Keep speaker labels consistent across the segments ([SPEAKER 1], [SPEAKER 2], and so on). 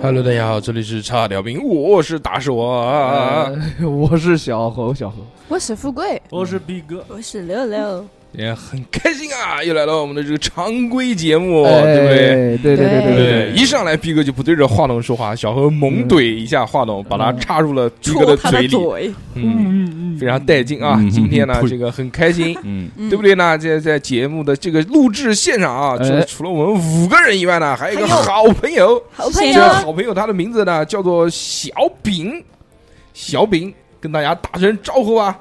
[SPEAKER 1] Hello，大家好，这里是差点兵，我是大蛇王。
[SPEAKER 2] 呃 我是小何，小何，
[SPEAKER 3] 我是富贵，
[SPEAKER 4] 我是逼哥，
[SPEAKER 3] 我是六六，
[SPEAKER 1] 今天哎很开心啊，又来到我们的这个常规节目，
[SPEAKER 2] 哎
[SPEAKER 1] 对不对？
[SPEAKER 2] 对对对
[SPEAKER 3] 对
[SPEAKER 1] 哦对，一上来逼哥就不对着话筒说话，小何猛怼一下话筒，把它插入了逼哥
[SPEAKER 3] 戳他
[SPEAKER 1] 嘴
[SPEAKER 3] 的
[SPEAKER 1] 里，
[SPEAKER 3] 嘴，
[SPEAKER 1] 嗯，
[SPEAKER 4] 嗯
[SPEAKER 1] 非常带劲啊
[SPEAKER 4] 嗯！
[SPEAKER 1] 今天呢，
[SPEAKER 4] 呸
[SPEAKER 1] 这个很开心，
[SPEAKER 4] 嗯，
[SPEAKER 3] 对
[SPEAKER 1] 对不？对呢？在在节目的这个录制现场啊，
[SPEAKER 2] 哎
[SPEAKER 1] 除除了我们五个人以外呢，还有一个
[SPEAKER 3] 还有
[SPEAKER 1] 好朋友，
[SPEAKER 3] 好朋
[SPEAKER 5] 哎
[SPEAKER 1] 这
[SPEAKER 3] 友
[SPEAKER 1] 个好朋友他的名字呢叫做小饼，小饼跟大家打声招呼啊吧。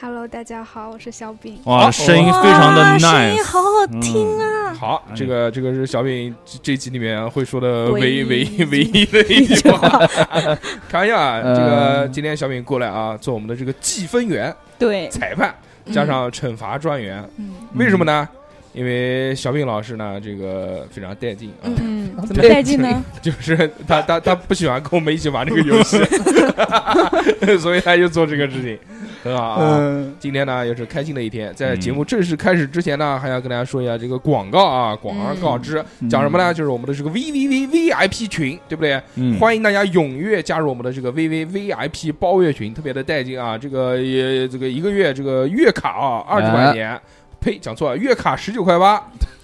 [SPEAKER 5] Hello，大家好，我是小饼。
[SPEAKER 3] 哦
[SPEAKER 4] 哇，
[SPEAKER 1] 啊
[SPEAKER 4] 声音非常的
[SPEAKER 3] 哇声
[SPEAKER 4] nice，
[SPEAKER 3] 音好好听啊！
[SPEAKER 4] 啊！
[SPEAKER 1] 好，
[SPEAKER 4] 哎
[SPEAKER 1] 这个这个是小饼这这集里面会说的
[SPEAKER 3] 唯
[SPEAKER 1] 唯
[SPEAKER 3] 一
[SPEAKER 1] 唯
[SPEAKER 3] 一
[SPEAKER 1] 唯一的一 句话。开玩笑啊，这个
[SPEAKER 2] 嗯
[SPEAKER 1] 今天小饼过来啊，做我们的这个计分员、
[SPEAKER 3] 对，
[SPEAKER 1] 裁判，加上惩罚专员，
[SPEAKER 3] 嗯
[SPEAKER 1] 为什么呢？因为小饼老师呢，这个非常带劲啊，
[SPEAKER 3] 嗯，怎么带劲呢？
[SPEAKER 1] 就是他他他不喜欢跟我们一起玩这个游戏， 所以他就做这个事情，很好啊。
[SPEAKER 2] 嗯，
[SPEAKER 1] 今天呢也是开心的一天，在节目正式开始之前呢，还要跟大家说一下这个广告啊，广而告之，
[SPEAKER 2] 嗯
[SPEAKER 1] 讲什么呢？就是我们的这个 V V V V I P 群，对不对？
[SPEAKER 4] 嗯，
[SPEAKER 1] 欢迎大家踊跃加入我们的这个 V V V I P 包月群，特别的带劲啊！这个也这个一个月这个月卡啊，二十块钱，呸，讲错了，月卡十九 块八。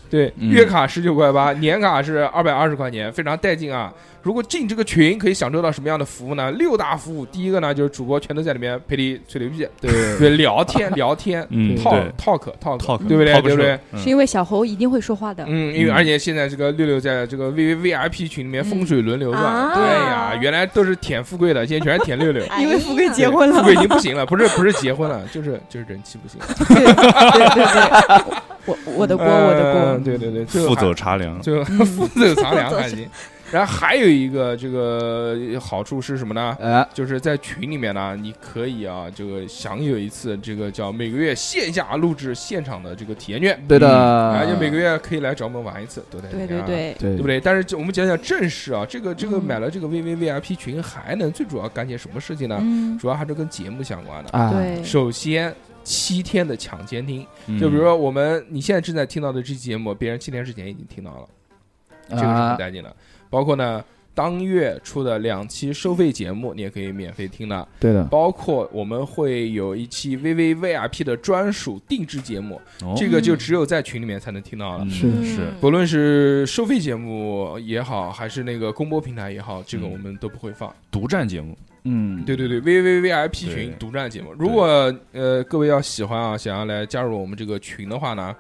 [SPEAKER 1] 对，
[SPEAKER 4] 哎嗯
[SPEAKER 1] 月卡十九块八，年卡是二百二十块钱，非常带劲啊！如果进这个群，可以享受到什么样的服务呢？六大服务，第一个呢就是主播全都在里面陪你吹牛逼，
[SPEAKER 2] 对，
[SPEAKER 1] 对，聊天聊天
[SPEAKER 4] 嗯，
[SPEAKER 1] ，talk
[SPEAKER 4] 对
[SPEAKER 1] talk talk，
[SPEAKER 4] ，talk，
[SPEAKER 1] 对不对？
[SPEAKER 4] talk
[SPEAKER 1] 对不对？
[SPEAKER 4] show，
[SPEAKER 3] 是因为小猴一定会说话的，
[SPEAKER 1] 嗯，因为
[SPEAKER 4] 嗯
[SPEAKER 1] 而且现在这个六六在这个 V V V I P 群里面风水轮流转，
[SPEAKER 3] 嗯啊
[SPEAKER 1] 对呀，原来都是舔富贵的，现在 全是舔六六。
[SPEAKER 3] 因为富贵结
[SPEAKER 1] 对
[SPEAKER 3] 婚了
[SPEAKER 1] 富贵已经不行了，不是不是结婚了，就是就是人气不行。
[SPEAKER 3] 对对对对，我我的锅，我的
[SPEAKER 1] 嗯
[SPEAKER 3] 锅，
[SPEAKER 1] 对对对，最后
[SPEAKER 4] 嗯，
[SPEAKER 1] 还
[SPEAKER 4] 父走茶凉，
[SPEAKER 1] 最后
[SPEAKER 3] 嗯
[SPEAKER 1] 父走茶凉 还行。然后还有一个这个呃好处是什么呢？
[SPEAKER 2] 哎，
[SPEAKER 1] 就是在群里面呢，你可以啊，这个享有一次这个叫每个月线下录制现场的这个体验券，
[SPEAKER 2] 对
[SPEAKER 1] 啊，
[SPEAKER 2] 的，
[SPEAKER 1] 而且每个月可以来找我们玩一次，对不
[SPEAKER 3] 对
[SPEAKER 1] 对？
[SPEAKER 3] 对
[SPEAKER 1] 啊
[SPEAKER 3] 对，
[SPEAKER 2] 对
[SPEAKER 1] 对不？对？但是这我们讲讲正事啊，这个这个
[SPEAKER 3] 嗯
[SPEAKER 1] 买了这个 V V V I P 群还能最主要干些什么事情呢？
[SPEAKER 3] 嗯，
[SPEAKER 1] 主要还是跟节目相关的。
[SPEAKER 2] 啊，
[SPEAKER 3] 对，
[SPEAKER 1] 首先，七天的抢先听，
[SPEAKER 4] 嗯
[SPEAKER 1] 就比如说我们你现在正在听到的这期节目，别人七天之前已经听到了，这个是很
[SPEAKER 2] 啊，
[SPEAKER 1] 带劲的。包括呢，当月出的两期收费节目，你也可以免费听的。
[SPEAKER 2] 对的，
[SPEAKER 1] 包括我们会有一期 V V V I P 的专属定制节目，
[SPEAKER 4] 哦
[SPEAKER 1] 这个就只有在群里面才能听到了
[SPEAKER 4] 嗯。
[SPEAKER 2] 是
[SPEAKER 4] 是，
[SPEAKER 1] 不论是收费节目也好，还是那个公播平台也好，这个
[SPEAKER 4] 嗯
[SPEAKER 1] 我们都不会放。
[SPEAKER 4] 独占节目，
[SPEAKER 2] 嗯，
[SPEAKER 1] 对对对，V V V I P
[SPEAKER 4] 对
[SPEAKER 1] 群独占节目。如果呃各位要喜欢啊，想要来加入我们这个群的话呢，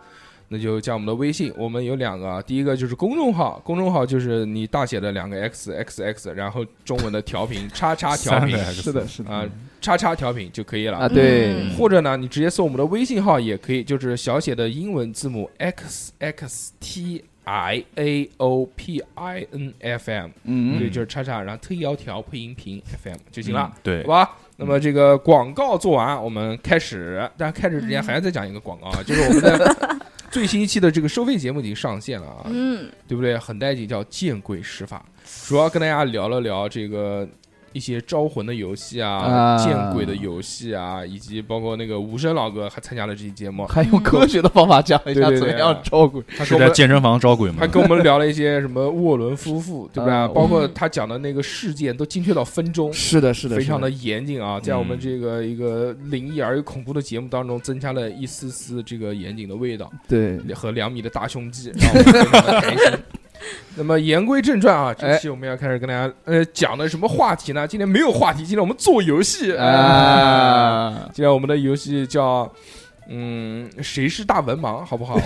[SPEAKER 1] 那就加我们的微信。我们有两个，啊，第一个就是公众号，公众号就是你大写的两个 X X X，然后中文的调频叉叉调频
[SPEAKER 4] 三个 X
[SPEAKER 2] 是的，是的
[SPEAKER 1] 啊，嗯叉叉调频就可以
[SPEAKER 2] 啊，
[SPEAKER 1] 了。
[SPEAKER 4] 嗯
[SPEAKER 2] 对，
[SPEAKER 1] 或者呢，你直接搜我们的微信号也可以，就是小写的英文字母 x x t i a o p i n f m，
[SPEAKER 2] 嗯
[SPEAKER 1] 对，就是叉叉，然后特邀调配音频 FM 就行了，
[SPEAKER 4] 嗯，对
[SPEAKER 1] 好，吧？那么这个广告做完，我们开始。但开始之前还要再讲一个广告啊，就是我们的 最新一期的这个收费节目已经上线了啊，
[SPEAKER 3] 嗯，
[SPEAKER 1] 对不对？很带劲，叫《见鬼使法》，主要跟大家聊了聊这个。一些招魂的游戏啊，
[SPEAKER 2] 啊
[SPEAKER 1] 见鬼的游戏啊，以及包括那个无声老哥还参加了这期节目，
[SPEAKER 2] 还用科学的方法讲一下
[SPEAKER 1] 对对对嗯
[SPEAKER 2] 怎么样照顾，
[SPEAKER 1] 他跟
[SPEAKER 4] 是
[SPEAKER 1] 我
[SPEAKER 4] 在
[SPEAKER 1] 们
[SPEAKER 4] 健身房招鬼吗
[SPEAKER 1] 还？跟我们聊了一些什么沃伦夫妇，对不对啊？
[SPEAKER 2] 啊
[SPEAKER 1] 包括他讲的那个事件都精确到分钟，
[SPEAKER 2] 是的，是的，嗯
[SPEAKER 1] 非常
[SPEAKER 2] 是
[SPEAKER 1] 的严谨啊，在我们这个一个灵异而又恐怖的节目当中，增加了一丝丝这个严谨的味道
[SPEAKER 2] 对，
[SPEAKER 1] 和两米的大胸肌，让我们非常的开心。 那么言归正传啊，这期我们要开始跟大家呃讲的什么话题呢？今天没有话题，今天我们做游戏啊。
[SPEAKER 2] 啊，
[SPEAKER 1] 今天我们的游戏叫嗯，谁是大文盲，好不 好？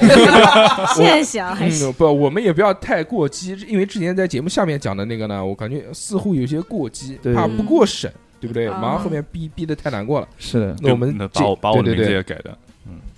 [SPEAKER 3] 现象还是
[SPEAKER 1] 嗯，不，我们也不要太过激，因为之前在节目下面讲的那个呢，我感觉似乎有些过激，
[SPEAKER 2] 对
[SPEAKER 1] 怕不过审，对不对？
[SPEAKER 5] 啊
[SPEAKER 1] 马上后面逼逼的太难过了。
[SPEAKER 2] 是的，
[SPEAKER 1] 那我们
[SPEAKER 4] 那
[SPEAKER 1] 这
[SPEAKER 4] 把我把我的
[SPEAKER 1] 对
[SPEAKER 4] 名字
[SPEAKER 1] 对
[SPEAKER 4] 也改的，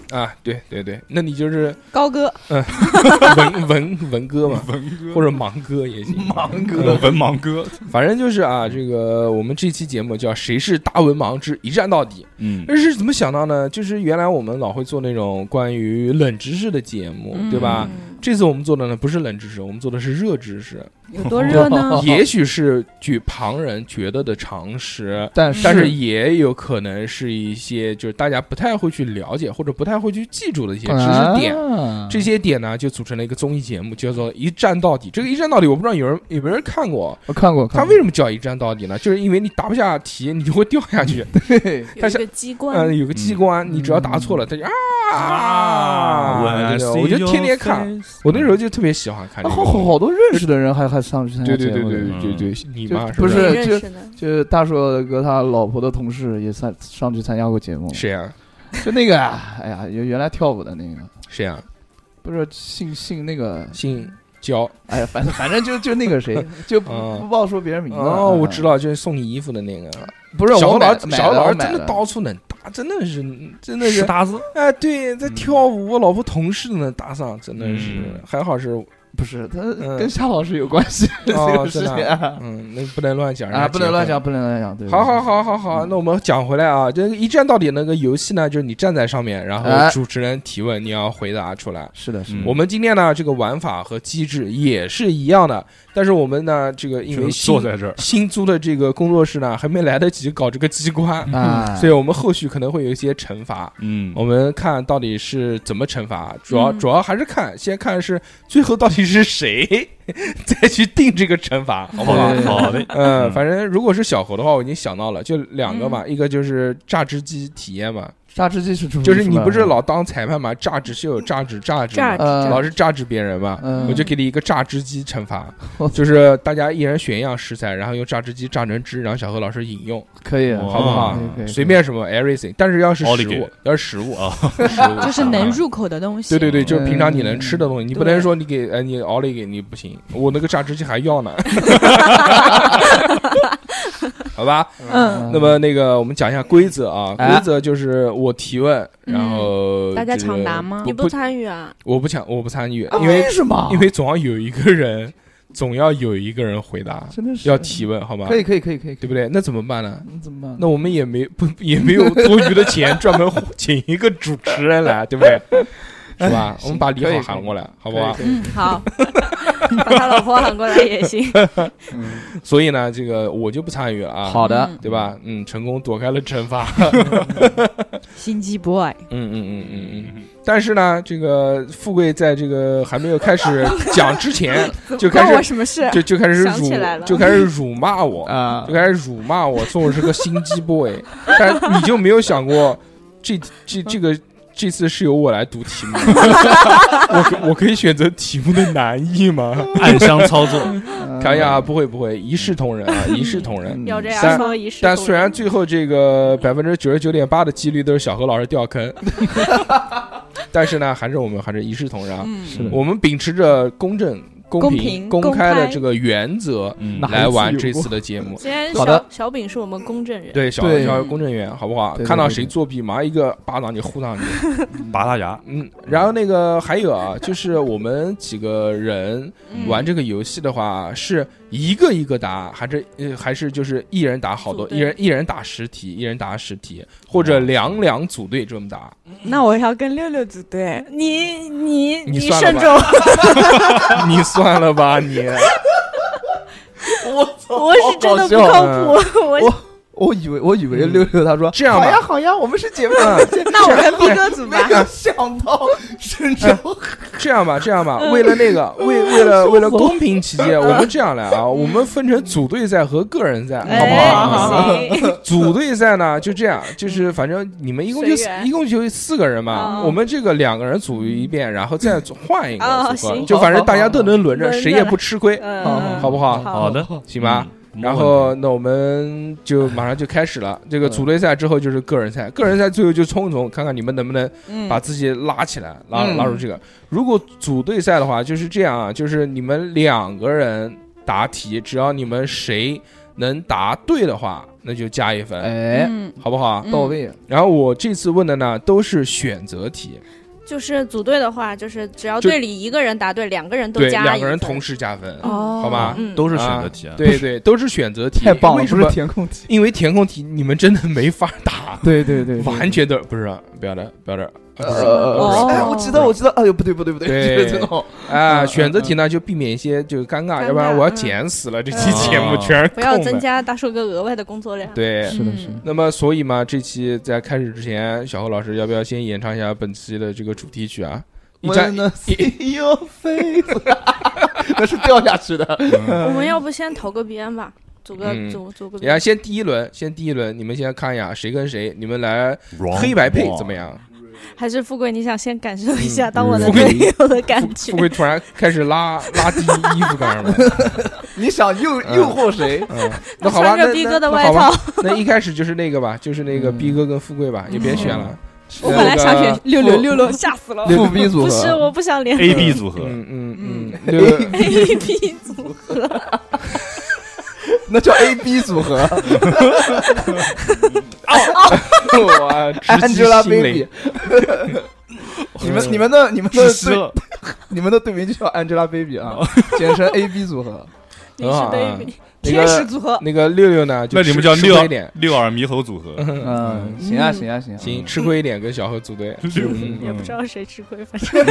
[SPEAKER 1] 对啊，对对对，那你就是
[SPEAKER 3] 高歌，
[SPEAKER 1] 文文文哥嘛，文哥或者盲哥也行，盲
[SPEAKER 4] 呃文盲哥，
[SPEAKER 1] 反正就是啊，这个我们这期节目叫《谁是大文盲之一战到底》，
[SPEAKER 4] 嗯，
[SPEAKER 1] 这是怎么想到呢？就是原来我们老会做那种关于冷知识的节目，对吧？
[SPEAKER 3] 嗯？
[SPEAKER 1] 这次我们做的呢不是冷知识，我们做的是热知识，
[SPEAKER 3] 有多热
[SPEAKER 5] 哦
[SPEAKER 3] 呢？
[SPEAKER 1] 也许是举旁人觉得的常识，
[SPEAKER 2] 但
[SPEAKER 1] 但是也有可能是一些就是大家不太会去了解或者不太会去记住的一些知识点。
[SPEAKER 2] 啊
[SPEAKER 1] 这些点呢，就组成了一个综艺节目，叫做《一站到底》。这个《一站到底》，我不知道有人有没有人看过。
[SPEAKER 2] 我看过，
[SPEAKER 1] 它
[SPEAKER 2] 看过
[SPEAKER 1] 为什么叫一站到底呢？就是因为你答不下题，你就会掉下去。
[SPEAKER 2] 嗯对
[SPEAKER 3] 有一个机关，
[SPEAKER 1] 嗯，有个机关，你只要答错了，它就啊，对对对我就天天看。，我那时候就特别喜欢看这
[SPEAKER 2] 啊
[SPEAKER 1] 个
[SPEAKER 2] 好
[SPEAKER 1] 东西。
[SPEAKER 2] 好好多认识的人还还上去参加
[SPEAKER 1] 对对
[SPEAKER 2] 节
[SPEAKER 1] 对
[SPEAKER 2] 目的嗯
[SPEAKER 1] 对对对对，你妈
[SPEAKER 2] 就不
[SPEAKER 1] 呃是
[SPEAKER 2] 是
[SPEAKER 5] 你认识的，
[SPEAKER 2] 就是大硕哥他老婆的同事也上上去参加过节目，
[SPEAKER 1] 谁啊？
[SPEAKER 2] 就那个啊，哎呀，原原来跳舞的那个，
[SPEAKER 1] 谁啊？
[SPEAKER 2] 不是姓姓那个，
[SPEAKER 1] 姓焦。
[SPEAKER 2] 哎呀，反正反正就就那个谁， 就不
[SPEAKER 1] 嗯
[SPEAKER 2] 不报说别人名字了。
[SPEAKER 1] 哦，我
[SPEAKER 2] 嗯
[SPEAKER 1] 知，道，就是送你衣服的那个。
[SPEAKER 2] 不是
[SPEAKER 1] 小
[SPEAKER 2] 我
[SPEAKER 1] 何老
[SPEAKER 2] 买
[SPEAKER 1] 师
[SPEAKER 2] 买
[SPEAKER 1] 小何老
[SPEAKER 2] 我
[SPEAKER 1] 师
[SPEAKER 2] 买
[SPEAKER 1] 真的
[SPEAKER 2] 了
[SPEAKER 1] 到处能打，真的是，真的是
[SPEAKER 4] 大字，
[SPEAKER 1] 哎，对，在跳
[SPEAKER 2] 嗯
[SPEAKER 1] 舞，我老婆同事都能搭上，真的是
[SPEAKER 4] 嗯，
[SPEAKER 1] 还好 是，
[SPEAKER 2] 不是他
[SPEAKER 1] 嗯
[SPEAKER 2] 跟夏老师有关系这
[SPEAKER 1] 哦
[SPEAKER 2] 个事情啊，
[SPEAKER 1] 嗯，那不能乱讲
[SPEAKER 2] 啊不能乱。
[SPEAKER 1] 人家结婚
[SPEAKER 2] 讲，不嗯能乱讲，对。
[SPEAKER 1] 好好好好好，那我们讲回来啊，这个一站到底那个游戏呢，就是你站在上面，然后
[SPEAKER 2] 哎
[SPEAKER 1] 主持人提问，你要回答出来。
[SPEAKER 2] 是的，是的，
[SPEAKER 4] 嗯
[SPEAKER 1] 我们今天呢，这个玩法和机制也是一样的，但是我们呢，这个因
[SPEAKER 4] 就是
[SPEAKER 1] 为
[SPEAKER 4] 嗯坐
[SPEAKER 1] 新
[SPEAKER 4] 在这儿，
[SPEAKER 1] 新租的这个工作室呢，还没来得及搞这个机关，
[SPEAKER 2] 啊，
[SPEAKER 1] 嗯 所以我们后续可能会有一些惩罚。
[SPEAKER 4] 嗯，
[SPEAKER 1] 我们看到底是怎么惩罚，主要
[SPEAKER 3] 嗯
[SPEAKER 1] 主要还是看，先看是最后到底是谁， 再去定这个惩罚，好不好？
[SPEAKER 2] 对
[SPEAKER 4] 好的，
[SPEAKER 1] 嗯，
[SPEAKER 4] 嗯
[SPEAKER 1] 反正如果是小猴的话，我已经想到了，就两个嘛，
[SPEAKER 3] 嗯
[SPEAKER 1] 一个就是榨汁机体验嘛，
[SPEAKER 2] 榨汁机是出
[SPEAKER 1] 就是你不是
[SPEAKER 2] 出来了
[SPEAKER 1] 老当裁判嘛，榨汁秀、榨汁、榨汁嘛，
[SPEAKER 3] 嗯榨汁
[SPEAKER 2] 呃
[SPEAKER 1] 老是榨汁别人嘛，
[SPEAKER 2] 嗯
[SPEAKER 1] 我就给你一个榨汁机惩罚
[SPEAKER 3] 嗯
[SPEAKER 2] 我，
[SPEAKER 1] 就是大家一人选一样食材，然后用榨汁机榨成汁，然后小何老师饮用，
[SPEAKER 2] 可以，啊
[SPEAKER 4] 哦
[SPEAKER 1] 好不好
[SPEAKER 2] 可以可以可以
[SPEAKER 1] 随便什么 everything，但是要是食
[SPEAKER 4] Oligo
[SPEAKER 1] 物，要是食物哦
[SPEAKER 4] 啊，
[SPEAKER 1] 食物啊
[SPEAKER 3] 就是能入口的东西。
[SPEAKER 1] 对对对，
[SPEAKER 4] 嗯
[SPEAKER 1] 就是平常你能吃的东西，你不
[SPEAKER 3] 对
[SPEAKER 1] 能说你给哎你熬了一个你不行，我那个榨汁机还要呢， 好吧？
[SPEAKER 3] 嗯，
[SPEAKER 1] 那么那个我们讲一下规则啊，
[SPEAKER 2] 哎
[SPEAKER 1] 规则就是我提问，然后
[SPEAKER 5] 嗯大家
[SPEAKER 1] 这个
[SPEAKER 5] 抢答吗？哦
[SPEAKER 1] 不
[SPEAKER 6] 你
[SPEAKER 1] 不
[SPEAKER 6] 不，参与啊？
[SPEAKER 1] 我不抢，我不参与，
[SPEAKER 2] 啊
[SPEAKER 1] 因为
[SPEAKER 2] 为什么？
[SPEAKER 1] 因为总要有一个人，总要有一个人回答，
[SPEAKER 2] 真的是
[SPEAKER 1] 要提问，好吧？
[SPEAKER 2] 可以可以可以可以，
[SPEAKER 1] 对不对？那怎么办呢？
[SPEAKER 2] 嗯怎么办？
[SPEAKER 1] 那我们也没不也没有多余的钱专门 请一个主持人来，对不对？ 是吧？我们把李
[SPEAKER 2] 可以
[SPEAKER 1] 好
[SPEAKER 2] 可以
[SPEAKER 1] 喊过来，好
[SPEAKER 2] 好
[SPEAKER 1] 不好？
[SPEAKER 3] 嗯，好，把他老婆喊过来也 行。
[SPEAKER 1] 所以呢，这个我就不参与了啊。
[SPEAKER 2] 好的
[SPEAKER 3] 嗯，
[SPEAKER 1] 对吧？嗯，成功躲开了惩罚。
[SPEAKER 3] 心机 boy，
[SPEAKER 1] 嗯嗯嗯嗯嗯。但是呢，这个富贵在这个还没有开始讲之 前，就开
[SPEAKER 6] 关我
[SPEAKER 1] 始
[SPEAKER 6] 什么事？
[SPEAKER 1] 就就开始
[SPEAKER 6] 想
[SPEAKER 1] 辱
[SPEAKER 6] 起来，了
[SPEAKER 1] 就开始辱骂我，
[SPEAKER 2] 啊
[SPEAKER 1] 就，开始辱骂我，说我是个心机 boy。但你就没有想过，这这这个这次是由我来读题目吗，我可我可以选择题目的难易 吗？
[SPEAKER 4] 暗箱操作，
[SPEAKER 1] 开玩笑啊，不会不会，一视同仁啊，一视同仁。
[SPEAKER 2] 嗯
[SPEAKER 6] 要这
[SPEAKER 1] 但
[SPEAKER 6] 样说一视
[SPEAKER 1] 但
[SPEAKER 6] 同仁。
[SPEAKER 1] 虽然最后这个百分之九十九点八的几率都是小何老师 掉坑，但是呢，还是我们还是一视同仁啊。
[SPEAKER 3] 嗯，
[SPEAKER 2] 是的
[SPEAKER 1] 我们秉持着公正、公平、
[SPEAKER 3] 公平公
[SPEAKER 1] 开
[SPEAKER 3] 开
[SPEAKER 1] 的这个原则
[SPEAKER 4] 嗯
[SPEAKER 2] 哪
[SPEAKER 1] 来玩
[SPEAKER 2] 一次
[SPEAKER 1] 这
[SPEAKER 2] 有过
[SPEAKER 1] 次的节 目。
[SPEAKER 6] 既然
[SPEAKER 2] 好的
[SPEAKER 6] 小小饼是我们公证人，
[SPEAKER 1] 对，小
[SPEAKER 2] 对
[SPEAKER 1] 小公证员，好不好？
[SPEAKER 2] 对对
[SPEAKER 1] 看到
[SPEAKER 2] 对对
[SPEAKER 1] 谁作弊，马上一个巴掌就呼上去。
[SPEAKER 4] 拔大牙，
[SPEAKER 1] 嗯，然后那个还有啊，就是我们几个人
[SPEAKER 3] 嗯
[SPEAKER 1] 玩这个游戏的话，是一个一个答，还是呃还是就是一人答好多，
[SPEAKER 6] 组队
[SPEAKER 1] 一人一人答十题，一人答十题，或者两两组队这么答。
[SPEAKER 3] 那我要跟六六组队，
[SPEAKER 6] 你你
[SPEAKER 1] 你算了
[SPEAKER 6] 慎
[SPEAKER 1] 吧
[SPEAKER 6] 重，
[SPEAKER 1] 你算了吧，你
[SPEAKER 6] 我是真的不
[SPEAKER 1] 啊
[SPEAKER 2] 好
[SPEAKER 6] 靠
[SPEAKER 1] 搞
[SPEAKER 6] 谱。我
[SPEAKER 2] 我我以为我以为
[SPEAKER 1] 嗯
[SPEAKER 2] 六六他说
[SPEAKER 1] 这样吧
[SPEAKER 2] 好呀好呀，我们是姐妹，
[SPEAKER 6] 那我跟斌哥组
[SPEAKER 2] 没
[SPEAKER 6] 吧。
[SPEAKER 2] 有想到甚至
[SPEAKER 1] 这样吧，这样
[SPEAKER 6] 嗯
[SPEAKER 1] 吧，为了那 个，为为了为了公平起见，我们这样来啊，我们分成组队赛和个人赛， 好不
[SPEAKER 6] 哎，
[SPEAKER 1] 好？呃
[SPEAKER 2] 好好
[SPEAKER 6] 行，
[SPEAKER 1] 组队赛呢，就这样，就是反正你们一共就
[SPEAKER 6] 随缘
[SPEAKER 1] 一共就四个人嘛，
[SPEAKER 6] 哦
[SPEAKER 1] 我们这个两个人组一遍，然后再组换一
[SPEAKER 6] 哦
[SPEAKER 1] 个组合，
[SPEAKER 6] 行
[SPEAKER 1] 就反正大家都能轮着，
[SPEAKER 6] 轮着
[SPEAKER 1] 谁也不吃亏，
[SPEAKER 6] 嗯，
[SPEAKER 1] 好不好？
[SPEAKER 4] 好的，
[SPEAKER 1] 行吧。
[SPEAKER 4] 嗯
[SPEAKER 1] 然后那我们就马上就开始了，这个组队赛之后就是个人赛，个人赛最后就冲一冲，看看你们能不能
[SPEAKER 3] 嗯
[SPEAKER 1] 把自己拉起来，拉
[SPEAKER 2] 嗯
[SPEAKER 1] 拉入这个。如果组队赛的话，就是这样啊，就是你们两个人答题，只要你们谁能答对的话，那就加一分，
[SPEAKER 2] 哎
[SPEAKER 3] 嗯
[SPEAKER 1] 好不好？
[SPEAKER 2] 到位，
[SPEAKER 1] 然后我这次问的呢都是选择题，
[SPEAKER 6] 就是组队的话，就是只要
[SPEAKER 1] 就
[SPEAKER 6] 队里一个人答对，两个人都
[SPEAKER 1] 对，
[SPEAKER 6] 加
[SPEAKER 1] 两个人
[SPEAKER 6] 一分
[SPEAKER 1] 同时加分，
[SPEAKER 3] 哦
[SPEAKER 1] 好吧
[SPEAKER 6] 嗯，
[SPEAKER 4] 都是选择题啊，
[SPEAKER 1] 对对，都是选择题，
[SPEAKER 2] 太棒了，
[SPEAKER 1] 为什
[SPEAKER 2] 不是
[SPEAKER 1] 么？
[SPEAKER 2] 填空题，
[SPEAKER 1] 因为填空题你们真的没法答，
[SPEAKER 2] 对对对，对
[SPEAKER 1] 完全都不是，不要的，不要的，
[SPEAKER 2] 呃，
[SPEAKER 5] 哦
[SPEAKER 2] 哎，我记得，我记得，哎呦，不对，不对，不对，
[SPEAKER 1] 对
[SPEAKER 2] 这个真好，
[SPEAKER 1] 啊，
[SPEAKER 2] 嗯
[SPEAKER 1] 选择题呢就避免一些就是尴
[SPEAKER 7] 尴
[SPEAKER 1] 尬，
[SPEAKER 7] 尬
[SPEAKER 1] 要不然我要剪死了这期节目
[SPEAKER 8] 嗯
[SPEAKER 1] 全是
[SPEAKER 5] 不要
[SPEAKER 1] 空的
[SPEAKER 5] 增加大树哥额外的工作量。
[SPEAKER 1] 对，
[SPEAKER 2] 是的，是的
[SPEAKER 5] 嗯，
[SPEAKER 1] 那么所以嘛，这期在开始之前，小何老师要不要先演唱一下本期的这个主题曲啊？一
[SPEAKER 2] 我
[SPEAKER 1] 站
[SPEAKER 2] 能 see your face，那是掉下去的，
[SPEAKER 5] 我们要不先投个编吧，组个
[SPEAKER 1] 嗯
[SPEAKER 5] 组组个
[SPEAKER 1] 然后
[SPEAKER 5] 编。
[SPEAKER 1] 先第一轮，先第一轮，你们先看一下谁跟谁，你们来黑白配怎么样？
[SPEAKER 5] 还是富贵，你想先感受一下当我
[SPEAKER 1] 嗯
[SPEAKER 5] 的
[SPEAKER 1] 富贵
[SPEAKER 5] 队友的感觉
[SPEAKER 1] 富？贵突然开始拉拉低衣服干什么？
[SPEAKER 2] 你想诱
[SPEAKER 1] 嗯
[SPEAKER 2] 诱惑谁？
[SPEAKER 1] 嗯，那好吧，
[SPEAKER 5] 穿
[SPEAKER 1] 那
[SPEAKER 5] 着逼哥
[SPEAKER 1] 那
[SPEAKER 5] 的
[SPEAKER 1] 那
[SPEAKER 5] 外
[SPEAKER 1] 好吧
[SPEAKER 5] 套，，
[SPEAKER 1] 那一开始就是那个吧，就是那个
[SPEAKER 2] 嗯
[SPEAKER 1] 逼哥跟富贵吧，也别选了。
[SPEAKER 5] 我本来想选六六六六，吓死了！
[SPEAKER 2] 复逼组
[SPEAKER 5] 不是，
[SPEAKER 2] 合，
[SPEAKER 5] 我不想连
[SPEAKER 8] A B 组合，
[SPEAKER 1] 嗯嗯嗯，六 六
[SPEAKER 5] A B 组合，
[SPEAKER 2] 那叫 A B 组合哦
[SPEAKER 1] 哇，啊直击心灵
[SPEAKER 2] ，Angelababy。你们你们的你们的
[SPEAKER 8] 窒息
[SPEAKER 2] 队
[SPEAKER 8] 了。
[SPEAKER 2] 嗯你们的队名就叫 Angelababy 啊，简称 A B 组合。
[SPEAKER 5] 你
[SPEAKER 1] 很好
[SPEAKER 5] 是
[SPEAKER 1] 啊
[SPEAKER 5] 对比
[SPEAKER 1] 那
[SPEAKER 5] 天使
[SPEAKER 1] 个
[SPEAKER 5] 组
[SPEAKER 2] 哦
[SPEAKER 5] 合，
[SPEAKER 1] 那个六六呢，就
[SPEAKER 8] 那你们
[SPEAKER 1] 吃
[SPEAKER 8] 叫
[SPEAKER 1] 吃
[SPEAKER 8] 六
[SPEAKER 1] 亏一点，
[SPEAKER 8] 六耳猕猴组合，
[SPEAKER 2] 嗯，行啊，行啊，行啊，
[SPEAKER 1] 行，吃亏一点跟小何组队，
[SPEAKER 8] 六
[SPEAKER 1] 嗯
[SPEAKER 5] 也不知道谁吃亏，反正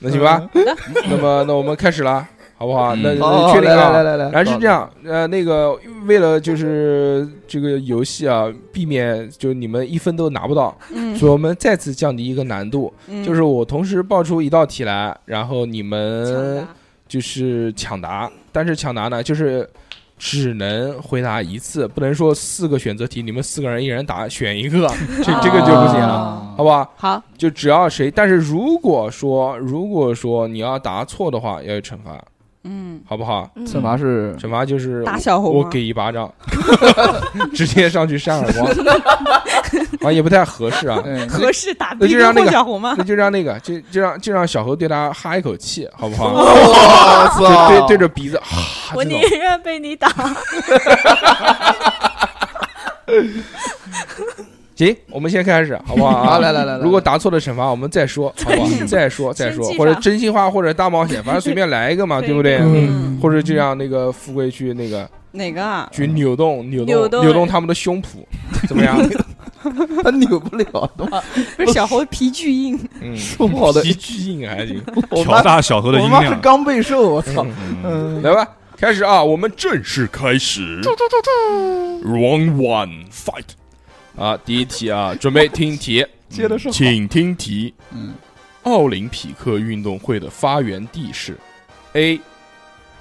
[SPEAKER 1] 那行吧。
[SPEAKER 2] 嗯
[SPEAKER 1] 那么那我们开始了，好不好？
[SPEAKER 8] 嗯
[SPEAKER 1] 那
[SPEAKER 2] 好，好
[SPEAKER 1] 那
[SPEAKER 2] 好
[SPEAKER 1] 确定
[SPEAKER 2] 来来来
[SPEAKER 1] 啊。
[SPEAKER 2] 来来，
[SPEAKER 1] 然后是这样，呃，那个为了就是这个游戏啊，避免就是你们一分都拿不到，
[SPEAKER 5] 嗯
[SPEAKER 1] 所以我们再次降低一个难度，
[SPEAKER 2] 嗯
[SPEAKER 1] 就是我同时报出一道题来，然后你们就是抢答，但是抢答呢，就是只能回答一次，不能说四个选择题，你们四个人一人答选一个，这这个就不行了，
[SPEAKER 2] 啊
[SPEAKER 1] 好不好？
[SPEAKER 5] 好，
[SPEAKER 1] 就只要谁，但是如果说如果说你要答错的话，要有惩罚，
[SPEAKER 6] 嗯，
[SPEAKER 1] 好不好？
[SPEAKER 5] 嗯
[SPEAKER 2] 惩罚是
[SPEAKER 1] 惩罚就是
[SPEAKER 6] 打小
[SPEAKER 1] 我
[SPEAKER 6] 红
[SPEAKER 1] 我
[SPEAKER 6] 吗
[SPEAKER 1] 给一巴掌， 直接上去扇耳光，啊也不太合适啊。
[SPEAKER 2] 嗯，
[SPEAKER 6] 合适打
[SPEAKER 1] 那
[SPEAKER 6] 逼
[SPEAKER 1] 就让
[SPEAKER 6] 跟
[SPEAKER 1] 那
[SPEAKER 6] 霍
[SPEAKER 1] 个
[SPEAKER 6] 小红吗？
[SPEAKER 1] 那就让那个，就就让就让小何对他哈一口气，好不
[SPEAKER 2] 哎
[SPEAKER 1] 好？
[SPEAKER 2] 我
[SPEAKER 1] 就
[SPEAKER 2] 操，
[SPEAKER 1] 对对着鼻子哈，
[SPEAKER 5] 我
[SPEAKER 1] 这种
[SPEAKER 5] 宁愿被你打。
[SPEAKER 1] 行，我们先开始，好不好啊？
[SPEAKER 2] 好，来来来来，
[SPEAKER 1] 如果答错了惩罚，我们再 说，好不好？再说再说
[SPEAKER 5] 先，记
[SPEAKER 1] 或者
[SPEAKER 5] 上
[SPEAKER 1] 真心话，或者大冒险，反正随便来一个嘛，对不对？
[SPEAKER 5] 可以
[SPEAKER 2] 嗯
[SPEAKER 1] 或者就让那个富贵去那个
[SPEAKER 6] 哪 个啊？
[SPEAKER 1] 去扭动扭动
[SPEAKER 5] 扭动
[SPEAKER 1] 他们的胸脯，怎 么样？
[SPEAKER 2] 嗯他扭不了的话，
[SPEAKER 6] 不是小猴皮巨硬，
[SPEAKER 1] 嗯，
[SPEAKER 2] 说不好的，
[SPEAKER 1] 皮巨硬还行。
[SPEAKER 2] 我
[SPEAKER 8] 调
[SPEAKER 2] 妈
[SPEAKER 8] 大小何的
[SPEAKER 2] 我
[SPEAKER 8] 音
[SPEAKER 2] 妈是
[SPEAKER 8] 量。
[SPEAKER 2] 刚被瘦，我操，
[SPEAKER 8] 嗯
[SPEAKER 2] 嗯，
[SPEAKER 1] 来吧，开始啊，我们正式
[SPEAKER 8] 是开始。Round one fight，
[SPEAKER 1] 啊，第一题啊，准备听题，
[SPEAKER 2] 接的是好，
[SPEAKER 1] 请听题：
[SPEAKER 2] 嗯，
[SPEAKER 1] 奥林匹克运动会的发源地是 A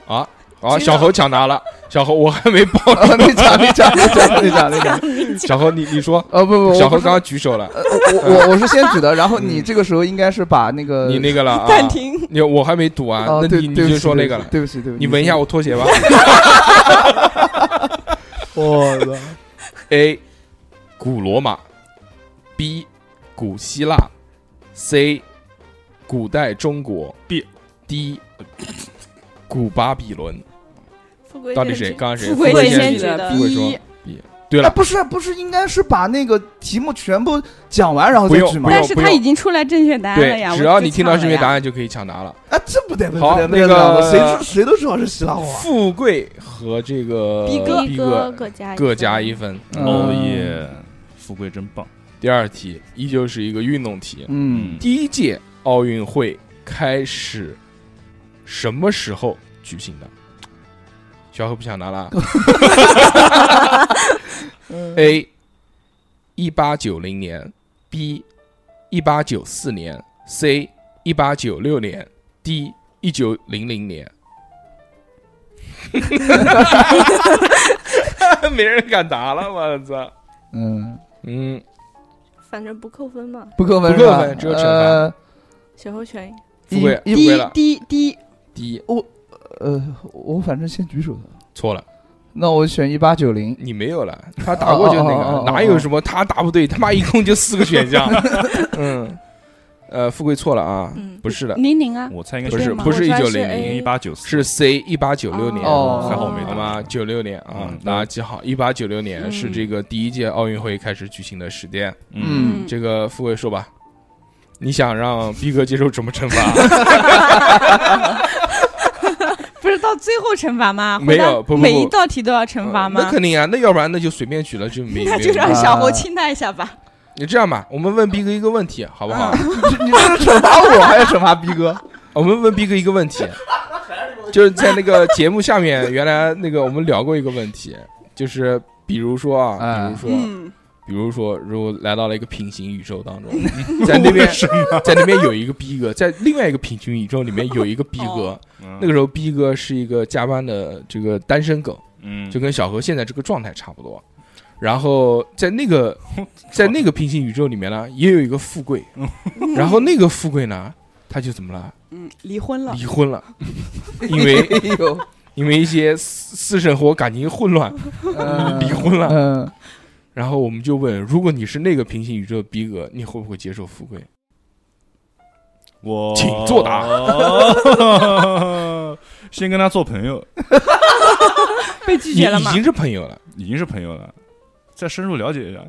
[SPEAKER 1] 啊。啊，小侯抢答了，小侯我还没报，
[SPEAKER 2] 啊你讲你讲你讲你讲你 讲，
[SPEAKER 1] 小侯你你说，
[SPEAKER 2] 呃不不，我
[SPEAKER 1] 小侯
[SPEAKER 2] 不是
[SPEAKER 1] 刚刚举手了，
[SPEAKER 2] 呃 我我我是先举的，然后你这个时候应该是把那个
[SPEAKER 1] 你那个了 啊，
[SPEAKER 6] 暂停。
[SPEAKER 1] 你我还没读完，
[SPEAKER 2] 哦
[SPEAKER 1] 那
[SPEAKER 2] 对
[SPEAKER 1] 你你
[SPEAKER 2] 对不
[SPEAKER 1] 就
[SPEAKER 2] 起
[SPEAKER 1] 说
[SPEAKER 2] 对
[SPEAKER 1] 那个
[SPEAKER 2] 不起
[SPEAKER 1] 了，
[SPEAKER 2] 对不起对不起，
[SPEAKER 1] 你闻一下
[SPEAKER 2] 我，
[SPEAKER 1] 我拖 鞋吧。
[SPEAKER 2] 我操，
[SPEAKER 1] A 古罗马，B 古希腊，C 古代中国
[SPEAKER 8] B
[SPEAKER 1] D 古巴比伦。
[SPEAKER 5] 富贵
[SPEAKER 1] 到底
[SPEAKER 5] 先
[SPEAKER 1] 谁？
[SPEAKER 5] 举
[SPEAKER 1] 刚刚谁？
[SPEAKER 6] 富贵
[SPEAKER 1] 富
[SPEAKER 6] 先
[SPEAKER 1] 先
[SPEAKER 6] 举的
[SPEAKER 1] 富贵说
[SPEAKER 6] 一
[SPEAKER 1] B。对
[SPEAKER 2] 哎
[SPEAKER 1] 了，
[SPEAKER 2] 不是不是应该是把那个题目全部讲完然后
[SPEAKER 1] 不
[SPEAKER 2] 再
[SPEAKER 1] 用
[SPEAKER 2] 举吗
[SPEAKER 1] 不？用
[SPEAKER 6] 但是他已经出来正确答案了
[SPEAKER 1] 对
[SPEAKER 6] 哎呀，，
[SPEAKER 1] 只
[SPEAKER 6] 我
[SPEAKER 1] 要
[SPEAKER 6] 就
[SPEAKER 1] 你听到
[SPEAKER 6] 抢
[SPEAKER 1] 正确
[SPEAKER 6] 了
[SPEAKER 1] 答
[SPEAKER 6] 呀，
[SPEAKER 1] 案就可以抢答了。
[SPEAKER 2] 哎，这不得不得
[SPEAKER 1] 好
[SPEAKER 2] 不得不
[SPEAKER 1] 那
[SPEAKER 2] 得
[SPEAKER 1] 个呃
[SPEAKER 2] 了谁知谁都知道是希腊话，
[SPEAKER 1] 富贵和这个
[SPEAKER 6] 逼哥
[SPEAKER 1] 逼
[SPEAKER 5] 哥
[SPEAKER 1] 哥
[SPEAKER 5] 各加
[SPEAKER 1] 各加一
[SPEAKER 5] 分，
[SPEAKER 1] 分。
[SPEAKER 2] 嗯
[SPEAKER 8] 哦耶，富贵真棒。
[SPEAKER 1] 第二题依旧是一个运动题。
[SPEAKER 2] 嗯，
[SPEAKER 1] 第一届奥运会开始什么时候举行的？小何不想拿了啊。A 嗯一八九零年，B 一八九四年，C 一八九六年，D 一九零零年。 没人敢答了，我操！
[SPEAKER 2] 嗯，
[SPEAKER 1] 嗯，
[SPEAKER 5] 反正不扣分嘛。
[SPEAKER 2] 不扣分
[SPEAKER 1] 不
[SPEAKER 2] 是
[SPEAKER 1] 扣
[SPEAKER 2] 吧
[SPEAKER 1] 分只有惩罚
[SPEAKER 2] 呃
[SPEAKER 5] 小侯全赢，
[SPEAKER 1] 富贵
[SPEAKER 2] 一
[SPEAKER 1] 富贵了
[SPEAKER 6] 滴滴滴，
[SPEAKER 1] ，D
[SPEAKER 2] 呃，我反正先举手的，
[SPEAKER 1] 错了。
[SPEAKER 2] 那我选一八九零，
[SPEAKER 1] 你没有了，他打过就那
[SPEAKER 2] 哦哦哦哦
[SPEAKER 1] 个
[SPEAKER 2] 哦，
[SPEAKER 1] 哪有什么他答不对，他妈一共就四个选 项。嗯，呃，富贵错了啊
[SPEAKER 5] 嗯，
[SPEAKER 1] 不是的，
[SPEAKER 6] 零零啊，
[SPEAKER 8] 我猜应该
[SPEAKER 1] 不
[SPEAKER 6] 对
[SPEAKER 1] 是
[SPEAKER 6] 吗
[SPEAKER 1] 不是一
[SPEAKER 5] 我猜
[SPEAKER 1] 九
[SPEAKER 5] 是
[SPEAKER 1] 零
[SPEAKER 5] A
[SPEAKER 1] 零，
[SPEAKER 8] 一八九四，
[SPEAKER 1] 是 C 一八九六年，
[SPEAKER 2] 哦
[SPEAKER 8] 还好我没
[SPEAKER 1] 好
[SPEAKER 8] 打
[SPEAKER 1] 吗？九六年啊
[SPEAKER 8] 嗯，
[SPEAKER 1] 大家记好，一八九六年
[SPEAKER 5] 嗯
[SPEAKER 1] 是这个第一届奥运会开始举行的时间。
[SPEAKER 8] 嗯，
[SPEAKER 6] 嗯
[SPEAKER 1] 这个富贵说吧，你想让逼哥接受什么惩罚？
[SPEAKER 6] 不是到最后惩罚吗？
[SPEAKER 1] 没有
[SPEAKER 6] 回答
[SPEAKER 1] 不不不
[SPEAKER 6] 每一道题都要惩罚
[SPEAKER 1] 那
[SPEAKER 6] 吗？
[SPEAKER 1] 肯定啊，那要不然那就随便举了，就没
[SPEAKER 6] 那
[SPEAKER 1] 没
[SPEAKER 6] 就
[SPEAKER 1] 有
[SPEAKER 6] 让小猴亲他一下吧。
[SPEAKER 1] 你这样吧，我们问逼哥一个问题，好不好？
[SPEAKER 2] 你你这是惩罚我还是惩罚逼哥？
[SPEAKER 1] 我们问逼哥一个问题，就是在那个节目下面，原来那个我们聊过一个问题，就是比如说啊，比
[SPEAKER 2] 哎
[SPEAKER 1] 如说，
[SPEAKER 6] 嗯，
[SPEAKER 1] 比如说，如果来到了一个平行宇宙当中，嗯在那边在那边有一个逼哥，在另外一个平行宇宙里面有一个逼哥，
[SPEAKER 8] 嗯
[SPEAKER 1] 那个时候逼哥是一个加班的这个单身狗，
[SPEAKER 8] 嗯，
[SPEAKER 1] 就跟小何现在这个状态差不多。然后在那个在那个平行宇宙里面呢，也有一个富贵，然后那个富贵呢，他就怎么了？
[SPEAKER 6] 嗯，离婚了，
[SPEAKER 1] 离婚了，因 为
[SPEAKER 2] 哎呦，
[SPEAKER 1] 因为一些私私生活感情混乱，
[SPEAKER 2] 嗯
[SPEAKER 1] 离婚了。
[SPEAKER 2] 嗯，
[SPEAKER 1] 然后我们就问，如果你是那个平行宇宙的逼格，你会不会接受富贵？
[SPEAKER 8] 我
[SPEAKER 1] 请作答。
[SPEAKER 8] 先跟他做朋友，
[SPEAKER 6] 被拒
[SPEAKER 1] 已
[SPEAKER 6] 绝了吗
[SPEAKER 1] 已？经是朋友了，
[SPEAKER 8] 已经是朋友了，再深入了解一下。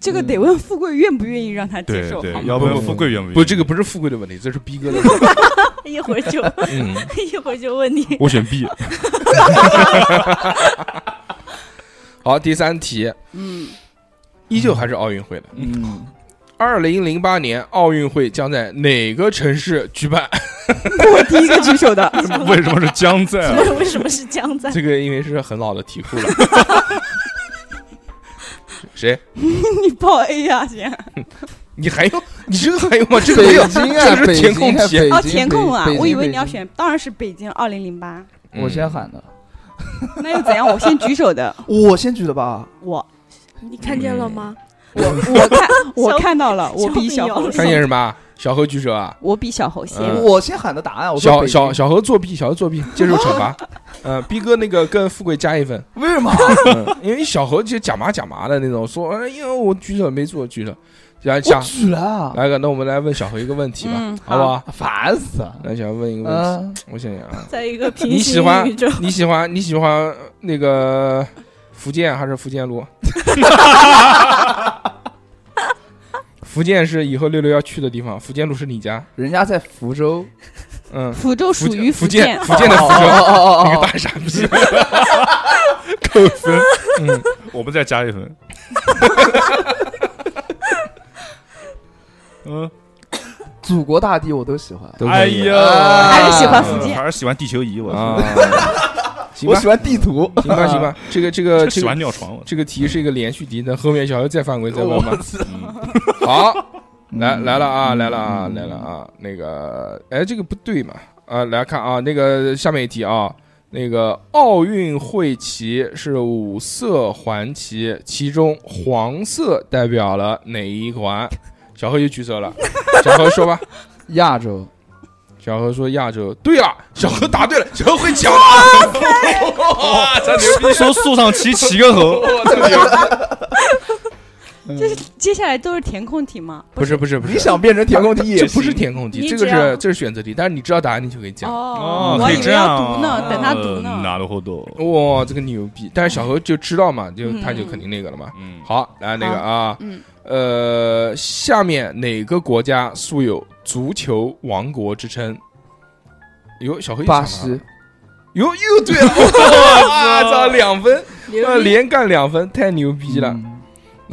[SPEAKER 6] 这个得问富贵愿不愿意让他接
[SPEAKER 8] 对
[SPEAKER 6] 受，
[SPEAKER 8] 对
[SPEAKER 1] 嗯
[SPEAKER 6] 好，吗？
[SPEAKER 8] 要不然富贵愿不愿意？
[SPEAKER 1] 不，这 个不是富贵的问题，这是逼格的问 题。
[SPEAKER 5] 一会儿就
[SPEAKER 1] 嗯，
[SPEAKER 5] 一会儿就问你，
[SPEAKER 8] 我选 B。
[SPEAKER 1] 好，第三题
[SPEAKER 6] 嗯，
[SPEAKER 1] 依旧还是奥运会的。
[SPEAKER 2] 嗯，
[SPEAKER 1] 二零零八年奥运会将在哪个城市举办？
[SPEAKER 6] 我第一个举 手的，
[SPEAKER 8] 为什么是江在 啊？
[SPEAKER 5] 为什么是江 在？
[SPEAKER 1] 这个因为是很老的题库了。 谁？
[SPEAKER 6] 你报 A 啊呀，先，
[SPEAKER 1] 你还用？你这个还用吗？这个没
[SPEAKER 2] 北
[SPEAKER 1] 有，
[SPEAKER 2] 京啊，
[SPEAKER 1] 这
[SPEAKER 2] 北
[SPEAKER 1] 是填
[SPEAKER 2] 京
[SPEAKER 1] 空
[SPEAKER 2] 啊，
[SPEAKER 1] 题。
[SPEAKER 2] 北京，
[SPEAKER 6] 哦，填空啊
[SPEAKER 2] 北，京
[SPEAKER 6] 我以为你要，
[SPEAKER 2] 北
[SPEAKER 6] 选，当然是北京二零零八，
[SPEAKER 1] 嗯
[SPEAKER 2] 京我先喊的，
[SPEAKER 6] 那又怎样？我先举手的，
[SPEAKER 2] 我先举的吧。
[SPEAKER 6] 我
[SPEAKER 5] 你看见了吗？
[SPEAKER 6] 我我看我
[SPEAKER 5] 小
[SPEAKER 6] 看到了，我比
[SPEAKER 5] 小
[SPEAKER 6] 小
[SPEAKER 5] 朋友
[SPEAKER 6] 猴
[SPEAKER 1] 看见
[SPEAKER 6] 先，
[SPEAKER 1] 什么？小何举手啊！
[SPEAKER 6] 我比小猴先，
[SPEAKER 1] 嗯
[SPEAKER 2] 我先喊的答案，我说
[SPEAKER 1] 小
[SPEAKER 2] 北京
[SPEAKER 1] 小小何作弊，小何作弊，接受惩罚。嗯，逼哥那个跟富贵加一分，
[SPEAKER 2] 为什么？
[SPEAKER 1] 嗯因为小何就假麻假麻的那种，说哎呀我举手没做举手，想
[SPEAKER 2] 我
[SPEAKER 1] 想
[SPEAKER 2] 举了啊，
[SPEAKER 1] 来个，那我们来问小何一个问题吧，
[SPEAKER 6] 嗯
[SPEAKER 1] 好不好？
[SPEAKER 2] 烦死了。
[SPEAKER 1] 来，想问一个问题，
[SPEAKER 2] 嗯，
[SPEAKER 1] 我想想啊，
[SPEAKER 5] 在一个
[SPEAKER 1] 你
[SPEAKER 5] 平
[SPEAKER 1] 喜
[SPEAKER 5] 行
[SPEAKER 1] 欢
[SPEAKER 5] 宇宙，
[SPEAKER 1] 你喜欢你喜欢呃那个福建还是福建路？ 福建是以后六六要去的地方，福建路是你家，
[SPEAKER 2] 人家在福州，
[SPEAKER 1] 嗯，
[SPEAKER 6] 福州
[SPEAKER 1] 福
[SPEAKER 6] 属
[SPEAKER 1] 建
[SPEAKER 6] 于
[SPEAKER 1] 福
[SPEAKER 6] 建，
[SPEAKER 1] 福建的福
[SPEAKER 2] 哦
[SPEAKER 1] 州，
[SPEAKER 2] 哦哦
[SPEAKER 1] 你
[SPEAKER 2] 哦
[SPEAKER 1] 个
[SPEAKER 2] 哦，
[SPEAKER 1] 大傻逼，
[SPEAKER 8] 扣分，
[SPEAKER 1] 嗯，
[SPEAKER 8] 我们再加一分。嗯，
[SPEAKER 2] 祖国大地我都啊喜欢。
[SPEAKER 1] 都可
[SPEAKER 8] 哎
[SPEAKER 1] 以
[SPEAKER 8] 呀，
[SPEAKER 2] 还
[SPEAKER 1] 呃
[SPEAKER 6] 是喜欢福建
[SPEAKER 8] 还是喜欢地球仪，我
[SPEAKER 1] 啊
[SPEAKER 8] 操，
[SPEAKER 1] 行
[SPEAKER 2] 我
[SPEAKER 1] 吧
[SPEAKER 2] 喜欢啊地图，
[SPEAKER 1] 行吧 行吧，这个这个
[SPEAKER 8] 就
[SPEAKER 1] 这
[SPEAKER 8] 喜欢
[SPEAKER 1] 个
[SPEAKER 8] 尿床，我 操。
[SPEAKER 1] 这个题是一个连续题，等后面小何再犯规再问吧。
[SPEAKER 8] 嗯
[SPEAKER 1] 好，来来了啊，
[SPEAKER 2] 哦嗯
[SPEAKER 1] 来了啊，
[SPEAKER 2] 嗯
[SPEAKER 1] 来了啊，那个，哎，这个不对嘛？啊，来看啊，那个下面一题啊，那个奥运会旗是五色环旗，其中黄色代表了哪一环？小何又举手了，小何说吧。
[SPEAKER 2] 亚洲，
[SPEAKER 1] 小何说亚洲，对了，小何答对了，小何会讲 了，哇，真牛逼！
[SPEAKER 8] 说树上骑骑个猴，
[SPEAKER 6] 接下来都是填空题吗？
[SPEAKER 1] 不是不是不是，
[SPEAKER 2] 你想变成填空题也
[SPEAKER 1] 啊这
[SPEAKER 2] 行
[SPEAKER 1] 不是填空题，
[SPEAKER 5] 你
[SPEAKER 1] 这个
[SPEAKER 5] 只要
[SPEAKER 1] 是这是选择题，但是你知道答案你就可以嗯讲。
[SPEAKER 6] 哦，我
[SPEAKER 8] 可
[SPEAKER 6] 还
[SPEAKER 8] 以
[SPEAKER 6] 以
[SPEAKER 8] 这
[SPEAKER 6] 为
[SPEAKER 8] 样
[SPEAKER 6] 要
[SPEAKER 8] 啊。
[SPEAKER 6] 读呢，等他读
[SPEAKER 8] 呃
[SPEAKER 6] 呢。
[SPEAKER 8] 拿了后头，
[SPEAKER 1] 哇，这个牛逼！但是小何就知道嘛，就
[SPEAKER 6] 嗯
[SPEAKER 1] 他就肯定那个了嘛。
[SPEAKER 8] 嗯，
[SPEAKER 1] 好，来那个啊，
[SPEAKER 6] 嗯，
[SPEAKER 1] 呃，下面哪个国家素有足球王国之称？哟，小何又抢
[SPEAKER 2] 巴
[SPEAKER 1] 到
[SPEAKER 2] 西
[SPEAKER 1] 了，哟，又对了，哇， 操，两分，
[SPEAKER 5] 牛
[SPEAKER 1] 呃
[SPEAKER 5] 逼
[SPEAKER 1] 连干两分，太牛逼了！
[SPEAKER 2] 嗯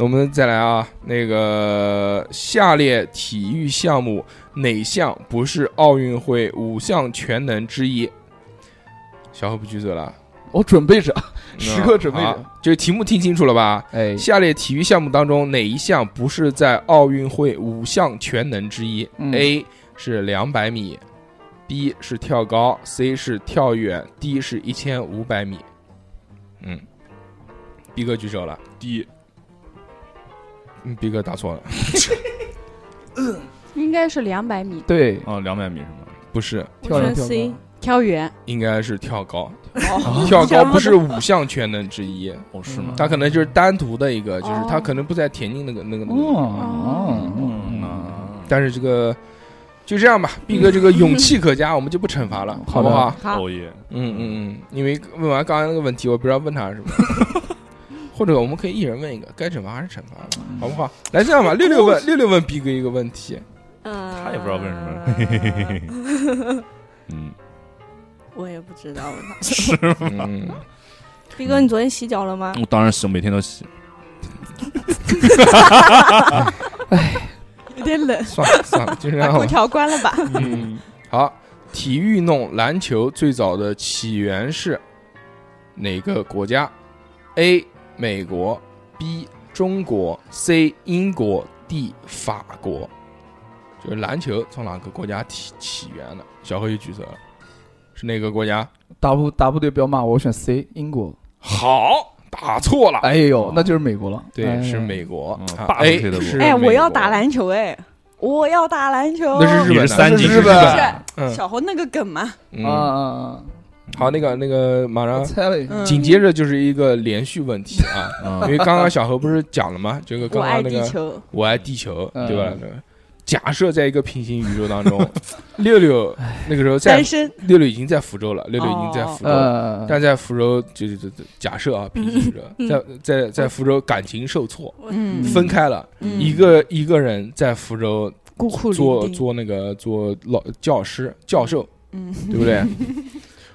[SPEAKER 1] 那我们再来啊，那个下列体育项目哪项不是奥运会五项全能之一？小何不举手 了，
[SPEAKER 2] 我准备着，时刻准备
[SPEAKER 1] 好
[SPEAKER 2] 着。
[SPEAKER 1] 这个题目听清楚了吧？
[SPEAKER 2] 哎，
[SPEAKER 1] 下列体育项目当中哪一项不是在奥运会五项全能之一、
[SPEAKER 2] 嗯
[SPEAKER 1] a 是两百米，B 是跳高，C 是跳远，D 是一千五百米。嗯逼哥举手了，
[SPEAKER 8] 第一
[SPEAKER 1] 嗯，逼哥答错了，
[SPEAKER 6] 应该是两百米
[SPEAKER 2] 对，
[SPEAKER 8] 啊，两百米是吗？
[SPEAKER 1] 不是，
[SPEAKER 2] 跳
[SPEAKER 5] 我
[SPEAKER 2] 着
[SPEAKER 5] 选
[SPEAKER 2] 跳着
[SPEAKER 5] C，
[SPEAKER 6] 跳远。
[SPEAKER 1] 应该是跳高。
[SPEAKER 6] 哦，
[SPEAKER 1] 跳高不是五项全能之一，
[SPEAKER 8] 哦，是吗？
[SPEAKER 1] 它可能就是单独的一个，就是
[SPEAKER 6] 哦
[SPEAKER 1] 它可能不在田径那个那个那
[SPEAKER 2] 嗯
[SPEAKER 1] 个。
[SPEAKER 2] 哦
[SPEAKER 8] 嗯
[SPEAKER 2] 嗯，
[SPEAKER 8] 啊
[SPEAKER 1] 但是这个就这样吧，毕哥这个勇气可嘉，我们就不惩罚了，
[SPEAKER 2] 好
[SPEAKER 1] 不
[SPEAKER 2] 的
[SPEAKER 1] 好？
[SPEAKER 6] 好，
[SPEAKER 8] 哦耶，
[SPEAKER 1] 嗯嗯嗯，因为问完刚刚那个问题，我不知道问他什么，或者我们可以一人问一个，该惩罚还是惩罚吧，好不好？来这样吧，六六问六六问毕哥一个问题，
[SPEAKER 5] 呃，
[SPEAKER 8] 他也不知道问什么嘿嘿嘿嘿嘿， 嗯，
[SPEAKER 5] 我也不知道问他。
[SPEAKER 1] 嗯，
[SPEAKER 5] 逼哥，你昨天洗脚了吗？
[SPEAKER 8] 我当然洗，我每天都洗。
[SPEAKER 6] 有点 冷，
[SPEAKER 1] 算了算了，就这
[SPEAKER 6] 把
[SPEAKER 1] 样
[SPEAKER 6] 空
[SPEAKER 1] 吧。
[SPEAKER 6] 调关了吧。
[SPEAKER 1] 嗯，好，体育弄篮球最早的起源是哪个国家？A. 美国 B. 中国 C. 英国 D. 法国。就是篮球从哪个国家起起源的？小何又举手了，是哪个国家？
[SPEAKER 2] 答不答不对，不要骂我，我选 C，英国。
[SPEAKER 1] 好，打错了。
[SPEAKER 2] 哎呦，那就是美国了。
[SPEAKER 1] 对，
[SPEAKER 2] 哎
[SPEAKER 1] 是。美国
[SPEAKER 4] 嗯。
[SPEAKER 1] 啊
[SPEAKER 4] 霸出
[SPEAKER 1] A
[SPEAKER 4] 去的不
[SPEAKER 1] 是
[SPEAKER 6] 哎，我
[SPEAKER 1] 美
[SPEAKER 6] 要
[SPEAKER 1] 国
[SPEAKER 6] 打，篮球，哎，我要打篮球。
[SPEAKER 1] 那是日
[SPEAKER 4] 你
[SPEAKER 1] 本
[SPEAKER 4] 是
[SPEAKER 1] 的
[SPEAKER 4] 三
[SPEAKER 1] 那
[SPEAKER 4] 级
[SPEAKER 1] 是
[SPEAKER 2] 是
[SPEAKER 1] 日本
[SPEAKER 2] 吧
[SPEAKER 1] 的。
[SPEAKER 6] 是
[SPEAKER 1] 嗯
[SPEAKER 6] 小红那个梗嘛？
[SPEAKER 1] 嗯
[SPEAKER 2] 啊啊啊！
[SPEAKER 1] 好，那个那个，马
[SPEAKER 2] 啊
[SPEAKER 1] 上
[SPEAKER 2] 我猜了一下，
[SPEAKER 6] 嗯
[SPEAKER 1] 紧接着就是一个连续问题啊，因
[SPEAKER 4] 嗯，
[SPEAKER 1] 为刚刚小何不是讲了吗？这个
[SPEAKER 6] 我
[SPEAKER 1] 刚
[SPEAKER 6] 爱
[SPEAKER 1] 刚那
[SPEAKER 6] 地
[SPEAKER 1] 个
[SPEAKER 6] 球，
[SPEAKER 1] 我爱地球，
[SPEAKER 2] 嗯
[SPEAKER 1] 对吧？那个假设在一个平行宇宙当中，六六那个时候在
[SPEAKER 6] 单身。
[SPEAKER 1] 六六已经在福州了，六六已经在福州了，
[SPEAKER 2] 呃，
[SPEAKER 1] 但在福州就是这这假设啊，平行宇宙，
[SPEAKER 6] 嗯
[SPEAKER 1] 在在在福州感情受挫，
[SPEAKER 6] 嗯
[SPEAKER 1] 分开了，
[SPEAKER 6] 嗯
[SPEAKER 1] 一个一个人在福州
[SPEAKER 6] 孤苦
[SPEAKER 1] 做
[SPEAKER 6] 伶仃。
[SPEAKER 1] 做那个做老教师教授，
[SPEAKER 6] 嗯，
[SPEAKER 1] 对不 对？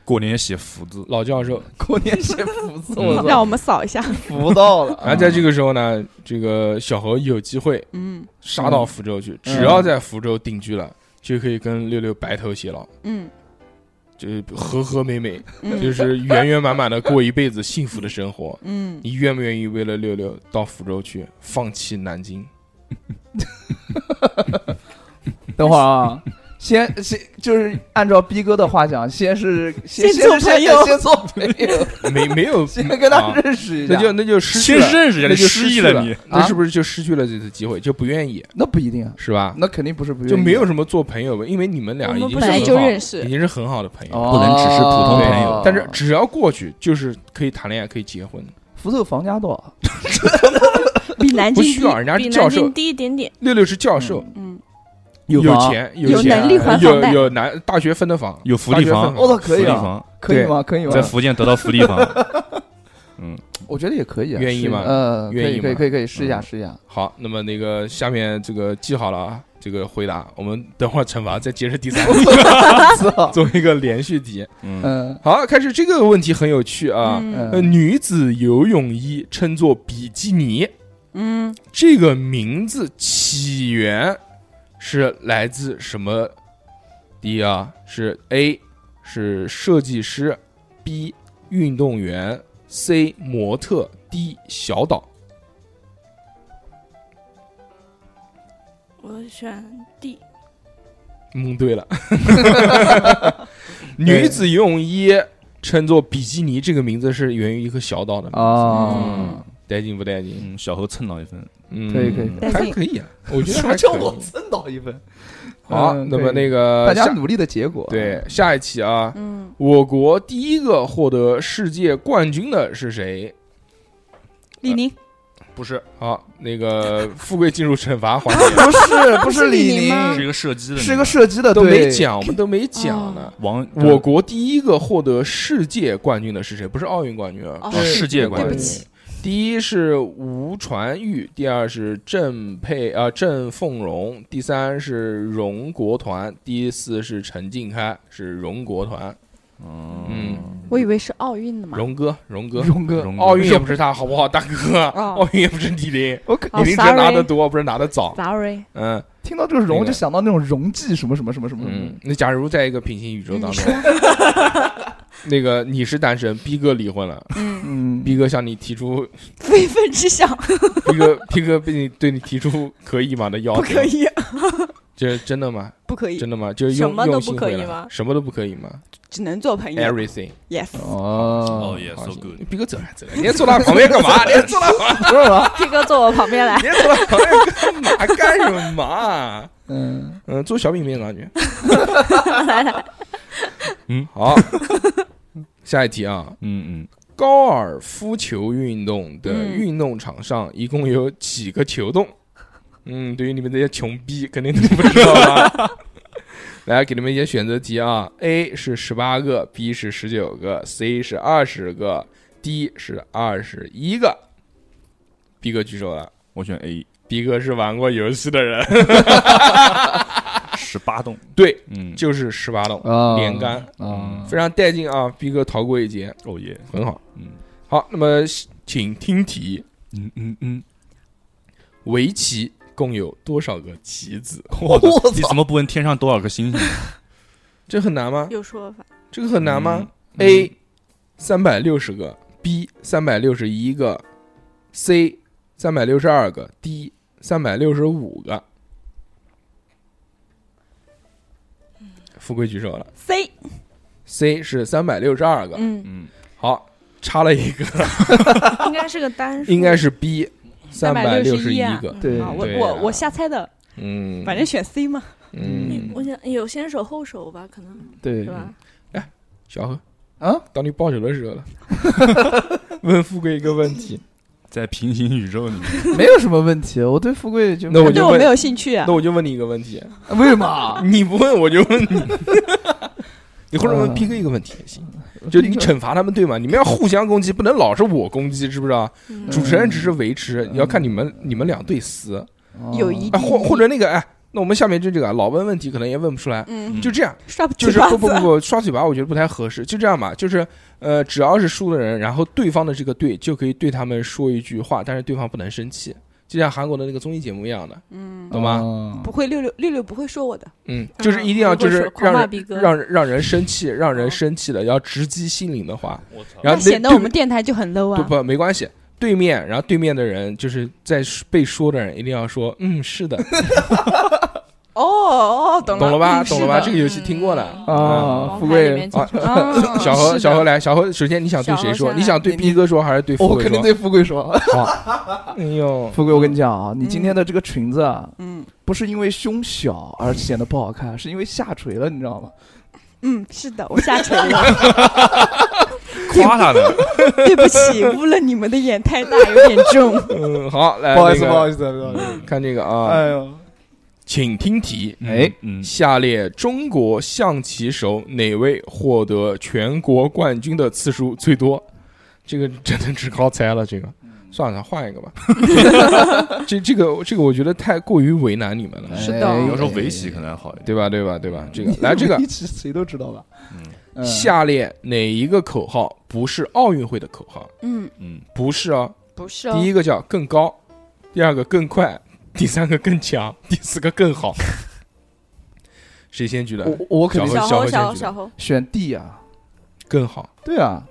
[SPEAKER 4] 过年写福字，
[SPEAKER 1] 老教授，
[SPEAKER 2] 过年写福字，
[SPEAKER 4] 嗯
[SPEAKER 2] 我
[SPEAKER 6] 让
[SPEAKER 2] 操，啊
[SPEAKER 6] 我们扫一下。
[SPEAKER 2] 福到 了。
[SPEAKER 1] 然啊后在这个时候呢，这个小何有机会
[SPEAKER 6] 嗯
[SPEAKER 1] 杀到福州去，只要在福州定居了，就可以跟六六白头偕老，
[SPEAKER 6] 嗯
[SPEAKER 1] 就是和和美 美，
[SPEAKER 6] 嗯，
[SPEAKER 1] 就是圆圆满满的过一辈子幸福的生活。
[SPEAKER 6] 嗯，
[SPEAKER 1] 你愿不愿意为了六六到福州去，放弃南京？
[SPEAKER 2] 等会儿啊，先先就是按照逼哥的话讲，先是先
[SPEAKER 6] 先做朋友
[SPEAKER 2] 先先做朋友，
[SPEAKER 1] 没没有，
[SPEAKER 2] 先跟他
[SPEAKER 1] 啊
[SPEAKER 2] 认识一
[SPEAKER 1] 那
[SPEAKER 2] 下。
[SPEAKER 1] 就那就失去
[SPEAKER 4] 先
[SPEAKER 1] 了，
[SPEAKER 4] 认识一下，你
[SPEAKER 1] 那
[SPEAKER 4] 失
[SPEAKER 1] 就失
[SPEAKER 4] 忆
[SPEAKER 1] 去
[SPEAKER 4] 了你。
[SPEAKER 1] 那是不是就失去了这次机会，就不愿意
[SPEAKER 2] 那不一定啊，
[SPEAKER 1] 是吧？
[SPEAKER 2] 那肯定不是不愿意
[SPEAKER 1] 就没有什么做朋友吧，因为你们俩
[SPEAKER 6] 我
[SPEAKER 1] 嗯已
[SPEAKER 6] 们
[SPEAKER 1] 经
[SPEAKER 6] 本
[SPEAKER 1] 是
[SPEAKER 6] 来
[SPEAKER 1] 很
[SPEAKER 6] 就
[SPEAKER 1] 好
[SPEAKER 6] 认识
[SPEAKER 1] 已。经是很好的朋友了。
[SPEAKER 2] 哦
[SPEAKER 8] 不能只是普通朋友
[SPEAKER 1] 对，但是只要过去，就是可以谈恋爱，可以结婚。
[SPEAKER 2] 福州房价多啊少？
[SPEAKER 6] 比南
[SPEAKER 1] 不
[SPEAKER 6] 京
[SPEAKER 1] 需
[SPEAKER 6] 低，
[SPEAKER 1] 要人家
[SPEAKER 6] 比嗯
[SPEAKER 1] 教
[SPEAKER 6] 南
[SPEAKER 1] 授
[SPEAKER 6] 京低一点点。
[SPEAKER 1] 六哦六是教授，
[SPEAKER 6] 嗯，
[SPEAKER 1] 有
[SPEAKER 2] 房，
[SPEAKER 1] 钱，
[SPEAKER 6] 有
[SPEAKER 1] 钱，
[SPEAKER 6] 能力还
[SPEAKER 2] 哎
[SPEAKER 6] 房
[SPEAKER 1] 有
[SPEAKER 6] 贷
[SPEAKER 1] 有南大学分的房，
[SPEAKER 4] 有福利房
[SPEAKER 1] 大学分
[SPEAKER 2] 我操，可
[SPEAKER 4] 福
[SPEAKER 2] 以
[SPEAKER 4] 利
[SPEAKER 2] 啊，
[SPEAKER 4] 房，
[SPEAKER 2] 可以吗？可以吗
[SPEAKER 4] 在？福建得到福利房，
[SPEAKER 2] 我觉得也可以啊，
[SPEAKER 1] 愿意吗
[SPEAKER 2] 是呃，可
[SPEAKER 1] 愿意
[SPEAKER 2] 以
[SPEAKER 1] 吗
[SPEAKER 2] 可以可以可以试一下
[SPEAKER 1] 嗯
[SPEAKER 2] 试一下。
[SPEAKER 1] 好，那么那个下面这个记好了啊，这个回答我们等会儿惩罚再接着第三题，
[SPEAKER 2] 操，
[SPEAKER 1] 做一个连续题。
[SPEAKER 4] 嗯，
[SPEAKER 2] 嗯
[SPEAKER 1] 好，开始这个问题很有趣啊，呃，
[SPEAKER 2] 嗯，
[SPEAKER 1] 女子游泳衣称作比基尼，
[SPEAKER 6] 嗯，
[SPEAKER 1] 这个名字起源是来自什么？第一啊，是 A 是设计师，B 运动员，C 模特，D 小岛。
[SPEAKER 6] 我选 D。
[SPEAKER 1] 蒙嗯对 了，女子游泳衣称作比基尼，这个名字是源于一个小岛的名字，
[SPEAKER 2] 啊，
[SPEAKER 1] 带劲不带劲？
[SPEAKER 4] 嗯，小何蹭到一份，
[SPEAKER 1] 嗯，
[SPEAKER 2] 可以可以
[SPEAKER 4] 嗯
[SPEAKER 6] 带
[SPEAKER 1] 还
[SPEAKER 6] 劲
[SPEAKER 1] 可以啊，我觉得
[SPEAKER 2] 什
[SPEAKER 1] 还
[SPEAKER 2] 么叫我
[SPEAKER 1] 可以
[SPEAKER 2] 蹭到一分？
[SPEAKER 1] 好，
[SPEAKER 2] 嗯
[SPEAKER 1] 那么
[SPEAKER 2] 可以
[SPEAKER 1] 那个
[SPEAKER 2] 大家
[SPEAKER 1] 下
[SPEAKER 2] 努力的结果。
[SPEAKER 1] 对下一期啊，
[SPEAKER 6] 嗯，
[SPEAKER 1] 我国第一个获得世界冠军的是谁？
[SPEAKER 6] 李宁。
[SPEAKER 1] 呃不是，好，那个富贵进入惩罚环 节
[SPEAKER 2] 不是不是
[SPEAKER 6] 是李
[SPEAKER 2] 李
[SPEAKER 6] 宁吗
[SPEAKER 2] 宁，
[SPEAKER 4] 是一个射击的，
[SPEAKER 2] 嗯是一个射击的，
[SPEAKER 1] 都没
[SPEAKER 2] 对，
[SPEAKER 1] 讲，我们都没讲呢。
[SPEAKER 4] 王，
[SPEAKER 6] 哦
[SPEAKER 1] 我国第一个获得世界冠军的是谁？不是奥运冠军啊
[SPEAKER 6] 哦，
[SPEAKER 1] 是
[SPEAKER 4] 世界冠
[SPEAKER 1] 军
[SPEAKER 6] 对不起。
[SPEAKER 1] 第一是吴传玉，第二是郑佩啊、郑凤荣，第三是荣国团，第四是陈静开，是荣国团。
[SPEAKER 6] 哦
[SPEAKER 4] 嗯，
[SPEAKER 3] 我以为是奥运的嘛。
[SPEAKER 1] 荣哥，荣哥，
[SPEAKER 2] 荣哥，
[SPEAKER 4] 荣哥
[SPEAKER 1] 哦
[SPEAKER 4] 嗯
[SPEAKER 1] 奥运 也不是他，好不好，大哥？
[SPEAKER 6] 哦
[SPEAKER 1] 奥运也不是李宁，
[SPEAKER 2] 我可
[SPEAKER 1] 李宁只
[SPEAKER 3] ，sorry
[SPEAKER 1] 拿得多，不是拿得早。
[SPEAKER 3] Sorry，
[SPEAKER 1] 嗯
[SPEAKER 2] 听到这个荣，
[SPEAKER 1] 那
[SPEAKER 2] 我
[SPEAKER 1] 个
[SPEAKER 2] 就想到那种荣记什么什么什么什么什么
[SPEAKER 1] 嗯，，那假如在一个平行宇宙当中， 那个你是单身逼哥离婚了
[SPEAKER 6] 嗯，
[SPEAKER 2] 嗯，
[SPEAKER 1] 逼哥向你提出
[SPEAKER 6] 非分之想
[SPEAKER 1] 逼哥 逼哥被你对你提出可以吗的要
[SPEAKER 6] 不
[SPEAKER 1] 求？
[SPEAKER 6] 可，以，
[SPEAKER 1] 这真的吗？
[SPEAKER 6] 不可以，
[SPEAKER 1] 真的吗？就是
[SPEAKER 6] 什
[SPEAKER 1] 用
[SPEAKER 6] 么都
[SPEAKER 1] 用
[SPEAKER 6] 不
[SPEAKER 1] 心
[SPEAKER 6] 可
[SPEAKER 1] 回
[SPEAKER 6] 以
[SPEAKER 1] 来
[SPEAKER 6] 吗
[SPEAKER 1] 什么都不可以吗
[SPEAKER 6] 只能做朋友。
[SPEAKER 1] ？Everything。
[SPEAKER 6] Yes，
[SPEAKER 2] 哦
[SPEAKER 4] 哦耶，so good，
[SPEAKER 1] 逼哥走来走来，你还坐他旁边干 嘛？你还坐他，
[SPEAKER 2] 不是吗？
[SPEAKER 3] 这个坐我旁边来。
[SPEAKER 1] 你还坐他旁边干嘛？干什么啊？
[SPEAKER 2] 嗯，
[SPEAKER 1] 嗯，做小饼饼感觉。
[SPEAKER 3] 来 来，
[SPEAKER 1] 好，下一题啊，
[SPEAKER 4] 嗯
[SPEAKER 1] 高尔夫球运动的
[SPEAKER 6] 嗯
[SPEAKER 1] 运动场上一共有几个球 洞？嗯，对于你们这些穷逼，肯定都不知道 吧？来，给你们一些选择题啊，A 是十八个，B 是十九个，C 是二十个，D 是二十一个。逼哥举手了，
[SPEAKER 4] 嗯，我选 A，
[SPEAKER 1] 逼哥是玩过游戏的人，
[SPEAKER 4] 十八洞，
[SPEAKER 1] 对，
[SPEAKER 4] 嗯，
[SPEAKER 1] 就是十八洞，
[SPEAKER 2] 啊
[SPEAKER 1] 连杆，
[SPEAKER 2] 啊，
[SPEAKER 1] 非常带劲啊！逼哥逃过一劫，
[SPEAKER 4] 哦耶，
[SPEAKER 1] 很好。
[SPEAKER 4] 嗯
[SPEAKER 1] 好，那么请听题。
[SPEAKER 4] 嗯嗯嗯，
[SPEAKER 1] 围棋共有多少个棋子？
[SPEAKER 8] 我操！你怎么不问天上多少个星星？
[SPEAKER 1] 这很难吗？
[SPEAKER 6] 有说法，
[SPEAKER 1] 这个很难吗、
[SPEAKER 8] 嗯
[SPEAKER 1] a 三百六十个，B 三百六十一个，C 三百六十二个，D 三百六十五个。
[SPEAKER 8] 嗯
[SPEAKER 1] 富贵举手了
[SPEAKER 6] C，
[SPEAKER 1] ，C 是三百六十二个。
[SPEAKER 6] 嗯，
[SPEAKER 8] 嗯，
[SPEAKER 1] 好，差了一个，
[SPEAKER 5] 应该是个单数，
[SPEAKER 1] 应该是 B 三百六十
[SPEAKER 6] 361
[SPEAKER 1] 一
[SPEAKER 6] 啊
[SPEAKER 1] 个。
[SPEAKER 2] 对
[SPEAKER 6] 啊，我
[SPEAKER 1] 对啊
[SPEAKER 6] 我我瞎猜的，
[SPEAKER 1] 嗯，
[SPEAKER 6] 反正选 C 嘛。
[SPEAKER 1] 嗯，
[SPEAKER 3] 我想有先手后手吧，可能
[SPEAKER 2] 对
[SPEAKER 3] 是吧？
[SPEAKER 1] 小何，
[SPEAKER 2] 啊，
[SPEAKER 1] 当你报仇的时候了，问富贵一个问题，
[SPEAKER 8] 在平行宇宙里面，
[SPEAKER 2] 没有什么问题。我对富贵就
[SPEAKER 1] 那我
[SPEAKER 6] 对
[SPEAKER 1] 就
[SPEAKER 6] 我
[SPEAKER 1] 问
[SPEAKER 6] 没有兴趣啊
[SPEAKER 1] 那。我就问你一个问题，
[SPEAKER 2] 为什么？
[SPEAKER 1] 你不问我就问你，你或者问 P 哥一个问题也行，就你惩罚他们对吗？你们要互相攻击，不能老是我攻击，知不知道？
[SPEAKER 5] 嗯
[SPEAKER 1] 主持人只是维持，
[SPEAKER 2] 嗯
[SPEAKER 1] 你要看你们你们俩对撕，
[SPEAKER 2] 哦
[SPEAKER 6] 友谊
[SPEAKER 1] 哎，或或者那个哎，那我们下面就这个啊老问问题，可能也问不出来，
[SPEAKER 6] 嗯，
[SPEAKER 1] 就这样。
[SPEAKER 6] 刷不起
[SPEAKER 1] 就是
[SPEAKER 6] 刷
[SPEAKER 1] 不不不
[SPEAKER 6] 子。
[SPEAKER 1] 不刷嘴巴，我觉得不太合适。就这样吧，就是呃，只要是输的人，然后对方的这个队就可以对他们说一句话，但是对方不能生气，就像韩国的那个综艺节目一样的，
[SPEAKER 6] 嗯，
[SPEAKER 1] 懂吗？
[SPEAKER 2] 吗
[SPEAKER 6] 不会六六六六不会说我的。
[SPEAKER 1] 嗯，就是一定要就
[SPEAKER 6] 如
[SPEAKER 1] 是
[SPEAKER 6] 果说
[SPEAKER 1] 让
[SPEAKER 6] 狂骂哦
[SPEAKER 1] 人
[SPEAKER 6] 逼哥
[SPEAKER 1] 让人让人生气，让人生气的要直击心灵的话，
[SPEAKER 8] 我操！
[SPEAKER 1] 然
[SPEAKER 6] 那
[SPEAKER 1] 后
[SPEAKER 6] 显得
[SPEAKER 1] 对
[SPEAKER 6] 我们电台就很 low
[SPEAKER 1] 不
[SPEAKER 6] 啊。
[SPEAKER 1] 不没关系。对面，然后对面的人就是在被说的人，一定要说，嗯，是的，
[SPEAKER 6] 哦哦，懂
[SPEAKER 1] 懂了吧，
[SPEAKER 6] 嗯
[SPEAKER 1] 懂了吧？
[SPEAKER 6] 是
[SPEAKER 1] 这
[SPEAKER 6] 的
[SPEAKER 1] 个游戏听过的。嗯
[SPEAKER 2] 啊，富贵，
[SPEAKER 1] 啊，
[SPEAKER 6] 啊
[SPEAKER 1] 小何，
[SPEAKER 6] 是
[SPEAKER 1] 小何
[SPEAKER 6] 的
[SPEAKER 1] 来，小何，首先你想对谁
[SPEAKER 3] 小
[SPEAKER 1] 说？
[SPEAKER 3] 何先来
[SPEAKER 1] 你想对逼哥说还是对富
[SPEAKER 2] 我
[SPEAKER 1] 贵
[SPEAKER 2] 肯
[SPEAKER 1] 说
[SPEAKER 2] 定？对富贵说。
[SPEAKER 1] 哎呦，
[SPEAKER 2] 富贵，我跟你讲啊，你今天的这个裙子啊，
[SPEAKER 6] 嗯
[SPEAKER 2] 不是因为胸小而显得不好看，是因为下垂了，你知道吗？
[SPEAKER 6] 嗯，是的，我下垂 了。
[SPEAKER 8] 夸他的，
[SPEAKER 6] 对不起，污了你们的眼太大，有点重。
[SPEAKER 1] 嗯， 好，来，
[SPEAKER 2] 不好意思，
[SPEAKER 1] 那
[SPEAKER 2] 不
[SPEAKER 1] 个
[SPEAKER 2] 好意思，不好意思。
[SPEAKER 1] 看这个啊，
[SPEAKER 2] 哎呦，
[SPEAKER 1] 请听题。
[SPEAKER 2] 哎，
[SPEAKER 8] 嗯，
[SPEAKER 1] 下列中国象棋手哪位获得全国冠军的次数最多？这个真的只靠猜了。这个算了，换一个吧。 这这个这个，我觉得太过于为难你们了，
[SPEAKER 6] 是的
[SPEAKER 4] 嗯
[SPEAKER 8] 你要
[SPEAKER 2] 哎
[SPEAKER 8] 说围棋可能好一点。
[SPEAKER 1] 对吧？对吧？对吧？这个来， 这个
[SPEAKER 2] 一起谁都知道吧？嗯
[SPEAKER 1] 下列哪一个口号不是奥运会的口号？
[SPEAKER 6] 嗯，
[SPEAKER 8] 嗯
[SPEAKER 1] 不是哦。
[SPEAKER 6] 不是
[SPEAKER 1] 第一个叫更高，第二个更快，第三个更强，第四个更 好。谁先举的？
[SPEAKER 2] 我我肯定
[SPEAKER 1] 小
[SPEAKER 6] 小
[SPEAKER 1] 何
[SPEAKER 6] 猴
[SPEAKER 1] 先
[SPEAKER 6] 小
[SPEAKER 1] 举
[SPEAKER 6] 猴
[SPEAKER 1] 的
[SPEAKER 6] 小猴，
[SPEAKER 2] 选 D 啊，
[SPEAKER 1] 更好。
[SPEAKER 2] 对啊，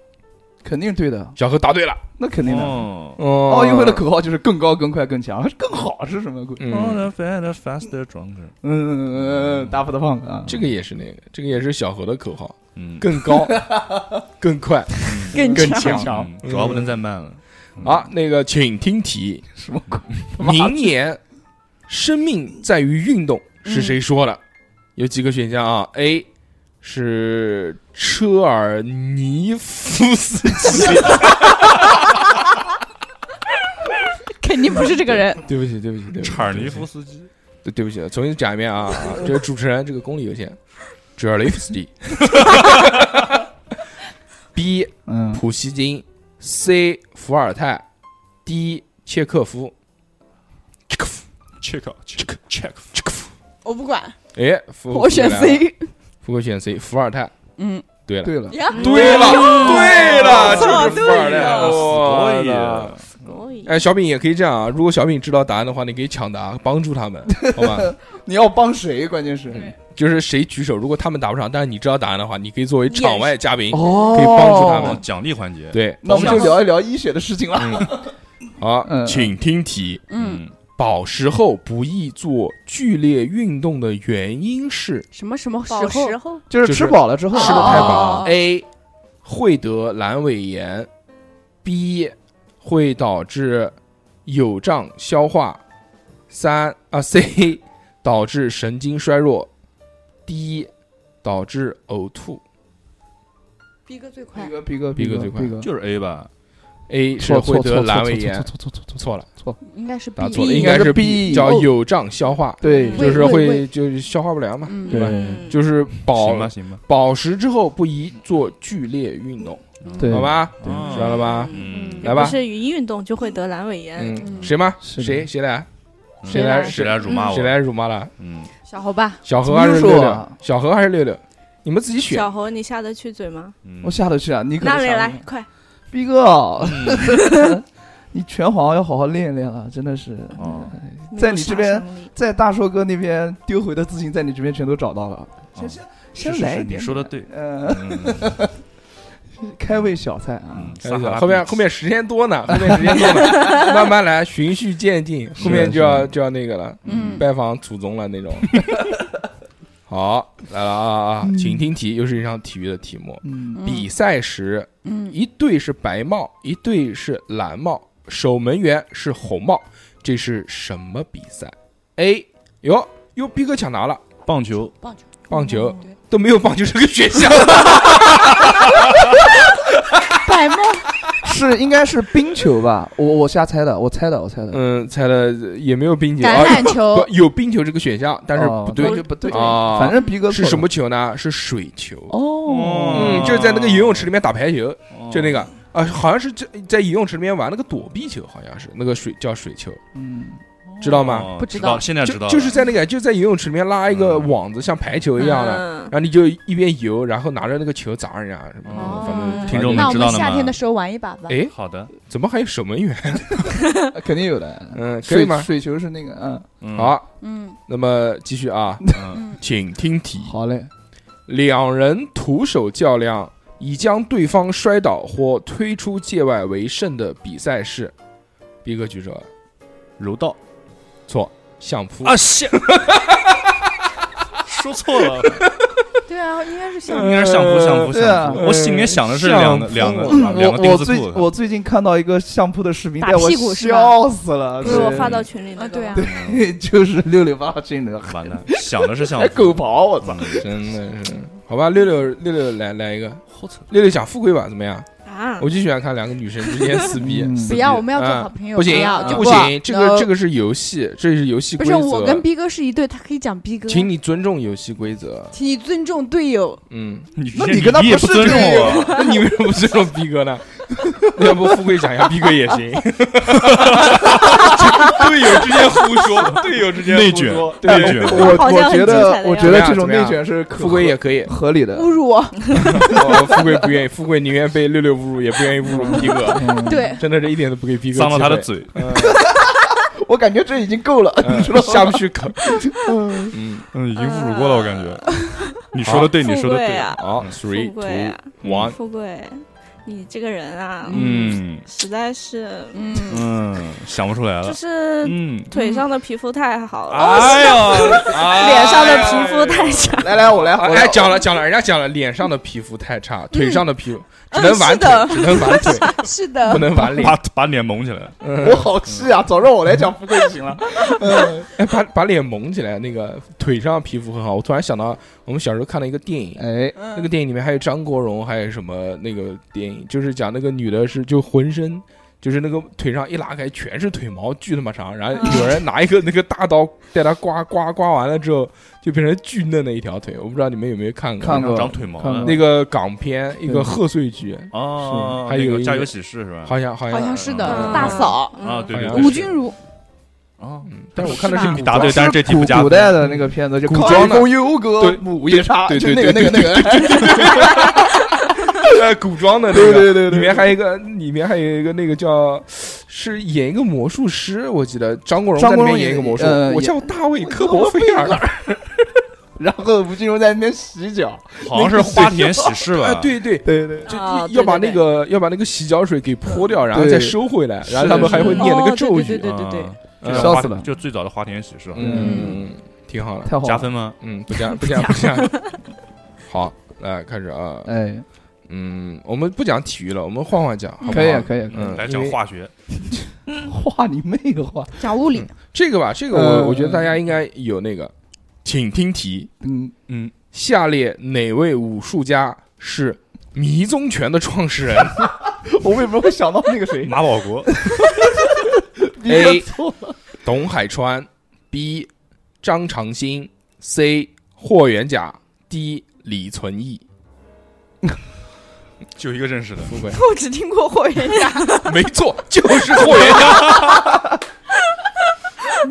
[SPEAKER 2] 肯定对的，
[SPEAKER 1] 小何答对了。
[SPEAKER 2] 那肯
[SPEAKER 8] 嗯，
[SPEAKER 2] 定的。
[SPEAKER 8] 哦。
[SPEAKER 1] 哦
[SPEAKER 2] 奥运会的口号就是更高、更快、更强，更好啊是什么鬼？
[SPEAKER 8] On
[SPEAKER 1] 嗯，
[SPEAKER 8] a better, faster, stronger。
[SPEAKER 2] 嗯嗯嗯嗯，大富的胖子啊，
[SPEAKER 1] 这个也是那个，这个也是小何的口号，
[SPEAKER 8] 嗯，
[SPEAKER 1] 更 高，更快，
[SPEAKER 6] 更
[SPEAKER 1] 更
[SPEAKER 6] 强。
[SPEAKER 1] 强
[SPEAKER 8] 强，嗯主要不能再慢了。
[SPEAKER 1] 啊！那个，请听题，
[SPEAKER 2] 嗯什么鬼？
[SPEAKER 1] 明年生命在于运动
[SPEAKER 2] 嗯
[SPEAKER 1] 是谁说的？有几个选项啊？A 是车尔尼夫斯 基，
[SPEAKER 6] 肯定不是这个人。
[SPEAKER 1] 对不起，对不起，对不起，
[SPEAKER 8] 查尔尼夫斯基，
[SPEAKER 1] 对，对不起，重新讲一遍啊！ 啊这个主持人这个功力有限，车尔尼夫斯基 ，B
[SPEAKER 2] 嗯，
[SPEAKER 1] 普希金，C 伏尔泰，D 切克夫。切克夫，
[SPEAKER 8] check check check。
[SPEAKER 6] 我不管，
[SPEAKER 1] 哎，富
[SPEAKER 6] 我选。
[SPEAKER 1] 富贵来了
[SPEAKER 6] C。
[SPEAKER 1] 富贵选 C，伏尔泰。
[SPEAKER 6] 嗯，哎
[SPEAKER 1] 对了，
[SPEAKER 2] 对了，
[SPEAKER 6] 呀，
[SPEAKER 1] 对了，哎对了，
[SPEAKER 6] 我操
[SPEAKER 1] 就是伏尔
[SPEAKER 6] 哦对
[SPEAKER 1] 泰。
[SPEAKER 6] 了
[SPEAKER 1] 哇
[SPEAKER 8] 所以
[SPEAKER 1] 的
[SPEAKER 8] 啊
[SPEAKER 1] 哎，小饼也可以这样啊。如果小饼知道答案的话，你可以抢答，帮助他 们，好吧？
[SPEAKER 2] 你要帮谁？关键
[SPEAKER 1] 嗯
[SPEAKER 2] 是
[SPEAKER 1] 就是谁举手，如果他们答不上，但是你知道答案的话，你可以作为场外嘉宾。
[SPEAKER 2] 哦
[SPEAKER 1] 可以帮助他们
[SPEAKER 8] 哦，奖励环节。，
[SPEAKER 1] 对，
[SPEAKER 2] 那我们就聊一聊医学的事情了。
[SPEAKER 1] 好，
[SPEAKER 2] 嗯
[SPEAKER 1] 请听题：
[SPEAKER 6] 嗯，，
[SPEAKER 1] 饱食后不宜做剧烈运动的原因是？
[SPEAKER 6] 什么什么时
[SPEAKER 3] 宝
[SPEAKER 6] 候
[SPEAKER 3] 石？后
[SPEAKER 2] 就是吃饱了之后，
[SPEAKER 1] 吃的太
[SPEAKER 6] 哦
[SPEAKER 1] 饱。A 会得阑尾炎，B 会导致有胀消化，三啊 C 导致神经衰弱，D 导致呕吐。
[SPEAKER 6] 逼哥最
[SPEAKER 2] 逼。哥，逼哥，
[SPEAKER 1] 逼哥最
[SPEAKER 2] 逼最
[SPEAKER 1] 快
[SPEAKER 2] 快，
[SPEAKER 8] 就是 A 吧。
[SPEAKER 1] A 是
[SPEAKER 2] 错
[SPEAKER 1] 会
[SPEAKER 2] 错
[SPEAKER 1] 得
[SPEAKER 2] 错
[SPEAKER 1] 阑尾
[SPEAKER 2] 错
[SPEAKER 1] 炎，
[SPEAKER 2] 错错错错错，
[SPEAKER 1] 错了，
[SPEAKER 6] 应该是 B
[SPEAKER 1] 答错了，应
[SPEAKER 2] 应
[SPEAKER 1] 该
[SPEAKER 2] 该
[SPEAKER 1] 是
[SPEAKER 2] 是
[SPEAKER 1] B，
[SPEAKER 2] B
[SPEAKER 1] 叫有胀消化，
[SPEAKER 2] 对
[SPEAKER 3] 嗯，
[SPEAKER 2] 就
[SPEAKER 1] 就是是
[SPEAKER 3] 喂喂
[SPEAKER 1] 会
[SPEAKER 3] 喂
[SPEAKER 1] 就是消化不良嘛，
[SPEAKER 6] 嗯，
[SPEAKER 2] 对吧
[SPEAKER 6] 嗯
[SPEAKER 1] 就是饱
[SPEAKER 8] 行吧，行吧，
[SPEAKER 1] 饱食之后不宜做剧烈运动，
[SPEAKER 2] 对
[SPEAKER 1] 好吧？
[SPEAKER 8] 对
[SPEAKER 1] 知道了吧？
[SPEAKER 8] 嗯，
[SPEAKER 1] 来吧
[SPEAKER 3] 不是一运动就会得阑尾炎，
[SPEAKER 1] 嗯，谁吗？
[SPEAKER 2] 是的
[SPEAKER 1] 谁谁来？
[SPEAKER 8] 嗯
[SPEAKER 1] 谁
[SPEAKER 3] 来
[SPEAKER 8] 谁来辱骂我？
[SPEAKER 1] 谁？来辱骂了？
[SPEAKER 8] 嗯，
[SPEAKER 6] 小猴吧，
[SPEAKER 1] 小何还是
[SPEAKER 2] 怎
[SPEAKER 1] 六
[SPEAKER 2] 么又是
[SPEAKER 1] 六
[SPEAKER 2] 我？
[SPEAKER 1] 小何还是六六？你们自己选。哎
[SPEAKER 3] 小猴你下得去嘴吗？
[SPEAKER 8] 嗯
[SPEAKER 2] 我下得去啊，你可
[SPEAKER 3] 那
[SPEAKER 2] 得
[SPEAKER 3] 里
[SPEAKER 2] 下得
[SPEAKER 3] 来
[SPEAKER 2] 去，
[SPEAKER 3] 快，
[SPEAKER 2] 逼哥哦，你拳皇要好好练一练了，真的是。
[SPEAKER 8] 哦
[SPEAKER 5] 没有
[SPEAKER 2] 在你这边
[SPEAKER 5] 杀伤力，
[SPEAKER 2] 在大硕哥那边丢回的自信，在你这边全都找到了。
[SPEAKER 8] 哦
[SPEAKER 2] 先先先
[SPEAKER 8] 是是
[SPEAKER 2] 来一
[SPEAKER 8] 是
[SPEAKER 2] 点点，
[SPEAKER 8] 你说的对
[SPEAKER 2] 呃，
[SPEAKER 8] 嗯
[SPEAKER 2] 开胃小菜啊，
[SPEAKER 8] 嗯，
[SPEAKER 1] 开
[SPEAKER 8] 撒
[SPEAKER 1] 玩
[SPEAKER 8] 哈
[SPEAKER 1] 笑
[SPEAKER 8] 拉
[SPEAKER 1] 哎后面
[SPEAKER 8] 比
[SPEAKER 1] 后面时间多呢，后面时间多呢，慢慢来，循序渐进，后面就要就要那个了，
[SPEAKER 3] 嗯
[SPEAKER 1] 拜访祖宗了那种。好，来了啊啊！请听题，又是一场体育的题目。
[SPEAKER 2] 嗯，
[SPEAKER 1] 比赛时，
[SPEAKER 3] 嗯
[SPEAKER 1] 一队是白帽，一队是蓝帽，守门员是红帽，这是什么比赛？A，哟哟，逼哥抢答了，
[SPEAKER 8] 棒球，
[SPEAKER 1] 棒球
[SPEAKER 6] 对
[SPEAKER 1] 都没有棒球这个选项。
[SPEAKER 6] 白帽
[SPEAKER 2] 是应该是冰球吧？我我瞎猜的，我猜的，我猜的。
[SPEAKER 1] 嗯，猜的也没有冰球，
[SPEAKER 3] 橄
[SPEAKER 1] 啊，
[SPEAKER 3] 榄球
[SPEAKER 1] 不，有冰球这个选项，但是
[SPEAKER 2] 哦
[SPEAKER 1] 不对
[SPEAKER 2] 那就不对
[SPEAKER 1] 啊。
[SPEAKER 2] 反正逼哥
[SPEAKER 1] 是
[SPEAKER 2] 错了
[SPEAKER 1] 什么球呢？是水球，
[SPEAKER 2] 哦，
[SPEAKER 1] 嗯，就是在那个游泳池里面打排球，就
[SPEAKER 8] 个
[SPEAKER 1] 那个啊，好像是在在游泳池里面玩那个躲避球，好像是那个水叫水球，
[SPEAKER 2] 嗯，
[SPEAKER 1] 知道吗？
[SPEAKER 8] 哦
[SPEAKER 3] 不知道
[SPEAKER 8] 现在知
[SPEAKER 1] 就
[SPEAKER 8] 道了，
[SPEAKER 1] 就是在那个就在游泳池里面拉一个
[SPEAKER 8] 嗯
[SPEAKER 1] 网子，像排球一样的，
[SPEAKER 5] 嗯
[SPEAKER 1] 然后你就一边游，然后拿着那个球砸人家什么
[SPEAKER 8] 哦
[SPEAKER 1] 的，反正
[SPEAKER 8] 听众
[SPEAKER 3] 那
[SPEAKER 8] 们
[SPEAKER 3] 我
[SPEAKER 8] 知道
[SPEAKER 3] 们
[SPEAKER 8] 了
[SPEAKER 3] 夏天的
[SPEAKER 8] 吗？
[SPEAKER 3] 时候玩一把吧。
[SPEAKER 1] 哎，
[SPEAKER 8] 好的，
[SPEAKER 1] 怎么还有守门员？
[SPEAKER 2] 啊肯定有的。
[SPEAKER 1] 嗯，可以
[SPEAKER 2] 水
[SPEAKER 1] 吗？
[SPEAKER 2] 水球是那个，嗯，
[SPEAKER 8] 嗯，
[SPEAKER 1] 好，
[SPEAKER 3] 嗯
[SPEAKER 1] 那么继续啊，
[SPEAKER 8] 嗯
[SPEAKER 3] 嗯
[SPEAKER 1] 请听题。
[SPEAKER 2] 好嘞，
[SPEAKER 1] 两人徒手较量，以将对方摔倒或推出界外为胜的比赛是，逼哥举手了，
[SPEAKER 8] 柔道
[SPEAKER 1] 错，相扑。
[SPEAKER 8] 啊， 谢，说错了，
[SPEAKER 6] 对啊，应该是
[SPEAKER 8] 应
[SPEAKER 6] 像
[SPEAKER 8] 该是相扑，相扑，
[SPEAKER 2] 对啊
[SPEAKER 8] 相
[SPEAKER 2] 呃
[SPEAKER 8] 扑，我心里面想的是两
[SPEAKER 2] 哎
[SPEAKER 8] 个两个两个
[SPEAKER 2] 我
[SPEAKER 8] 钉
[SPEAKER 2] 我
[SPEAKER 8] 子
[SPEAKER 2] 最
[SPEAKER 8] 裤，
[SPEAKER 2] 我最近看到一个相扑的视频，
[SPEAKER 3] 打
[SPEAKER 2] 带我
[SPEAKER 3] 屁股是吧
[SPEAKER 2] 笑死了，
[SPEAKER 5] 不是我
[SPEAKER 2] 对
[SPEAKER 5] 发到群里
[SPEAKER 6] 啊，
[SPEAKER 3] 嗯
[SPEAKER 5] 的，
[SPEAKER 6] 对啊，，
[SPEAKER 2] 就是六六八进的，
[SPEAKER 8] 完 蛋，想的是相
[SPEAKER 2] 还
[SPEAKER 8] 扑，
[SPEAKER 2] 哎狗刨，我操！
[SPEAKER 8] 嗯
[SPEAKER 1] 真的是，好吧，六六六六来来一个，
[SPEAKER 8] 好惨
[SPEAKER 1] 六六想富贵吧，怎么样？
[SPEAKER 5] 啊，
[SPEAKER 1] 我就喜欢看两个女生之间撕逼
[SPEAKER 2] 嗯，
[SPEAKER 1] 撕
[SPEAKER 3] 嗯不
[SPEAKER 1] 逼
[SPEAKER 3] 要，我们要做
[SPEAKER 1] 啊
[SPEAKER 3] 好朋友，
[SPEAKER 1] 不行
[SPEAKER 3] 要就
[SPEAKER 1] 不行，这个这个是游戏，这是游戏
[SPEAKER 3] 不
[SPEAKER 1] 规则。
[SPEAKER 3] 是我跟逼哥是一对，他可以讲逼哥，
[SPEAKER 1] 请你尊重游戏规则。
[SPEAKER 3] 请你尊重队友，
[SPEAKER 1] 嗯，
[SPEAKER 8] 你
[SPEAKER 2] 那
[SPEAKER 8] 这
[SPEAKER 2] 你跟他
[SPEAKER 8] 你也
[SPEAKER 2] 不
[SPEAKER 8] 不
[SPEAKER 2] 是
[SPEAKER 8] 尊重
[SPEAKER 2] 队友
[SPEAKER 8] 我，
[SPEAKER 1] 那你为什么不尊重逼哥呢？要不富贵讲 一下逼哥 也行。队友之间胡说，队友之间
[SPEAKER 8] 内卷，
[SPEAKER 1] 对
[SPEAKER 8] 内卷，
[SPEAKER 2] 我
[SPEAKER 5] 好
[SPEAKER 2] 我觉
[SPEAKER 5] 像很精
[SPEAKER 2] 得
[SPEAKER 5] 彩的
[SPEAKER 2] 我
[SPEAKER 5] 样嗯
[SPEAKER 2] 觉得
[SPEAKER 1] 子
[SPEAKER 2] 这种
[SPEAKER 1] 怎么样
[SPEAKER 2] 内卷是可
[SPEAKER 1] 富贵也可以。
[SPEAKER 2] 合理的
[SPEAKER 3] 侮，辱我，
[SPEAKER 1] 哦富贵不愿意，富贵宁愿被六六侮辱，也不愿意侮辱逼哥。
[SPEAKER 2] 嗯，
[SPEAKER 3] 对，
[SPEAKER 1] 真的是一点都不给逼哥
[SPEAKER 8] 脏了他的
[SPEAKER 1] 机
[SPEAKER 8] 嘴，
[SPEAKER 1] 会，嗯
[SPEAKER 2] 我感觉这已经够了，
[SPEAKER 1] 嗯
[SPEAKER 2] 你知道吗？
[SPEAKER 1] 下不去口。嗯，
[SPEAKER 8] 嗯，已经侮辱过了，我感 觉。你说的对，你
[SPEAKER 5] 富
[SPEAKER 8] 说的
[SPEAKER 5] 贵
[SPEAKER 8] 对，
[SPEAKER 5] 啊，
[SPEAKER 1] 好
[SPEAKER 8] 嗯
[SPEAKER 1] ，three
[SPEAKER 5] 富贵
[SPEAKER 1] two
[SPEAKER 5] 啊，
[SPEAKER 1] one，
[SPEAKER 5] 富贵，你这个人啊，
[SPEAKER 8] 嗯
[SPEAKER 5] 实在是，
[SPEAKER 3] 嗯，
[SPEAKER 8] 嗯，想不出来
[SPEAKER 5] 就
[SPEAKER 8] 了，
[SPEAKER 5] 是
[SPEAKER 8] 嗯，
[SPEAKER 5] 腿上的皮肤太好了，
[SPEAKER 8] 哎呦，哎
[SPEAKER 5] 脸上的皮肤太差，
[SPEAKER 2] 来来，我来，我
[SPEAKER 1] 哎，
[SPEAKER 2] 来，
[SPEAKER 1] 讲了讲了，人家讲了，脸上的皮肤太差，腿上的皮肤只
[SPEAKER 3] 嗯
[SPEAKER 1] 能玩
[SPEAKER 3] 是
[SPEAKER 1] 腿
[SPEAKER 3] 的，
[SPEAKER 1] 只能玩腿，
[SPEAKER 3] 是
[SPEAKER 1] 不
[SPEAKER 3] 的，
[SPEAKER 1] 能玩脸。嗯
[SPEAKER 8] 把把脸蒙起来，
[SPEAKER 2] 我好气啊！早让我来讲富贵就行了。
[SPEAKER 1] 哎，把把脸蒙起来，那个腿上皮肤很好。我突然想到，我们小时候看了一个电影。
[SPEAKER 8] 嗯
[SPEAKER 2] 哎，
[SPEAKER 1] 那个电影里面还有张国荣，还有什么那个电影，就是讲那个女的是就浑身就是那个腿上一拉开全是腿毛，巨他妈长。然后有人拿一个那个大刀带她刮刮刮完了之后，就变成巨嫩的一条腿。我不知道你们有没有看过
[SPEAKER 2] 看过嗯
[SPEAKER 8] 长腿毛
[SPEAKER 2] 看过
[SPEAKER 8] 了。
[SPEAKER 1] 那个港片，一个贺岁剧，
[SPEAKER 8] 哦，
[SPEAKER 1] 是还
[SPEAKER 8] 那
[SPEAKER 1] 有
[SPEAKER 8] 个
[SPEAKER 1] 一
[SPEAKER 8] 家
[SPEAKER 1] 个
[SPEAKER 8] 有喜事是吧？
[SPEAKER 1] 好像好像
[SPEAKER 3] 好像是
[SPEAKER 8] 嗯
[SPEAKER 3] 的，大嫂
[SPEAKER 8] 啊，对对
[SPEAKER 1] 好
[SPEAKER 8] 对，
[SPEAKER 1] 像
[SPEAKER 3] 吴
[SPEAKER 1] 是
[SPEAKER 3] 君如，
[SPEAKER 8] 啊，
[SPEAKER 1] 嗯，但 是我看的是
[SPEAKER 3] 是吧
[SPEAKER 1] 古
[SPEAKER 8] 答对，
[SPEAKER 1] 装
[SPEAKER 8] 但是这题
[SPEAKER 2] 古
[SPEAKER 8] 不加
[SPEAKER 2] 古
[SPEAKER 8] 分。
[SPEAKER 2] 代的那个片子，就
[SPEAKER 1] 古装的
[SPEAKER 2] 风优格
[SPEAKER 1] 对
[SPEAKER 2] 母夜叉，
[SPEAKER 1] 对
[SPEAKER 2] 就
[SPEAKER 1] 对
[SPEAKER 2] 那个那
[SPEAKER 1] 对
[SPEAKER 2] 个那个，
[SPEAKER 1] 呃古装的那个，
[SPEAKER 2] 对对对对，
[SPEAKER 1] 里面还有一个，里面还有一个那个叫，是演一个魔术师，我记得张国荣在
[SPEAKER 2] 张
[SPEAKER 1] 里
[SPEAKER 2] 国荣
[SPEAKER 1] 面演一个
[SPEAKER 2] 演
[SPEAKER 1] 魔术，
[SPEAKER 2] 呃
[SPEAKER 1] 我
[SPEAKER 2] 演
[SPEAKER 1] 叫大卫科伯菲尔，
[SPEAKER 2] 然后吴君如在那边洗脚，
[SPEAKER 8] 好像是花田喜事吧
[SPEAKER 1] 啊，？对对，
[SPEAKER 2] 对对，
[SPEAKER 1] 就
[SPEAKER 5] 哦
[SPEAKER 1] 要把
[SPEAKER 5] 对
[SPEAKER 1] 那
[SPEAKER 5] 对
[SPEAKER 1] 个要把那个洗脚水给泼掉，然后
[SPEAKER 2] 对
[SPEAKER 1] 再收回来，然后他们还会
[SPEAKER 8] 是
[SPEAKER 1] 念那个
[SPEAKER 3] 哦
[SPEAKER 1] 咒
[SPEAKER 3] 对
[SPEAKER 1] 语，
[SPEAKER 3] 对对对
[SPEAKER 8] 嗯
[SPEAKER 3] 对，
[SPEAKER 1] 嗯
[SPEAKER 8] 就
[SPEAKER 2] 笑
[SPEAKER 8] 花
[SPEAKER 2] 死了
[SPEAKER 8] 就最早的花田喜事，
[SPEAKER 1] 嗯嗯嗯，嗯挺好的，
[SPEAKER 2] 太好
[SPEAKER 8] 加
[SPEAKER 2] 了，
[SPEAKER 8] 分吗？
[SPEAKER 1] 嗯，不加不加不加，好，来开始啊，
[SPEAKER 2] 哎，
[SPEAKER 1] 嗯，我们不讲体育了，我们换换讲，好不
[SPEAKER 2] 可以啊
[SPEAKER 1] 好
[SPEAKER 2] 可以，可
[SPEAKER 1] 嗯
[SPEAKER 8] 来
[SPEAKER 1] 因
[SPEAKER 8] 讲
[SPEAKER 1] 为
[SPEAKER 8] 化学，
[SPEAKER 2] 以，画你妹的画，
[SPEAKER 3] 讲物理
[SPEAKER 1] 嗯，这个吧，这个
[SPEAKER 2] 嗯
[SPEAKER 1] 我我觉得大家应该有那个，请听题。
[SPEAKER 2] 嗯，
[SPEAKER 8] 嗯，
[SPEAKER 1] 下列哪位武术家是迷踪拳的创始人
[SPEAKER 2] 我为什么会想到那个谁？
[SPEAKER 8] 马保国，
[SPEAKER 2] 你说错了，
[SPEAKER 1] 董海川？B. 张长兴？C. 霍元甲？D. 李存义？
[SPEAKER 8] 就一个认识的，
[SPEAKER 1] 富 贵，
[SPEAKER 6] 我只听过霍元甲，
[SPEAKER 1] 没错，就是霍元甲。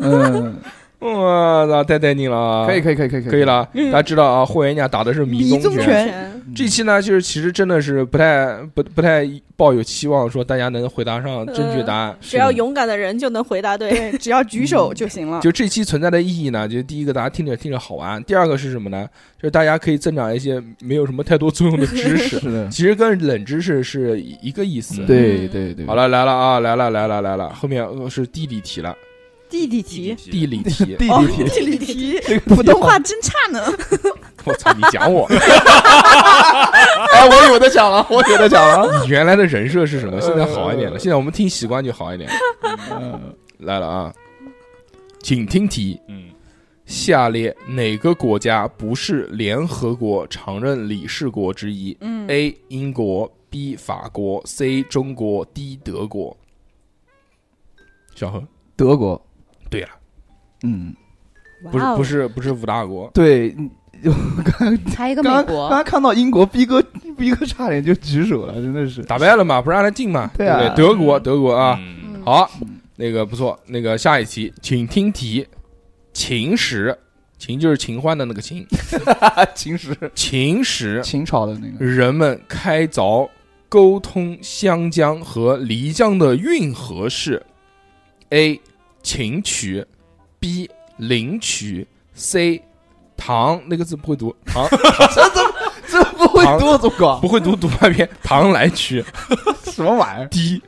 [SPEAKER 2] 嗯，
[SPEAKER 1] 我操，太带劲了啊！
[SPEAKER 2] 可以可以可以可以，
[SPEAKER 1] 可以，了，
[SPEAKER 6] 嗯
[SPEAKER 1] 大家知道啊，霍元甲打的是迷
[SPEAKER 6] 迷踪
[SPEAKER 1] 拳
[SPEAKER 6] 拳。
[SPEAKER 5] 全
[SPEAKER 1] 这期呢，就是其实真的是不太不不太抱有期望，说大家能回答上正确答案。
[SPEAKER 5] 只要勇敢的人就能回答对。
[SPEAKER 3] 哎
[SPEAKER 6] 对，只要举手就行了。
[SPEAKER 1] 嗯就这期存在的意义呢，就第一个大家听着听着好玩，第二个是什么呢？就是大家可以增长一些没有什么太多作用的知识
[SPEAKER 2] 是的，
[SPEAKER 1] 其实跟冷知识是一个意思。
[SPEAKER 2] 对对对，
[SPEAKER 1] 好了，来了啊，来了来了来了，后面呃是地理题 了，
[SPEAKER 6] 地理题，
[SPEAKER 1] 地理题，
[SPEAKER 2] 地
[SPEAKER 6] 哦
[SPEAKER 2] 理题，
[SPEAKER 6] 地理题，
[SPEAKER 2] 这个
[SPEAKER 6] 普通话真差呢。
[SPEAKER 1] 我操，你讲 我，
[SPEAKER 2] 哎，我有的讲了，我有的讲 了，
[SPEAKER 1] 你原来的人设是
[SPEAKER 2] 呃
[SPEAKER 1] 什么？现在好一点了，现在我们听习惯就好一点。
[SPEAKER 2] 嗯
[SPEAKER 1] 来了啊，请听题：
[SPEAKER 8] 嗯，
[SPEAKER 1] 下列哪个国家不是联合国常任理事国之一
[SPEAKER 6] 嗯，
[SPEAKER 1] ？A. 英国 B. 法国 C. 中国 D. 德国。小何，
[SPEAKER 2] 德国，
[SPEAKER 1] 对了，
[SPEAKER 2] 嗯，
[SPEAKER 1] 不是
[SPEAKER 3] 哇哦
[SPEAKER 1] 不，是不是五大国，
[SPEAKER 2] 对，
[SPEAKER 3] 还有一个美
[SPEAKER 2] 刚刚
[SPEAKER 3] 国，
[SPEAKER 2] 刚看到英国逼哥逼哥差点就举手了，真的是
[SPEAKER 1] 打败了嘛，不让他进嘛，
[SPEAKER 2] 对
[SPEAKER 1] 不
[SPEAKER 2] 啊
[SPEAKER 1] 对？德国德国啊，
[SPEAKER 8] 嗯
[SPEAKER 3] 嗯
[SPEAKER 1] 好，那个不错，那个下一题，请听题：秦时，秦就是秦桧的那个秦，
[SPEAKER 2] 啊秦时
[SPEAKER 1] 秦时
[SPEAKER 2] 秦朝的那个
[SPEAKER 1] 人们开凿沟通湘江和漓江的运河是：A. 秦渠，B. 临渠，C. 唐那个字不会读，唐
[SPEAKER 2] 这 不会多总搞
[SPEAKER 1] 不会读读半篇， 唐来渠
[SPEAKER 2] 什么玩意儿？
[SPEAKER 1] ，D.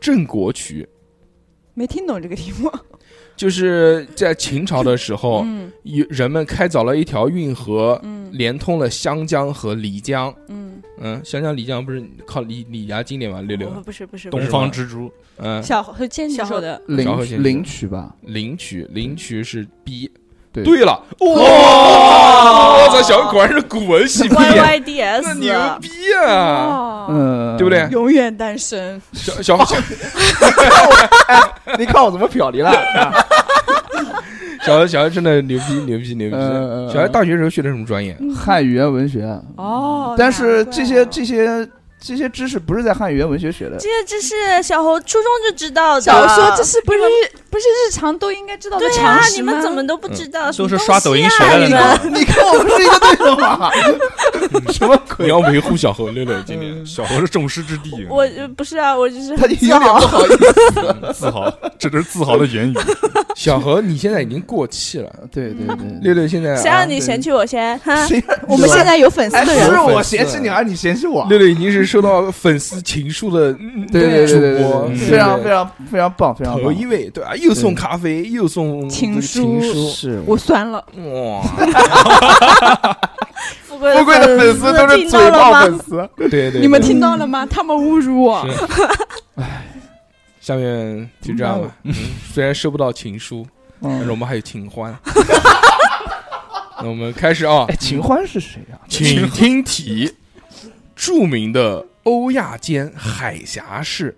[SPEAKER 1] 郑国渠。
[SPEAKER 6] 没听懂这个题目。
[SPEAKER 1] 就是在秦朝的时候，
[SPEAKER 6] 嗯
[SPEAKER 1] 有人们开凿了一条运河，
[SPEAKER 6] 嗯
[SPEAKER 1] 连通了湘江和漓江。
[SPEAKER 6] 嗯，
[SPEAKER 1] 嗯，湘江、漓江不是靠李李家经典吗？六
[SPEAKER 5] 哦
[SPEAKER 1] 六，
[SPEAKER 5] 不是不是，
[SPEAKER 8] 东方之珠，
[SPEAKER 1] 嗯，
[SPEAKER 6] 小何坚
[SPEAKER 5] 小何
[SPEAKER 6] 持 说的，
[SPEAKER 1] 小
[SPEAKER 2] 领
[SPEAKER 1] 河
[SPEAKER 2] 取
[SPEAKER 1] 先
[SPEAKER 2] 领取吧，
[SPEAKER 1] 临渠，临渠是 B。嗯
[SPEAKER 2] 对
[SPEAKER 1] 对了，哇！
[SPEAKER 5] 哇
[SPEAKER 1] 我操，小何果然是古文系毕
[SPEAKER 5] ，Y
[SPEAKER 1] 业，
[SPEAKER 5] Y D
[SPEAKER 1] 那
[SPEAKER 5] S，
[SPEAKER 1] 牛逼啊！
[SPEAKER 6] 哦，
[SPEAKER 2] 嗯，
[SPEAKER 1] 对不对？
[SPEAKER 6] 永远单身。
[SPEAKER 1] 小小小
[SPEAKER 2] 你看我怎么表离了？
[SPEAKER 1] 小何小何真的 牛逼牛逼牛逼！
[SPEAKER 2] 嗯嗯嗯
[SPEAKER 1] 小何大学时候学的什么专业？
[SPEAKER 2] 汉语言文学，
[SPEAKER 6] 哦，
[SPEAKER 2] 但是
[SPEAKER 6] 难怪
[SPEAKER 2] 这些这些这些知识不是在汉语言文学学的
[SPEAKER 5] 这，些知识小猴初中就知道的。
[SPEAKER 6] 小说这是不是不是日常都应该知道的
[SPEAKER 5] 对
[SPEAKER 6] 常
[SPEAKER 5] 啊，
[SPEAKER 6] 识
[SPEAKER 5] 你
[SPEAKER 6] 吗
[SPEAKER 5] 们怎么都不知道？
[SPEAKER 8] 都是
[SPEAKER 5] 什么
[SPEAKER 8] 刷抖音
[SPEAKER 5] 东西
[SPEAKER 8] 学
[SPEAKER 5] 啊
[SPEAKER 8] 来
[SPEAKER 5] 你
[SPEAKER 8] 的
[SPEAKER 5] 们。
[SPEAKER 8] 呢。
[SPEAKER 2] 你跟我不是一个队的吗？什么
[SPEAKER 1] 你
[SPEAKER 2] 鬼？
[SPEAKER 1] 要维护小何六六今天
[SPEAKER 8] 嗯小何是众矢之的，
[SPEAKER 5] 我呃不是啊，我就是
[SPEAKER 2] 他就有点不好意思。
[SPEAKER 8] 嗯 自豪，这都是自豪的 言语。
[SPEAKER 1] 小何，你现在已经过气了。
[SPEAKER 2] 对对对，
[SPEAKER 1] 六六现在
[SPEAKER 5] 谁让
[SPEAKER 1] 啊
[SPEAKER 5] 你嫌弃我先？哈，
[SPEAKER 2] 谁
[SPEAKER 6] 我们现在有粉丝
[SPEAKER 2] 哎
[SPEAKER 6] 的
[SPEAKER 2] 是
[SPEAKER 6] 人，
[SPEAKER 2] 我嫌弃你还是你嫌弃我？
[SPEAKER 1] 六六已经是收到粉丝情书的嗯
[SPEAKER 2] 对对
[SPEAKER 1] 主
[SPEAKER 2] 对对
[SPEAKER 1] 播
[SPEAKER 2] 对，
[SPEAKER 8] 嗯
[SPEAKER 2] 非常非常非常棒，非常
[SPEAKER 1] 头一
[SPEAKER 2] 棒。
[SPEAKER 1] 位，对啊，又送咖啡，又送
[SPEAKER 6] 情
[SPEAKER 1] 这个
[SPEAKER 6] 书
[SPEAKER 1] 情
[SPEAKER 2] 是
[SPEAKER 6] 我酸了。
[SPEAKER 1] 书，哇，
[SPEAKER 5] 富贵
[SPEAKER 2] 富贵的粉丝
[SPEAKER 5] 丝
[SPEAKER 2] 都是
[SPEAKER 5] 听到
[SPEAKER 2] 嘴
[SPEAKER 5] 了
[SPEAKER 2] 炮
[SPEAKER 5] 吗？。
[SPEAKER 2] 粉丝，
[SPEAKER 1] 对对对，
[SPEAKER 6] 你们听到了吗？他们侮辱我。
[SPEAKER 1] 下面就这样吧。嗯虽然收不到情书，但是我
[SPEAKER 2] 嗯，
[SPEAKER 1] 们还有秦 欢。那我们开始啊
[SPEAKER 2] 哎，，秦欢是谁啊呀？
[SPEAKER 1] 请听题：著名的欧亚间海峡是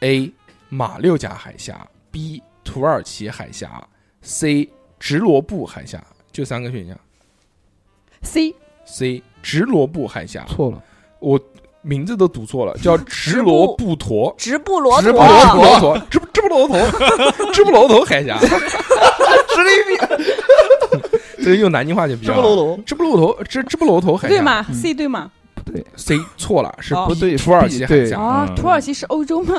[SPEAKER 1] ：A. 马六甲海峡，B. 土耳其海峡，C. 直罗布海峡，就三个选项。
[SPEAKER 6] C
[SPEAKER 1] C. 直罗布海峡，
[SPEAKER 2] 错了，
[SPEAKER 1] 我名字都读错了，叫直罗布陀
[SPEAKER 5] 直布罗
[SPEAKER 2] 直布
[SPEAKER 5] 陀，
[SPEAKER 2] 罗
[SPEAKER 1] 布
[SPEAKER 6] 啊
[SPEAKER 1] 罗陀，直直布罗陀，直布罗陀海峡，
[SPEAKER 2] 直立面，
[SPEAKER 1] 这个用南京话就比较好。
[SPEAKER 2] 头，
[SPEAKER 1] 直布罗陀，直直布罗陀海峡
[SPEAKER 6] 对吗
[SPEAKER 2] 嗯
[SPEAKER 6] ？C 对吗？
[SPEAKER 1] ？C 错了，是
[SPEAKER 6] 哦
[SPEAKER 1] B
[SPEAKER 2] 不对
[SPEAKER 1] 土耳其
[SPEAKER 2] 是 B，
[SPEAKER 1] 海
[SPEAKER 2] 对
[SPEAKER 1] 峡。
[SPEAKER 6] 啊，
[SPEAKER 8] 嗯
[SPEAKER 6] 土耳其是欧洲吗？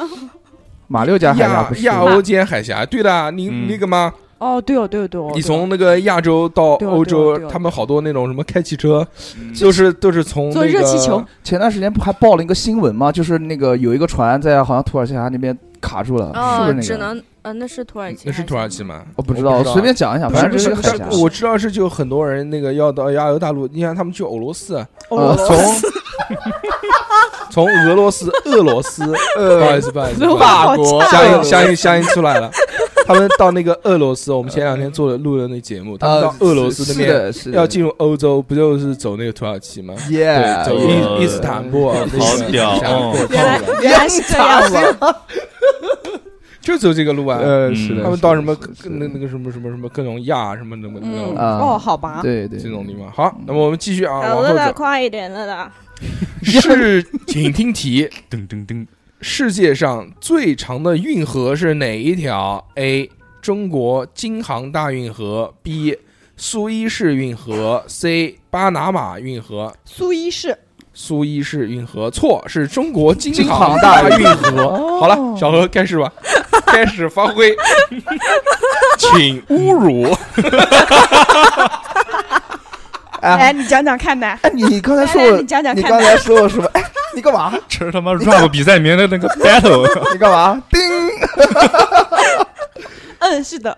[SPEAKER 2] 马六甲海峡
[SPEAKER 1] 亚
[SPEAKER 2] 不是
[SPEAKER 1] 亚
[SPEAKER 6] 啊
[SPEAKER 1] 欧间海峡，对的，啊你
[SPEAKER 8] 嗯
[SPEAKER 1] 那个嘛，
[SPEAKER 6] 哦，对哦，对哦，对哦。
[SPEAKER 1] 你从那个亚洲到
[SPEAKER 6] 对哦
[SPEAKER 1] 欧洲
[SPEAKER 6] 对哦对，哦
[SPEAKER 1] 他们好多那种什么开汽车，
[SPEAKER 8] 嗯
[SPEAKER 1] 都是都是从
[SPEAKER 6] 坐
[SPEAKER 1] 那
[SPEAKER 6] 热
[SPEAKER 1] 个
[SPEAKER 6] 气球，
[SPEAKER 2] 前段时间不还爆了一个新闻吗？就是那个有一个船在好像土耳其海峡那边卡住了，
[SPEAKER 5] 哦
[SPEAKER 2] 是，不是
[SPEAKER 5] 只
[SPEAKER 2] 那个？
[SPEAKER 5] 能呃，那是土耳其，
[SPEAKER 1] 那是土耳其。啊吗？
[SPEAKER 2] 我不知道，随便讲一讲，反正就是个海峡
[SPEAKER 1] 但。我知道是就很多人那个要到亚欧大陆，你看他们去俄罗斯，啊
[SPEAKER 2] 呃，
[SPEAKER 6] 哦，
[SPEAKER 2] 从
[SPEAKER 1] 从俄罗斯、俄罗斯，不好意
[SPEAKER 2] 呃
[SPEAKER 1] 思，不好意思，
[SPEAKER 6] 罗
[SPEAKER 1] 不好意
[SPEAKER 6] 法
[SPEAKER 2] 国
[SPEAKER 1] 思乡音乡音乡音出来了。他们到那个俄罗斯，我们前两天做的录的那节目，他们到俄罗斯那边
[SPEAKER 2] 边是的
[SPEAKER 1] 要进入欧洲，不就是走那个土耳其吗？
[SPEAKER 2] 耶，
[SPEAKER 1] 走
[SPEAKER 8] 呃
[SPEAKER 1] 伊伊斯坦布尔，那个
[SPEAKER 8] 好屌
[SPEAKER 1] 一下
[SPEAKER 8] 哦
[SPEAKER 1] 过去
[SPEAKER 6] 原来
[SPEAKER 1] 了
[SPEAKER 6] 原来是这样子。
[SPEAKER 1] 就走这个路啊。
[SPEAKER 2] 呃，是的，
[SPEAKER 1] 他们到什么
[SPEAKER 2] 是的是的
[SPEAKER 1] 那那个什么什么什么各种亚什么什么那
[SPEAKER 6] 嗯，
[SPEAKER 1] 种
[SPEAKER 2] 啊
[SPEAKER 6] 哦，好吧。
[SPEAKER 2] 对对
[SPEAKER 1] 这种地方。好，那么我们继续啊，
[SPEAKER 5] 好
[SPEAKER 1] 往
[SPEAKER 5] 了
[SPEAKER 1] 后
[SPEAKER 5] 啦，
[SPEAKER 1] 走。
[SPEAKER 5] 快一点了啦！
[SPEAKER 1] 是，请听题：
[SPEAKER 8] 噔噔噔，
[SPEAKER 1] 世界上最长的运河是哪一条？A. 中国京杭大运河；B. 苏伊士运河；C. 巴拿马运河。
[SPEAKER 6] 苏伊士，
[SPEAKER 1] 苏伊士运河错，是中国京
[SPEAKER 2] 京
[SPEAKER 1] 杭
[SPEAKER 2] 杭大
[SPEAKER 1] 运
[SPEAKER 2] 运
[SPEAKER 6] 哦
[SPEAKER 1] 河。好了，小何开始吧，开始发挥，请侮辱。
[SPEAKER 6] 哎，你讲讲看呗。
[SPEAKER 2] 哎，你刚才说
[SPEAKER 6] 来来
[SPEAKER 2] 我，
[SPEAKER 6] 你讲讲
[SPEAKER 2] 你
[SPEAKER 6] 看
[SPEAKER 2] 刚才说我什么？哎，你干嘛？
[SPEAKER 8] 这是他妈 rap 比赛里面的那个 battle，
[SPEAKER 2] 你干嘛？叮，
[SPEAKER 6] 嗯，是的，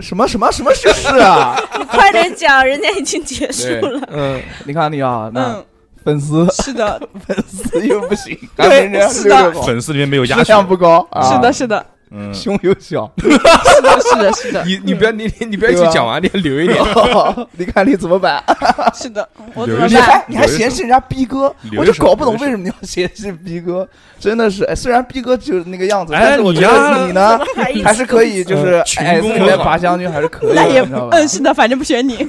[SPEAKER 2] 什么什么什么事是啊？
[SPEAKER 5] 你快点讲，人家已经结束
[SPEAKER 1] 对
[SPEAKER 5] 了。，
[SPEAKER 1] 嗯，
[SPEAKER 2] 你看你啊，那
[SPEAKER 6] 嗯，
[SPEAKER 2] 粉丝
[SPEAKER 6] 是的，
[SPEAKER 2] 粉丝又不行，
[SPEAKER 6] 对
[SPEAKER 2] 咱们人家
[SPEAKER 6] 是的
[SPEAKER 2] 流量
[SPEAKER 8] 粉丝里面没有
[SPEAKER 2] 高
[SPEAKER 8] 鸭
[SPEAKER 2] 质
[SPEAKER 8] 血
[SPEAKER 2] 量，不高，啊
[SPEAKER 6] 是的，，是的，
[SPEAKER 8] 嗯，
[SPEAKER 2] 胸又小。
[SPEAKER 6] 是的，是的，是的，
[SPEAKER 1] 你你不要你你你不要一起
[SPEAKER 2] 对吧
[SPEAKER 1] 讲完，你留一点。
[SPEAKER 2] 你看你怎么办？
[SPEAKER 6] 是的，嗯我怎
[SPEAKER 8] 有
[SPEAKER 6] 么
[SPEAKER 8] 一
[SPEAKER 2] 你
[SPEAKER 8] 点
[SPEAKER 6] 办？
[SPEAKER 2] 还你还嫌弃人家逼哥，
[SPEAKER 8] 留
[SPEAKER 2] 我
[SPEAKER 8] 一手
[SPEAKER 2] 就搞不懂
[SPEAKER 8] 留一手
[SPEAKER 2] 为什么你要嫌弃逼哥，真的是。哎，虽然逼哥就是那个样子，
[SPEAKER 8] 哎
[SPEAKER 2] 但是我觉
[SPEAKER 8] 你
[SPEAKER 2] 得
[SPEAKER 8] 呀嗯
[SPEAKER 2] 你 呢
[SPEAKER 5] 还一起
[SPEAKER 2] 还是可以，就是
[SPEAKER 1] 群
[SPEAKER 2] 矮子
[SPEAKER 1] 攻
[SPEAKER 2] 里面
[SPEAKER 8] 啊
[SPEAKER 1] 嘛
[SPEAKER 2] 拔将军还是可以的，
[SPEAKER 6] 那也
[SPEAKER 2] 啊你知道吧？
[SPEAKER 6] 嗯，是的，反正不选你。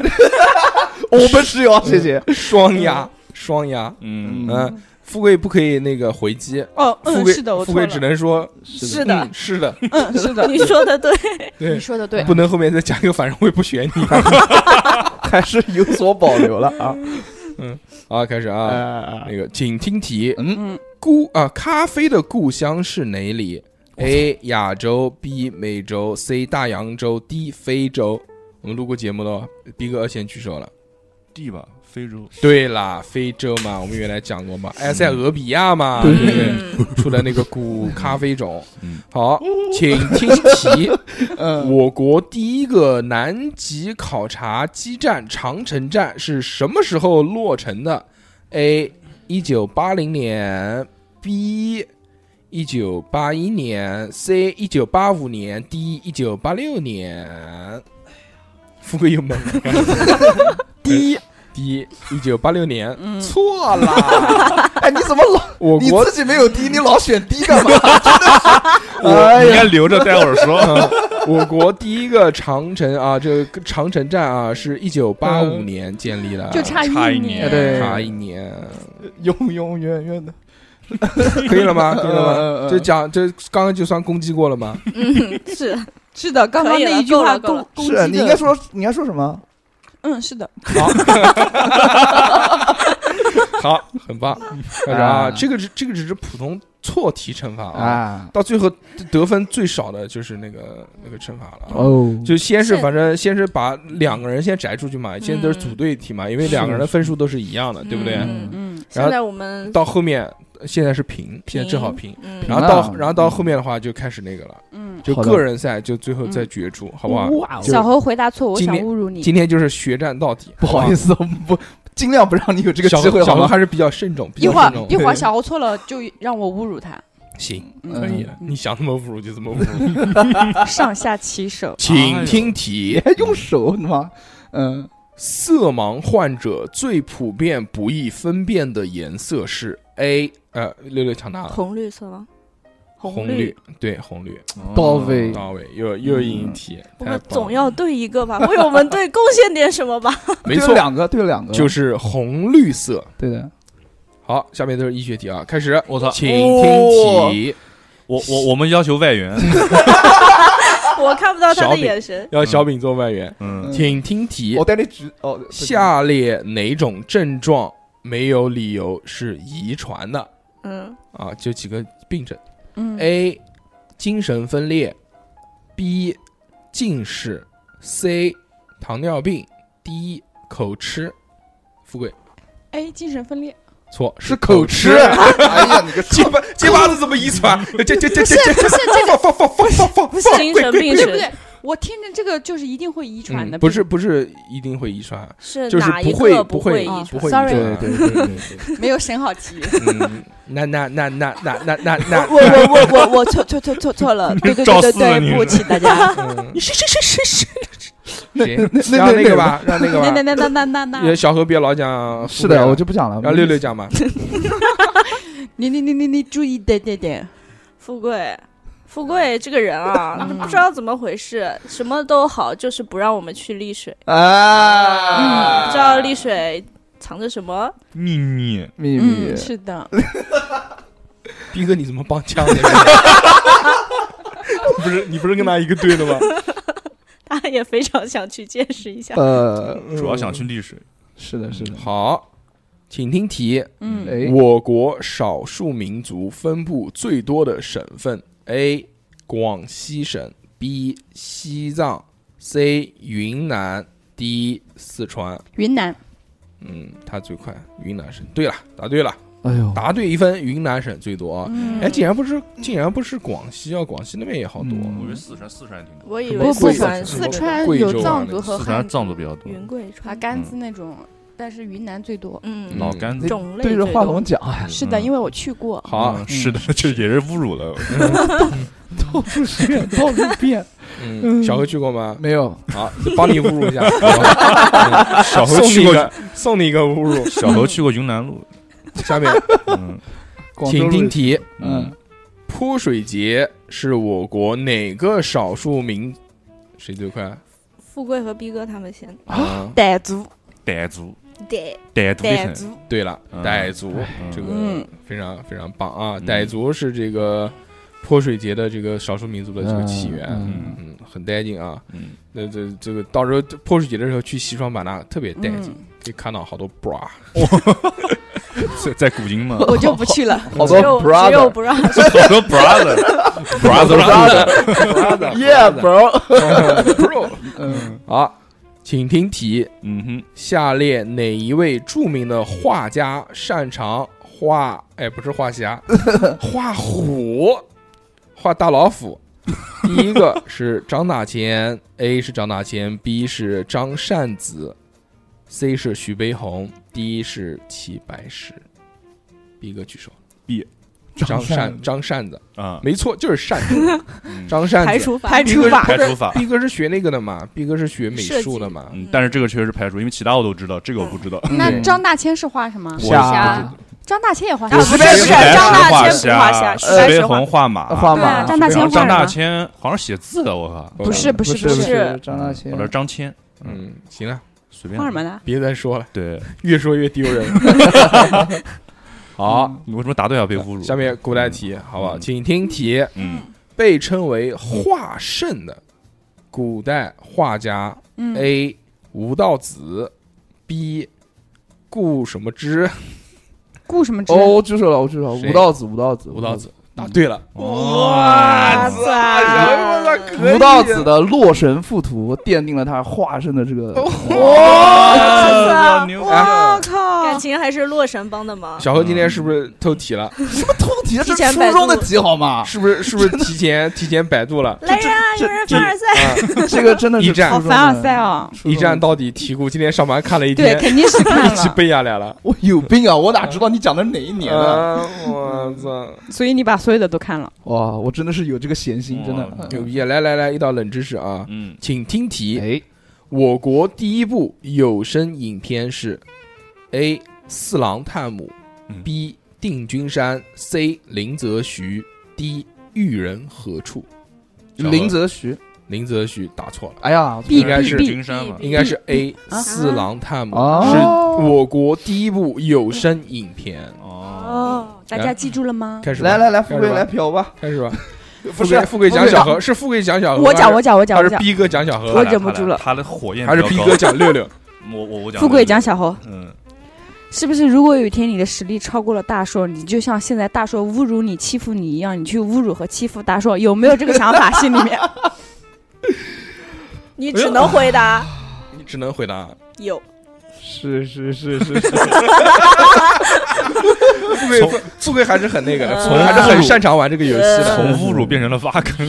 [SPEAKER 2] 我们是有，谢谢。
[SPEAKER 1] 双压，双压，
[SPEAKER 8] 嗯，
[SPEAKER 1] 嗯、富贵不可以那个回击，
[SPEAKER 6] 哦，
[SPEAKER 1] 富
[SPEAKER 6] 嗯，
[SPEAKER 1] 贵、
[SPEAKER 6] 是的，我
[SPEAKER 1] 富
[SPEAKER 6] 错
[SPEAKER 1] 贵只
[SPEAKER 6] 了。
[SPEAKER 1] 能说
[SPEAKER 5] 是的
[SPEAKER 1] 嗯，是的，
[SPEAKER 6] 嗯，是的，
[SPEAKER 5] 你说的对，
[SPEAKER 1] 对
[SPEAKER 3] 你，说的对，
[SPEAKER 1] 不能后面再加一个反正我也不选你
[SPEAKER 2] 还是有所保留了 啊。
[SPEAKER 1] 啊，开始
[SPEAKER 2] 哎
[SPEAKER 1] 啊，
[SPEAKER 2] 哎哎
[SPEAKER 1] 那个请听题，
[SPEAKER 6] 嗯，
[SPEAKER 1] 故啊，咖啡的故乡是哪里？A 亚洲，B 美洲，C 大洋洲，D 非洲。我们录过节目了逼哥先举手了。
[SPEAKER 8] 地吧，非洲，
[SPEAKER 1] 对啦，非洲嘛，我们原来讲过嘛，埃塞俄比亚嘛，
[SPEAKER 2] 对
[SPEAKER 1] 不对？
[SPEAKER 5] 嗯，
[SPEAKER 1] 出了那个古咖啡种
[SPEAKER 8] 嗯。
[SPEAKER 1] 好，请听题：呃
[SPEAKER 2] 嗯，
[SPEAKER 1] 我国第一个南极考察基站长城站是什么时候落成的？A. 一九八零年，B. 一九八一年，C. 一九八五年，D. 一九八六年。 富贵又懵了。
[SPEAKER 6] 第一，
[SPEAKER 1] D. 一九八六年，
[SPEAKER 6] 嗯，
[SPEAKER 2] 错了。 哎，你怎么老
[SPEAKER 1] 我
[SPEAKER 2] 你
[SPEAKER 1] 国
[SPEAKER 2] 自己没有低，你老选低 干嘛？真的是，
[SPEAKER 8] 我
[SPEAKER 2] 哎
[SPEAKER 8] 应
[SPEAKER 2] 呀，
[SPEAKER 8] 该留着待会儿说。
[SPEAKER 1] 啊，我国第一个长城啊，这个长城站啊，是一九八五
[SPEAKER 2] 嗯
[SPEAKER 1] 年建立的，哎
[SPEAKER 6] 就差
[SPEAKER 8] 差一
[SPEAKER 6] 一
[SPEAKER 8] 年
[SPEAKER 2] 对
[SPEAKER 1] 差一年，
[SPEAKER 2] 永永远远的，嗯
[SPEAKER 1] 可以了吗？可以了吗？
[SPEAKER 2] 吗
[SPEAKER 1] 这讲这刚刚就算攻击过了吗？
[SPEAKER 5] 嗯是
[SPEAKER 6] 是的，刚刚
[SPEAKER 5] 可以了
[SPEAKER 6] 那一句话
[SPEAKER 5] 够了
[SPEAKER 6] 攻
[SPEAKER 5] 够
[SPEAKER 6] 攻击
[SPEAKER 2] 是啊
[SPEAKER 6] 的
[SPEAKER 2] 你应该说，你应该说什么？
[SPEAKER 6] 嗯，是的，
[SPEAKER 1] 好，很棒。但是啊，
[SPEAKER 2] 啊
[SPEAKER 1] 这个是这个只是普通错题惩罚啊，
[SPEAKER 2] 啊，
[SPEAKER 1] 到最后得分最少的就是那个那个惩罚了啊。
[SPEAKER 2] 哦
[SPEAKER 1] 就先是嗯
[SPEAKER 5] 是
[SPEAKER 1] 反正先是把两个人先摘出去嘛，现在都是组队题嘛，因为两个人的分数都是一样的，对不对？
[SPEAKER 5] 嗯
[SPEAKER 6] 嗯，
[SPEAKER 1] 然
[SPEAKER 5] 现
[SPEAKER 1] 后
[SPEAKER 5] 在我们
[SPEAKER 1] 到后面现在是平，现在正好平。
[SPEAKER 5] 嗯
[SPEAKER 1] 然后到
[SPEAKER 2] 平啊
[SPEAKER 1] 然后到后面的话就开始那个了，
[SPEAKER 6] 嗯，
[SPEAKER 1] 就
[SPEAKER 2] 好的
[SPEAKER 1] 个人赛就最后再角逐，好不好？
[SPEAKER 2] 哇哦
[SPEAKER 1] 就
[SPEAKER 3] 小侯回答错，我
[SPEAKER 1] 今
[SPEAKER 3] 想
[SPEAKER 1] 天
[SPEAKER 3] 侮辱你。
[SPEAKER 1] 今天就是血战到底，
[SPEAKER 2] 不好意
[SPEAKER 1] 思，
[SPEAKER 2] 思，我们不尽量不让你有这个
[SPEAKER 1] 小
[SPEAKER 2] 机会，
[SPEAKER 1] 何小
[SPEAKER 2] 好
[SPEAKER 1] 何
[SPEAKER 2] 吗？
[SPEAKER 1] 还是比较慎重，比
[SPEAKER 3] 一
[SPEAKER 1] 较
[SPEAKER 3] 会儿
[SPEAKER 1] 慎重
[SPEAKER 3] 一。会
[SPEAKER 2] 对
[SPEAKER 3] 儿小侯错了，就让我侮辱他。
[SPEAKER 1] 行，
[SPEAKER 6] 嗯
[SPEAKER 1] 可以，啊你想怎么侮辱就怎 么哎侮辱。
[SPEAKER 6] 上下 其手，
[SPEAKER 1] 请听题
[SPEAKER 2] 你：还哎用手呢吗？嗯，
[SPEAKER 1] 色盲患者最普遍不易分辨的颜色是 A，呃，六六抢答了，
[SPEAKER 5] 红绿色吗？
[SPEAKER 1] 红
[SPEAKER 5] 绿
[SPEAKER 1] 绿，，对，红绿，
[SPEAKER 2] 到位
[SPEAKER 1] 到位，又又赢一
[SPEAKER 2] 嗯
[SPEAKER 1] 题，
[SPEAKER 5] 我
[SPEAKER 1] 太
[SPEAKER 5] 们
[SPEAKER 1] 棒
[SPEAKER 5] 总
[SPEAKER 1] 了
[SPEAKER 5] 要对一个吧，为我们队贡献点什 么吧。
[SPEAKER 1] 没
[SPEAKER 2] 对了
[SPEAKER 1] 错，
[SPEAKER 2] 两个对了两个，
[SPEAKER 1] 就是红绿色。
[SPEAKER 2] 对的。
[SPEAKER 1] 好，下面都是医学题啊，开始，
[SPEAKER 8] 我操
[SPEAKER 1] 请
[SPEAKER 2] 哦
[SPEAKER 1] 听题，
[SPEAKER 8] 我我我们要求外援，
[SPEAKER 5] 我看不到他
[SPEAKER 1] 小
[SPEAKER 5] 的
[SPEAKER 1] 饼
[SPEAKER 5] 眼神。
[SPEAKER 1] 要小饼做外援，
[SPEAKER 8] 嗯，
[SPEAKER 1] 请听题
[SPEAKER 2] 我，带你举哦，对
[SPEAKER 1] 下列哪种症状没有理由是遗传的
[SPEAKER 5] 嗯，
[SPEAKER 1] 啊？就几个病症
[SPEAKER 6] 嗯，
[SPEAKER 1] ：A. 精神分裂，B. 近视，C. 糖尿病，D. 口吃。富贵
[SPEAKER 6] 哎，精神分裂，
[SPEAKER 1] 错，
[SPEAKER 2] 是
[SPEAKER 1] 口
[SPEAKER 2] 口吃。。哎呀，你个
[SPEAKER 1] 结巴结巴子怎么遗传？ 这这这这这这放放放放放放放
[SPEAKER 5] 精神病
[SPEAKER 3] 对不
[SPEAKER 5] 是
[SPEAKER 3] 对？我听着这个就是一定会遗传的，
[SPEAKER 1] 嗯不是不是一定会遗传，啊
[SPEAKER 5] 是
[SPEAKER 1] 就是
[SPEAKER 5] 哪一
[SPEAKER 1] 不会
[SPEAKER 5] 个
[SPEAKER 1] 不会啊
[SPEAKER 5] 会
[SPEAKER 1] 遗
[SPEAKER 5] 遗
[SPEAKER 1] 不
[SPEAKER 5] 传？
[SPEAKER 1] 会遗
[SPEAKER 3] Sorry
[SPEAKER 1] 传，
[SPEAKER 2] 对
[SPEAKER 1] 对对对。
[SPEAKER 6] 没有审好题，
[SPEAKER 1] 嗯，那那那那那那那 那，
[SPEAKER 6] 我我我我我错错错错错了，对对
[SPEAKER 8] 赵
[SPEAKER 6] 对
[SPEAKER 8] 四
[SPEAKER 6] 对
[SPEAKER 8] 你
[SPEAKER 6] 对，
[SPEAKER 8] 是
[SPEAKER 6] 不起大家。
[SPEAKER 1] 嗯
[SPEAKER 6] 你是是是是是，
[SPEAKER 1] 行，
[SPEAKER 2] 那
[SPEAKER 1] 让
[SPEAKER 2] 那
[SPEAKER 1] 那个吧，让那个
[SPEAKER 6] 那那
[SPEAKER 1] 吧，
[SPEAKER 6] 那那那那
[SPEAKER 1] 也
[SPEAKER 6] 那，
[SPEAKER 1] 小何别老讲
[SPEAKER 2] 是
[SPEAKER 1] 负面了，
[SPEAKER 2] 的，我就不讲了。
[SPEAKER 1] 让六六 讲吧。
[SPEAKER 6] 你你你你你注意点点点，
[SPEAKER 5] 富贵，富贵这个人啊，不知道怎么回事，什么都好，就是不让我们去丽水。
[SPEAKER 2] 啊，
[SPEAKER 5] 不嗯知道丽水藏着什么？
[SPEAKER 8] 秘密，
[SPEAKER 2] 秘密
[SPEAKER 6] 嗯，是的，
[SPEAKER 1] 斌哥，你怎么帮腔的？
[SPEAKER 8] 不是你不是跟他一个队的吗？
[SPEAKER 5] 他也非常想去见识一下。
[SPEAKER 2] 呃，
[SPEAKER 8] 主要想去丽水。
[SPEAKER 2] 是的，是的，
[SPEAKER 1] 好，请听题：
[SPEAKER 6] 嗯，
[SPEAKER 2] 哎，
[SPEAKER 1] 我国少数民族分布最多的省份：A. 广西省；B. 西藏；C. 云南；D. 四川。
[SPEAKER 6] 云南，
[SPEAKER 1] 嗯，他最快，云南省。对了，答对了，
[SPEAKER 2] 哎呦，
[SPEAKER 1] 答对一分，云南省最多啊。
[SPEAKER 6] 嗯
[SPEAKER 1] 哎，竟然不是，竟然不是广西啊！广西那边也好多，
[SPEAKER 2] 嗯
[SPEAKER 8] 我觉得四川，四川也挺多。
[SPEAKER 5] 我以
[SPEAKER 1] 什
[SPEAKER 5] 为
[SPEAKER 1] 么贵
[SPEAKER 5] 四
[SPEAKER 1] 州
[SPEAKER 5] 川
[SPEAKER 1] 什
[SPEAKER 5] 是
[SPEAKER 1] 么
[SPEAKER 6] 四川
[SPEAKER 1] 贵州啊
[SPEAKER 6] 有藏族和
[SPEAKER 8] 四川
[SPEAKER 6] 汉
[SPEAKER 8] 藏族比较多，
[SPEAKER 5] 云贵
[SPEAKER 6] 和
[SPEAKER 5] 川，
[SPEAKER 6] 甘孜那种，但是云南最多。啊
[SPEAKER 5] 嗯，
[SPEAKER 8] 老甘
[SPEAKER 2] 嗯
[SPEAKER 8] 子。
[SPEAKER 5] 种类
[SPEAKER 2] 对着
[SPEAKER 5] 最
[SPEAKER 2] 话
[SPEAKER 5] 多
[SPEAKER 2] 筒讲， 哎，
[SPEAKER 6] 是的，因为我去过。
[SPEAKER 1] 好，
[SPEAKER 8] 嗯是的，这也是侮辱了。
[SPEAKER 2] 到处变，到处变，
[SPEAKER 1] 嗯，小何去过吗？
[SPEAKER 2] 没有，
[SPEAKER 1] 好，帮你侮辱 一下，嗯
[SPEAKER 8] 小何
[SPEAKER 1] 送你
[SPEAKER 8] 去
[SPEAKER 1] 一
[SPEAKER 8] 过，
[SPEAKER 1] 个，送你一个侮辱。
[SPEAKER 8] 小何去过云南路。
[SPEAKER 1] 下面，
[SPEAKER 8] 嗯
[SPEAKER 2] 广
[SPEAKER 1] 请
[SPEAKER 2] 州
[SPEAKER 1] 听
[SPEAKER 2] 路
[SPEAKER 1] 题：
[SPEAKER 2] 嗯，
[SPEAKER 1] 泼水节是我国哪个少数民？谁最快？
[SPEAKER 5] 富贵和逼哥他们先
[SPEAKER 1] 啊，
[SPEAKER 6] 傣族，
[SPEAKER 8] 傣族，
[SPEAKER 5] 对，
[SPEAKER 8] 傣族
[SPEAKER 6] 傣
[SPEAKER 8] 的很。
[SPEAKER 6] 族，
[SPEAKER 1] 对了，
[SPEAKER 8] 嗯
[SPEAKER 1] 傣族
[SPEAKER 8] 嗯
[SPEAKER 1] 这个
[SPEAKER 6] 嗯
[SPEAKER 1] 非常非常棒啊！
[SPEAKER 8] 嗯
[SPEAKER 1] 傣族是这个泼水节的这个少数民族的这个起源，
[SPEAKER 2] 嗯
[SPEAKER 1] 嗯嗯，很带劲啊！
[SPEAKER 8] 嗯，
[SPEAKER 1] 那这这个到时候泼水节的时候去西双版纳特别带劲，
[SPEAKER 6] 嗯，
[SPEAKER 1] 可以看到好多 bra，
[SPEAKER 8] 在在古 今嘛，
[SPEAKER 6] 嗯我就不去了。
[SPEAKER 2] 好
[SPEAKER 5] 只
[SPEAKER 2] 多
[SPEAKER 5] 有只
[SPEAKER 2] brother，
[SPEAKER 5] 有不让
[SPEAKER 8] 好多 brother，brother
[SPEAKER 2] yeah bro，
[SPEAKER 1] bro，
[SPEAKER 2] 嗯，
[SPEAKER 1] 好，请听题：
[SPEAKER 8] 嗯哼，
[SPEAKER 1] 下列哪一位著名的画家擅长画？ 哎，不是画侠，画虎，画大老虎。第一个是张大千，A 是张大千，B 是张善子，C 是徐悲鸿，D 是齐白石。第一个举手，张善张善子，
[SPEAKER 8] 啊，
[SPEAKER 1] 没错，就是善 子，
[SPEAKER 8] 嗯
[SPEAKER 1] 张善
[SPEAKER 5] 排
[SPEAKER 1] 子。
[SPEAKER 5] 除法，
[SPEAKER 6] 排除法
[SPEAKER 8] 排除法。
[SPEAKER 1] B 哥是学那个的嘛？B 哥是学美
[SPEAKER 5] 设计
[SPEAKER 1] 术的嘛？
[SPEAKER 8] 嗯，但是这个确实是排除，因为其他我都知道，这个我不知道。
[SPEAKER 2] 嗯
[SPEAKER 6] 那张大千是画什么？
[SPEAKER 8] 我
[SPEAKER 2] 下
[SPEAKER 5] 瞎
[SPEAKER 6] 张大千也画
[SPEAKER 5] 啊
[SPEAKER 6] 什
[SPEAKER 5] 徐
[SPEAKER 6] 么？
[SPEAKER 5] 白
[SPEAKER 8] 石
[SPEAKER 5] 石张大
[SPEAKER 8] 画
[SPEAKER 5] 千不画
[SPEAKER 8] 虾
[SPEAKER 5] 虾
[SPEAKER 8] 徐
[SPEAKER 5] 徐白
[SPEAKER 8] 悲
[SPEAKER 5] 石
[SPEAKER 8] 鸿画马，
[SPEAKER 2] 画
[SPEAKER 6] 对啊
[SPEAKER 2] 马，
[SPEAKER 6] 张大
[SPEAKER 8] 然后张
[SPEAKER 6] 千画
[SPEAKER 8] 大
[SPEAKER 6] 了吗？
[SPEAKER 8] 千好像写字的，我靠，
[SPEAKER 6] 不是不是
[SPEAKER 2] 是
[SPEAKER 6] 不
[SPEAKER 5] 是
[SPEAKER 2] 是张大
[SPEAKER 8] 我说
[SPEAKER 2] 千，
[SPEAKER 8] 张骞，
[SPEAKER 1] 嗯，行了，
[SPEAKER 8] 随便
[SPEAKER 6] 画什么呢？
[SPEAKER 1] 别再说了，
[SPEAKER 8] 对，
[SPEAKER 1] 越说越丢人。好，
[SPEAKER 8] 你为什么答对要被侮辱？
[SPEAKER 1] 下面古代，题，好不好？
[SPEAKER 8] 嗯
[SPEAKER 1] 请听题：
[SPEAKER 8] 嗯，
[SPEAKER 1] 被称为画圣的古代画家
[SPEAKER 6] 嗯，
[SPEAKER 1] A 吴道子，B 顾什么 之？
[SPEAKER 6] 顾什么之？
[SPEAKER 2] 哦，我举手了，我举手了，
[SPEAKER 1] 谁
[SPEAKER 2] 吴道子，吴道子，
[SPEAKER 1] 吴道子，答对 了，
[SPEAKER 8] 哇
[SPEAKER 1] 哎
[SPEAKER 5] 塞！
[SPEAKER 2] 吴道子的《洛神赋图》奠定了他画圣的这个，
[SPEAKER 6] 哦
[SPEAKER 2] 哦
[SPEAKER 8] 哇，牛
[SPEAKER 6] 我靠
[SPEAKER 5] 感！情还是洛神帮的忙，
[SPEAKER 1] 小何今
[SPEAKER 8] 嗯
[SPEAKER 1] 天是不是偷题了？
[SPEAKER 2] 什么偷题啊？这
[SPEAKER 5] 提前
[SPEAKER 2] 初
[SPEAKER 5] 百度
[SPEAKER 2] 中的题好吗？
[SPEAKER 1] 是不是是不是提前提前百 度了？
[SPEAKER 5] 来呀，有人凡尔赛，
[SPEAKER 2] 这个真的是
[SPEAKER 1] 一战
[SPEAKER 2] 初
[SPEAKER 6] 好
[SPEAKER 2] 中的
[SPEAKER 6] 凡尔赛！啊！
[SPEAKER 2] 初中
[SPEAKER 1] 一
[SPEAKER 2] 的
[SPEAKER 1] 站到底题库，今天上班看了一
[SPEAKER 6] 对，
[SPEAKER 1] 天，
[SPEAKER 6] 肯定是看
[SPEAKER 1] 一起
[SPEAKER 6] 了，
[SPEAKER 1] 背下来了。
[SPEAKER 2] 我有病啊！我哪知道你讲的是哪一年的？
[SPEAKER 1] 啊我操！
[SPEAKER 6] 所以你把所有的都看了。
[SPEAKER 2] 哇，我真的是有这个闲心，真
[SPEAKER 8] 哇
[SPEAKER 2] 的
[SPEAKER 1] 牛逼！来来来，一道冷知识啊，
[SPEAKER 8] 嗯，
[SPEAKER 1] 请听题：
[SPEAKER 2] 哎，
[SPEAKER 1] 我国第一部有声影片是 A. 四郎探母
[SPEAKER 8] 嗯
[SPEAKER 1] ，B. 定军山，C. 林则徐，D. 玉人何处？小何
[SPEAKER 2] 林则徐，
[SPEAKER 1] 林则徐答错了，
[SPEAKER 2] 哎呀，
[SPEAKER 6] 必
[SPEAKER 1] 应该
[SPEAKER 6] 必
[SPEAKER 1] 是
[SPEAKER 6] 必
[SPEAKER 8] 金山嘛，
[SPEAKER 1] 应该是 A.
[SPEAKER 6] 啊
[SPEAKER 1] 四郎探母是
[SPEAKER 2] 哦
[SPEAKER 1] 我国第一部有声影片。
[SPEAKER 6] 啊
[SPEAKER 8] 哦，，
[SPEAKER 6] 大家记住了吗？
[SPEAKER 1] 开始吧
[SPEAKER 2] 来来来，富
[SPEAKER 1] 开
[SPEAKER 2] 贵
[SPEAKER 1] 始吧
[SPEAKER 2] 来 嫖吧，
[SPEAKER 1] 开始吧，
[SPEAKER 2] 不
[SPEAKER 1] 富
[SPEAKER 2] 是
[SPEAKER 1] 贵富贵
[SPEAKER 2] 不
[SPEAKER 1] 讲
[SPEAKER 2] 是
[SPEAKER 1] 小何是富贵讲小何，
[SPEAKER 6] 我讲，我讲，我讲，
[SPEAKER 1] 还
[SPEAKER 6] 我
[SPEAKER 1] 是
[SPEAKER 6] 讲。
[SPEAKER 1] 逼哥讲小何
[SPEAKER 6] 我，忍不住了
[SPEAKER 8] 他的火焰
[SPEAKER 1] 还是逼哥，讲六六？
[SPEAKER 8] 我我我讲，
[SPEAKER 6] 富贵讲，小猴，
[SPEAKER 8] 嗯，
[SPEAKER 6] 是不是？如果有一天你的实力超过了大硕，你就像现在大硕侮辱你、欺负你一样，你去侮辱和欺负大硕，有没有这个想法？心里面
[SPEAKER 5] 你只能 回答
[SPEAKER 1] 你只能回答啊
[SPEAKER 5] 有。
[SPEAKER 2] 是是是是是，
[SPEAKER 1] 富贵，富富贵还是很那个的，
[SPEAKER 5] 嗯
[SPEAKER 1] 富贵还是很擅长玩这个游戏的。嗯
[SPEAKER 8] 从侮辱变成了挖坑，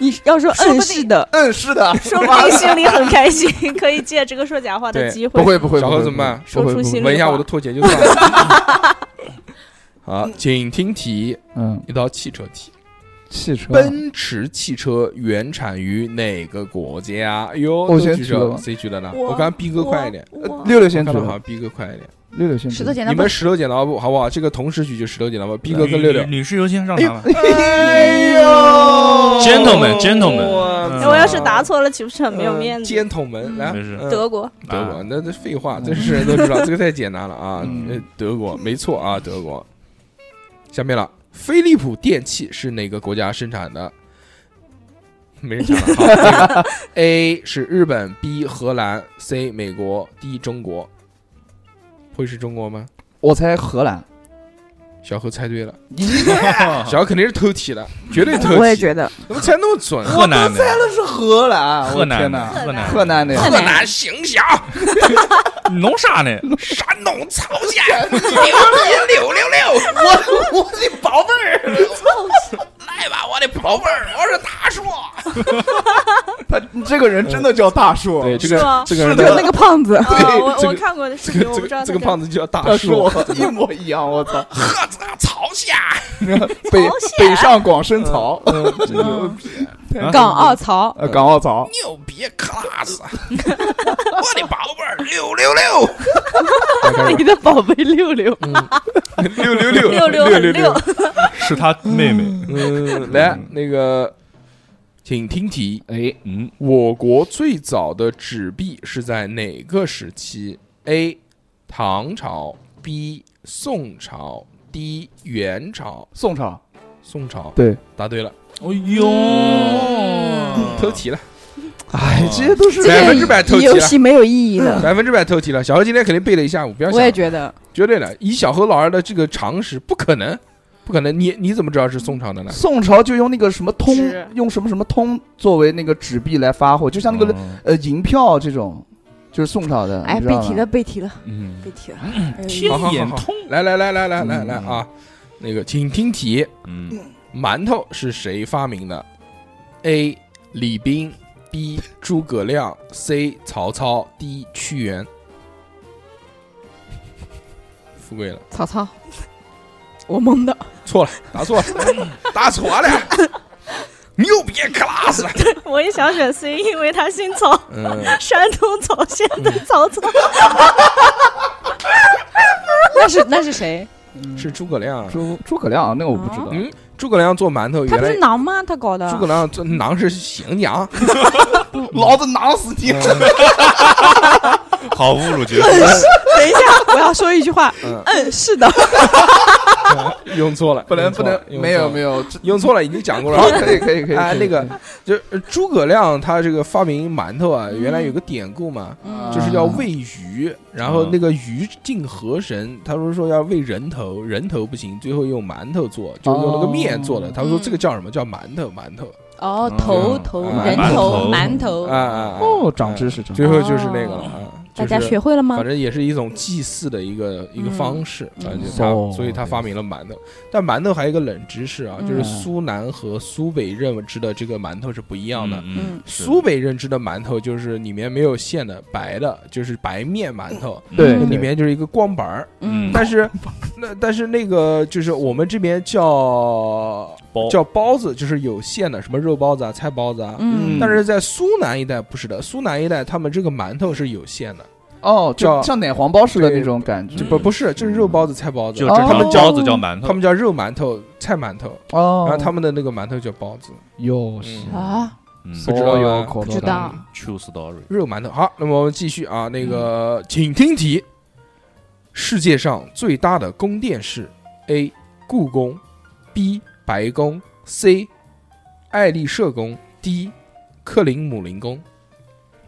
[SPEAKER 6] 你要说嗯是的，
[SPEAKER 2] 嗯，是的，
[SPEAKER 5] 说不定心里很开心，可以借这个说假话的
[SPEAKER 1] 对
[SPEAKER 5] 机会。
[SPEAKER 2] 不会不会，
[SPEAKER 1] 小
[SPEAKER 2] 不
[SPEAKER 1] 何
[SPEAKER 2] 会
[SPEAKER 1] 怎么办？
[SPEAKER 5] 说
[SPEAKER 2] 不会
[SPEAKER 5] 出
[SPEAKER 2] 不会
[SPEAKER 5] 心里话。
[SPEAKER 1] 闻一下我的拖鞋就算了。 好，请听题，
[SPEAKER 2] 嗯，
[SPEAKER 1] 一道汽车题。
[SPEAKER 2] 汽车
[SPEAKER 1] 奔驰汽车原产于哪个国家？哟，
[SPEAKER 2] 我
[SPEAKER 1] 都
[SPEAKER 2] 先
[SPEAKER 1] 举
[SPEAKER 2] 举了
[SPEAKER 1] 手，
[SPEAKER 2] 吗
[SPEAKER 1] 谁举的呢？
[SPEAKER 5] 我
[SPEAKER 1] 我刚逼哥快一点，
[SPEAKER 5] 我。
[SPEAKER 2] 呃
[SPEAKER 5] 我
[SPEAKER 2] 六六先
[SPEAKER 1] 看
[SPEAKER 2] 举
[SPEAKER 1] 到好像
[SPEAKER 2] 吧，
[SPEAKER 1] 逼哥快一点。
[SPEAKER 2] 六六先举
[SPEAKER 6] 石头剪刀
[SPEAKER 1] 你
[SPEAKER 6] 布
[SPEAKER 1] 们，石头剪刀布好不好？这个同时举就石头剪刀布，逼哥跟六六。
[SPEAKER 8] 女士优先让他吧。
[SPEAKER 2] 哎呦
[SPEAKER 8] Gentlemen，Gentlemen 嗯
[SPEAKER 5] 哎我要是答错了，岂不是很没有面子？
[SPEAKER 1] 尖筒门来
[SPEAKER 8] 没事，
[SPEAKER 1] 嗯
[SPEAKER 5] 德国，
[SPEAKER 1] 德国，
[SPEAKER 8] 啊
[SPEAKER 1] 那那废话，
[SPEAKER 2] 嗯
[SPEAKER 1] 这世人都知道，这个太简单了啊！
[SPEAKER 2] 嗯
[SPEAKER 1] 呃德国，没错啊，德国。下面了，飞利浦电器是哪个国家生产的？没人抢了。好这个 A 是日本，B 荷兰，C 美国，D 中国。会是中国吗？
[SPEAKER 2] 我猜荷兰，
[SPEAKER 1] 小何猜对了，
[SPEAKER 8] 小
[SPEAKER 1] 小何肯定是偷题的，绝对偷题。
[SPEAKER 6] 我也觉得，
[SPEAKER 1] 怎么猜那么 准？啊
[SPEAKER 8] 河南的，
[SPEAKER 2] 那是荷兰，我
[SPEAKER 8] 河南
[SPEAKER 2] 天
[SPEAKER 8] 的，
[SPEAKER 2] 哪，
[SPEAKER 8] 河南
[SPEAKER 2] 河南的呀，
[SPEAKER 1] 河南行侠，
[SPEAKER 8] 的，你 弄啥呢？
[SPEAKER 1] 山东曹县，牛逼六六六。
[SPEAKER 2] 我我的宝贝儿，
[SPEAKER 1] 来吧，我的宝贝儿，我是大叔。
[SPEAKER 2] 他这个人真的叫大树，
[SPEAKER 1] 对，这
[SPEAKER 5] 是
[SPEAKER 1] 个
[SPEAKER 5] 吗
[SPEAKER 1] 这个人
[SPEAKER 6] 就
[SPEAKER 1] 叫
[SPEAKER 6] 那个胖子，
[SPEAKER 5] 啊，我
[SPEAKER 1] 这个
[SPEAKER 5] 我看过的视
[SPEAKER 1] 这
[SPEAKER 5] 频，
[SPEAKER 1] 个
[SPEAKER 5] 我
[SPEAKER 1] 这
[SPEAKER 5] 不知道
[SPEAKER 1] 个
[SPEAKER 5] 他
[SPEAKER 1] 这个
[SPEAKER 5] 叫
[SPEAKER 1] 胖子就叫大
[SPEAKER 2] 大树
[SPEAKER 1] 叔。
[SPEAKER 2] 一模一样，我 操，
[SPEAKER 1] 菏泽曹县，
[SPEAKER 2] 北
[SPEAKER 5] 朝鲜
[SPEAKER 6] 啊
[SPEAKER 2] 北上广深曹，
[SPEAKER 6] 嗯港澳曹，
[SPEAKER 1] 啊
[SPEAKER 2] 呃港澳曹，
[SPEAKER 1] 牛逼 class。我的宝贝儿，六六六。
[SPEAKER 6] 你的宝贝六六，
[SPEAKER 1] 六六六
[SPEAKER 5] 六六
[SPEAKER 1] 六
[SPEAKER 5] 很六，
[SPEAKER 8] 是他妹妹。
[SPEAKER 1] 嗯，来那个，请听题。
[SPEAKER 2] 哎，
[SPEAKER 8] 嗯，
[SPEAKER 1] 我国最早的纸币是在哪个时期？A. 唐朝 B. 宋朝 D. 元朝。
[SPEAKER 2] 宋朝，
[SPEAKER 1] 宋朝
[SPEAKER 2] 对，
[SPEAKER 1] 答对了，
[SPEAKER 8] 哎呦，嗯
[SPEAKER 1] 偷题了，哦
[SPEAKER 2] 哎，这些都是
[SPEAKER 6] 这
[SPEAKER 1] 百分之百偷
[SPEAKER 6] 个
[SPEAKER 1] 题了
[SPEAKER 6] 游戏没有意义的，
[SPEAKER 1] 百分之百偷题了。小何今天肯定背了一下午，不要
[SPEAKER 6] 我也
[SPEAKER 1] 想，
[SPEAKER 6] 觉得，
[SPEAKER 1] 绝对了。以小何老二的这个常识，不可能，不可能。你你怎么知道是宋朝的呢？
[SPEAKER 2] 宋朝就用那个什么通
[SPEAKER 5] 纸，
[SPEAKER 2] 用什么什么通作为那个纸币来发货，就像那
[SPEAKER 1] 哦
[SPEAKER 2] 个
[SPEAKER 8] 嗯
[SPEAKER 2] 呃银票这种，就是宋朝的。
[SPEAKER 6] 哎，
[SPEAKER 2] 你知
[SPEAKER 6] 被
[SPEAKER 2] 道吗
[SPEAKER 6] 提了，被提了，
[SPEAKER 8] 嗯，
[SPEAKER 6] 被提了，哎
[SPEAKER 1] 好好
[SPEAKER 8] 天眼
[SPEAKER 1] 好好
[SPEAKER 8] 通，
[SPEAKER 1] 来来来来来来来
[SPEAKER 8] 嗯
[SPEAKER 1] 啊，那个请听题。
[SPEAKER 8] 嗯，
[SPEAKER 1] 馒头是谁发明的？A. 李冰 B. 诸葛亮 C. 曹操 D. 屈原。富贵了，
[SPEAKER 6] 曹操，我蒙的，
[SPEAKER 1] 错了，答错了， 答错了，牛逼 class！
[SPEAKER 5] 我也想选 C，因为他姓曹，
[SPEAKER 1] 嗯，
[SPEAKER 5] 山东曹县的曹操。
[SPEAKER 6] 那是那是谁？
[SPEAKER 1] 是诸葛亮啊。
[SPEAKER 2] 诸诸葛亮，那个我不知道。
[SPEAKER 1] 嗯，诸葛亮做馒头，
[SPEAKER 6] 他
[SPEAKER 1] 哦原
[SPEAKER 6] 不
[SPEAKER 1] 来
[SPEAKER 6] 是囊吗？他搞的，啊
[SPEAKER 1] 诸 葛亮做馕是咸羊，哦
[SPEAKER 2] 老子囊死
[SPEAKER 1] 嗯
[SPEAKER 2] 你！
[SPEAKER 8] 好侮辱角
[SPEAKER 6] 嗯
[SPEAKER 8] 色，
[SPEAKER 6] 是等一下，我要说一句话
[SPEAKER 1] 嗯，
[SPEAKER 6] 嗯，是的，
[SPEAKER 1] 用错 了，
[SPEAKER 2] 不能不能，
[SPEAKER 1] 嗯
[SPEAKER 2] 没有没
[SPEAKER 1] 有，
[SPEAKER 2] 有，这
[SPEAKER 1] 用错了，已经讲过了
[SPEAKER 2] 好，。可以可以可以。
[SPEAKER 1] 哦哎，
[SPEAKER 2] 可以
[SPEAKER 1] 那个就是呃诸葛亮他这个发明馒头啊，原来有个典故嘛，
[SPEAKER 2] 啊
[SPEAKER 6] 嗯
[SPEAKER 1] 就是要喂鱼，然
[SPEAKER 2] 嗯
[SPEAKER 1] 后那个鱼敬河神，他说说要喂人头，人头不行，最后用馒头做，就用那个面做
[SPEAKER 2] 哦
[SPEAKER 1] 的。他们说
[SPEAKER 6] 嗯
[SPEAKER 1] 这个叫什么？叫馒头，馒头
[SPEAKER 6] 哦，
[SPEAKER 8] 头
[SPEAKER 6] 头
[SPEAKER 8] 嗯
[SPEAKER 6] 头
[SPEAKER 1] 啊
[SPEAKER 6] 人
[SPEAKER 8] 馒头
[SPEAKER 6] 头馒头
[SPEAKER 1] 啊，啊啊！
[SPEAKER 2] 哦，长知识，长知
[SPEAKER 1] 最
[SPEAKER 2] 识
[SPEAKER 1] 后就是那个了啊，就是
[SPEAKER 6] 哦大家学会了吗
[SPEAKER 1] 反？正也是一种祭祀的一个一个方式啊，
[SPEAKER 6] 嗯
[SPEAKER 1] 就他
[SPEAKER 2] 哦，
[SPEAKER 1] 所以他发明了馒头。但馒头还有一个冷知识啊，就是
[SPEAKER 6] 嗯
[SPEAKER 1] 苏南和苏北认知的这个馒头是不一样的。
[SPEAKER 8] 嗯，是
[SPEAKER 1] 苏北认知的馒头就是里面没有馅的白的，就是白面馒头，
[SPEAKER 2] 对
[SPEAKER 1] 那
[SPEAKER 6] 嗯
[SPEAKER 1] 里面就是一个光板儿。
[SPEAKER 8] 嗯
[SPEAKER 1] 但是，那但是那个就是我们这边叫
[SPEAKER 8] 包
[SPEAKER 1] 叫包子，就是有馅的，什么肉包子啊、菜包子啊。
[SPEAKER 6] 嗯，
[SPEAKER 1] 但是在苏南一带不是的，苏南一带他们这个馒头是有馅的，
[SPEAKER 2] 哦，
[SPEAKER 1] 叫
[SPEAKER 2] 就像奶黄包似的
[SPEAKER 1] 对
[SPEAKER 2] 那种感觉
[SPEAKER 1] 就不不是就是肉包子、菜包子
[SPEAKER 8] 就，正
[SPEAKER 2] 他
[SPEAKER 8] 常
[SPEAKER 2] 们
[SPEAKER 8] 包子叫馒头，
[SPEAKER 1] 他们叫肉馒头、菜馒头，
[SPEAKER 2] 哦
[SPEAKER 1] 然后他们的那个馒头叫包子。
[SPEAKER 2] 又是
[SPEAKER 1] 嗯
[SPEAKER 6] 啊，
[SPEAKER 8] 嗯
[SPEAKER 1] 不知道啊
[SPEAKER 2] 哟口头
[SPEAKER 6] 不知道
[SPEAKER 2] 禅，
[SPEAKER 8] true story，
[SPEAKER 1] 肉馒头。好，那么我们继续啊，那个，请听题：世界上最大的宫殿是 A. 故宫，B. 白宫，C. 爱丽舍宫，D. 克林姆林宫。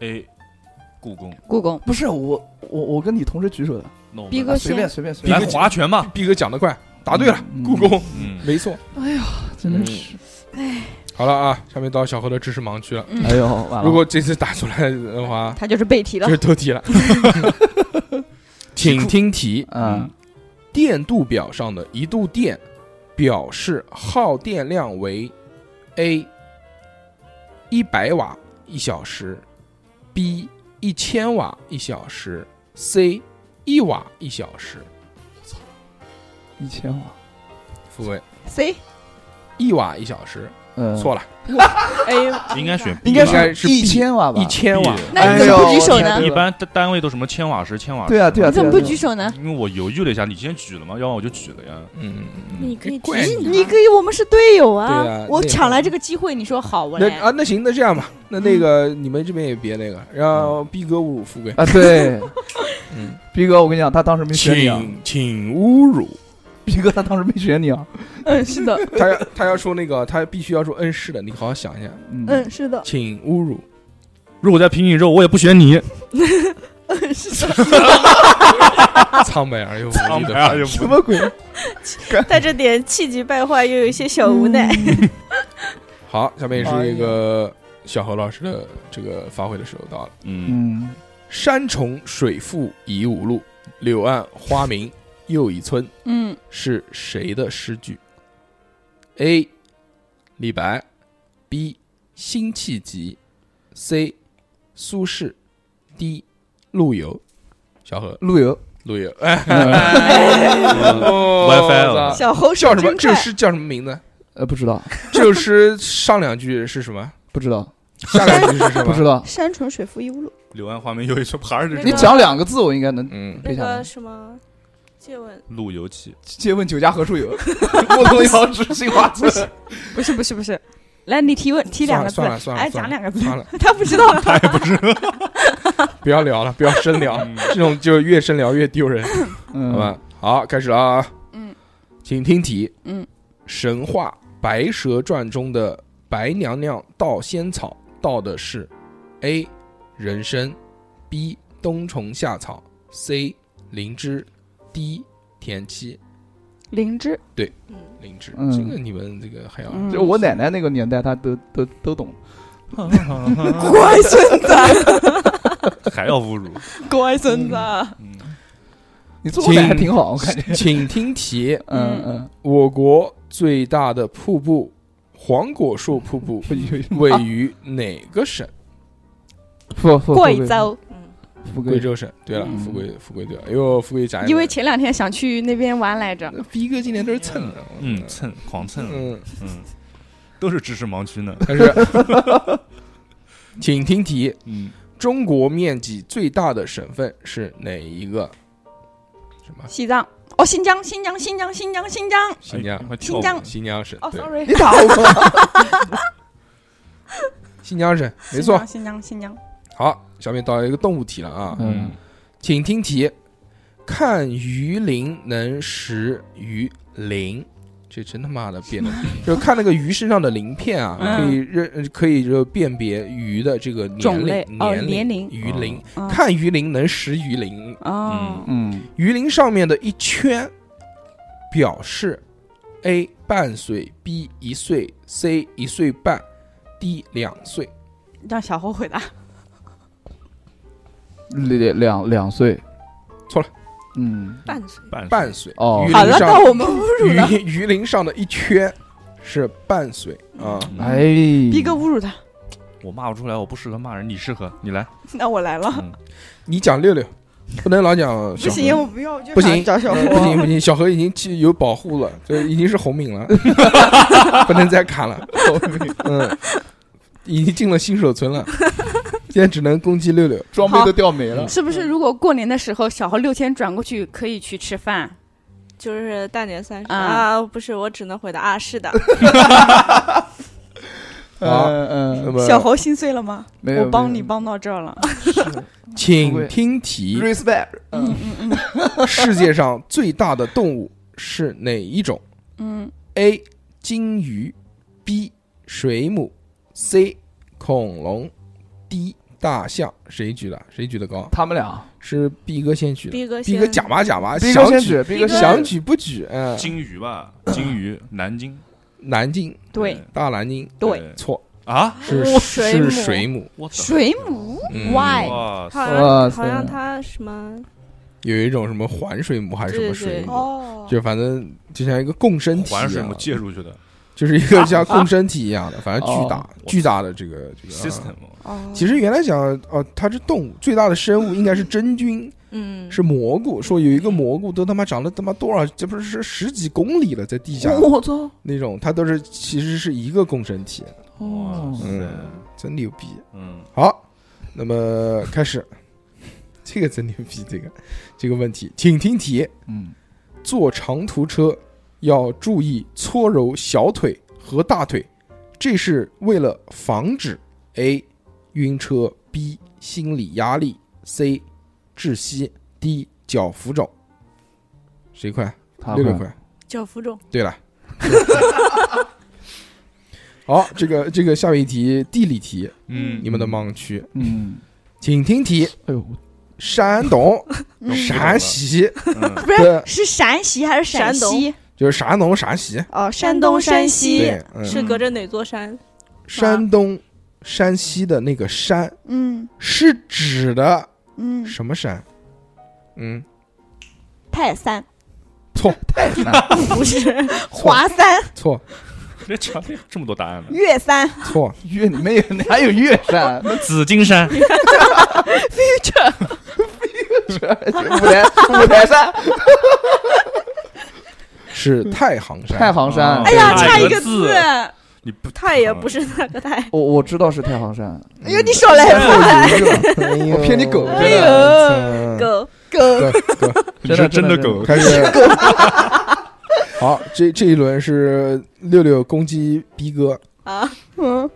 [SPEAKER 8] A，故哎宫，
[SPEAKER 6] 故宫
[SPEAKER 2] 不是我我我跟你同时举手的，
[SPEAKER 8] 那我
[SPEAKER 6] 逼
[SPEAKER 8] 们
[SPEAKER 6] 哥
[SPEAKER 2] 随
[SPEAKER 6] 先
[SPEAKER 2] 便随便随
[SPEAKER 8] 来
[SPEAKER 2] 便，
[SPEAKER 8] 划拳吧，
[SPEAKER 1] 逼哥讲得快，答对了，
[SPEAKER 2] 嗯
[SPEAKER 1] 故宫，
[SPEAKER 8] 嗯，
[SPEAKER 1] 没错。
[SPEAKER 2] 真的是，
[SPEAKER 1] 好了啊，下面到小何的知识盲区了。
[SPEAKER 6] 嗯
[SPEAKER 2] 哎呦，完了
[SPEAKER 1] 如果这次答出来的话，
[SPEAKER 6] 他就是被提了
[SPEAKER 1] 就，是偷题了。 请听题：
[SPEAKER 2] 嗯，
[SPEAKER 1] 电度表上的一度电表示耗电量为 A 一百瓦一小时，B 一千瓦一小时，C 一瓦一小时。
[SPEAKER 2] 一千瓦，
[SPEAKER 1] 富贵
[SPEAKER 6] C
[SPEAKER 1] 一瓦一小时，
[SPEAKER 2] 嗯，
[SPEAKER 1] 错了，
[SPEAKER 6] 哎呦，
[SPEAKER 8] 应该选 B
[SPEAKER 2] 应
[SPEAKER 8] 吧，
[SPEAKER 2] 该
[SPEAKER 1] 应该是
[SPEAKER 2] 是
[SPEAKER 1] B，
[SPEAKER 2] 一千瓦吧？
[SPEAKER 1] 一千瓦
[SPEAKER 8] B。
[SPEAKER 6] 那
[SPEAKER 2] 哎
[SPEAKER 6] 你怎
[SPEAKER 2] 呦
[SPEAKER 6] 么不举
[SPEAKER 2] 我
[SPEAKER 6] 手
[SPEAKER 2] 天
[SPEAKER 6] 呢
[SPEAKER 2] 哪？
[SPEAKER 8] 一般单单位都什么千瓦时、千瓦时，
[SPEAKER 2] 对啊对啊
[SPEAKER 6] 你怎么不
[SPEAKER 2] 对啊
[SPEAKER 6] 举手呢？
[SPEAKER 8] 因为我犹豫了一下，你先举了吗？要不然我就举了呀。
[SPEAKER 1] 嗯，
[SPEAKER 5] 你可以
[SPEAKER 1] 怪
[SPEAKER 5] 提
[SPEAKER 1] 你啊
[SPEAKER 5] 醒
[SPEAKER 6] 你
[SPEAKER 5] 他，
[SPEAKER 6] 可以，我们是队友啊！
[SPEAKER 1] 对啊
[SPEAKER 6] 我
[SPEAKER 1] 那
[SPEAKER 6] 抢来这个机会，你说好，我
[SPEAKER 1] 那
[SPEAKER 6] 来。嗯
[SPEAKER 1] 啊，那行，那这样吧，那那个你们这边也别那个，让逼哥侮辱富贵。
[SPEAKER 2] 啊，对，
[SPEAKER 1] 嗯，
[SPEAKER 2] 逼哥，我跟你讲，他当时没选你啊，
[SPEAKER 1] 请侮辱
[SPEAKER 2] 逼哥他当时没选你啊，
[SPEAKER 6] 嗯，是的，
[SPEAKER 1] 他要他要说那个，他必须要说嗯是的，你好好想一下，
[SPEAKER 2] 嗯，
[SPEAKER 6] 嗯，是的，
[SPEAKER 1] 请侮辱。
[SPEAKER 8] 如果再评你肉，我也不选你。
[SPEAKER 6] 嗯，是的，
[SPEAKER 1] 苍白而又无力的
[SPEAKER 8] 哎
[SPEAKER 1] 反
[SPEAKER 8] 呦
[SPEAKER 2] 什么鬼？
[SPEAKER 5] 带着点气急败坏，又有一些小无奈。
[SPEAKER 1] 嗯好，下面是一个小何老师的这个发挥的时候到了。
[SPEAKER 8] 嗯，
[SPEAKER 2] 嗯，
[SPEAKER 1] 山重水复疑无路，柳暗花明又一村，
[SPEAKER 6] 嗯，
[SPEAKER 1] 是谁的诗句？A. 李白，B. 辛弃疾，C. 苏轼，D. 陆游。小何，
[SPEAKER 2] 陆 游，
[SPEAKER 1] 陆游，哎
[SPEAKER 2] 嗯
[SPEAKER 1] 哦
[SPEAKER 8] WiFi
[SPEAKER 1] 我
[SPEAKER 8] 了
[SPEAKER 1] 操
[SPEAKER 5] 小猴
[SPEAKER 1] 叫
[SPEAKER 5] 手
[SPEAKER 1] 什么？
[SPEAKER 5] 真
[SPEAKER 1] 这首
[SPEAKER 5] 快，
[SPEAKER 1] 诗叫什么名字？
[SPEAKER 2] 呃，不知道，
[SPEAKER 1] 这首诗上两句是什么？
[SPEAKER 2] 不知道，
[SPEAKER 1] 下两句是什
[SPEAKER 2] 不知
[SPEAKER 1] 么？
[SPEAKER 2] 道。
[SPEAKER 6] 山重水复疑无路，
[SPEAKER 8] 柳暗花明又一村，还是这
[SPEAKER 2] 你
[SPEAKER 5] 那个
[SPEAKER 2] 讲两个字，我应该能
[SPEAKER 1] 嗯，
[SPEAKER 5] 那
[SPEAKER 2] 背下来
[SPEAKER 5] 个。什么借问，
[SPEAKER 8] 路由器。
[SPEAKER 2] 借问酒家何处有？ 牧童遥指杏花村。
[SPEAKER 6] 不是不是不是，来你提问提两个字
[SPEAKER 1] 算了算，了
[SPEAKER 6] 哎，
[SPEAKER 1] 算了
[SPEAKER 6] 讲两个字，
[SPEAKER 1] 算了， 哎
[SPEAKER 6] 他不知道了，
[SPEAKER 1] 不要聊了，不要深聊，
[SPEAKER 8] 嗯
[SPEAKER 1] 这种就越深聊越丢人，
[SPEAKER 2] 嗯
[SPEAKER 1] 好吧？好，开始了啊，
[SPEAKER 6] 嗯，
[SPEAKER 1] 请听题，
[SPEAKER 6] 嗯，
[SPEAKER 1] 神话《白蛇传》中的白娘娘盗仙草盗的是 A 人参，B 冬虫夏草，C 灵芝，D 田七。
[SPEAKER 6] 灵芝，
[SPEAKER 5] 嗯，
[SPEAKER 1] 灵芝，
[SPEAKER 2] 嗯
[SPEAKER 1] 这个你们这个还要
[SPEAKER 6] 嗯
[SPEAKER 2] 就我奶奶那个年代，她都都都懂。
[SPEAKER 6] 乖 孙子，
[SPEAKER 8] 还要侮辱？ 嗯
[SPEAKER 6] 乖
[SPEAKER 1] 嗯
[SPEAKER 6] 孙子，
[SPEAKER 1] 哎
[SPEAKER 2] 你做奶还挺好，我感 觉。
[SPEAKER 1] 请听题：
[SPEAKER 2] 嗯
[SPEAKER 6] 嗯
[SPEAKER 2] 嗯，
[SPEAKER 1] 我国最大的瀑布黄果树瀑 布
[SPEAKER 2] 不不
[SPEAKER 1] 位于哪个省？
[SPEAKER 2] 啊不不，
[SPEAKER 6] 贵州，
[SPEAKER 5] 嗯，
[SPEAKER 2] 富贵
[SPEAKER 1] 贵 州省。对了，
[SPEAKER 2] 嗯
[SPEAKER 1] 富贵富贵对了，哎呦，富贵家
[SPEAKER 6] 因为前两天想去那边玩来着，
[SPEAKER 1] 啊逼哥今年都是蹭的，
[SPEAKER 8] 嗯，蹭狂蹭，
[SPEAKER 1] 嗯，
[SPEAKER 8] 嗯，都是知识盲区呢。
[SPEAKER 1] 但是，请听题：
[SPEAKER 8] 嗯，
[SPEAKER 1] 中国面积最大的省份是哪一个？什么？
[SPEAKER 6] 西藏，哦，新疆，新疆，新疆，新疆，新疆，
[SPEAKER 1] 新
[SPEAKER 8] 哎
[SPEAKER 1] 疆？
[SPEAKER 6] 新疆
[SPEAKER 1] 新疆省？
[SPEAKER 6] 哦
[SPEAKER 1] 对，哎
[SPEAKER 6] ，sorry，
[SPEAKER 2] 你打我！
[SPEAKER 1] 新疆省，没
[SPEAKER 6] 新
[SPEAKER 1] 错
[SPEAKER 6] 疆，。新疆，新疆，
[SPEAKER 1] 好，下面到一个动物题了啊，
[SPEAKER 2] 嗯，
[SPEAKER 1] 请听题：看鱼鳞能识鱼鳞，这真他妈的变得， 就是看那个鱼身上的鳞片啊，
[SPEAKER 6] 嗯
[SPEAKER 1] 可以认，呃可以就辨别鱼的这个年龄
[SPEAKER 6] 种类哦
[SPEAKER 1] 年龄、
[SPEAKER 6] 年龄
[SPEAKER 1] 鱼鳞。
[SPEAKER 6] 嗯
[SPEAKER 1] 看鱼鳞能识鱼鳞，
[SPEAKER 6] 哦，
[SPEAKER 2] 嗯，
[SPEAKER 1] 鱼鳞上面的一圈表示 A 半岁，B 一岁，C 一岁半，D 两岁。
[SPEAKER 6] 让小猴回答，
[SPEAKER 2] 两两两岁，
[SPEAKER 1] 错了。
[SPEAKER 2] 嗯，
[SPEAKER 5] 半岁，
[SPEAKER 8] 半
[SPEAKER 1] 半岁
[SPEAKER 2] 哦
[SPEAKER 1] 鱼
[SPEAKER 6] 好
[SPEAKER 1] 鳞
[SPEAKER 6] 了，
[SPEAKER 1] 上嗯
[SPEAKER 6] 到我们侮辱了，
[SPEAKER 1] 鱼鱼鳞上的一圈是半岁啊。
[SPEAKER 2] 哎，
[SPEAKER 6] 逼哥，侮辱他，
[SPEAKER 8] 嗯我骂不出来，我不适合骂人，你适合，你来。嗯啊
[SPEAKER 6] 那我来了，
[SPEAKER 1] 你讲六六，不能老讲小
[SPEAKER 6] 不
[SPEAKER 1] 何
[SPEAKER 6] 行，我不要，我就
[SPEAKER 1] 不行
[SPEAKER 6] 想找小猴，
[SPEAKER 1] 不行不行，小何已经去有保护 了，这已经是红 敏了，不能再砍了，嗯，已经进了新手 村了，现在只能攻击六六。
[SPEAKER 2] 装备都掉没了。
[SPEAKER 6] 是不是如果过年的时候小猴六千转过去可以去吃饭？
[SPEAKER 5] 就是大年三十
[SPEAKER 6] 啊
[SPEAKER 5] 啊，不是，我只能回答啊，是的，
[SPEAKER 1] 好
[SPEAKER 2] 嗯
[SPEAKER 1] 那
[SPEAKER 2] 嗯，
[SPEAKER 1] 么，
[SPEAKER 6] 小猴心碎了吗？
[SPEAKER 2] 没有
[SPEAKER 6] 我帮你帮到这儿了。
[SPEAKER 1] 请听题：
[SPEAKER 2] respect。
[SPEAKER 6] 嗯
[SPEAKER 2] 嗯
[SPEAKER 6] 嗯嗯
[SPEAKER 1] 世界上最大的动物是哪一种
[SPEAKER 6] 嗯，
[SPEAKER 1] ？A. 鲸鱼，B. 水母，C. 恐龙，D. 大象。谁举的？谁举的高？
[SPEAKER 2] 他们俩，
[SPEAKER 1] 是逼哥先举的。
[SPEAKER 5] 逼哥
[SPEAKER 1] 逼
[SPEAKER 5] 先
[SPEAKER 1] 哥假吧假吧，
[SPEAKER 2] 逼哥
[SPEAKER 1] 想
[SPEAKER 2] 先
[SPEAKER 1] 举
[SPEAKER 2] 举，逼哥
[SPEAKER 5] 逼哥
[SPEAKER 1] 想举不举？嗯，
[SPEAKER 8] 金鱼吧，金鱼，南京。
[SPEAKER 1] 南京
[SPEAKER 6] 对
[SPEAKER 1] 大南京
[SPEAKER 6] 对，
[SPEAKER 1] 错
[SPEAKER 8] 啊，
[SPEAKER 1] 是
[SPEAKER 6] 哦水
[SPEAKER 1] 是
[SPEAKER 6] 母
[SPEAKER 1] 水母，
[SPEAKER 8] 我操！
[SPEAKER 6] 水母
[SPEAKER 1] 嗯
[SPEAKER 6] ，why？
[SPEAKER 8] 哇塞，
[SPEAKER 5] 好
[SPEAKER 2] 哇
[SPEAKER 5] 像
[SPEAKER 2] 塞
[SPEAKER 5] 好像他什么
[SPEAKER 1] 有一种什么环水母还是什么
[SPEAKER 5] 对
[SPEAKER 1] 水
[SPEAKER 5] 对
[SPEAKER 1] 母，
[SPEAKER 6] 哦，
[SPEAKER 1] 就反正就像一个共生体一样
[SPEAKER 8] 环水母借出去的
[SPEAKER 1] 就是一个像共生体一样的，反正巨大
[SPEAKER 2] 哦
[SPEAKER 1] 巨大的这个这个啊。
[SPEAKER 8] system，
[SPEAKER 1] 其实原来讲哦，它是动物最大的生物应该是真菌，
[SPEAKER 5] 嗯
[SPEAKER 1] 是蘑菇。说有一个蘑菇都他妈长了他妈多少，这不是十几公里了，在地下
[SPEAKER 2] 我操！
[SPEAKER 1] 那种，它都是其实是一个共生体，
[SPEAKER 8] 哇
[SPEAKER 2] 哦，
[SPEAKER 8] 塞，
[SPEAKER 1] 真牛逼。
[SPEAKER 8] 嗯，
[SPEAKER 1] 好，那么开始， 这个真牛逼，这个这个问题，请听题：
[SPEAKER 2] 嗯，
[SPEAKER 1] 坐长途车要注意搓揉小腿和大腿，这是为了防止 A 晕车，B 心理压力，C 窒息，D 脚浮肿。谁快？
[SPEAKER 2] 他
[SPEAKER 1] 六六
[SPEAKER 2] 们
[SPEAKER 1] 快，
[SPEAKER 5] 叫服众。
[SPEAKER 1] 对了， 好，这个这个下面一题地理题，
[SPEAKER 8] 嗯
[SPEAKER 1] 你们的盲区，
[SPEAKER 2] 嗯，
[SPEAKER 1] 请听题：
[SPEAKER 2] 哎呦，
[SPEAKER 1] 山东、
[SPEAKER 8] 嗯
[SPEAKER 1] 陕西
[SPEAKER 8] 嗯
[SPEAKER 6] 不是
[SPEAKER 1] 的，
[SPEAKER 6] 是陕西还是陕西？
[SPEAKER 1] 就是山东、陕西，
[SPEAKER 6] 哦，
[SPEAKER 5] 山东
[SPEAKER 6] 山东、
[SPEAKER 5] 山
[SPEAKER 6] 山
[SPEAKER 5] 西
[SPEAKER 6] 西，
[SPEAKER 1] 对，嗯，哦
[SPEAKER 5] 是隔着哪座山？
[SPEAKER 1] 山东、山西的那个山
[SPEAKER 6] 嗯
[SPEAKER 1] 是指的
[SPEAKER 6] 嗯，
[SPEAKER 1] 什么山？嗯，
[SPEAKER 6] 泰 山、
[SPEAKER 1] 错
[SPEAKER 2] 太难，
[SPEAKER 5] 不是，
[SPEAKER 6] 华山、
[SPEAKER 1] 错
[SPEAKER 8] 这讲这么多答案呢？
[SPEAKER 6] 岳山、
[SPEAKER 1] 错，
[SPEAKER 2] 岳里面有哪有岳山？
[SPEAKER 8] 紫金山，
[SPEAKER 2] 五台五台山、
[SPEAKER 1] 是太行山。
[SPEAKER 2] 太行山
[SPEAKER 8] 哦。
[SPEAKER 5] 哎呀，
[SPEAKER 8] 差
[SPEAKER 5] 差
[SPEAKER 8] 一
[SPEAKER 5] 一
[SPEAKER 8] 个
[SPEAKER 5] 个
[SPEAKER 8] 字啊
[SPEAKER 5] 字，
[SPEAKER 8] 你不嗯
[SPEAKER 5] 太也不是那个太。
[SPEAKER 2] 我我知道是太行山，
[SPEAKER 1] 哎呦，
[SPEAKER 6] 你少来
[SPEAKER 1] 我
[SPEAKER 2] 我骗你狗
[SPEAKER 1] 哎
[SPEAKER 2] 真
[SPEAKER 1] 呦
[SPEAKER 2] 的
[SPEAKER 5] 狗，
[SPEAKER 1] 对对
[SPEAKER 8] 你是
[SPEAKER 2] 真
[SPEAKER 8] 真的
[SPEAKER 2] 的真的
[SPEAKER 8] 狗，
[SPEAKER 1] 嗯开始。好，这这一轮是六六攻击逼哥，
[SPEAKER 5] 啊，嗯，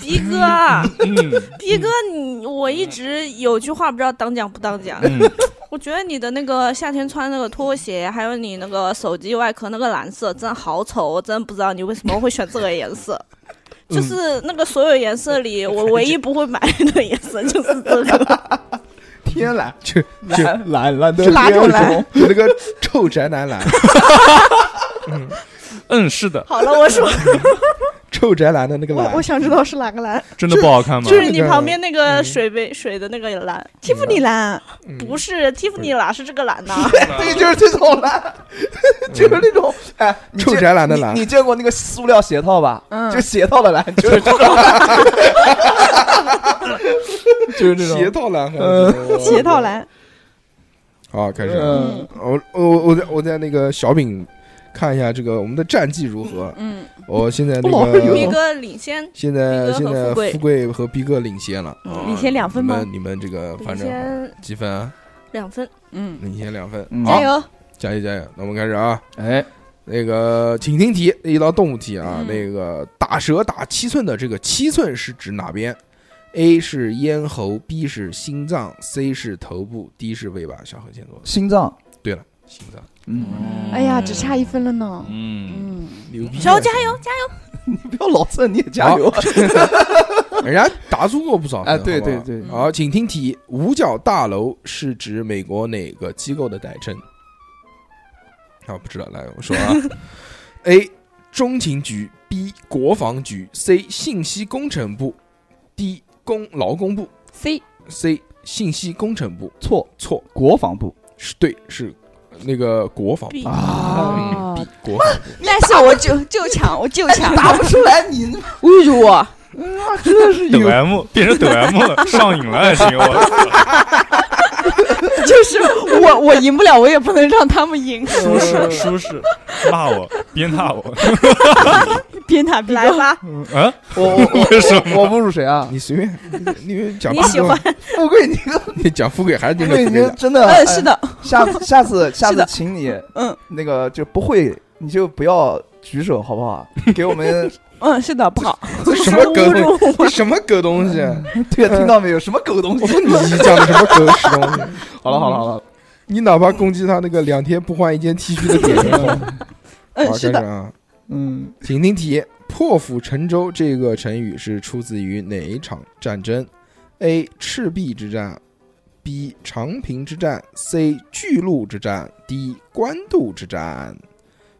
[SPEAKER 5] 逼哥啊，
[SPEAKER 8] 嗯
[SPEAKER 5] 逼哥，你我一直有句话不知道当讲不当讲，
[SPEAKER 8] 嗯，
[SPEAKER 5] 我觉得你的那个夏天穿那个拖鞋，还有你那个手机外壳那个蓝色，真好丑，我真不知道你为什么会选这个颜色。就是那个所有颜色里，我唯一不会买的颜色就是这个。
[SPEAKER 2] 天蓝
[SPEAKER 1] 就
[SPEAKER 2] 蓝蓝蓝
[SPEAKER 1] 就
[SPEAKER 2] 的
[SPEAKER 1] 哪
[SPEAKER 2] 种
[SPEAKER 1] 就那个臭宅男蓝，
[SPEAKER 8] 嗯，是的，
[SPEAKER 5] 好了，我说
[SPEAKER 1] 臭宅男的那个蓝
[SPEAKER 3] 我我，想知道是哪个蓝，
[SPEAKER 8] 真的不好看吗
[SPEAKER 5] 就？
[SPEAKER 1] 那
[SPEAKER 5] 是
[SPEAKER 1] 个
[SPEAKER 5] 你旁边那个水杯水的那个蓝，
[SPEAKER 3] 欺负你蓝，
[SPEAKER 1] 嗯
[SPEAKER 5] 不是蒂芙尼蓝，是这个蓝呐。
[SPEAKER 6] 啊
[SPEAKER 2] 对，就是这种蓝，就是那种哎，你见
[SPEAKER 1] 臭宅男的蓝
[SPEAKER 2] 你你见过那个塑料鞋套吧？
[SPEAKER 3] 嗯
[SPEAKER 2] 就鞋套的蓝，就是这种，就是这
[SPEAKER 1] 鞋
[SPEAKER 2] 种。
[SPEAKER 1] 套蓝还
[SPEAKER 2] 呃
[SPEAKER 1] 是
[SPEAKER 3] 鞋套。蓝，
[SPEAKER 1] 嗯 好，开始。
[SPEAKER 2] 嗯，
[SPEAKER 1] 我我我在我在那个小饼看一下这个我们的战绩如何。
[SPEAKER 5] 嗯，
[SPEAKER 1] 我现在那
[SPEAKER 2] 老
[SPEAKER 5] 逼
[SPEAKER 1] 个
[SPEAKER 2] 有
[SPEAKER 5] 哥领先，
[SPEAKER 1] 现在
[SPEAKER 5] 逼哥和
[SPEAKER 1] 现在
[SPEAKER 5] 富贵嗯
[SPEAKER 1] 富贵和逼哥领先了，啊
[SPEAKER 6] 领先两
[SPEAKER 1] 你
[SPEAKER 6] 分吗？
[SPEAKER 1] 们你们这个
[SPEAKER 5] 领
[SPEAKER 1] 反正
[SPEAKER 5] 先
[SPEAKER 1] 几分啊？
[SPEAKER 5] 两分。
[SPEAKER 6] 嗯，
[SPEAKER 1] 领先两分，
[SPEAKER 2] 嗯
[SPEAKER 1] 好
[SPEAKER 6] 加，油！
[SPEAKER 1] 加油加油！那我们开始啊，
[SPEAKER 2] 哎，
[SPEAKER 1] 那个请听题，一道动物题啊，
[SPEAKER 5] 嗯
[SPEAKER 1] 那个打蛇打七寸的这个七寸是指哪边？A 是咽喉，B 是心脏，C 是头部，D 是尾巴。小何先说，
[SPEAKER 2] 心脏，
[SPEAKER 1] 对了，心脏，
[SPEAKER 2] 嗯，
[SPEAKER 6] 哎呀，只差一分了呢。
[SPEAKER 8] 嗯，
[SPEAKER 6] 嗯，
[SPEAKER 1] 牛逼！
[SPEAKER 5] 小何加油，加
[SPEAKER 2] 不要老 蹭，你也加油啊！
[SPEAKER 1] 油！ 人家打出过不少分
[SPEAKER 2] 哎，对
[SPEAKER 1] 好不
[SPEAKER 2] 对
[SPEAKER 1] 好
[SPEAKER 2] 对，
[SPEAKER 1] 好，请听题：五角大楼是指美国哪个机构的代称？啊，不知道，来我说 啊，A. 中情局，B. 国防局，C. 信息工程部，D. 工劳工部
[SPEAKER 6] C
[SPEAKER 1] ，C. 信息工程部。
[SPEAKER 2] 错，
[SPEAKER 1] 错，
[SPEAKER 2] 国防部
[SPEAKER 1] 是对，是那个国防部。
[SPEAKER 5] 油！
[SPEAKER 1] 嗯
[SPEAKER 6] 哦
[SPEAKER 1] ，B 国防部。
[SPEAKER 6] 但是我就就抢，我就抢，
[SPEAKER 2] 打不出来，你
[SPEAKER 6] 哎
[SPEAKER 2] 嗯
[SPEAKER 6] 侮辱我！
[SPEAKER 2] 真的是
[SPEAKER 8] 抖
[SPEAKER 2] 有
[SPEAKER 8] M 变成抖 M 了，上瘾了还行，我
[SPEAKER 6] 就是我，我赢不了，我也不能让他们 赢。
[SPEAKER 8] 舒适舒适，骂我鞭挞我，
[SPEAKER 6] 鞭挞逼
[SPEAKER 5] 来
[SPEAKER 6] 哥，
[SPEAKER 5] 吧，
[SPEAKER 8] 啊，
[SPEAKER 2] 我我我
[SPEAKER 8] 为什么？
[SPEAKER 2] 我侮辱谁啊？
[SPEAKER 1] 你随便，你你讲
[SPEAKER 5] 你
[SPEAKER 1] 富
[SPEAKER 5] 喜
[SPEAKER 1] 贵
[SPEAKER 5] 欢
[SPEAKER 2] 富贵，你个
[SPEAKER 1] 你讲富贵还是
[SPEAKER 2] 富
[SPEAKER 1] 那个
[SPEAKER 2] 贵，
[SPEAKER 1] 富
[SPEAKER 2] 你
[SPEAKER 1] 贵
[SPEAKER 2] 这
[SPEAKER 1] 的？
[SPEAKER 2] 真的，哎
[SPEAKER 6] 嗯，是的，
[SPEAKER 2] 下次下次下
[SPEAKER 6] 是
[SPEAKER 2] 次
[SPEAKER 6] 的
[SPEAKER 2] 请你，
[SPEAKER 6] 嗯，
[SPEAKER 2] 那个就不会，你就不要举手，好不好？给我们
[SPEAKER 6] 嗯，是的，不好，
[SPEAKER 1] 这什么狗东西？这什么狗东西？
[SPEAKER 2] 对，听到没有？什么狗东
[SPEAKER 1] 我
[SPEAKER 2] 西？
[SPEAKER 1] 说你讲 的什么狗屎东西？
[SPEAKER 2] 好了好了好了，
[SPEAKER 1] 你哪怕攻击他那个两天不换一件 T 恤的点也好，
[SPEAKER 6] 嗯，
[SPEAKER 1] 好
[SPEAKER 6] 是
[SPEAKER 1] 开
[SPEAKER 6] 的，
[SPEAKER 1] 始啊，
[SPEAKER 2] 嗯，
[SPEAKER 1] 请听题：破釜沉舟这个成语是出自于哪一场战争？A. 赤壁之战，B. 长平之战，C. 巨鹿之战，D. 官渡之战。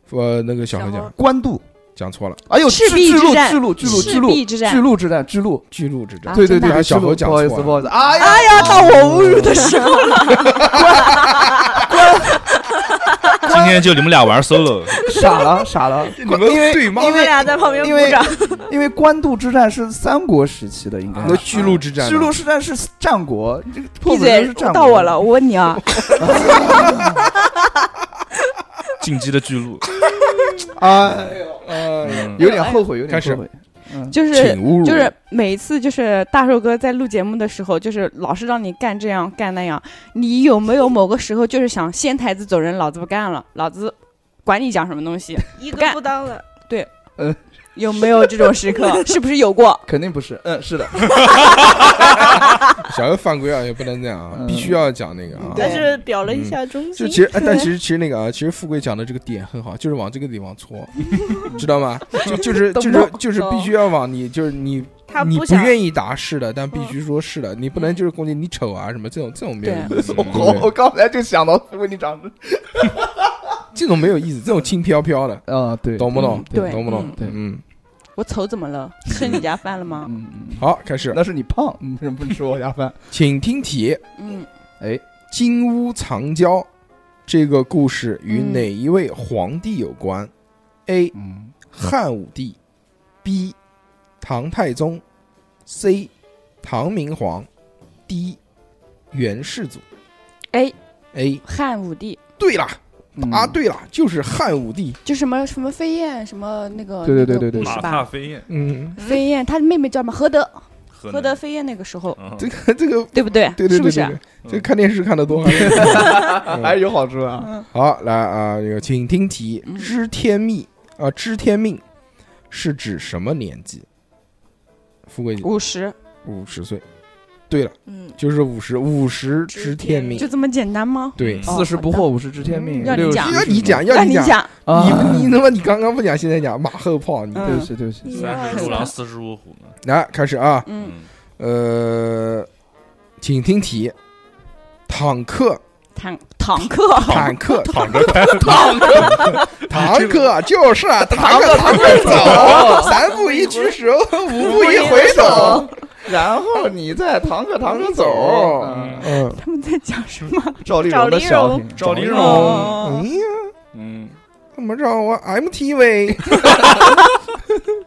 [SPEAKER 1] 呃，那个小何
[SPEAKER 5] 小何
[SPEAKER 1] 讲
[SPEAKER 2] 官渡，
[SPEAKER 1] 讲错了，
[SPEAKER 2] 哎呦，
[SPEAKER 6] 赤
[SPEAKER 2] 巨
[SPEAKER 6] 壁之
[SPEAKER 2] 鹿
[SPEAKER 6] 战
[SPEAKER 2] 巨鹿巨鹿巨
[SPEAKER 6] 赤
[SPEAKER 2] 鹿
[SPEAKER 6] 壁之战
[SPEAKER 2] 巨鹿之战巨鹿，
[SPEAKER 1] 巨鹿之战
[SPEAKER 6] 啊。
[SPEAKER 2] 对对
[SPEAKER 6] 真的
[SPEAKER 2] 对
[SPEAKER 6] 啊
[SPEAKER 2] 对，
[SPEAKER 1] 小
[SPEAKER 2] 巨鹿
[SPEAKER 1] 何讲
[SPEAKER 2] 不好意思
[SPEAKER 1] 错了
[SPEAKER 2] 不好意思，哎呀，
[SPEAKER 6] 哎呀，到我侮辱的时候，
[SPEAKER 8] 今天就你们俩玩 solo，
[SPEAKER 2] 傻哎了傻了，
[SPEAKER 1] 你们对骂
[SPEAKER 5] 你，们俩在旁边
[SPEAKER 2] 因
[SPEAKER 5] 鼓
[SPEAKER 2] 为
[SPEAKER 5] 掌。
[SPEAKER 2] 因为官渡之战是三国时期的，应该
[SPEAKER 1] 啊那巨鹿之战呢，
[SPEAKER 2] 啊巨鹿之战是战国，这个破釜
[SPEAKER 6] 闭
[SPEAKER 2] 沉舟
[SPEAKER 6] 嘴
[SPEAKER 2] 是，战国
[SPEAKER 6] 到我了，我问你啊，
[SPEAKER 8] 进击的巨鹿，
[SPEAKER 2] 啊，
[SPEAKER 8] 嗯
[SPEAKER 2] 有点后悔，有点
[SPEAKER 1] 开始
[SPEAKER 2] 后悔，
[SPEAKER 6] 就是
[SPEAKER 1] 请侮辱，
[SPEAKER 6] 就是每次就是大寿哥在录节目的时候，就是老是让你干这样干那样，你有没有某个时候就是想掀台子走人，老子不干了，老子管你讲什么东西？
[SPEAKER 5] 一
[SPEAKER 6] 不
[SPEAKER 5] 个
[SPEAKER 6] 干
[SPEAKER 5] 不当了，
[SPEAKER 2] 嗯，
[SPEAKER 6] 有没有这种时刻？是不是有过？
[SPEAKER 2] 肯定不是，嗯，是的，
[SPEAKER 1] 小时候犯规啊，也不能这样啊，
[SPEAKER 2] 嗯
[SPEAKER 1] 必须要讲那个啊。
[SPEAKER 6] 对
[SPEAKER 5] 嗯但是表了一下忠
[SPEAKER 1] 就
[SPEAKER 5] 心
[SPEAKER 1] 其。实，哎但其实其实那个啊，其实富贵讲的这个点很好，就是往这个地方 搓，知道吗？就就是
[SPEAKER 6] 懂
[SPEAKER 1] 就是
[SPEAKER 6] 懂
[SPEAKER 1] 就是必须要往你就是你
[SPEAKER 5] 他
[SPEAKER 1] 你
[SPEAKER 5] 不
[SPEAKER 1] 不
[SPEAKER 5] 想嗯
[SPEAKER 1] 愿意答是的，但必须说是的，你不能就是攻击你丑啊什么这种这种没有 意思，对
[SPEAKER 2] 我
[SPEAKER 1] 不
[SPEAKER 2] 我
[SPEAKER 1] 对
[SPEAKER 2] 刚才就想到为你长知，
[SPEAKER 1] 这种没有意思，这种轻飘飘的，
[SPEAKER 2] 啊，对，
[SPEAKER 1] 懂不懂？
[SPEAKER 6] 嗯对
[SPEAKER 1] 懂不懂
[SPEAKER 6] 嗯？
[SPEAKER 2] 对
[SPEAKER 1] 嗯，
[SPEAKER 6] 我丑怎么了？吃你家饭了吗？
[SPEAKER 2] 嗯，嗯，
[SPEAKER 1] 好，开始，
[SPEAKER 2] 那是你胖，你为什么不吃我家饭？
[SPEAKER 1] 请听题：
[SPEAKER 6] 嗯，
[SPEAKER 1] 金屋藏娇这个故事与
[SPEAKER 6] 嗯
[SPEAKER 1] 哪一位皇帝有关？A.
[SPEAKER 2] 嗯，
[SPEAKER 1] 汉武帝，B. 唐太宗，C. 唐明皇，D. 元世祖。
[SPEAKER 6] 哎，
[SPEAKER 1] A
[SPEAKER 6] 汉武帝
[SPEAKER 1] 对了
[SPEAKER 2] 嗯
[SPEAKER 6] 嗯
[SPEAKER 1] 啊，，对了，就是汉武帝。
[SPEAKER 6] 就什么什么飞燕什么那个
[SPEAKER 2] 对对对对对
[SPEAKER 6] 那个故
[SPEAKER 8] 马
[SPEAKER 6] 事
[SPEAKER 8] 踏
[SPEAKER 6] 吧？
[SPEAKER 8] 飞燕，
[SPEAKER 1] 嗯，
[SPEAKER 6] 飞燕她的妹妹叫什么？何德，
[SPEAKER 8] 河
[SPEAKER 6] 何德飞燕那个时候，
[SPEAKER 8] 嗯
[SPEAKER 1] 这个这个，
[SPEAKER 6] 对不对？
[SPEAKER 1] 对对
[SPEAKER 6] 是
[SPEAKER 1] 对
[SPEAKER 6] 不是啊
[SPEAKER 1] 对？对，这个看电视看的多。
[SPEAKER 2] 还是有好处啊。
[SPEAKER 6] 嗯，
[SPEAKER 1] 好，来啊，这个请听题：
[SPEAKER 6] 嗯
[SPEAKER 1] 知天命啊，知天命是指什么年纪？富贵
[SPEAKER 6] 五十，
[SPEAKER 1] 五十岁。对了，
[SPEAKER 5] 嗯，
[SPEAKER 1] 就是五十，五十知
[SPEAKER 5] 知
[SPEAKER 1] 天
[SPEAKER 5] 天
[SPEAKER 1] 命
[SPEAKER 6] 就。这么简单吗？
[SPEAKER 1] 对，
[SPEAKER 6] 哦
[SPEAKER 2] 四十不惑，五十知天命，
[SPEAKER 6] 让你
[SPEAKER 2] 60
[SPEAKER 6] 讲
[SPEAKER 1] 要你讲，要
[SPEAKER 6] 那你
[SPEAKER 1] 讲，
[SPEAKER 6] 讲，
[SPEAKER 2] 啊，
[SPEAKER 1] 你你他妈你刚刚不讲，现在讲马后炮，你
[SPEAKER 2] 对不起对不起，
[SPEAKER 8] 三十如狼，四十如虎嘛。
[SPEAKER 1] 来开始啊，
[SPEAKER 6] 嗯，
[SPEAKER 1] 呃，请听题：坦克，
[SPEAKER 6] 坦坦克，
[SPEAKER 1] 坦 克，
[SPEAKER 8] 嗯躺着开，
[SPEAKER 1] 坦克就是 啊坦克，坦克 走，三步一举 手，五步一回头。
[SPEAKER 2] 然后你再堂客堂客走
[SPEAKER 1] 走，
[SPEAKER 2] 嗯
[SPEAKER 1] 嗯，
[SPEAKER 6] 他们在讲什么？
[SPEAKER 2] 赵丽蓉的小品，
[SPEAKER 8] 赵丽蓉，
[SPEAKER 6] 哦
[SPEAKER 1] 哎呀，
[SPEAKER 8] 嗯，
[SPEAKER 1] 怎么让我 MTV？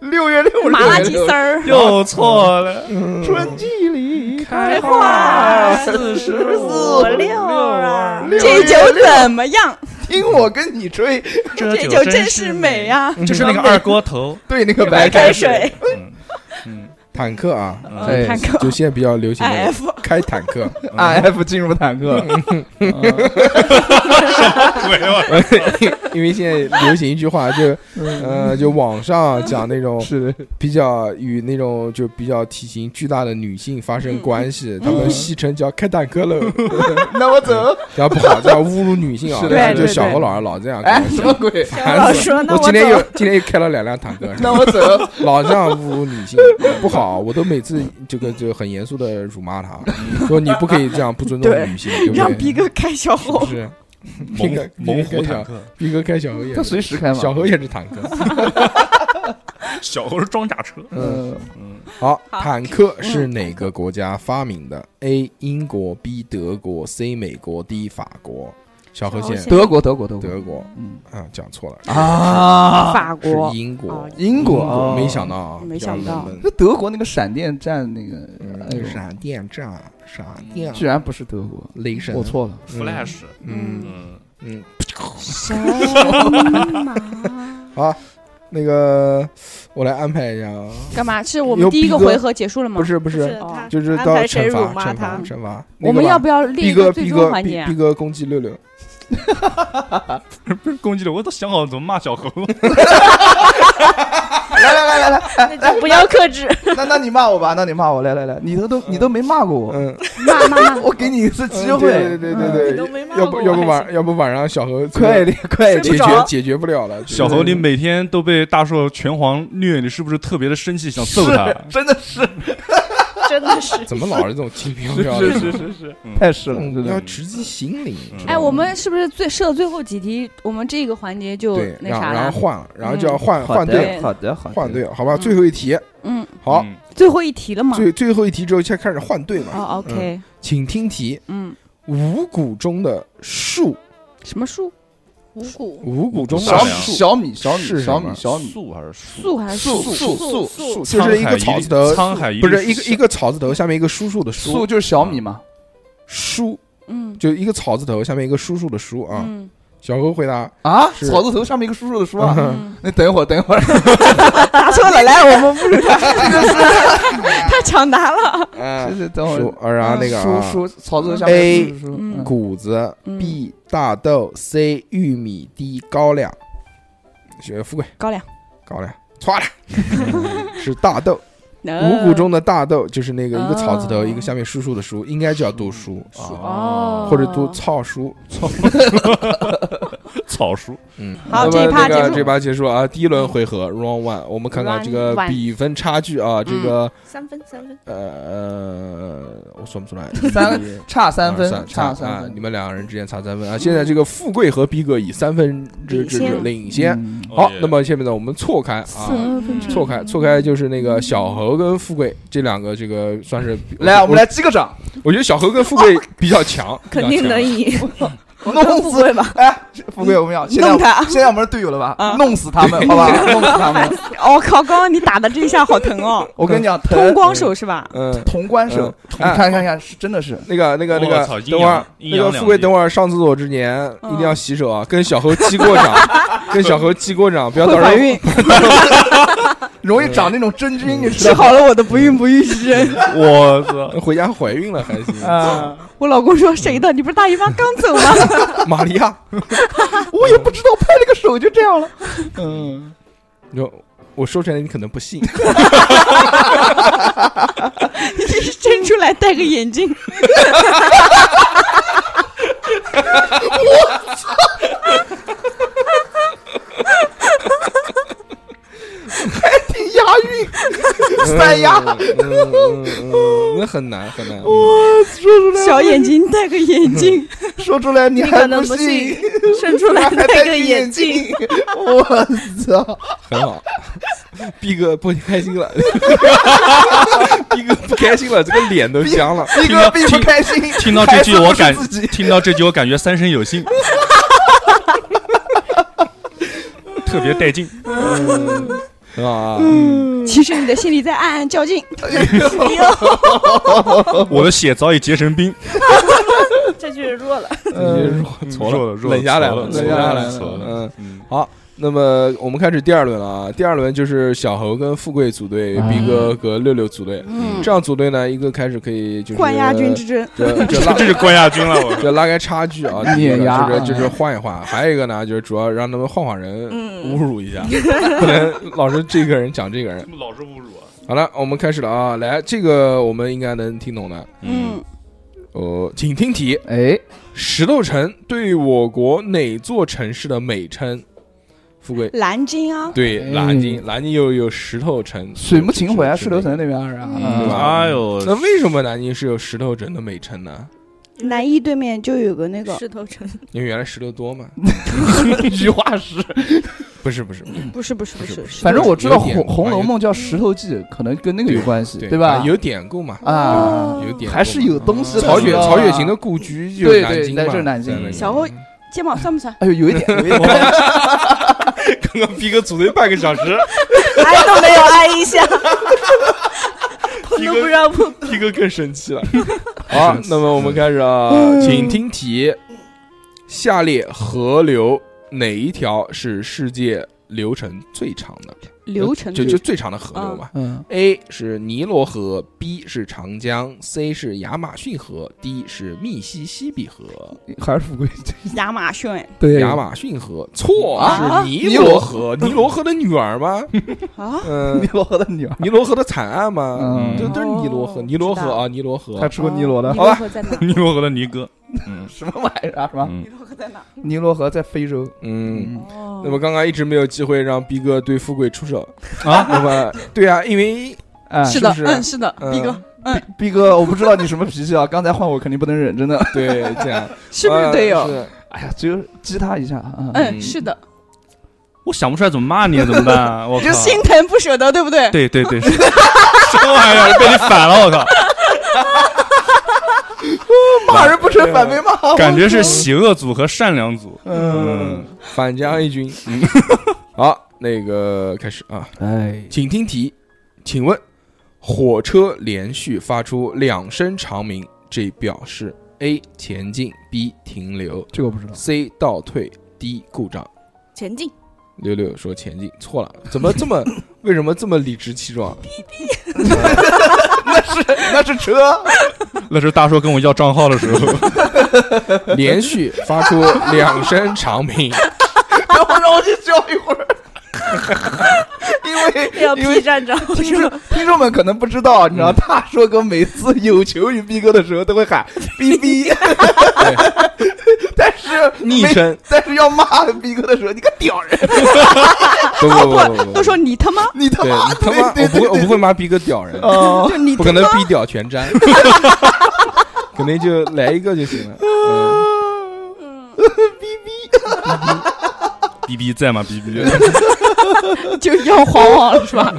[SPEAKER 2] 六月六日
[SPEAKER 6] 麻辣鸡丝儿，
[SPEAKER 8] 又错了，
[SPEAKER 2] 春季里开
[SPEAKER 6] 花
[SPEAKER 2] 四十
[SPEAKER 5] 五
[SPEAKER 2] 四
[SPEAKER 5] 六啊，
[SPEAKER 2] 六
[SPEAKER 6] 这
[SPEAKER 2] 月
[SPEAKER 6] 酒怎么样？
[SPEAKER 2] 听我跟你吹，
[SPEAKER 8] 这
[SPEAKER 6] 这酒真是美
[SPEAKER 8] 呀！
[SPEAKER 6] 啊呀！
[SPEAKER 8] 就是那个二锅头，
[SPEAKER 2] 对那个白
[SPEAKER 8] 白
[SPEAKER 2] 开
[SPEAKER 6] 开
[SPEAKER 2] 水，
[SPEAKER 6] 水
[SPEAKER 8] 嗯嗯
[SPEAKER 1] 坦克哎啊，
[SPEAKER 8] 嗯
[SPEAKER 2] 哎
[SPEAKER 6] 坦克
[SPEAKER 1] 就现在比较流行的
[SPEAKER 6] IF
[SPEAKER 1] 开坦克，
[SPEAKER 2] R 啊 F 进入坦克，
[SPEAKER 1] 因为现在流行一句话， 就呃，就网上讲那种
[SPEAKER 2] 是的，
[SPEAKER 1] 比较与那种就比较体型巨大的女性发生关系，他们戏称叫开坦克喽，
[SPEAKER 2] 那我走，
[SPEAKER 1] 然后不好，这样侮辱女性啊，
[SPEAKER 2] 是的
[SPEAKER 1] 但
[SPEAKER 6] 对
[SPEAKER 1] 就
[SPEAKER 6] 对
[SPEAKER 1] 小
[SPEAKER 6] 对
[SPEAKER 1] 何老师老这样
[SPEAKER 2] 哎
[SPEAKER 1] 干，，
[SPEAKER 2] 什么鬼？
[SPEAKER 1] 烦死
[SPEAKER 6] 说
[SPEAKER 1] 了。我今天又今天又开了两辆坦克，
[SPEAKER 2] 那我走，
[SPEAKER 1] 老这样侮辱女性不好，我都每次这个就很严肃的辱骂他，说你不可以这样不尊重
[SPEAKER 6] 对
[SPEAKER 1] 女 性，对不
[SPEAKER 6] 让
[SPEAKER 1] 对？
[SPEAKER 6] 逼哥开小
[SPEAKER 1] 是不
[SPEAKER 6] 火，
[SPEAKER 1] 是？这
[SPEAKER 8] 猛
[SPEAKER 1] 个
[SPEAKER 8] 猛
[SPEAKER 1] 这
[SPEAKER 8] 虎
[SPEAKER 1] 个
[SPEAKER 8] 坦克，
[SPEAKER 1] 逼哥开小何也
[SPEAKER 2] 他
[SPEAKER 1] 是，
[SPEAKER 2] 随时开嘛，
[SPEAKER 1] 小何也是坦克。
[SPEAKER 8] 小猴是装甲车，
[SPEAKER 2] 嗯，
[SPEAKER 8] 嗯，
[SPEAKER 1] 好，
[SPEAKER 5] 好
[SPEAKER 1] 坦克是哪个国家发明的？A. 英国 B. 德国 C. 美国 D. 法国。小何
[SPEAKER 5] 小
[SPEAKER 1] 县
[SPEAKER 5] 何
[SPEAKER 2] 德国德国德国
[SPEAKER 1] 德国
[SPEAKER 2] 嗯
[SPEAKER 1] 啊，讲错了，
[SPEAKER 2] 啊，
[SPEAKER 6] 法国
[SPEAKER 1] 是英国
[SPEAKER 6] 哦。
[SPEAKER 2] 英国，哦
[SPEAKER 1] 没想到啊，
[SPEAKER 6] 嗯没想到
[SPEAKER 1] 比较冷门
[SPEAKER 2] 那德国那个闪电战那个，哎
[SPEAKER 1] 嗯，
[SPEAKER 2] 呦，
[SPEAKER 1] 闪电战，闪电啊
[SPEAKER 2] 居然不是德国，
[SPEAKER 1] 雷神，
[SPEAKER 2] 我，错了，
[SPEAKER 8] Flash，
[SPEAKER 1] 嗯
[SPEAKER 8] 嗯，
[SPEAKER 1] 嗯，
[SPEAKER 6] 神马
[SPEAKER 1] 好，那个我来安排一下啊，
[SPEAKER 6] 干嘛？是我们第一个回合结束了吗？
[SPEAKER 1] 不，是不
[SPEAKER 5] 不是
[SPEAKER 1] 是，
[SPEAKER 5] 他
[SPEAKER 1] 就是
[SPEAKER 5] 安
[SPEAKER 1] 到
[SPEAKER 5] 排谁
[SPEAKER 1] 惩
[SPEAKER 5] 辱
[SPEAKER 1] 罚
[SPEAKER 5] 骂
[SPEAKER 1] 惩罚
[SPEAKER 5] 他？
[SPEAKER 1] 惩罚，
[SPEAKER 6] 我们要
[SPEAKER 1] 不
[SPEAKER 6] 不要列
[SPEAKER 1] 逼
[SPEAKER 6] 一
[SPEAKER 1] 哥
[SPEAKER 6] 个最
[SPEAKER 1] 逼
[SPEAKER 6] 终
[SPEAKER 1] 哥
[SPEAKER 6] 环
[SPEAKER 1] 逼
[SPEAKER 6] 节啊？
[SPEAKER 1] 逼哥攻击六六，
[SPEAKER 8] 不是嗯 攻击了，我都想好怎么骂小猴了，
[SPEAKER 2] 来来来来来，
[SPEAKER 5] 就不要克制，
[SPEAKER 2] 那那你骂我吧，那你骂我，来来来，你都都你都没骂过我，
[SPEAKER 1] 嗯，
[SPEAKER 6] 骂骂骂！
[SPEAKER 2] 我给你一次机
[SPEAKER 1] 嗯
[SPEAKER 2] 会，
[SPEAKER 1] 对对对对
[SPEAKER 5] 你 都
[SPEAKER 1] 对，
[SPEAKER 5] 没骂
[SPEAKER 1] 要
[SPEAKER 5] 过
[SPEAKER 1] 不
[SPEAKER 5] 我
[SPEAKER 1] 要不
[SPEAKER 5] 还
[SPEAKER 1] 晚要不晚上小何
[SPEAKER 2] 快一点快一点，
[SPEAKER 1] 解
[SPEAKER 5] 睡不着
[SPEAKER 1] 决解决不了了，
[SPEAKER 8] 小猴
[SPEAKER 1] 何
[SPEAKER 8] 你每天都被大硕拳皇虐，你是不是特别的生气，想揍他？
[SPEAKER 2] 是真的是
[SPEAKER 5] 真的是。
[SPEAKER 1] 怎么老是这种轻飘飘的？
[SPEAKER 2] 是是是是，太是了，
[SPEAKER 1] 嗯
[SPEAKER 2] 真
[SPEAKER 1] 要
[SPEAKER 2] 的。
[SPEAKER 1] 直击心灵。知道
[SPEAKER 6] 哎，
[SPEAKER 1] 吗
[SPEAKER 6] 我们是不是最设最后几题？我们这个环节就
[SPEAKER 1] 对，
[SPEAKER 6] 那
[SPEAKER 1] 然后
[SPEAKER 6] 啥
[SPEAKER 1] 然后
[SPEAKER 6] 了？
[SPEAKER 1] 换了，然后就要
[SPEAKER 6] 嗯
[SPEAKER 1] 换
[SPEAKER 2] 好
[SPEAKER 1] 换队
[SPEAKER 6] 对
[SPEAKER 2] 的，好的，好的，
[SPEAKER 1] 换队，好吧？
[SPEAKER 6] 嗯
[SPEAKER 1] 最后一题，
[SPEAKER 6] 嗯，
[SPEAKER 1] 好，
[SPEAKER 8] 嗯，
[SPEAKER 6] 最后一题了吗？
[SPEAKER 1] 最最后一题之后才开始换队嘛。
[SPEAKER 6] 哦，OK，
[SPEAKER 1] 请听题：
[SPEAKER 6] 嗯，
[SPEAKER 1] 五谷中的树，
[SPEAKER 6] 什么树？
[SPEAKER 5] 五谷
[SPEAKER 1] 五谷中
[SPEAKER 2] 小
[SPEAKER 1] 的
[SPEAKER 2] 米
[SPEAKER 8] 是
[SPEAKER 1] 树，
[SPEAKER 2] 小米小米
[SPEAKER 1] 是
[SPEAKER 2] 小
[SPEAKER 1] 什么
[SPEAKER 2] 米小米，
[SPEAKER 8] 素还是素？
[SPEAKER 6] 树还是
[SPEAKER 2] 素
[SPEAKER 6] 树？
[SPEAKER 2] 树
[SPEAKER 5] 树
[SPEAKER 1] 树
[SPEAKER 5] 树
[SPEAKER 1] 就是一个草字头，
[SPEAKER 8] 沧海一
[SPEAKER 1] 不是一个一个草字头下面一个叔叔的
[SPEAKER 2] 素
[SPEAKER 1] 叔，
[SPEAKER 2] 就是小米嘛，
[SPEAKER 1] 叔
[SPEAKER 6] 嗯
[SPEAKER 1] 就一个草字头下面一个叔叔的叔啊。
[SPEAKER 6] 嗯
[SPEAKER 1] 小何回答
[SPEAKER 2] 啊，
[SPEAKER 1] 是
[SPEAKER 2] 草字头上面一个叔叔的叔 啊。
[SPEAKER 6] 嗯，
[SPEAKER 2] 那等一会儿，等一 会儿，
[SPEAKER 6] 答错了，来，我们不是他抢答了，
[SPEAKER 2] 是是等会
[SPEAKER 1] 叔
[SPEAKER 2] 儿，，
[SPEAKER 1] 啊然后那个
[SPEAKER 2] 叔
[SPEAKER 1] 啊
[SPEAKER 2] 叔草字头下面的叔叔，
[SPEAKER 6] 嗯
[SPEAKER 2] 嗯
[SPEAKER 1] 谷子
[SPEAKER 6] 嗯
[SPEAKER 1] B 大豆 C 玉米 D 高粱，学富贵
[SPEAKER 6] 高粱
[SPEAKER 1] 高粱错 了，是大豆。五谷中的大豆就是那个一个草字头，
[SPEAKER 6] 呃哦
[SPEAKER 1] 一个下面叔叔的叔，应该叫读书
[SPEAKER 8] 啊
[SPEAKER 6] 哦，
[SPEAKER 1] 或者读草书。
[SPEAKER 8] 草书，
[SPEAKER 1] 嗯，
[SPEAKER 6] 好
[SPEAKER 1] 那
[SPEAKER 6] 这一
[SPEAKER 1] 么那
[SPEAKER 6] 趴
[SPEAKER 1] 个
[SPEAKER 6] 结束嗯
[SPEAKER 1] 这趴结束啊，第一轮回合 round one，我们看看这个
[SPEAKER 6] Round one
[SPEAKER 1] 比分差距
[SPEAKER 6] 嗯
[SPEAKER 1] 啊，这个
[SPEAKER 5] 三分三分，
[SPEAKER 1] 呃，我算不 出来，
[SPEAKER 2] 三
[SPEAKER 1] 一
[SPEAKER 2] 差
[SPEAKER 1] 二
[SPEAKER 2] 嗯三
[SPEAKER 1] 三
[SPEAKER 2] 分，差
[SPEAKER 1] 三
[SPEAKER 2] 三
[SPEAKER 1] 啊
[SPEAKER 2] 分，
[SPEAKER 1] 你们两个人之间差三分啊！现在这个富贵和逼哥以三分之之之
[SPEAKER 5] 领先
[SPEAKER 1] 领先。
[SPEAKER 2] 嗯
[SPEAKER 1] 好
[SPEAKER 8] 哦，
[SPEAKER 1] 那么下面呢，我们错开啊，
[SPEAKER 6] 嗯
[SPEAKER 1] 错开，错开就是那个小猴跟富贵这两个，这个算是比
[SPEAKER 2] 来，我们来，击个掌，
[SPEAKER 1] 我觉得小猴跟富贵比较强，
[SPEAKER 5] 肯定 能
[SPEAKER 1] 比较强。
[SPEAKER 5] 赢。
[SPEAKER 2] 弄
[SPEAKER 5] 富
[SPEAKER 2] 死
[SPEAKER 5] 贵吧，
[SPEAKER 2] 哎，富贵，我们要现在我
[SPEAKER 6] 弄他
[SPEAKER 2] 现在我们是队友了吧
[SPEAKER 6] 啊？
[SPEAKER 2] 弄死他 们，好吧？弄死他们！
[SPEAKER 6] 我哦靠，刚刚你打的这一下好疼 哦，
[SPEAKER 2] 我跟你讲，
[SPEAKER 6] 通
[SPEAKER 2] 藤
[SPEAKER 6] 光手是吧？
[SPEAKER 1] 嗯，
[SPEAKER 2] 潼关手
[SPEAKER 1] 嗯，
[SPEAKER 2] 你
[SPEAKER 1] 哎
[SPEAKER 2] 看看看，是真的是
[SPEAKER 1] 那个那个那
[SPEAKER 8] 我
[SPEAKER 1] 个
[SPEAKER 8] 操，阴
[SPEAKER 1] 等会儿
[SPEAKER 8] 阳阴
[SPEAKER 1] 那个
[SPEAKER 8] 阳
[SPEAKER 1] 富
[SPEAKER 8] 两
[SPEAKER 1] 贵，
[SPEAKER 8] 界
[SPEAKER 1] 等会儿上厕所之前一
[SPEAKER 6] 嗯
[SPEAKER 1] 定要洗手啊，跟小猴击过掌，跟小猴击过掌，不要到
[SPEAKER 6] 会
[SPEAKER 1] 时候
[SPEAKER 6] 怀孕，
[SPEAKER 2] 容易长那种真菌，你知
[SPEAKER 6] 治
[SPEAKER 2] 道吗？
[SPEAKER 6] 好了我的不孕不育之症。
[SPEAKER 8] 我操，
[SPEAKER 1] 回家怀孕了还行。
[SPEAKER 2] 啊，
[SPEAKER 6] 我老公说谁的？你不是大姨妈刚走吗？
[SPEAKER 1] 玛利亚，
[SPEAKER 2] 我也不知道拍了个手就这样了。嗯，
[SPEAKER 1] 你说我说出来你可能不信，
[SPEAKER 6] 你伸出来戴个眼镜，
[SPEAKER 2] 挺押韵， 三押
[SPEAKER 1] 嗯，嗯嗯嗯那很难很难。
[SPEAKER 6] 小眼睛戴个眼镜，
[SPEAKER 2] 说出来你
[SPEAKER 5] 你可
[SPEAKER 2] 还
[SPEAKER 5] 能不信
[SPEAKER 2] 信，，
[SPEAKER 5] 伸出来
[SPEAKER 2] 还
[SPEAKER 5] 那
[SPEAKER 2] 戴
[SPEAKER 5] 个
[SPEAKER 2] 着
[SPEAKER 5] 眼
[SPEAKER 2] 眼
[SPEAKER 5] 镜，，
[SPEAKER 2] 我操！
[SPEAKER 1] 很好。 逼哥不开心了， 逼哥不开心了，这个脸都僵了。
[SPEAKER 2] 逼哥并不开心，
[SPEAKER 8] 听到这句我
[SPEAKER 2] 还
[SPEAKER 8] 感
[SPEAKER 2] 是不是自己
[SPEAKER 8] 听到这句我感觉三生有 幸，特别带劲。
[SPEAKER 1] 很好 啊，
[SPEAKER 6] 其实你的心里在暗暗较劲。
[SPEAKER 8] 我的血早已结成冰，
[SPEAKER 5] 这句弱了。
[SPEAKER 1] 嗯
[SPEAKER 8] 错
[SPEAKER 1] 了
[SPEAKER 8] 了，
[SPEAKER 1] 冷下来了，
[SPEAKER 8] 错
[SPEAKER 1] 冷下来
[SPEAKER 8] 了，
[SPEAKER 1] 了。
[SPEAKER 8] 错了。
[SPEAKER 1] 嗯，
[SPEAKER 8] 嗯，
[SPEAKER 1] 好，那么我们开始第二轮了啊。第二轮就是小猴跟富贵组队，
[SPEAKER 6] 啊
[SPEAKER 2] 嗯
[SPEAKER 1] 逼哥和六六组队。
[SPEAKER 6] 嗯，
[SPEAKER 1] 这样组队呢，一个开始可以就是
[SPEAKER 6] 冠亚军之争，
[SPEAKER 1] 这这
[SPEAKER 8] 这
[SPEAKER 1] 拉
[SPEAKER 8] 这是冠亚军了，我
[SPEAKER 1] 就拉开差距啊，第一个
[SPEAKER 2] 碾压
[SPEAKER 1] 就是就是换一换，还有一个呢，就是主要让他们换换人，
[SPEAKER 5] 嗯
[SPEAKER 1] 侮辱一下，不能老是这个人讲这个人。
[SPEAKER 8] 老是侮辱啊。
[SPEAKER 1] 好了，我们开始了啊，来，这个我们应该能听懂的。
[SPEAKER 8] 嗯，
[SPEAKER 1] 呃，请听题：
[SPEAKER 2] 哎，
[SPEAKER 1] 石头城对我国哪座城市的美称？富
[SPEAKER 2] 嗯
[SPEAKER 1] 贵
[SPEAKER 6] 蓝鲸啊，
[SPEAKER 1] 对
[SPEAKER 2] 哎
[SPEAKER 1] 南京，南京又有石头城，
[SPEAKER 2] 水木秦淮啊，石头
[SPEAKER 1] 城。
[SPEAKER 2] 城那边儿啊，
[SPEAKER 6] 嗯
[SPEAKER 1] 对
[SPEAKER 2] 嗯
[SPEAKER 1] 吧
[SPEAKER 8] 哎呦，
[SPEAKER 1] 那为什么南京是有石头城的美称呢？
[SPEAKER 6] 南一对面就有个那个，
[SPEAKER 5] 石头城，
[SPEAKER 1] 因为原来石头多嘛。
[SPEAKER 2] 嗯菊花石。
[SPEAKER 1] 不是不是，
[SPEAKER 6] 不是不是不是，
[SPEAKER 2] 反正我知道《
[SPEAKER 1] 有点
[SPEAKER 2] 红红楼
[SPEAKER 1] 有
[SPEAKER 2] 梦》叫《石头记》，可能跟那个有关系，
[SPEAKER 1] 对
[SPEAKER 2] 吧？
[SPEAKER 1] 有典故嘛，
[SPEAKER 2] 啊，
[SPEAKER 1] 有典故嘛
[SPEAKER 2] 还是有东西的。
[SPEAKER 1] 曹雪
[SPEAKER 2] 知道吧
[SPEAKER 1] 曹雪芹的故居就
[SPEAKER 2] 对
[SPEAKER 1] 南
[SPEAKER 2] 对
[SPEAKER 1] 京
[SPEAKER 2] 在
[SPEAKER 1] 嘛，
[SPEAKER 2] 这儿南京
[SPEAKER 1] 在那里
[SPEAKER 6] 小欧肩膀算不算？
[SPEAKER 2] 哎呦，有一点，有一点
[SPEAKER 8] 刚刚逼哥组队半个小时，
[SPEAKER 5] 挨都没有挨一 下，碰都不让碰。
[SPEAKER 1] 逼哥更生 气了。好，那么我们开始啊，
[SPEAKER 2] 嗯
[SPEAKER 1] 请听题：下列河流哪一条是世界流程最长的？
[SPEAKER 6] 流程
[SPEAKER 1] 就就最长的河流嘛。
[SPEAKER 2] 嗯，
[SPEAKER 1] A 是尼罗河，B 是长江，C 是亚马逊河，D 是密西西比河。
[SPEAKER 2] 还是富贵
[SPEAKER 6] 亚马逊，
[SPEAKER 2] 对
[SPEAKER 1] 亚马逊河错，
[SPEAKER 6] 啊
[SPEAKER 1] 是尼罗河。尼罗河的女儿吗？
[SPEAKER 6] 啊
[SPEAKER 1] 嗯
[SPEAKER 2] 尼，罗河的女儿，
[SPEAKER 1] 尼罗河的惨案吗？
[SPEAKER 2] 嗯
[SPEAKER 1] 这都是尼罗河，
[SPEAKER 6] 哦
[SPEAKER 1] 尼罗
[SPEAKER 6] 知
[SPEAKER 1] 河
[SPEAKER 6] 道
[SPEAKER 1] 啊，尼罗河。
[SPEAKER 2] 还吃过尼罗的
[SPEAKER 6] 哦尼罗河在哪？
[SPEAKER 8] 尼罗河的尼哥，嗯
[SPEAKER 2] 什么玩意儿啊？什么？
[SPEAKER 8] 嗯，
[SPEAKER 6] 尼罗河在哪？
[SPEAKER 2] 尼罗河在非洲。
[SPEAKER 1] 嗯，
[SPEAKER 6] 哦
[SPEAKER 1] 那么刚刚一直没有机会让逼哥对富贵出手
[SPEAKER 8] 啊
[SPEAKER 1] 那么对啊，因为
[SPEAKER 2] 哎，
[SPEAKER 6] 是的，
[SPEAKER 1] 是不是
[SPEAKER 6] 嗯，是的，
[SPEAKER 1] 嗯
[SPEAKER 6] 逼哥
[SPEAKER 2] 逼哥，我不知道你什么脾气啊，刚才换我肯定不能忍，真的。
[SPEAKER 1] 对这样
[SPEAKER 6] 是不是队友？
[SPEAKER 1] 呃
[SPEAKER 2] 哎呀，只有激他一下啊。嗯
[SPEAKER 6] 嗯，是的，
[SPEAKER 8] 我想不出来怎么骂你，怎么办 啊？我靠
[SPEAKER 6] 就，心疼不舍得，对不对？
[SPEAKER 8] 对对对，是什么玩意儿？被你反了，我 靠，
[SPEAKER 2] 骂人不成反被骂。啊
[SPEAKER 8] 感觉是
[SPEAKER 1] 哦
[SPEAKER 8] 邪恶组和善良组。嗯
[SPEAKER 2] 嗯，，
[SPEAKER 1] 反将一军。嗯好，那个开始啊，
[SPEAKER 2] 哎，
[SPEAKER 1] 请听题，请问火车连续发出两声长鸣，这表示 A 前进，B 停留
[SPEAKER 2] 这个我不知道。
[SPEAKER 1] ，C 倒退，D 故障。
[SPEAKER 5] 前进，
[SPEAKER 1] 六六说前进错了，怎么这么 为什么这么理直气壮？
[SPEAKER 2] 那 是那是车。啊
[SPEAKER 8] 那是大叔跟我要账号的时候，
[SPEAKER 1] 连续发出两声长鸣，
[SPEAKER 2] 然后让我去笑一会儿。因为
[SPEAKER 5] 要
[SPEAKER 2] 因为
[SPEAKER 5] P 站 照
[SPEAKER 2] 听众听众们可能不知道，啊你知道，大硕哥每次有求于逼哥的时候都会喊“逼 逼”，但是
[SPEAKER 1] 昵
[SPEAKER 2] 没，
[SPEAKER 1] 称，
[SPEAKER 2] 但是要骂逼哥的时候，你个屌人，
[SPEAKER 1] 不不不 不
[SPEAKER 6] 都
[SPEAKER 1] 不，
[SPEAKER 6] 说你他妈，
[SPEAKER 2] 你他
[SPEAKER 1] 对
[SPEAKER 2] 妈
[SPEAKER 1] 你他妈，
[SPEAKER 2] 对
[SPEAKER 1] 我不会
[SPEAKER 2] 对
[SPEAKER 1] 我不会骂逼哥屌 人，
[SPEAKER 2] 哦，
[SPEAKER 6] 就你
[SPEAKER 1] 不可能逼屌全 沾，肯定就来一个就 行了。嗯
[SPEAKER 8] 逼逼在吗？逼逼
[SPEAKER 6] 就要黄黄了是吧？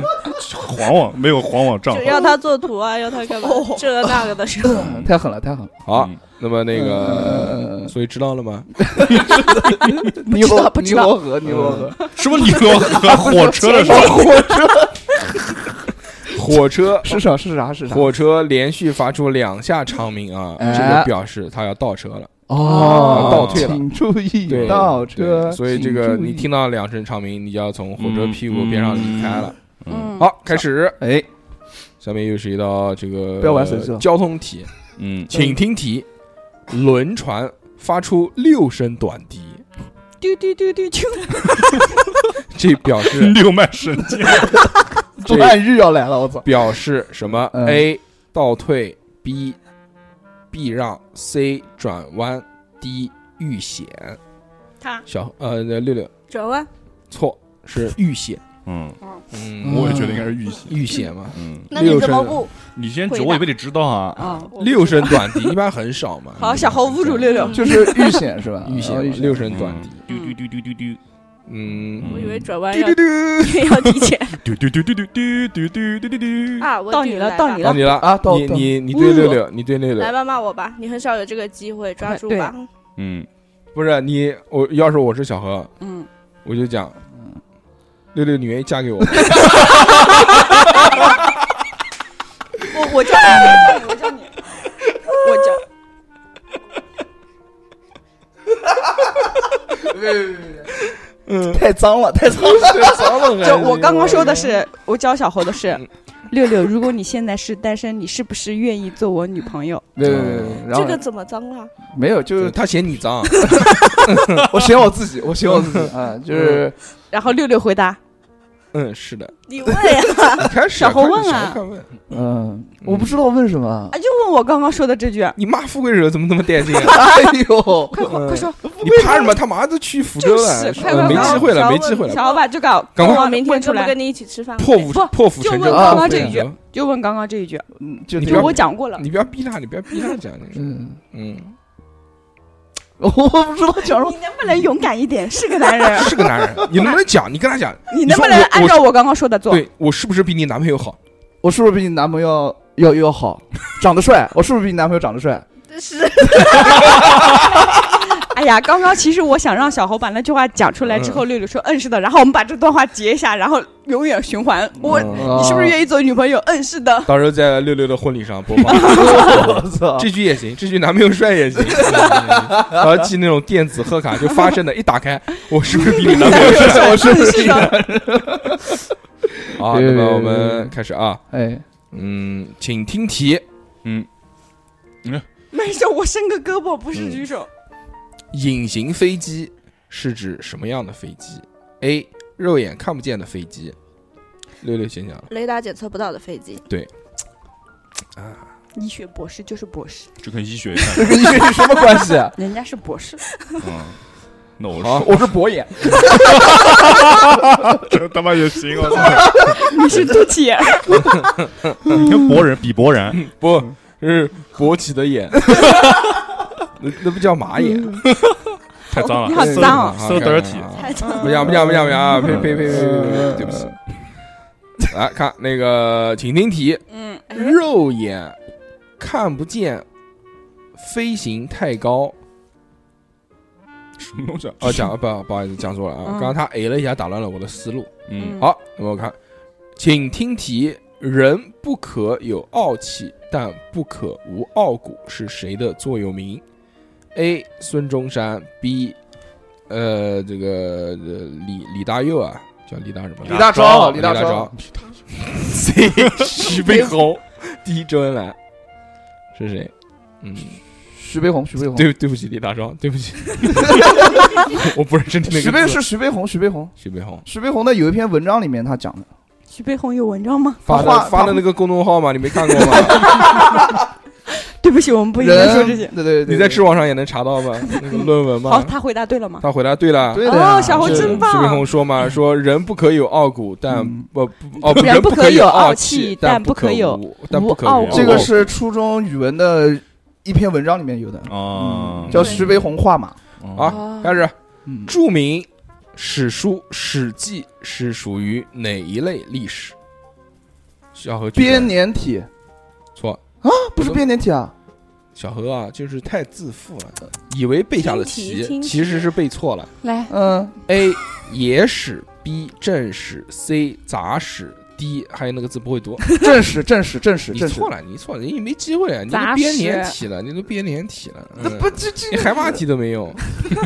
[SPEAKER 8] 黄网没有黄网账
[SPEAKER 5] 就
[SPEAKER 8] 号，
[SPEAKER 5] 要他做图啊，要他干嘛？这个那个的时 候，
[SPEAKER 2] 太狠了，太狠了，
[SPEAKER 1] 好
[SPEAKER 8] 嗯，
[SPEAKER 1] 那么那个，
[SPEAKER 2] 嗯
[SPEAKER 1] 所以知道了吗？
[SPEAKER 2] 尼罗
[SPEAKER 6] 不
[SPEAKER 2] 尼
[SPEAKER 6] 知道
[SPEAKER 2] 罗河，尼罗河，
[SPEAKER 8] 什么你罗河
[SPEAKER 1] 嗯
[SPEAKER 8] 火车的时 候，
[SPEAKER 1] 火车
[SPEAKER 2] 是啥是啥是啥？啊
[SPEAKER 1] 火车连续发出两下长鸣啊，
[SPEAKER 2] 哎
[SPEAKER 1] 这个表示它要倒车了。
[SPEAKER 2] 哦，
[SPEAKER 1] 倒退了
[SPEAKER 2] 请注意
[SPEAKER 1] 对，
[SPEAKER 2] 倒
[SPEAKER 1] 对
[SPEAKER 2] 车，
[SPEAKER 1] 所以这个
[SPEAKER 2] 请注意
[SPEAKER 1] 你听到两声长鸣，你就要从火车屁股边上离开了。
[SPEAKER 8] 嗯
[SPEAKER 1] 好，开始，
[SPEAKER 2] 哎，
[SPEAKER 1] 下面又是一道这个
[SPEAKER 2] 不要玩手机了
[SPEAKER 1] 交通题，
[SPEAKER 8] 嗯，
[SPEAKER 1] 请听题：轮船发出六声短笛，
[SPEAKER 6] 丢丢丢丢丢，
[SPEAKER 1] 这表示
[SPEAKER 8] 六脉神经，
[SPEAKER 1] 这
[SPEAKER 2] 乱日要来了，我操！
[SPEAKER 1] 表示什么
[SPEAKER 2] 嗯
[SPEAKER 1] ？A 倒退，B 避让，C 转弯，D 遇险。
[SPEAKER 5] 他
[SPEAKER 1] 小呃六六
[SPEAKER 5] 转弯，
[SPEAKER 1] 错是遇险，
[SPEAKER 8] 嗯，
[SPEAKER 1] 嗯
[SPEAKER 8] 我也觉得应该是遇险，
[SPEAKER 1] 遇险嘛。
[SPEAKER 8] 嗯，
[SPEAKER 5] 那你
[SPEAKER 1] 六
[SPEAKER 5] 怎么
[SPEAKER 1] 声
[SPEAKER 5] 不？
[SPEAKER 8] 你先
[SPEAKER 5] 回
[SPEAKER 8] 指
[SPEAKER 5] 答
[SPEAKER 8] 我也被你知道啊，
[SPEAKER 6] 啊，
[SPEAKER 1] 六声短笛一般很少嘛。
[SPEAKER 6] 好，小猴侮辱六六，
[SPEAKER 2] 就是遇险是吧？
[SPEAKER 1] 遇险嘛
[SPEAKER 2] 哦遇
[SPEAKER 1] 六声
[SPEAKER 8] 嗯
[SPEAKER 1] 短笛，
[SPEAKER 8] 丢丢丢丢丢丢
[SPEAKER 1] 嗯
[SPEAKER 5] 我
[SPEAKER 8] 嗯
[SPEAKER 5] 以为转弯要 要提前
[SPEAKER 8] 丢丢丢丢丢丢丢丢丢丢丢，
[SPEAKER 5] 啊！我
[SPEAKER 6] 到你了
[SPEAKER 5] 来
[SPEAKER 6] 到你
[SPEAKER 1] 到你了
[SPEAKER 2] 啊到
[SPEAKER 1] 你
[SPEAKER 2] 到
[SPEAKER 1] 你你对六六，你对六
[SPEAKER 5] 来
[SPEAKER 1] 六，
[SPEAKER 5] 吧，骂我吧，你很少有这个机会，抓住
[SPEAKER 6] 对
[SPEAKER 5] 吧。
[SPEAKER 8] 嗯，
[SPEAKER 1] 不是你我要是我是小何，
[SPEAKER 6] 嗯，
[SPEAKER 1] 我就讲，六六你愿意嫁给我吗？
[SPEAKER 6] 我我叫你，我叫你，我叫
[SPEAKER 2] 太脏了，太脏了，
[SPEAKER 6] 你， 就我刚刚说的是，我教小猴的是，六六，如果你现在是单身，你是不是愿意做我女朋友？
[SPEAKER 2] 对对对对，然
[SPEAKER 5] 这
[SPEAKER 2] 后
[SPEAKER 5] 个怎么脏啊了？
[SPEAKER 2] 没有，就
[SPEAKER 1] 就是
[SPEAKER 2] 是
[SPEAKER 1] 他嫌你脏，
[SPEAKER 2] 我嫌我自己，我嫌我 自己啊，就是
[SPEAKER 6] 然后六六回答，
[SPEAKER 1] 嗯，是的，
[SPEAKER 5] 你问呀，
[SPEAKER 1] 你开始啊
[SPEAKER 6] 小猴问
[SPEAKER 1] 开
[SPEAKER 6] 啊
[SPEAKER 1] 始小猴快问，
[SPEAKER 2] 嗯，我不知道问什么
[SPEAKER 6] 啊，。就问我刚刚说的这句，
[SPEAKER 1] 你骂富贵惹怎么那么带劲啊？
[SPEAKER 2] 哎呦，
[SPEAKER 6] 快
[SPEAKER 1] 嗯
[SPEAKER 6] 快说，
[SPEAKER 1] 你怕什么？他妈都去福州了，
[SPEAKER 6] 就是
[SPEAKER 1] 是
[SPEAKER 6] 快
[SPEAKER 1] 吧
[SPEAKER 6] 快
[SPEAKER 1] 没
[SPEAKER 6] 快
[SPEAKER 1] 机会了，
[SPEAKER 5] 小
[SPEAKER 1] 没
[SPEAKER 5] 问
[SPEAKER 1] 机会了，
[SPEAKER 6] 小伙伴就搞，
[SPEAKER 1] 赶快
[SPEAKER 6] 我
[SPEAKER 5] 明
[SPEAKER 6] 问
[SPEAKER 5] 天
[SPEAKER 6] 出
[SPEAKER 5] 跟不
[SPEAKER 6] 来，
[SPEAKER 5] 跟你一起吃饭？
[SPEAKER 1] 破釜
[SPEAKER 6] 不
[SPEAKER 1] 破釜
[SPEAKER 6] 就
[SPEAKER 1] 沉舟，
[SPEAKER 6] 问
[SPEAKER 1] 破
[SPEAKER 2] 刚
[SPEAKER 1] 釜
[SPEAKER 2] 刚
[SPEAKER 6] 这
[SPEAKER 1] 沉
[SPEAKER 6] 一句
[SPEAKER 1] 舟
[SPEAKER 6] 就问刚刚这一句，
[SPEAKER 2] 嗯就
[SPEAKER 1] 你
[SPEAKER 6] 就
[SPEAKER 1] 不要
[SPEAKER 6] 我讲过了，
[SPEAKER 1] 你不要逼他，你不要逼他讲这个事。
[SPEAKER 2] 嗯，
[SPEAKER 1] 嗯，
[SPEAKER 2] 我不知道讲什么
[SPEAKER 6] 你能不能勇敢一点？是个 男人，
[SPEAKER 1] 是个男人，你能不能 讲？你跟他讲，
[SPEAKER 6] 你能不能
[SPEAKER 1] 你说我
[SPEAKER 6] 按照我刚刚说的做？
[SPEAKER 1] 对我是不是比你男朋友好？
[SPEAKER 2] 我是不是比你男朋友要要好， 长得帅？我是不是比你男朋友长得帅？
[SPEAKER 5] 是
[SPEAKER 6] 哎呀，刚刚其实我想让小猴把那句话讲出来之后，六六说嗯是的，然后我们把这段话截一下，然后永远循环。我
[SPEAKER 1] 嗯
[SPEAKER 6] 你是不是
[SPEAKER 2] 意？
[SPEAKER 6] 愿意做女朋友？嗯是的。
[SPEAKER 1] 到时候在六六的婚礼上播放
[SPEAKER 2] 我操！
[SPEAKER 1] 这句也行，这句男朋友帅也行。然后寄那种电子贺卡，就发现的，一打开，我是不是比你男朋友帅？
[SPEAKER 6] 我 是是的，
[SPEAKER 1] 好，那么我们开始啊，
[SPEAKER 2] 哎，
[SPEAKER 1] 嗯，请听题：
[SPEAKER 6] 没事，我伸个胳膊，不是举手。
[SPEAKER 1] 隐形飞机是指什么样的飞机？A. 肉眼看不见的飞机。六六 先讲了
[SPEAKER 5] 雷达检测不到的飞机，
[SPEAKER 1] 啊，
[SPEAKER 6] 医学博士就是博士，
[SPEAKER 8] 这跟医学
[SPEAKER 2] 这跟音乐有什么关
[SPEAKER 1] 啊
[SPEAKER 2] 系？
[SPEAKER 6] 人家是博士，
[SPEAKER 8] 嗯，那我
[SPEAKER 1] 好
[SPEAKER 8] 说
[SPEAKER 2] 我是博眼，
[SPEAKER 8] 这他妈也行，啊我操！
[SPEAKER 6] 你是肚脐眼。
[SPEAKER 8] 你看博人比博人，
[SPEAKER 1] 不是勃起的眼，那 那不叫马眼。
[SPEAKER 8] 太脏了，
[SPEAKER 6] 你好脏哦
[SPEAKER 1] 啊
[SPEAKER 8] So dirty
[SPEAKER 1] 啊
[SPEAKER 5] 太脏了。
[SPEAKER 1] 不讲不讲不讲不讲啊！呸呸呸呸呸！
[SPEAKER 2] 呃
[SPEAKER 1] 呸对不起。来啊看那个，请听题：
[SPEAKER 6] 嗯，
[SPEAKER 1] 肉眼看不见，飞行太高。
[SPEAKER 8] 什么东西啊？
[SPEAKER 1] 哦，讲不不好意思，讲错了啊！
[SPEAKER 6] 嗯
[SPEAKER 1] 刚刚他 A 了一下，打乱了我的思路。
[SPEAKER 8] 嗯，
[SPEAKER 1] 好，那么我看，请听题：人不可有傲气，但不可无傲骨，是谁的座右铭？A. 孙中山，B. 呃，这个呃李李大佑啊，叫李大什么？
[SPEAKER 8] 李大钊
[SPEAKER 2] 李
[SPEAKER 1] 大
[SPEAKER 2] 大钊，
[SPEAKER 1] C. 徐悲鸿，D. 周恩来，是谁？嗯，
[SPEAKER 2] 徐悲鸿，徐悲鸿，
[SPEAKER 1] 对对不起李大钊，对不起，我不认识那
[SPEAKER 2] 徐
[SPEAKER 1] 个
[SPEAKER 2] 悲
[SPEAKER 1] 字
[SPEAKER 2] 是徐悲鸿，徐悲鸿，
[SPEAKER 1] 徐悲鸿
[SPEAKER 2] 徐悲鸿的有一篇文章里面他讲的，
[SPEAKER 6] 徐悲鸿有文章吗？
[SPEAKER 1] 发
[SPEAKER 2] 画
[SPEAKER 1] 的发
[SPEAKER 2] 画
[SPEAKER 1] 的那个公众号嘛，你没看过吗？
[SPEAKER 6] 对不起，我们不应该说
[SPEAKER 2] 人
[SPEAKER 6] 这些。
[SPEAKER 2] 对对对，
[SPEAKER 1] 你在知网上也能查到吗？那个论文
[SPEAKER 6] 好，
[SPEAKER 1] 嘛。
[SPEAKER 6] 他回答对了吗？
[SPEAKER 1] 他回答对了，
[SPEAKER 2] 对的呀
[SPEAKER 6] 哦小猴
[SPEAKER 1] 是
[SPEAKER 6] 真棒
[SPEAKER 1] 徐悲鸿说嘛，说人不可有傲骨，但
[SPEAKER 2] 嗯
[SPEAKER 1] 不不哦，
[SPEAKER 6] 人
[SPEAKER 1] 不
[SPEAKER 6] 不
[SPEAKER 1] 可
[SPEAKER 6] 可
[SPEAKER 1] 有
[SPEAKER 6] 有
[SPEAKER 1] 傲
[SPEAKER 6] 傲气
[SPEAKER 1] 但
[SPEAKER 6] 但不可有
[SPEAKER 1] 无，但
[SPEAKER 6] 无
[SPEAKER 1] 不可
[SPEAKER 6] 傲
[SPEAKER 1] 无
[SPEAKER 6] 骨
[SPEAKER 2] 这个是初中语文的一篇文章里面有的，嗯
[SPEAKER 8] 啊，
[SPEAKER 2] 叫《徐悲鸿画马》。
[SPEAKER 1] 啊
[SPEAKER 6] 哦
[SPEAKER 1] 开始，
[SPEAKER 2] 嗯，
[SPEAKER 1] 著名史书《史记》是属于哪一类历史？小何举手
[SPEAKER 2] 编年体
[SPEAKER 1] 错，
[SPEAKER 2] 不是编年体啊，
[SPEAKER 1] 小何啊，就是太自负了，以为背下了
[SPEAKER 5] 听题
[SPEAKER 1] 棋，
[SPEAKER 5] 听题
[SPEAKER 1] 其实是背错了。
[SPEAKER 6] 来，
[SPEAKER 2] 嗯，
[SPEAKER 1] A 野史，B 正史，C 杂史，D 还有那个字不会读，
[SPEAKER 2] 正史正史正史
[SPEAKER 1] 你
[SPEAKER 2] 正史
[SPEAKER 1] 错，了，你错了，你没机会了，啊你
[SPEAKER 6] 杂
[SPEAKER 1] 都
[SPEAKER 6] 史
[SPEAKER 1] 编年体了，你都编年体了，嗯
[SPEAKER 2] 不这这
[SPEAKER 1] 你海马体都没 有。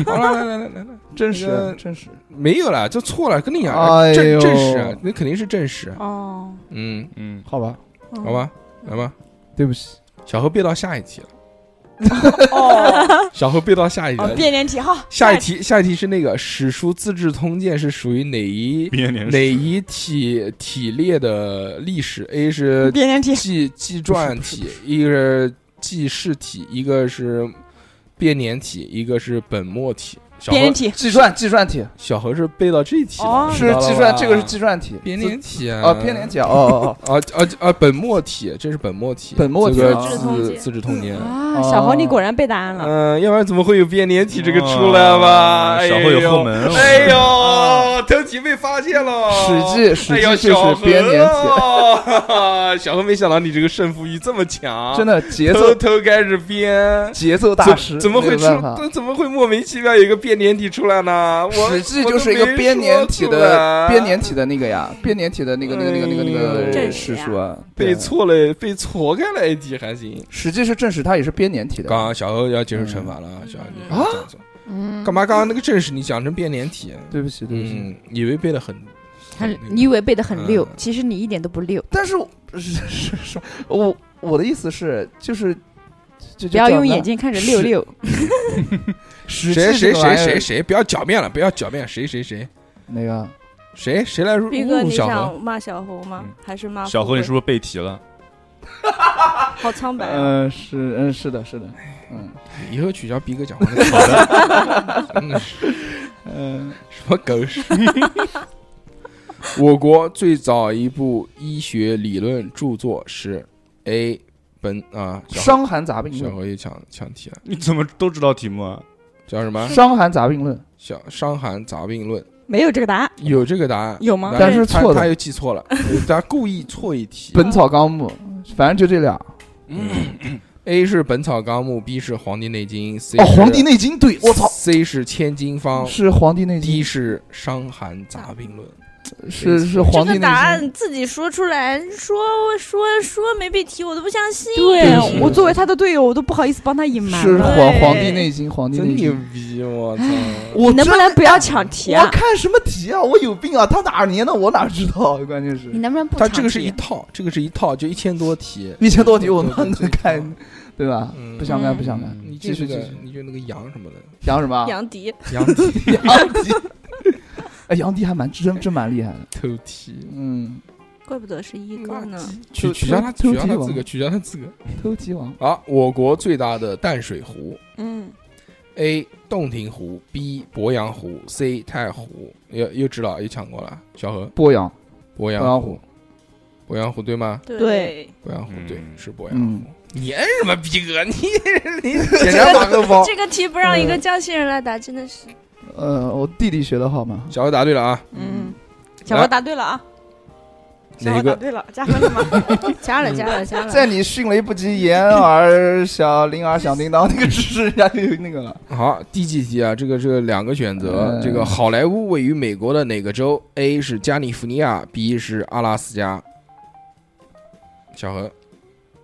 [SPEAKER 1] 好了，来来来来来，
[SPEAKER 2] 正
[SPEAKER 1] 那
[SPEAKER 2] 史
[SPEAKER 1] 个
[SPEAKER 2] 正史，
[SPEAKER 1] 没有了，就错了，跟你讲，
[SPEAKER 2] 哎
[SPEAKER 1] 正
[SPEAKER 2] 呦
[SPEAKER 1] 正史啊，那肯定是正史，
[SPEAKER 6] 哦，
[SPEAKER 1] 嗯，
[SPEAKER 8] 嗯，
[SPEAKER 2] 好吧，
[SPEAKER 1] 好吧，来吧，
[SPEAKER 2] 对不起，
[SPEAKER 1] 小何背到下一题了，
[SPEAKER 6] 哦，
[SPEAKER 1] 小何背到下一 题了。
[SPEAKER 6] 变脸体哈，
[SPEAKER 1] 下一题，下一题是那个《史书资治通鉴》是属于哪一
[SPEAKER 8] 编年
[SPEAKER 1] 哪一体体列的历史？A 是
[SPEAKER 6] 变脸体，
[SPEAKER 1] 纪 纪传体，一个是纪事体，一个是编年体，一个是本末体。小
[SPEAKER 6] 变脸
[SPEAKER 1] 何
[SPEAKER 6] 体，
[SPEAKER 2] 计算计算体
[SPEAKER 1] 小何是背到这一题
[SPEAKER 6] 哦
[SPEAKER 1] 的，
[SPEAKER 2] 是计算，这个是计算体，
[SPEAKER 1] 编年体啊，
[SPEAKER 2] 啊编年体啊，哦哦
[SPEAKER 1] 啊啊啊！本末体，这是本末体，
[SPEAKER 2] 本末体
[SPEAKER 1] 这个
[SPEAKER 2] 啊
[SPEAKER 1] 字字治通鉴。
[SPEAKER 6] 啊，
[SPEAKER 2] 哦
[SPEAKER 6] 小猴你果然背答案了，
[SPEAKER 1] 嗯，要不然怎么会有编年体这个
[SPEAKER 2] 哦
[SPEAKER 1] 出来吧？
[SPEAKER 8] 啊
[SPEAKER 1] 哎
[SPEAKER 8] 小
[SPEAKER 1] 呦
[SPEAKER 8] 后有后门，
[SPEAKER 1] 哎 呦，偷题被发现了！
[SPEAKER 2] 哦，啊史记史
[SPEAKER 1] 哎
[SPEAKER 2] 记
[SPEAKER 1] 呦，
[SPEAKER 2] 就
[SPEAKER 1] 小
[SPEAKER 2] 是编年体，
[SPEAKER 1] 体。 小何没想到你这个胜负欲这么强，
[SPEAKER 2] 真的节
[SPEAKER 1] 偷
[SPEAKER 2] 奏
[SPEAKER 1] 偷开始编。
[SPEAKER 2] 节奏大
[SPEAKER 1] 怎
[SPEAKER 2] 师，
[SPEAKER 1] 怎么
[SPEAKER 2] 没
[SPEAKER 1] 会
[SPEAKER 2] 有
[SPEAKER 1] 出
[SPEAKER 2] 办法？？
[SPEAKER 1] 怎么会莫名其妙有一个编年体出来呢？我
[SPEAKER 2] 史记就是一个编年体的编年体的那个呀，编年体的那个那个那个那个那
[SPEAKER 1] 哎
[SPEAKER 2] 个
[SPEAKER 5] 正
[SPEAKER 2] 史
[SPEAKER 5] 史呀
[SPEAKER 2] 书啊，
[SPEAKER 1] 被
[SPEAKER 2] 对
[SPEAKER 1] 错了，被错开了一题还行。
[SPEAKER 2] 史记是正史，它也是编年体的。
[SPEAKER 1] 刚刚小何要接受惩罚了
[SPEAKER 5] 嗯
[SPEAKER 1] 啊，小何你
[SPEAKER 2] 啊
[SPEAKER 1] 讲错
[SPEAKER 6] 嗯
[SPEAKER 1] 干嘛？刚刚那个正史你讲成编年体，
[SPEAKER 2] 对不起，对不起。
[SPEAKER 1] 嗯，以为背的很
[SPEAKER 6] 很
[SPEAKER 1] 那，个
[SPEAKER 6] 你以为背的很溜
[SPEAKER 1] 嗯，
[SPEAKER 6] 其实你一点都不溜，
[SPEAKER 2] 但是我是是是，我我的意思是，就是就
[SPEAKER 6] 不要用眼。睛看着溜溜，
[SPEAKER 2] 史
[SPEAKER 1] 谁谁谁谁谁，不要狡辩了，不要狡辩，谁谁谁
[SPEAKER 2] 那个
[SPEAKER 1] 谁谁来
[SPEAKER 5] 逼
[SPEAKER 1] 侮
[SPEAKER 5] 哥，
[SPEAKER 1] 辱嗯哦
[SPEAKER 5] 你
[SPEAKER 1] 小何？
[SPEAKER 5] 想骂小猴吗
[SPEAKER 8] 嗯？
[SPEAKER 5] 还是骂
[SPEAKER 8] 小
[SPEAKER 5] 何
[SPEAKER 8] 何，你是不是背题了？
[SPEAKER 5] 好苍白啊？
[SPEAKER 2] 嗯是嗯是的是的嗯
[SPEAKER 1] 以后取消逼哥讲话的口音， 真的是
[SPEAKER 2] 嗯
[SPEAKER 1] 什么狗屎！我国最早一部医学理论著作是 A 本啊，
[SPEAKER 2] 《
[SPEAKER 1] 小
[SPEAKER 2] 伤寒杂
[SPEAKER 1] 何
[SPEAKER 2] 病
[SPEAKER 1] 小
[SPEAKER 2] 论
[SPEAKER 1] 何又抢抢题了，
[SPEAKER 8] 你怎么都知道题目啊？
[SPEAKER 1] 叫什么》？
[SPEAKER 2] 《伤寒杂病论》
[SPEAKER 1] 小《伤寒杂病论》
[SPEAKER 6] 没有这个答案，
[SPEAKER 1] 有这个答案，
[SPEAKER 6] 有吗
[SPEAKER 2] 但是
[SPEAKER 1] 他
[SPEAKER 2] 错的
[SPEAKER 1] 他又记 错了，他故意错一题
[SPEAKER 2] 《本草纲目》，反正就这俩。哦，
[SPEAKER 1] 嗯 A 是《本草纲目》，B 是《黄帝内经》，C
[SPEAKER 2] 《哦黄帝
[SPEAKER 1] 内
[SPEAKER 2] 内经》对，我操，
[SPEAKER 1] ，C 是《千金方》
[SPEAKER 2] 是《黄帝内
[SPEAKER 1] ，D
[SPEAKER 2] 经》，
[SPEAKER 1] 是《伤寒杂病论》。
[SPEAKER 2] 是是《
[SPEAKER 5] 这
[SPEAKER 2] 黄帝内
[SPEAKER 5] 个
[SPEAKER 2] 经
[SPEAKER 5] 答》。案自己说出来，说说说没被提，我都不相信。
[SPEAKER 6] 对啊
[SPEAKER 2] 对是
[SPEAKER 6] 我作为他的队友，我都不好意思帮他隐瞒
[SPEAKER 2] 是
[SPEAKER 6] 了。
[SPEAKER 2] 黄《
[SPEAKER 5] 对
[SPEAKER 2] 黄帝内经》，《黄帝内
[SPEAKER 1] 真牛
[SPEAKER 2] 经》。
[SPEAKER 1] 逼！我操！
[SPEAKER 2] 我
[SPEAKER 6] 你能不
[SPEAKER 2] 真哎
[SPEAKER 6] 能不要抢题啊
[SPEAKER 2] 我？看什么题啊？我有病啊！他哪年的？我哪知道？啊 关键是
[SPEAKER 6] 你能不能不啊
[SPEAKER 1] 它
[SPEAKER 6] 抢
[SPEAKER 1] 这个是一
[SPEAKER 6] 题
[SPEAKER 1] 套，这个是一套，就一千多题。
[SPEAKER 2] 一千多题，我哪
[SPEAKER 1] 对对
[SPEAKER 2] 能看？对吧
[SPEAKER 1] 嗯？
[SPEAKER 2] 不想看，
[SPEAKER 6] 嗯
[SPEAKER 2] 不想看。
[SPEAKER 1] 你
[SPEAKER 2] 继
[SPEAKER 1] 就
[SPEAKER 2] 续
[SPEAKER 1] 那
[SPEAKER 2] 继
[SPEAKER 1] 个
[SPEAKER 2] 续，。
[SPEAKER 1] 你就那个羊 什么的，
[SPEAKER 2] 杨什么？
[SPEAKER 5] 啊杨迪，
[SPEAKER 1] 羊 蹄
[SPEAKER 2] 杨迪。哎，杨迪还蛮真真蛮厉害的。
[SPEAKER 1] 偷题。
[SPEAKER 2] 嗯，
[SPEAKER 5] 怪不得是一哥呢。
[SPEAKER 1] 取
[SPEAKER 2] 偷
[SPEAKER 1] 取消他，
[SPEAKER 2] 偷
[SPEAKER 1] 取
[SPEAKER 2] 偷
[SPEAKER 1] 消
[SPEAKER 2] 题
[SPEAKER 1] 他
[SPEAKER 2] 王
[SPEAKER 1] 资格，取消他资格。
[SPEAKER 2] 偷鸡王。
[SPEAKER 1] 好，我国最大的淡水湖
[SPEAKER 6] 嗯，
[SPEAKER 1] ：A. 洞庭湖，B. 鄱阳湖，C. 太湖。又又知道又抢过了，小何。
[SPEAKER 2] 波阳，
[SPEAKER 1] 鄱
[SPEAKER 2] 鄱阳
[SPEAKER 1] 阳
[SPEAKER 2] 湖，
[SPEAKER 1] 鄱阳湖对吗？
[SPEAKER 5] 对，
[SPEAKER 1] 鄱阳湖对，
[SPEAKER 8] 嗯
[SPEAKER 1] 是鄱阳湖
[SPEAKER 2] 嗯。
[SPEAKER 1] 你摁什么逼格？ 你你
[SPEAKER 2] 简单打个包。
[SPEAKER 5] 这个题不让一个江西人来答，真的是。
[SPEAKER 2] 呃，我弟弟学的好吗？
[SPEAKER 1] 小何答对了啊！
[SPEAKER 6] 嗯，小猴答对了啊，小
[SPEAKER 1] 哪
[SPEAKER 6] 猴答
[SPEAKER 1] 个？嗯
[SPEAKER 6] 对了，加分了 吗？
[SPEAKER 5] 加了加了加了。
[SPEAKER 2] 在你迅雷不及掩耳小铃儿响叮当那个知识，人家就有那个了。
[SPEAKER 1] 好，第几题啊？这个是两个选择。
[SPEAKER 2] 嗯
[SPEAKER 1] 这个好莱坞位于美国的哪个州？A 是加利福尼亚，B 是阿拉斯加。小何，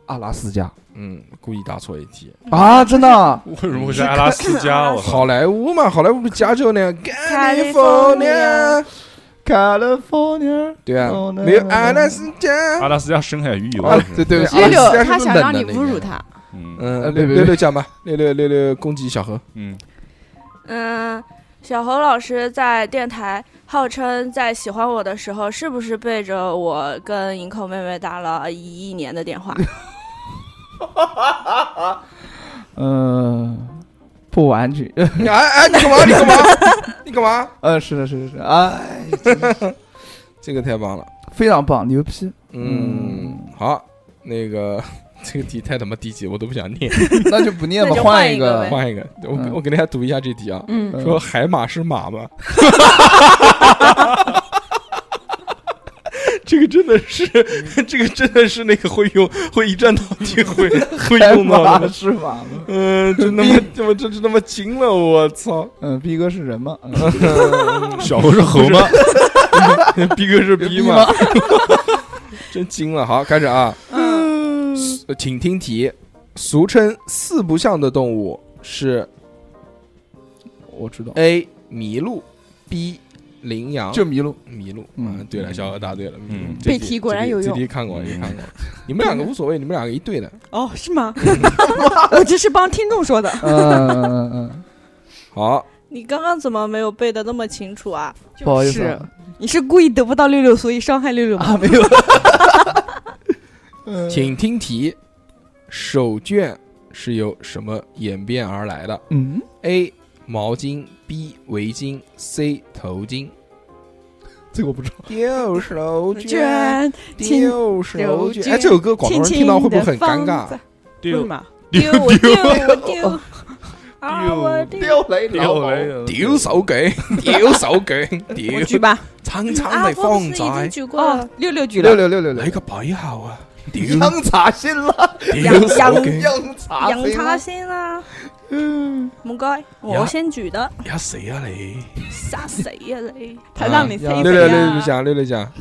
[SPEAKER 2] 阿拉斯加
[SPEAKER 1] 嗯，故意答错一题。
[SPEAKER 2] 啊，真的啊
[SPEAKER 8] 为什么会是阿拉斯 加？我
[SPEAKER 1] 好
[SPEAKER 8] 靠！
[SPEAKER 1] 莱坞嘛，好莱坞不是加州呢？California
[SPEAKER 5] California。
[SPEAKER 2] ，California
[SPEAKER 1] 对啊，
[SPEAKER 2] Oh, no,
[SPEAKER 1] 没有
[SPEAKER 2] no, no, no.
[SPEAKER 1] 阿拉斯加。
[SPEAKER 8] 阿拉斯加深海鱼有
[SPEAKER 2] 啊，对对不
[SPEAKER 1] 对
[SPEAKER 2] 起，
[SPEAKER 1] 阿
[SPEAKER 6] 溜
[SPEAKER 1] 拉
[SPEAKER 6] 溜
[SPEAKER 1] 斯加，是
[SPEAKER 6] 他
[SPEAKER 1] 不是
[SPEAKER 6] 想
[SPEAKER 1] 冷
[SPEAKER 6] 让
[SPEAKER 1] 的
[SPEAKER 6] 你
[SPEAKER 1] 那
[SPEAKER 6] 侮辱
[SPEAKER 1] 边
[SPEAKER 6] 他，
[SPEAKER 8] 嗯
[SPEAKER 1] 嗯，
[SPEAKER 2] 呃
[SPEAKER 1] 六
[SPEAKER 2] 六
[SPEAKER 1] 六六讲吧，六六六六攻击小 何，
[SPEAKER 8] 嗯，
[SPEAKER 5] 嗯，小侯老师在电台号称在喜欢我的时候，是不是背着我跟银扣妹妹打了一亿年的电话？
[SPEAKER 2] 嗯，不完全，
[SPEAKER 1] 哎哎，你干嘛？你干嘛？你干嘛？
[SPEAKER 2] 呃，是的，是的，是的，哎，
[SPEAKER 1] 这个太棒了，
[SPEAKER 2] 非常棒，牛批。
[SPEAKER 1] 嗯，好，那个 这个题太他妈低级，我都不想念，
[SPEAKER 2] 那就不念吧，
[SPEAKER 5] 那就
[SPEAKER 2] 换
[SPEAKER 5] 换
[SPEAKER 2] 一
[SPEAKER 5] 一个呗
[SPEAKER 1] 换一个，我给
[SPEAKER 2] 嗯
[SPEAKER 1] 我给大家读一下这题啊，
[SPEAKER 3] 嗯，
[SPEAKER 1] 说海马是马吗？ 这个真的是， 这个真的是那个会用，会一站到底会会
[SPEAKER 2] 海
[SPEAKER 1] 用到
[SPEAKER 2] 马
[SPEAKER 1] 的，
[SPEAKER 2] 是马吗？
[SPEAKER 1] 嗯，真他妈，这么这这他妈惊了，我操！
[SPEAKER 2] 嗯，逼哥是人吗？嗯
[SPEAKER 8] 小猴是猴吗？
[SPEAKER 1] 逼哥是逼吗？ 真惊了！好，开始啊，
[SPEAKER 3] 嗯
[SPEAKER 1] 呃请听题：俗称四不像的动物是
[SPEAKER 2] 我知道，
[SPEAKER 1] A 麋鹿，B 羚羊，
[SPEAKER 2] 就麋鹿。
[SPEAKER 1] 麋鹿。
[SPEAKER 2] 嗯
[SPEAKER 1] 嗯，对了，小何答对了。麋鹿
[SPEAKER 8] 嗯
[SPEAKER 1] 这
[SPEAKER 6] 背题果然有
[SPEAKER 1] 这
[SPEAKER 6] 用
[SPEAKER 1] 题看过，
[SPEAKER 8] 嗯
[SPEAKER 1] 也看过。你们两个无所谓，你们两个一对的。
[SPEAKER 6] 哦，是吗？ 我这是帮听众说的，
[SPEAKER 2] 嗯嗯嗯
[SPEAKER 1] 好，
[SPEAKER 5] 你刚刚怎么没有背的那么清楚啊？
[SPEAKER 2] 不好意思
[SPEAKER 6] 是
[SPEAKER 2] 啊
[SPEAKER 6] 你是故意得不到六六，所以伤害六六
[SPEAKER 2] 嗯，
[SPEAKER 6] 吗？
[SPEAKER 2] 啊，没 有。嗯
[SPEAKER 1] 请听题：手绢是由什么演变而来的
[SPEAKER 2] 嗯，
[SPEAKER 1] ？A 毛巾，B 围巾，C 头巾。
[SPEAKER 2] 这个我不知道。
[SPEAKER 1] 丢手
[SPEAKER 6] 卷亲
[SPEAKER 1] 丢手绢。
[SPEAKER 6] 绢
[SPEAKER 1] 哎，这首啊歌广东人听到会不会很尴尬？
[SPEAKER 6] 为什么？
[SPEAKER 5] 丢我丢我丢啊！
[SPEAKER 8] 丢
[SPEAKER 5] 我丢
[SPEAKER 2] 掉雷
[SPEAKER 8] 丢嘞，
[SPEAKER 1] 丢手绢， 丢手绢，
[SPEAKER 6] 我
[SPEAKER 1] 丢
[SPEAKER 6] 举吧。
[SPEAKER 1] 苍苍
[SPEAKER 5] 啊！
[SPEAKER 1] 的
[SPEAKER 5] 我
[SPEAKER 1] 风
[SPEAKER 5] 不是已经
[SPEAKER 1] 在，
[SPEAKER 5] 举过
[SPEAKER 6] 哦
[SPEAKER 5] 了？，
[SPEAKER 6] 六六举
[SPEAKER 2] 六
[SPEAKER 6] 了。
[SPEAKER 2] 六六六六
[SPEAKER 1] 来，个白号啊！丢
[SPEAKER 2] 杨茶辛辣，
[SPEAKER 1] 丢手绢，
[SPEAKER 2] 杨茶
[SPEAKER 5] 杨
[SPEAKER 2] 辛
[SPEAKER 5] 叉
[SPEAKER 2] 辣，
[SPEAKER 5] 先啦，嗯，唔该，
[SPEAKER 1] 呀
[SPEAKER 5] 我先举的，
[SPEAKER 1] 呀谁啊你？
[SPEAKER 5] 吓死呀你！
[SPEAKER 6] 他让你
[SPEAKER 2] 啊
[SPEAKER 6] 猜
[SPEAKER 1] 六六六
[SPEAKER 6] 谁
[SPEAKER 1] 六
[SPEAKER 6] 呀？
[SPEAKER 1] 讲，六六讲，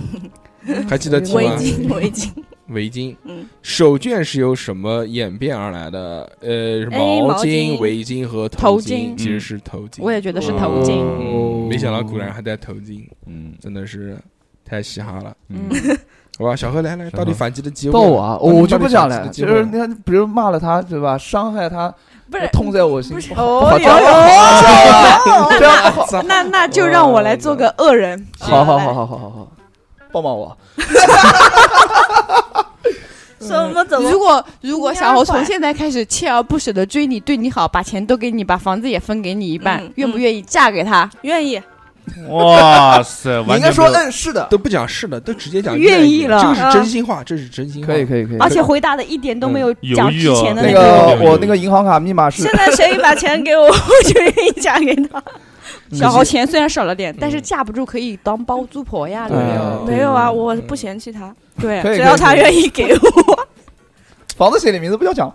[SPEAKER 1] 还记得题
[SPEAKER 5] 围
[SPEAKER 1] 吗？
[SPEAKER 5] 巾围巾
[SPEAKER 1] 围巾，
[SPEAKER 5] 嗯
[SPEAKER 1] 手绢是由什么演变而来的？呃，是
[SPEAKER 5] A，毛
[SPEAKER 1] 巾、
[SPEAKER 5] 巾
[SPEAKER 1] 围巾和
[SPEAKER 6] 哎头
[SPEAKER 1] 巾，
[SPEAKER 6] 巾嗯
[SPEAKER 1] 其实是头巾。
[SPEAKER 6] 我也觉得是头巾。
[SPEAKER 1] 嗯，没想到果然还戴头巾，
[SPEAKER 8] 嗯
[SPEAKER 1] 真的是太嘻哈了。
[SPEAKER 8] 嗯，
[SPEAKER 1] 好吧，小何来来，
[SPEAKER 8] 小
[SPEAKER 1] 到底
[SPEAKER 8] 何
[SPEAKER 1] 反击的机会？
[SPEAKER 2] 到我啊，
[SPEAKER 1] 到底
[SPEAKER 2] 我就不讲
[SPEAKER 1] 反
[SPEAKER 2] 了。
[SPEAKER 1] 击
[SPEAKER 2] 就
[SPEAKER 1] 的机会
[SPEAKER 2] 是你看，比如骂了他，对吧？伤害他，
[SPEAKER 5] 不是
[SPEAKER 2] 痛在我心，不好不
[SPEAKER 6] 哦
[SPEAKER 2] 好这样不好这样这样不好。
[SPEAKER 6] 那那就让我来做个恶人。
[SPEAKER 2] 好好好，好好好好，帮帮我。
[SPEAKER 5] 什么怎么
[SPEAKER 6] 如果如果小猴从现在开始锲而不舍的追你，对你好，把钱都给你，把房子也分给你一半
[SPEAKER 5] 嗯，
[SPEAKER 6] 愿不愿意嫁给他？
[SPEAKER 5] 愿意？
[SPEAKER 8] 哇塞，
[SPEAKER 2] 你
[SPEAKER 8] 完
[SPEAKER 2] 应该
[SPEAKER 8] 全
[SPEAKER 2] 说，
[SPEAKER 8] 没有
[SPEAKER 2] 嗯，是的，
[SPEAKER 1] 都不讲是的，都直接讲
[SPEAKER 6] 愿
[SPEAKER 1] 意
[SPEAKER 6] 意了嗯
[SPEAKER 1] 这个是真心话，这是真心话。
[SPEAKER 2] 可以可以可以。
[SPEAKER 6] 而且回答的一点都没有讲之前的
[SPEAKER 2] 那
[SPEAKER 6] 个。
[SPEAKER 2] 个
[SPEAKER 8] 那个
[SPEAKER 2] 我那个银行卡密码是
[SPEAKER 5] 现，在 谁把钱给我，我就愿意嫁给他。
[SPEAKER 6] 小猴钱虽然少了点，但是架不住可以当包租婆呀，对不对？
[SPEAKER 1] 嗯
[SPEAKER 5] 没有啊，我不嫌弃他，
[SPEAKER 6] 对
[SPEAKER 2] 哦可以
[SPEAKER 5] 只要他愿意给我。
[SPEAKER 2] 房子写的名字不要讲，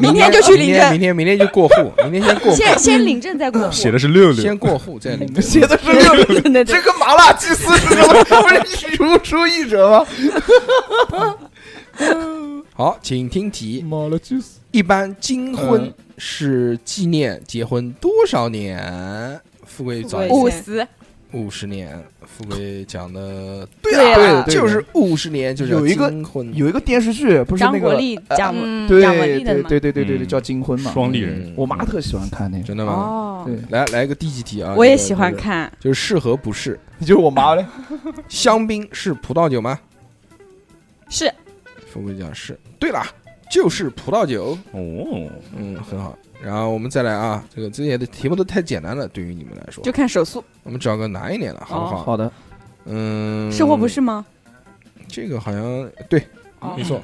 [SPEAKER 1] 明
[SPEAKER 6] 明天就去领
[SPEAKER 1] 明天
[SPEAKER 6] 证
[SPEAKER 1] 明天明天就过户，明天先过户，
[SPEAKER 6] 先先领证再过户。
[SPEAKER 8] 写的是六六，
[SPEAKER 1] 先过户再领证。
[SPEAKER 2] 写的是六六，
[SPEAKER 5] 对对对
[SPEAKER 2] 这，跟麻辣鸡丝是什么？不是如出一辙吗？
[SPEAKER 1] 好，请听题：
[SPEAKER 2] 麻辣鸡丝，
[SPEAKER 1] 一般金婚
[SPEAKER 2] 嗯
[SPEAKER 1] 是纪念结婚多少年？富贵早
[SPEAKER 5] 富贵
[SPEAKER 6] 五
[SPEAKER 5] 五
[SPEAKER 6] 十，
[SPEAKER 1] 五十年，富贵讲的
[SPEAKER 2] 对啊
[SPEAKER 5] 对
[SPEAKER 2] 的，对的
[SPEAKER 1] 就是五十年，就是
[SPEAKER 2] 有一个
[SPEAKER 1] 金婚
[SPEAKER 2] 有一个电视剧，不是
[SPEAKER 6] 张
[SPEAKER 2] 那
[SPEAKER 6] 国
[SPEAKER 2] 个
[SPEAKER 6] 立讲
[SPEAKER 5] 嗯
[SPEAKER 2] 对
[SPEAKER 6] 讲文
[SPEAKER 2] 对
[SPEAKER 6] 丽的
[SPEAKER 2] 对
[SPEAKER 6] 嘛
[SPEAKER 2] 对对对对，
[SPEAKER 8] 嗯
[SPEAKER 2] 叫金婚嘛。
[SPEAKER 8] 双立人，
[SPEAKER 1] 嗯
[SPEAKER 2] 我妈特喜欢看那个，
[SPEAKER 1] 真的吗？
[SPEAKER 6] 哦
[SPEAKER 2] 对，
[SPEAKER 1] 来来一个低级题啊！
[SPEAKER 6] 我也
[SPEAKER 1] 这个
[SPEAKER 6] 喜欢
[SPEAKER 1] 就是，
[SPEAKER 6] 看。
[SPEAKER 1] 就是是和不是。
[SPEAKER 2] 你 就是我妈嘞。
[SPEAKER 1] 香槟是葡萄酒吗？
[SPEAKER 6] 是
[SPEAKER 1] 富贵讲是。对了，就是葡萄酒。
[SPEAKER 8] 哦，
[SPEAKER 1] 嗯，很好。然后我们再来啊，这个这些的题目都太简单了，对于你们来说
[SPEAKER 6] 就，看手速，
[SPEAKER 1] 我们找个难一点的，好不好？
[SPEAKER 2] 好的，
[SPEAKER 1] 嗯，
[SPEAKER 6] 是或不？是吗？
[SPEAKER 1] 这个好像对，
[SPEAKER 6] 哦
[SPEAKER 1] 没错。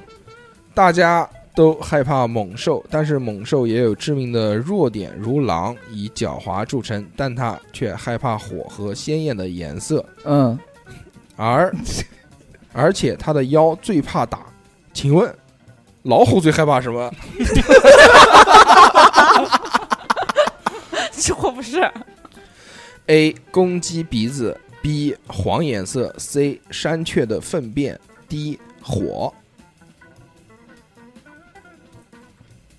[SPEAKER 1] 大家都害怕猛兽，但是猛兽也有致命的弱点，如狼以狡猾著称，但它却害怕火和鲜艳的颜色，
[SPEAKER 2] 嗯，
[SPEAKER 1] 而 而且它的腰最怕打。请问，老虎最害怕什么？
[SPEAKER 6] 是或不是？
[SPEAKER 1] A 公鸡鼻子，B 黄颜色，C 山雀的粪便，D 火。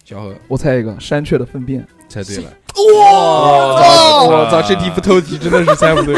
[SPEAKER 1] 小何
[SPEAKER 2] 我猜一个山雀的粪 便。
[SPEAKER 1] 猜对了，
[SPEAKER 8] 哇
[SPEAKER 6] 哦
[SPEAKER 1] 我操，这题不透题真的是猜不对。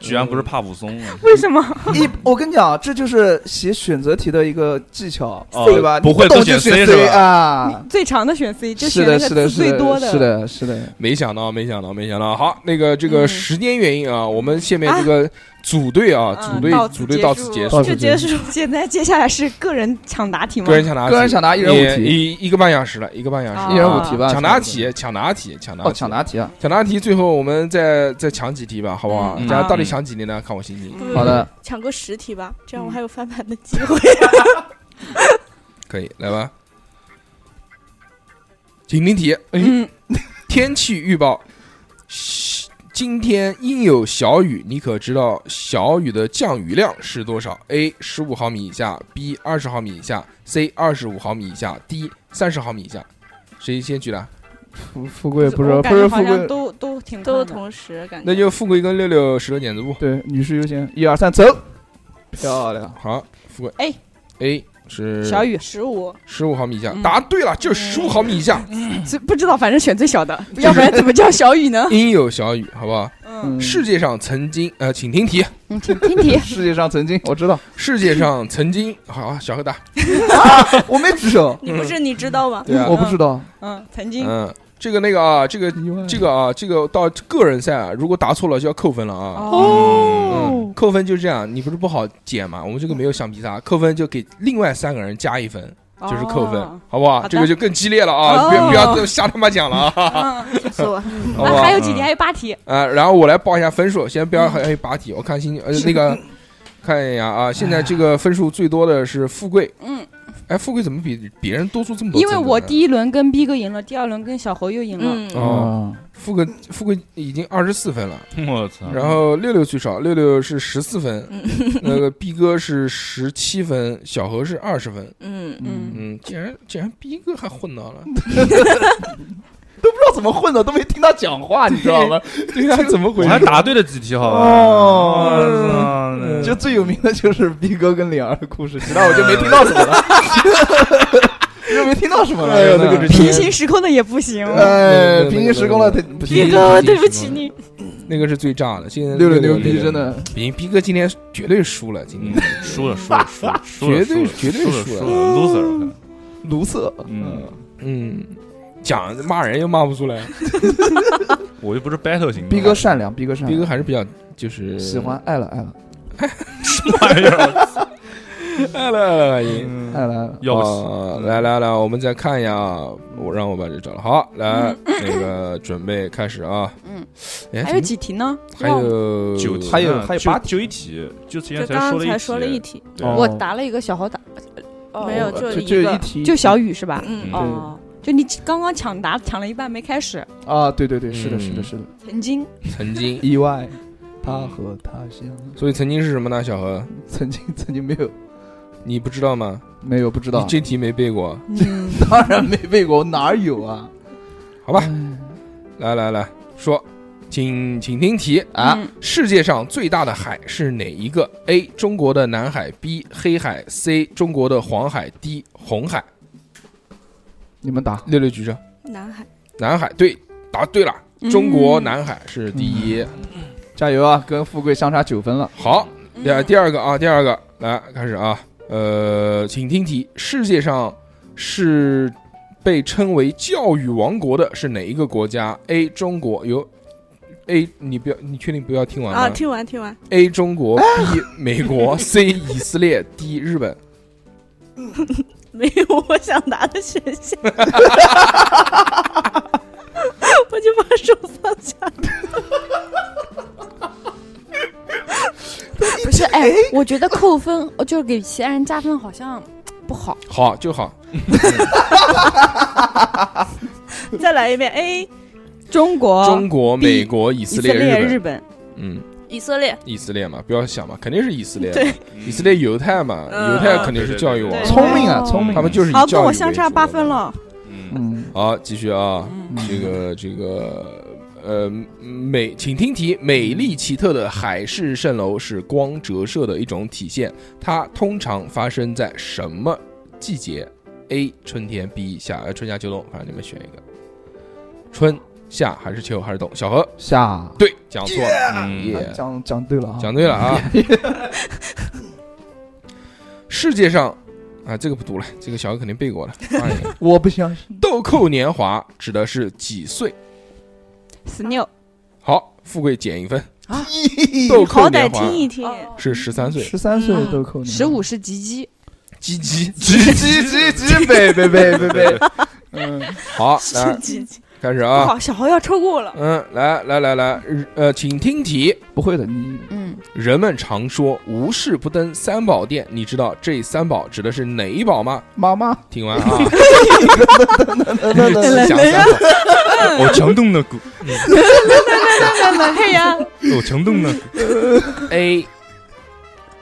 [SPEAKER 8] 居然不是帕武松啊，
[SPEAKER 6] 为什么？
[SPEAKER 2] 一，我跟你讲，这就是写选择题的一个技巧，
[SPEAKER 1] 啊
[SPEAKER 8] 哦
[SPEAKER 2] 对吧？
[SPEAKER 8] 不会
[SPEAKER 2] 你懂
[SPEAKER 8] 都
[SPEAKER 2] 就
[SPEAKER 8] 选 C
[SPEAKER 2] 选
[SPEAKER 8] 是吧
[SPEAKER 2] 啊？
[SPEAKER 6] 最长的选 C 就是选
[SPEAKER 2] 的，
[SPEAKER 6] 那个
[SPEAKER 2] 是的，
[SPEAKER 6] 字
[SPEAKER 2] 是的
[SPEAKER 6] 最多
[SPEAKER 2] 是的，是的。
[SPEAKER 1] 没想到， 没想到，没想到。好，那个这个
[SPEAKER 6] 嗯
[SPEAKER 1] 时间原因啊，我们下面
[SPEAKER 6] 啊
[SPEAKER 1] 这个组队啊，
[SPEAKER 6] 嗯
[SPEAKER 1] 组队
[SPEAKER 6] 到此
[SPEAKER 1] 组队
[SPEAKER 6] 结
[SPEAKER 1] 到此
[SPEAKER 6] 束
[SPEAKER 1] 结束，
[SPEAKER 2] 到
[SPEAKER 5] 就
[SPEAKER 2] 此结
[SPEAKER 5] 结束。
[SPEAKER 6] 现在接下来是个人抢答题吗
[SPEAKER 1] 个？人抢答题，
[SPEAKER 2] 个人抢答一人五
[SPEAKER 1] 也
[SPEAKER 2] 题，
[SPEAKER 1] 啊一一个半小时了，一个半小时
[SPEAKER 6] 啊
[SPEAKER 1] 了，
[SPEAKER 2] 一人五题吧。
[SPEAKER 1] 抢答题，抢答题，抢答
[SPEAKER 2] 哦，
[SPEAKER 1] 题
[SPEAKER 2] 抢答题啊！
[SPEAKER 1] 抢答题，最后我们再再抢几题吧，好不好？
[SPEAKER 6] 嗯
[SPEAKER 1] 大家
[SPEAKER 8] 好
[SPEAKER 1] 到底抢几题呢？看我心情。
[SPEAKER 5] 不
[SPEAKER 2] 好， 的，
[SPEAKER 5] 不抢个十题吧，这样我还有翻盘的机会。
[SPEAKER 1] 可以，来吧。请听题：
[SPEAKER 6] 嗯，
[SPEAKER 1] 天气预报，今天阴有小雨，你可知道小雨的降雨量是多少？A. 十五毫米以下，B. 二十毫米以下，C. 二十五毫米以下，D. 三十毫米以下。谁先举的？
[SPEAKER 2] 富富贵不
[SPEAKER 6] 我
[SPEAKER 2] 是
[SPEAKER 6] 感
[SPEAKER 2] 不
[SPEAKER 6] 觉
[SPEAKER 2] 是
[SPEAKER 6] 好
[SPEAKER 2] 富
[SPEAKER 6] 像
[SPEAKER 2] 贵，
[SPEAKER 6] 都都挺
[SPEAKER 5] 都
[SPEAKER 6] 多
[SPEAKER 5] 是
[SPEAKER 6] 同。
[SPEAKER 5] 同时感觉。
[SPEAKER 1] 那就富贵跟六六石头剪子布。
[SPEAKER 2] 对，女士优先，一二三，走，漂亮。。
[SPEAKER 1] 好，富贵
[SPEAKER 6] A
[SPEAKER 1] A 是
[SPEAKER 6] 哎小雨，
[SPEAKER 5] 十 五，
[SPEAKER 1] 十五毫米以下，
[SPEAKER 6] 嗯
[SPEAKER 1] 答对了，就是十五毫米以下，
[SPEAKER 6] 所以不知道，反正选最 小的，要不然怎么叫小雨呢？
[SPEAKER 1] 阴有小雨，好不好？
[SPEAKER 6] 嗯，
[SPEAKER 1] 世界上曾经，呃，请听题。
[SPEAKER 6] 嗯请听题
[SPEAKER 2] 世界上曾经我知道，
[SPEAKER 1] 世界上曾经，好，小何答，
[SPEAKER 2] 我没举手，
[SPEAKER 5] 你不是你知道吗？
[SPEAKER 1] 对啊
[SPEAKER 2] 我不知道。
[SPEAKER 6] 嗯，曾经
[SPEAKER 1] 嗯，这个那个啊，这个
[SPEAKER 2] 意
[SPEAKER 6] 嗯
[SPEAKER 2] 外
[SPEAKER 1] 这个啊，这个到个人赛啊，如果答错了就要扣分了啊。
[SPEAKER 8] 嗯
[SPEAKER 6] 哦，
[SPEAKER 1] 嗯，扣分就是这样，你不是不好减嘛？我们这个没有橡皮擦，扣分就给另外三个人加一分，就是扣分
[SPEAKER 6] 嗯哦，
[SPEAKER 1] 好不好？
[SPEAKER 6] 好的
[SPEAKER 1] 这个就更激烈了啊！别
[SPEAKER 6] 哦
[SPEAKER 1] 不要瞎他妈讲了啊！
[SPEAKER 6] 嗯
[SPEAKER 5] 错，
[SPEAKER 1] 好不
[SPEAKER 6] 啊，
[SPEAKER 1] 好
[SPEAKER 8] 嗯
[SPEAKER 6] 还有几题，还有八题。
[SPEAKER 1] 啊， 然后我来报一下分数，先不要
[SPEAKER 6] 嗯
[SPEAKER 1] 还有八题，我看心情，呃，那 个看一眼啊，现在这个分数最多的是富贵，
[SPEAKER 6] 嗯，
[SPEAKER 1] 哎，富贵怎么比别人多出这么多
[SPEAKER 6] 因
[SPEAKER 1] 增
[SPEAKER 6] 为
[SPEAKER 1] 长呢？
[SPEAKER 6] 我第一轮跟逼哥赢了，第二轮跟小猴又赢了。
[SPEAKER 5] 嗯，
[SPEAKER 1] 哦，
[SPEAKER 2] 哦，
[SPEAKER 1] 富贵富贵已经二十四分了，
[SPEAKER 8] 我
[SPEAKER 6] 嗯
[SPEAKER 8] 操！
[SPEAKER 1] 然后六六最少，六六是十四分，
[SPEAKER 5] 嗯
[SPEAKER 1] 那个逼哥是十七分，小何是二十分，
[SPEAKER 5] 嗯，
[SPEAKER 6] 嗯
[SPEAKER 1] 嗯，竟然竟然逼哥还混到了，
[SPEAKER 2] 都不知道怎么混的，都没听他讲话，你知道吗？
[SPEAKER 1] 对啊，怎么
[SPEAKER 8] 我
[SPEAKER 1] 回
[SPEAKER 8] 还
[SPEAKER 1] 事？
[SPEAKER 8] 答对了几题，好吧？
[SPEAKER 2] 哦
[SPEAKER 8] 我操
[SPEAKER 2] 就最有名的就是逼哥跟灵儿的故事，其他我就没听到什么了，就没听到什么了。
[SPEAKER 1] 哎呦
[SPEAKER 2] 真的
[SPEAKER 1] 那个是
[SPEAKER 6] 平行时空的也不行。
[SPEAKER 1] 呃
[SPEAKER 2] 哎，
[SPEAKER 1] 对
[SPEAKER 2] 平行时空了，他不
[SPEAKER 1] 逼
[SPEAKER 2] 行
[SPEAKER 1] 哥
[SPEAKER 6] 我对不起你。
[SPEAKER 1] 那个是最炸的，现在
[SPEAKER 2] 六六牛逼，
[SPEAKER 1] 六
[SPEAKER 2] 真的。
[SPEAKER 1] 逼逼哥今天绝对输了，今
[SPEAKER 8] 嗯
[SPEAKER 1] 天，
[SPEAKER 8] 输了，输了，输了，输了，
[SPEAKER 1] 绝
[SPEAKER 8] 输
[SPEAKER 1] 对
[SPEAKER 8] 了
[SPEAKER 1] 绝对
[SPEAKER 8] 输了，
[SPEAKER 1] 输
[SPEAKER 8] 输
[SPEAKER 1] 了
[SPEAKER 8] 了，loser，我看
[SPEAKER 2] 卢瑟，
[SPEAKER 8] 嗯，
[SPEAKER 1] 嗯，讲骂人又骂不出来，
[SPEAKER 8] 我又不是 battle 型的，
[SPEAKER 2] 逼哥善良，逼哥善
[SPEAKER 1] 逼哥
[SPEAKER 2] 良，
[SPEAKER 1] 还是比较就是
[SPEAKER 2] 嗯喜欢爱了
[SPEAKER 8] 哎
[SPEAKER 2] 爱了
[SPEAKER 8] 呀，
[SPEAKER 1] 来来来来赢。
[SPEAKER 2] 爱了爱了，
[SPEAKER 8] 要不死
[SPEAKER 1] 啊来来来，我们再看一下啊，我让我把这找了。好，来，那个准备开始啊。
[SPEAKER 6] 嗯，
[SPEAKER 1] 哎，
[SPEAKER 6] 还有几题呢？
[SPEAKER 1] 怎么？还有
[SPEAKER 8] 九题呢，
[SPEAKER 2] 还有还有
[SPEAKER 8] 就
[SPEAKER 2] 八题
[SPEAKER 8] 就一题，就之前
[SPEAKER 5] 就
[SPEAKER 8] 才
[SPEAKER 5] 刚
[SPEAKER 8] 说
[SPEAKER 5] 刚才
[SPEAKER 8] 了
[SPEAKER 5] 说了一题，
[SPEAKER 8] 对
[SPEAKER 2] 哦
[SPEAKER 6] 我答了一个小猴答，哦
[SPEAKER 5] 没有
[SPEAKER 6] 我
[SPEAKER 5] 就
[SPEAKER 2] 就
[SPEAKER 5] 一
[SPEAKER 2] 就
[SPEAKER 5] 个
[SPEAKER 2] 一题，
[SPEAKER 6] 就小雨是吧？
[SPEAKER 5] 嗯，
[SPEAKER 8] 嗯
[SPEAKER 6] 哦，就你刚刚抢答抢了一半没开始，
[SPEAKER 2] 啊，对对对，是的，
[SPEAKER 1] 嗯
[SPEAKER 2] 是的，是的，
[SPEAKER 6] 曾经
[SPEAKER 1] 曾经，
[SPEAKER 2] 意外，他和他相，
[SPEAKER 1] 所以曾经是什么呢？小何，
[SPEAKER 2] 曾经曾经没有
[SPEAKER 1] 你不知道吗？
[SPEAKER 2] 没有不知道
[SPEAKER 1] 你，这题没背过，
[SPEAKER 6] 嗯，
[SPEAKER 2] 当然没背过，我哪儿有啊？
[SPEAKER 1] 好吧？来来来说，请请听题：
[SPEAKER 2] 啊，
[SPEAKER 6] 嗯
[SPEAKER 1] 世界上最大的海是哪一个？A. 中国的南海，B. 黑海，C. 中国的黄海，D. 红海。
[SPEAKER 2] 你们打，
[SPEAKER 1] 六六举手，
[SPEAKER 5] 南海，
[SPEAKER 1] 南海对，答对了，中国
[SPEAKER 6] 嗯
[SPEAKER 1] 南海是第一。
[SPEAKER 2] 加油啊！跟富贵相差九分了，
[SPEAKER 1] 好，
[SPEAKER 6] 嗯
[SPEAKER 1] 第二第二个啊，第二个来开始啊，呃，请听题：世界上是被称为教育王国的是哪一个国家？A. 中国有 A，你不要，你确定不要听完吗、
[SPEAKER 5] 啊，听完听完，
[SPEAKER 1] a 中国
[SPEAKER 6] 啊
[SPEAKER 1] B 美 国 C 以色列 D 日本。
[SPEAKER 5] 没有我想答的选项，我就把手放下。
[SPEAKER 6] 不是哎，我觉得扣分哦就是给其他人加分好像不好，
[SPEAKER 1] 好就好，
[SPEAKER 5] 再来一遍，A，
[SPEAKER 6] 中国
[SPEAKER 1] 中国、
[SPEAKER 6] B，
[SPEAKER 1] 美国、以
[SPEAKER 6] 以
[SPEAKER 1] 色列、日本，
[SPEAKER 6] 本，
[SPEAKER 1] 嗯，
[SPEAKER 5] 以色列，
[SPEAKER 1] 以色列嘛，不要想嘛，肯定是以色列嘛，
[SPEAKER 5] 对
[SPEAKER 1] 以色列犹太嘛，
[SPEAKER 5] 嗯
[SPEAKER 1] 犹太肯定是教育王
[SPEAKER 5] 对，
[SPEAKER 2] 聪明啊，
[SPEAKER 6] 哦
[SPEAKER 2] 聪明，
[SPEAKER 1] 他们就是以
[SPEAKER 6] 好，
[SPEAKER 1] 教
[SPEAKER 6] 跟
[SPEAKER 1] 育
[SPEAKER 6] 我
[SPEAKER 1] 为
[SPEAKER 6] 相差
[SPEAKER 1] 主的
[SPEAKER 6] 八分。了。
[SPEAKER 8] 嗯，
[SPEAKER 2] 嗯，
[SPEAKER 1] 好，继续啊，
[SPEAKER 6] 嗯
[SPEAKER 1] 这个这个呃美，请听题：美丽奇特的海市蜃楼是光折射的一种体现，它通常发生在什么季节？A. 春天，B. 夏呃春夏秋冬，反正你们选一个。春夏还是秋还是冬？小何，
[SPEAKER 2] 下，
[SPEAKER 1] 对，讲错了，嗯
[SPEAKER 8] 嗯，
[SPEAKER 2] 啊讲讲对了啊，
[SPEAKER 1] 讲对了 啊。世界上啊，这个不读了，这个小何肯定背过了。放一个
[SPEAKER 2] 我不相信，
[SPEAKER 1] 豆蔻年华指的是几岁？
[SPEAKER 6] 十六，
[SPEAKER 1] 好，富贵减一分。豆蔻
[SPEAKER 5] 好歹
[SPEAKER 1] 年华
[SPEAKER 5] 听一听，
[SPEAKER 6] 哦
[SPEAKER 1] 是十三岁。
[SPEAKER 2] 十三岁
[SPEAKER 6] 嗯
[SPEAKER 2] 豆蔻，
[SPEAKER 6] 十五是吉吉，
[SPEAKER 1] 鸡鸡，
[SPEAKER 2] 急急急急，呗呗呗呗呗，嗯，
[SPEAKER 1] 好， 来 开始啊。
[SPEAKER 6] 好，小豪要超过我了。
[SPEAKER 1] 嗯，来来来来，呃，请听题。
[SPEAKER 2] 不会的，你
[SPEAKER 6] 嗯，
[SPEAKER 1] 人们常说无事不登三宝殿，你知道这三宝指的是哪一宝吗？
[SPEAKER 2] 妈妈，
[SPEAKER 1] 听完 啊，
[SPEAKER 2] 等等等
[SPEAKER 1] 讲三宝，
[SPEAKER 8] 我强动的鼓，
[SPEAKER 6] 哎呀，
[SPEAKER 8] 我强动的鼓，
[SPEAKER 1] A，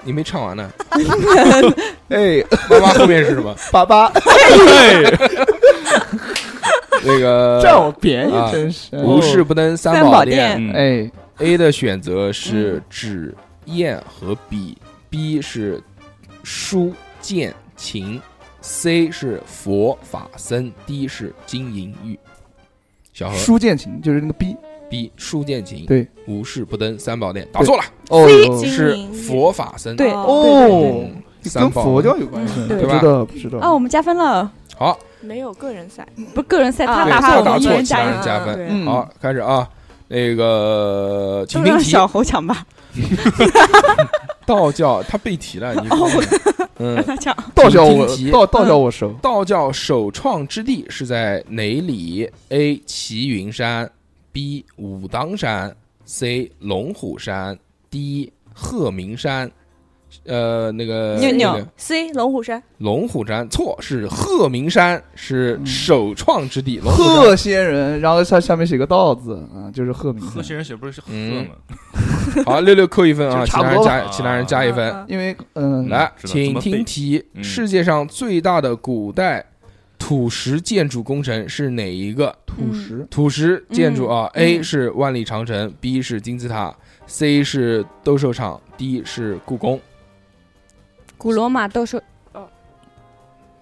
[SPEAKER 1] 你没唱完呢，
[SPEAKER 2] 哎，
[SPEAKER 1] 妈妈后面是什 么？
[SPEAKER 2] 爸爸
[SPEAKER 8] 对，
[SPEAKER 1] 那个
[SPEAKER 2] 占我便宜
[SPEAKER 1] 啊，
[SPEAKER 2] 真是，
[SPEAKER 1] 无事不登三
[SPEAKER 6] 宝
[SPEAKER 1] 殿。
[SPEAKER 8] 嗯
[SPEAKER 2] 嗯哎，
[SPEAKER 1] A 的选择是纸、砚和笔，B 是书、剑、琴，C 是佛法僧，D 是金银玉。小何
[SPEAKER 2] 书剑琴就是那个逼，
[SPEAKER 1] B 书剑琴，
[SPEAKER 2] 对，
[SPEAKER 1] 无事不登三宝殿，答错了，
[SPEAKER 2] 哦
[SPEAKER 5] 呦金
[SPEAKER 1] 是
[SPEAKER 5] 银玉
[SPEAKER 1] 佛法僧。嗯
[SPEAKER 6] 对
[SPEAKER 2] 哦，
[SPEAKER 1] 三
[SPEAKER 2] 跟
[SPEAKER 1] 宝
[SPEAKER 2] 佛教有关系，
[SPEAKER 6] 嗯
[SPEAKER 2] 不
[SPEAKER 6] 对
[SPEAKER 2] 知道不知
[SPEAKER 6] 啊，我
[SPEAKER 2] 道，
[SPEAKER 6] 们加分了，
[SPEAKER 1] 好，
[SPEAKER 5] 没有个人赛，
[SPEAKER 6] 不是个人赛，
[SPEAKER 5] 啊
[SPEAKER 1] 对
[SPEAKER 5] 打
[SPEAKER 1] 他
[SPEAKER 5] 错
[SPEAKER 6] 我
[SPEAKER 1] 答
[SPEAKER 6] 们一
[SPEAKER 1] 错，
[SPEAKER 6] 人
[SPEAKER 1] 其
[SPEAKER 6] 加
[SPEAKER 1] 他
[SPEAKER 6] 一
[SPEAKER 1] 人
[SPEAKER 6] 分，
[SPEAKER 1] 加分。
[SPEAKER 2] 嗯，
[SPEAKER 1] 好，开始啊，那个
[SPEAKER 6] 都
[SPEAKER 1] 请听
[SPEAKER 6] 让
[SPEAKER 1] 题，
[SPEAKER 6] 小侯抢吧，
[SPEAKER 1] 道教他背题了，你嗯
[SPEAKER 6] 让，他抢。
[SPEAKER 2] 道教我
[SPEAKER 1] 请听题
[SPEAKER 2] 道道教我熟，
[SPEAKER 1] 道教首创之地是在哪里？A. 齐云山，B. 武当山，C. 龙虎山，D. 鹤鸣山。呃，那个
[SPEAKER 5] 妞
[SPEAKER 1] 那
[SPEAKER 5] 妞
[SPEAKER 1] 个
[SPEAKER 5] C 龙虎山，
[SPEAKER 1] 龙虎山错，是鹤鸣山是首创之
[SPEAKER 2] 嗯
[SPEAKER 1] 地。龙虎山
[SPEAKER 2] 鹤仙人，然后下下面写个道字啊，就是鹤鸣
[SPEAKER 8] 贺仙人写不是贺
[SPEAKER 1] 嗯
[SPEAKER 8] 吗？
[SPEAKER 1] 好，六六扣一分啊，
[SPEAKER 2] 就
[SPEAKER 1] 其
[SPEAKER 2] 差
[SPEAKER 1] 他
[SPEAKER 2] 不
[SPEAKER 1] 人
[SPEAKER 2] 多
[SPEAKER 1] 加
[SPEAKER 8] 了
[SPEAKER 1] 其他人加一分。
[SPEAKER 5] 嗯嗯
[SPEAKER 2] 因为嗯，
[SPEAKER 1] 来，
[SPEAKER 8] 知道怎
[SPEAKER 1] 请
[SPEAKER 8] 么
[SPEAKER 1] 听
[SPEAKER 8] 背
[SPEAKER 1] 题：
[SPEAKER 8] 嗯
[SPEAKER 1] 世界上最大的古代土石建筑工程是哪一个？
[SPEAKER 2] 土石
[SPEAKER 1] 土石建筑啊、
[SPEAKER 6] 嗯
[SPEAKER 1] a
[SPEAKER 6] 嗯
[SPEAKER 1] 是万里长城，B 是金字塔，C 是斗兽场，D 是故宫。
[SPEAKER 6] 古罗马斗兽，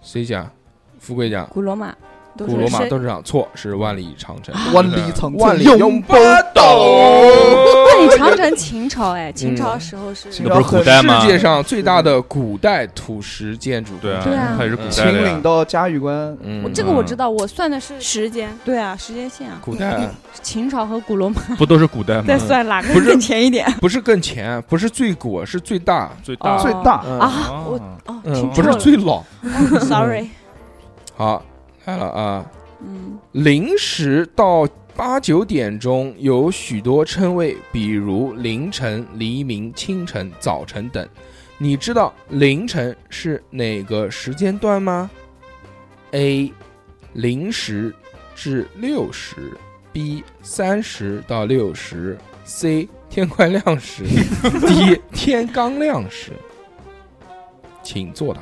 [SPEAKER 1] 谁讲？富贵讲。
[SPEAKER 6] 古罗马斗
[SPEAKER 1] 古
[SPEAKER 6] 兽
[SPEAKER 1] 罗马
[SPEAKER 6] 谁
[SPEAKER 1] 斗兽场错，是万里长城。
[SPEAKER 6] 啊
[SPEAKER 2] 万里长城
[SPEAKER 1] 万里
[SPEAKER 2] 永不倒。
[SPEAKER 6] 万里长城秦朝哎，秦
[SPEAKER 1] 嗯
[SPEAKER 6] 朝时候是
[SPEAKER 2] 秦
[SPEAKER 8] 那不是古代吗
[SPEAKER 1] 世界上最大的古代土石建筑，
[SPEAKER 8] 啊对啊
[SPEAKER 6] 对啊，
[SPEAKER 8] 他也是古
[SPEAKER 1] 嗯
[SPEAKER 8] 代
[SPEAKER 2] 秦
[SPEAKER 8] 的
[SPEAKER 2] 岭
[SPEAKER 8] 呀，
[SPEAKER 2] 到嘉峪关，
[SPEAKER 1] 嗯，
[SPEAKER 6] 我这个我知道，我算的是
[SPEAKER 5] 时间
[SPEAKER 6] 嗯对啊时间线啊，
[SPEAKER 1] 古代
[SPEAKER 6] 秦朝和古罗马
[SPEAKER 8] 不都是古代吗？
[SPEAKER 6] 再算哪个
[SPEAKER 1] 嗯不是
[SPEAKER 6] 更前一点
[SPEAKER 1] 不是更前，不是最古，是最大。
[SPEAKER 8] 最大
[SPEAKER 6] 哦
[SPEAKER 2] 最大
[SPEAKER 1] 嗯
[SPEAKER 6] 啊我
[SPEAKER 8] 我
[SPEAKER 6] 哦，
[SPEAKER 1] 嗯，
[SPEAKER 6] 听
[SPEAKER 1] 不
[SPEAKER 6] 错
[SPEAKER 1] 是
[SPEAKER 6] 了
[SPEAKER 1] 最老。
[SPEAKER 5] ，sorry，
[SPEAKER 1] 好，来了啊。
[SPEAKER 6] 嗯
[SPEAKER 1] 零时到八九点钟有许多称谓，比如凌晨、黎明、清晨、早晨等。你知道凌晨是哪个时间段吗？A. 零时至六时，B. 三十到六时，C. 天快亮时，D. 天刚亮时。请作答。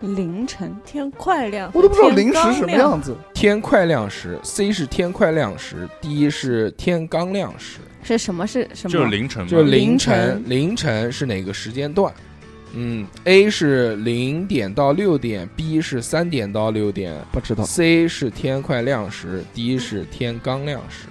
[SPEAKER 6] 凌晨
[SPEAKER 5] 天快亮，
[SPEAKER 2] 我都不知道
[SPEAKER 5] 天
[SPEAKER 2] 零食
[SPEAKER 5] 刚
[SPEAKER 2] 什么
[SPEAKER 5] 亮，
[SPEAKER 2] 样子。
[SPEAKER 1] 天快亮时，C 是天快亮时，D 是天刚亮时，
[SPEAKER 6] 是什么是什么？
[SPEAKER 8] 就是凌晨嘛，
[SPEAKER 1] 就是凌
[SPEAKER 6] 凌
[SPEAKER 1] 晨
[SPEAKER 6] 晨，
[SPEAKER 1] 凌晨是哪个时间段？嗯，A 是零点到六点，B 是三点到六点
[SPEAKER 2] 不知道，
[SPEAKER 1] ，C 是天快亮时，D 是天刚亮时。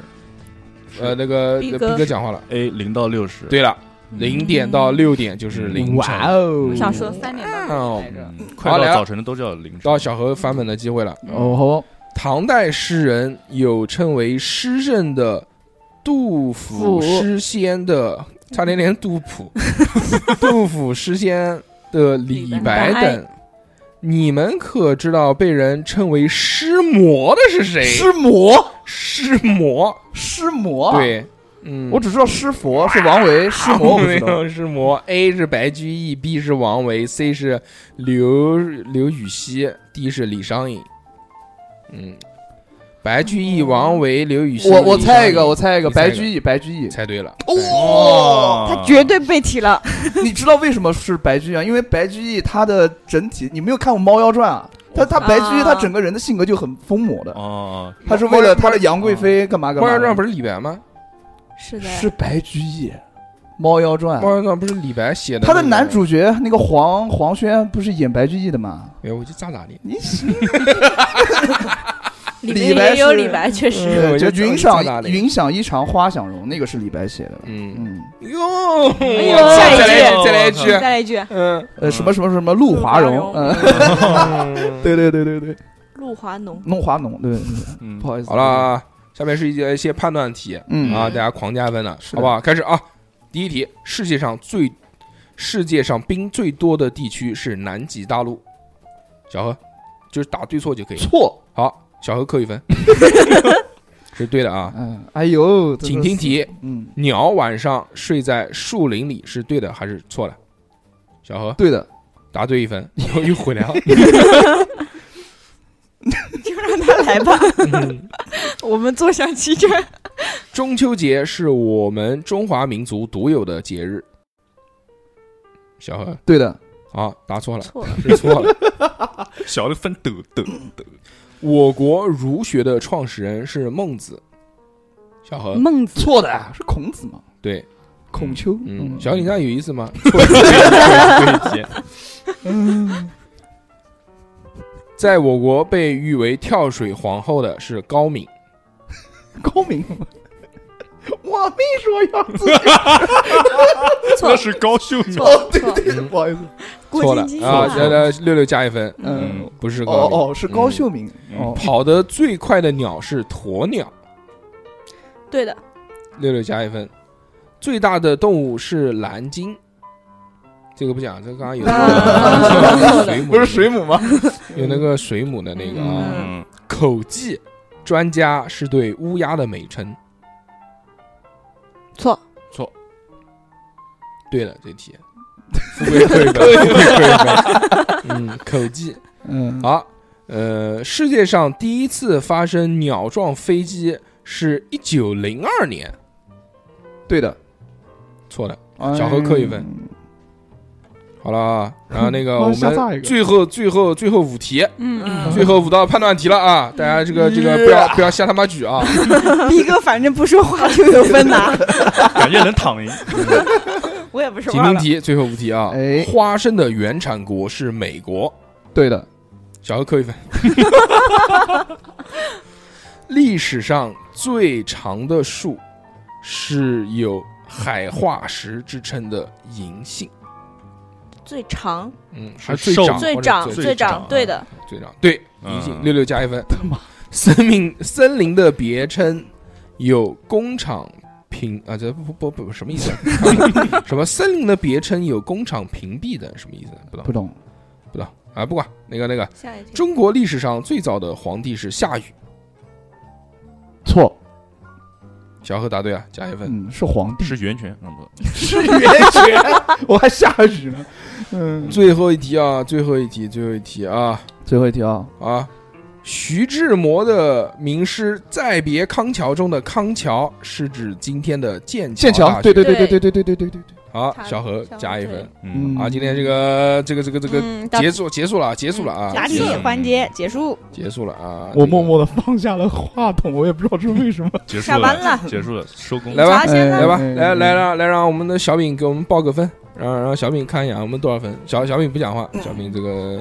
[SPEAKER 1] 呃，那个
[SPEAKER 5] 逼
[SPEAKER 1] 那
[SPEAKER 5] 哥
[SPEAKER 1] 逼哥讲话了，
[SPEAKER 8] A 零到六十，
[SPEAKER 1] 对了，
[SPEAKER 8] 嗯
[SPEAKER 1] 零点到六点就是凌晨。
[SPEAKER 2] 哇哦！
[SPEAKER 6] 想说三点到
[SPEAKER 1] 哦
[SPEAKER 6] 来着，
[SPEAKER 8] 嗯，快到早晨的都叫凌晨。
[SPEAKER 1] 到小何翻本的机会了。
[SPEAKER 2] 哦
[SPEAKER 6] 嗯
[SPEAKER 2] 吼，
[SPEAKER 1] 唐代诗人有称为诗圣的杜甫诗仙的，差点连杜 甫，杜甫诗仙的李白等。你们可知道被人称为诗魔的是谁？
[SPEAKER 2] 师魔，
[SPEAKER 1] 诗哦魔，
[SPEAKER 2] 师魔。，
[SPEAKER 1] 对，嗯，
[SPEAKER 2] 我只知道师佛是王维，师魔我不
[SPEAKER 1] 没
[SPEAKER 2] 知道。
[SPEAKER 1] 有诗魔。A 是白居易，B 是王维，C 是刘刘禹锡，D 是李商隐。嗯，白居易、王维、刘禹锡。
[SPEAKER 2] 我我
[SPEAKER 1] 李
[SPEAKER 2] 猜
[SPEAKER 1] 商
[SPEAKER 2] 一个，
[SPEAKER 1] 隐
[SPEAKER 2] 我猜一个，
[SPEAKER 1] 你猜一
[SPEAKER 2] 白
[SPEAKER 1] 个
[SPEAKER 2] 居易，白居易。
[SPEAKER 1] 猜对了。
[SPEAKER 2] 哦，
[SPEAKER 6] 他绝对背题了。
[SPEAKER 2] 你知道为什么是白居易啊？因为白居易他的整体，你没有看过《猫妖传》啊？他他白居易他整个人的性格就很疯魔的，
[SPEAKER 8] 哦，
[SPEAKER 2] 他是为了他的杨贵妃干嘛
[SPEAKER 1] 《
[SPEAKER 2] 干
[SPEAKER 1] 猫
[SPEAKER 2] 嘛
[SPEAKER 1] 妖
[SPEAKER 2] 的？
[SPEAKER 1] 传》不是李白吗？
[SPEAKER 5] 是
[SPEAKER 1] 嗯
[SPEAKER 5] 的，
[SPEAKER 2] 是白居易，《猫妖传
[SPEAKER 1] 《猫》妖传》不是李白写的？
[SPEAKER 2] 他的男，主角那个黄黄 轩不是演白居易的吗？
[SPEAKER 1] 哎，我就咋咋的。
[SPEAKER 2] 你
[SPEAKER 5] 里
[SPEAKER 2] 李白
[SPEAKER 5] 面也有
[SPEAKER 2] 是
[SPEAKER 5] 李白，确实。
[SPEAKER 1] 嗯我
[SPEAKER 2] 对，
[SPEAKER 1] 觉
[SPEAKER 2] 就
[SPEAKER 1] 得
[SPEAKER 2] 云
[SPEAKER 1] 最大
[SPEAKER 2] 想
[SPEAKER 1] 的
[SPEAKER 2] 云想衣裳花想容，那个是李白写的。
[SPEAKER 1] 嗯，
[SPEAKER 2] 嗯，
[SPEAKER 1] 哟，
[SPEAKER 5] 呦
[SPEAKER 1] 再
[SPEAKER 5] 下
[SPEAKER 1] 来
[SPEAKER 5] 一
[SPEAKER 1] 再来一句，
[SPEAKER 6] 再来一句，
[SPEAKER 1] 嗯，
[SPEAKER 2] 呃，什么什么什么陆华容，嗯， 对对对对对，
[SPEAKER 5] 陆华浓，
[SPEAKER 2] 弄华浓，对，对对
[SPEAKER 8] 嗯
[SPEAKER 2] 不，好意思，
[SPEAKER 1] 好了，啊，下面是一些一些判断题
[SPEAKER 2] 嗯
[SPEAKER 1] 啊，大家狂加分了，
[SPEAKER 2] 是
[SPEAKER 1] 好
[SPEAKER 2] 的
[SPEAKER 1] 不好？开始啊，第一题，世界上最世界上冰最多的地区是南极大陆，小何就是答对错就可以了。
[SPEAKER 2] 错，
[SPEAKER 1] 好，小何扣一分， 是对的啊。
[SPEAKER 2] 嗯，哎呦，真的
[SPEAKER 1] 请听
[SPEAKER 2] 是，
[SPEAKER 1] 题：
[SPEAKER 2] 嗯，
[SPEAKER 1] 鸟晚上睡在树林里是对的还是错的？小何
[SPEAKER 2] 对的，
[SPEAKER 1] 答对一分，又又回来了。
[SPEAKER 6] 就让他来吧，
[SPEAKER 1] 嗯
[SPEAKER 6] 我们坐享其成。
[SPEAKER 1] 中秋节是我们中华民族独有的节日。小何
[SPEAKER 2] 对的，
[SPEAKER 1] 啊，答错了，
[SPEAKER 5] 错了，
[SPEAKER 1] 是错了。
[SPEAKER 8] 小的分抖抖抖，
[SPEAKER 1] 我国儒学的创始人是孟子。小何
[SPEAKER 6] 孟子
[SPEAKER 2] 错的啊，是孔子嘛，
[SPEAKER 1] 对，
[SPEAKER 2] 孔丘，
[SPEAKER 1] 嗯，小何你这样有意思吗？
[SPEAKER 2] 嗯
[SPEAKER 1] 在我国被誉为跳水皇后的是高敏。
[SPEAKER 2] 高明， 我没说要自己，
[SPEAKER 5] 错
[SPEAKER 8] 那是高秀敏，
[SPEAKER 2] 哦，对对对，不好意思，
[SPEAKER 1] 错
[SPEAKER 6] 郭
[SPEAKER 1] 了
[SPEAKER 6] 晶晶
[SPEAKER 1] 啊！
[SPEAKER 6] 是吧
[SPEAKER 1] 来来，六六加一分，
[SPEAKER 2] 嗯，
[SPEAKER 1] 不是高
[SPEAKER 2] 哦
[SPEAKER 1] 敏。
[SPEAKER 2] 哦，是高秀敏，
[SPEAKER 8] 嗯
[SPEAKER 2] 哦，
[SPEAKER 1] 跑得最快的鸟是鸵鸟，
[SPEAKER 5] 对的，
[SPEAKER 1] 六六加一分。最大的动物是蓝鲸，这个不讲，这个 刚刚有
[SPEAKER 5] 啊
[SPEAKER 1] 水母，
[SPEAKER 2] 不是水母吗？
[SPEAKER 1] 有那个水母的那个啊。
[SPEAKER 8] 嗯，
[SPEAKER 1] 口技专家是对乌鸦的美称，
[SPEAKER 6] 错
[SPEAKER 1] 错。对了，这题，富贵扣一分，富贵扣一分。嗯，口技
[SPEAKER 2] 嗯，
[SPEAKER 1] 好，呃，世界上第一次发生鸟撞飞机是一九零二年，
[SPEAKER 2] 对的，
[SPEAKER 1] 错的。小何扣一分
[SPEAKER 2] 嗯，
[SPEAKER 1] 好了啊，然后那个我
[SPEAKER 2] 往下炸一
[SPEAKER 1] 们
[SPEAKER 2] 个
[SPEAKER 1] 最后最后最后五题，
[SPEAKER 6] 嗯
[SPEAKER 1] 最后五道判断题了啊！大家这
[SPEAKER 2] 嗯
[SPEAKER 1] 个这个不要不要瞎他妈举啊！
[SPEAKER 6] 嗯，逼哥反正不说话就有分拿，
[SPEAKER 8] 感觉能躺赢，
[SPEAKER 6] 我也不说
[SPEAKER 1] 请听题，最后五题啊！
[SPEAKER 2] 哎
[SPEAKER 1] 花生的原产国是美国，
[SPEAKER 2] 对的，
[SPEAKER 1] 小何扣一 分。历史上最长的树是有海化石之称的银杏，
[SPEAKER 5] 最长、
[SPEAKER 1] 嗯，
[SPEAKER 8] 是
[SPEAKER 1] 最
[SPEAKER 8] 瘦
[SPEAKER 1] 长
[SPEAKER 5] 最
[SPEAKER 1] 或者
[SPEAKER 5] 长、
[SPEAKER 1] 最
[SPEAKER 5] 最
[SPEAKER 8] 长
[SPEAKER 5] 长，对的，
[SPEAKER 1] 最长对银
[SPEAKER 8] 嗯
[SPEAKER 1] 杏六六加一分。
[SPEAKER 2] 他妈
[SPEAKER 1] 森林森林的别称有工厂屏啊，这不不不不什么意思啊？ 什么森林的别称有工厂屏蔽的什么意思？不懂
[SPEAKER 2] 不懂，
[SPEAKER 1] 不懂啊？不管那个那个，
[SPEAKER 5] 下一题。
[SPEAKER 1] 中国历史上最早的皇帝是夏禹，
[SPEAKER 2] 错，
[SPEAKER 1] 小何答对啊，加一分。
[SPEAKER 2] 嗯，是皇帝，
[SPEAKER 8] 是源泉，嗯不，
[SPEAKER 2] 是元学， 我还下雨呢，嗯，
[SPEAKER 1] 最后一题啊，最后一题，最后一题啊
[SPEAKER 2] 最后一题啊，
[SPEAKER 1] 啊！徐志摩的名诗《再别康桥》中的康桥是指今天的剑桥
[SPEAKER 2] 剑桥，
[SPEAKER 1] 大
[SPEAKER 2] 对
[SPEAKER 1] 学
[SPEAKER 2] 对对对对对对对对对对，
[SPEAKER 1] 好，
[SPEAKER 5] 他
[SPEAKER 1] 小何
[SPEAKER 5] 小何
[SPEAKER 1] 加一
[SPEAKER 5] 对
[SPEAKER 1] 分。
[SPEAKER 8] 嗯，
[SPEAKER 1] 啊，今天这个这个这个这个
[SPEAKER 6] 嗯，
[SPEAKER 1] 结束结束了啊，结束了啊，
[SPEAKER 6] 答
[SPEAKER 1] 结
[SPEAKER 6] 题
[SPEAKER 1] 束
[SPEAKER 8] 嗯
[SPEAKER 6] 环节结束，
[SPEAKER 1] 结束了啊，
[SPEAKER 2] 我默默的放下了话筒，我也不知道是 为什么，
[SPEAKER 8] 结束
[SPEAKER 5] 下班
[SPEAKER 8] 了，
[SPEAKER 5] 了，
[SPEAKER 8] 结束了，收工，
[SPEAKER 1] 来吧
[SPEAKER 5] 茶先
[SPEAKER 1] 这
[SPEAKER 5] 呢
[SPEAKER 1] 个来吧，
[SPEAKER 2] 嗯
[SPEAKER 1] 来来让来让我们的小饼给我们报个分，让让小饼看一眼我们多少分。小小饼不讲话，小饼这个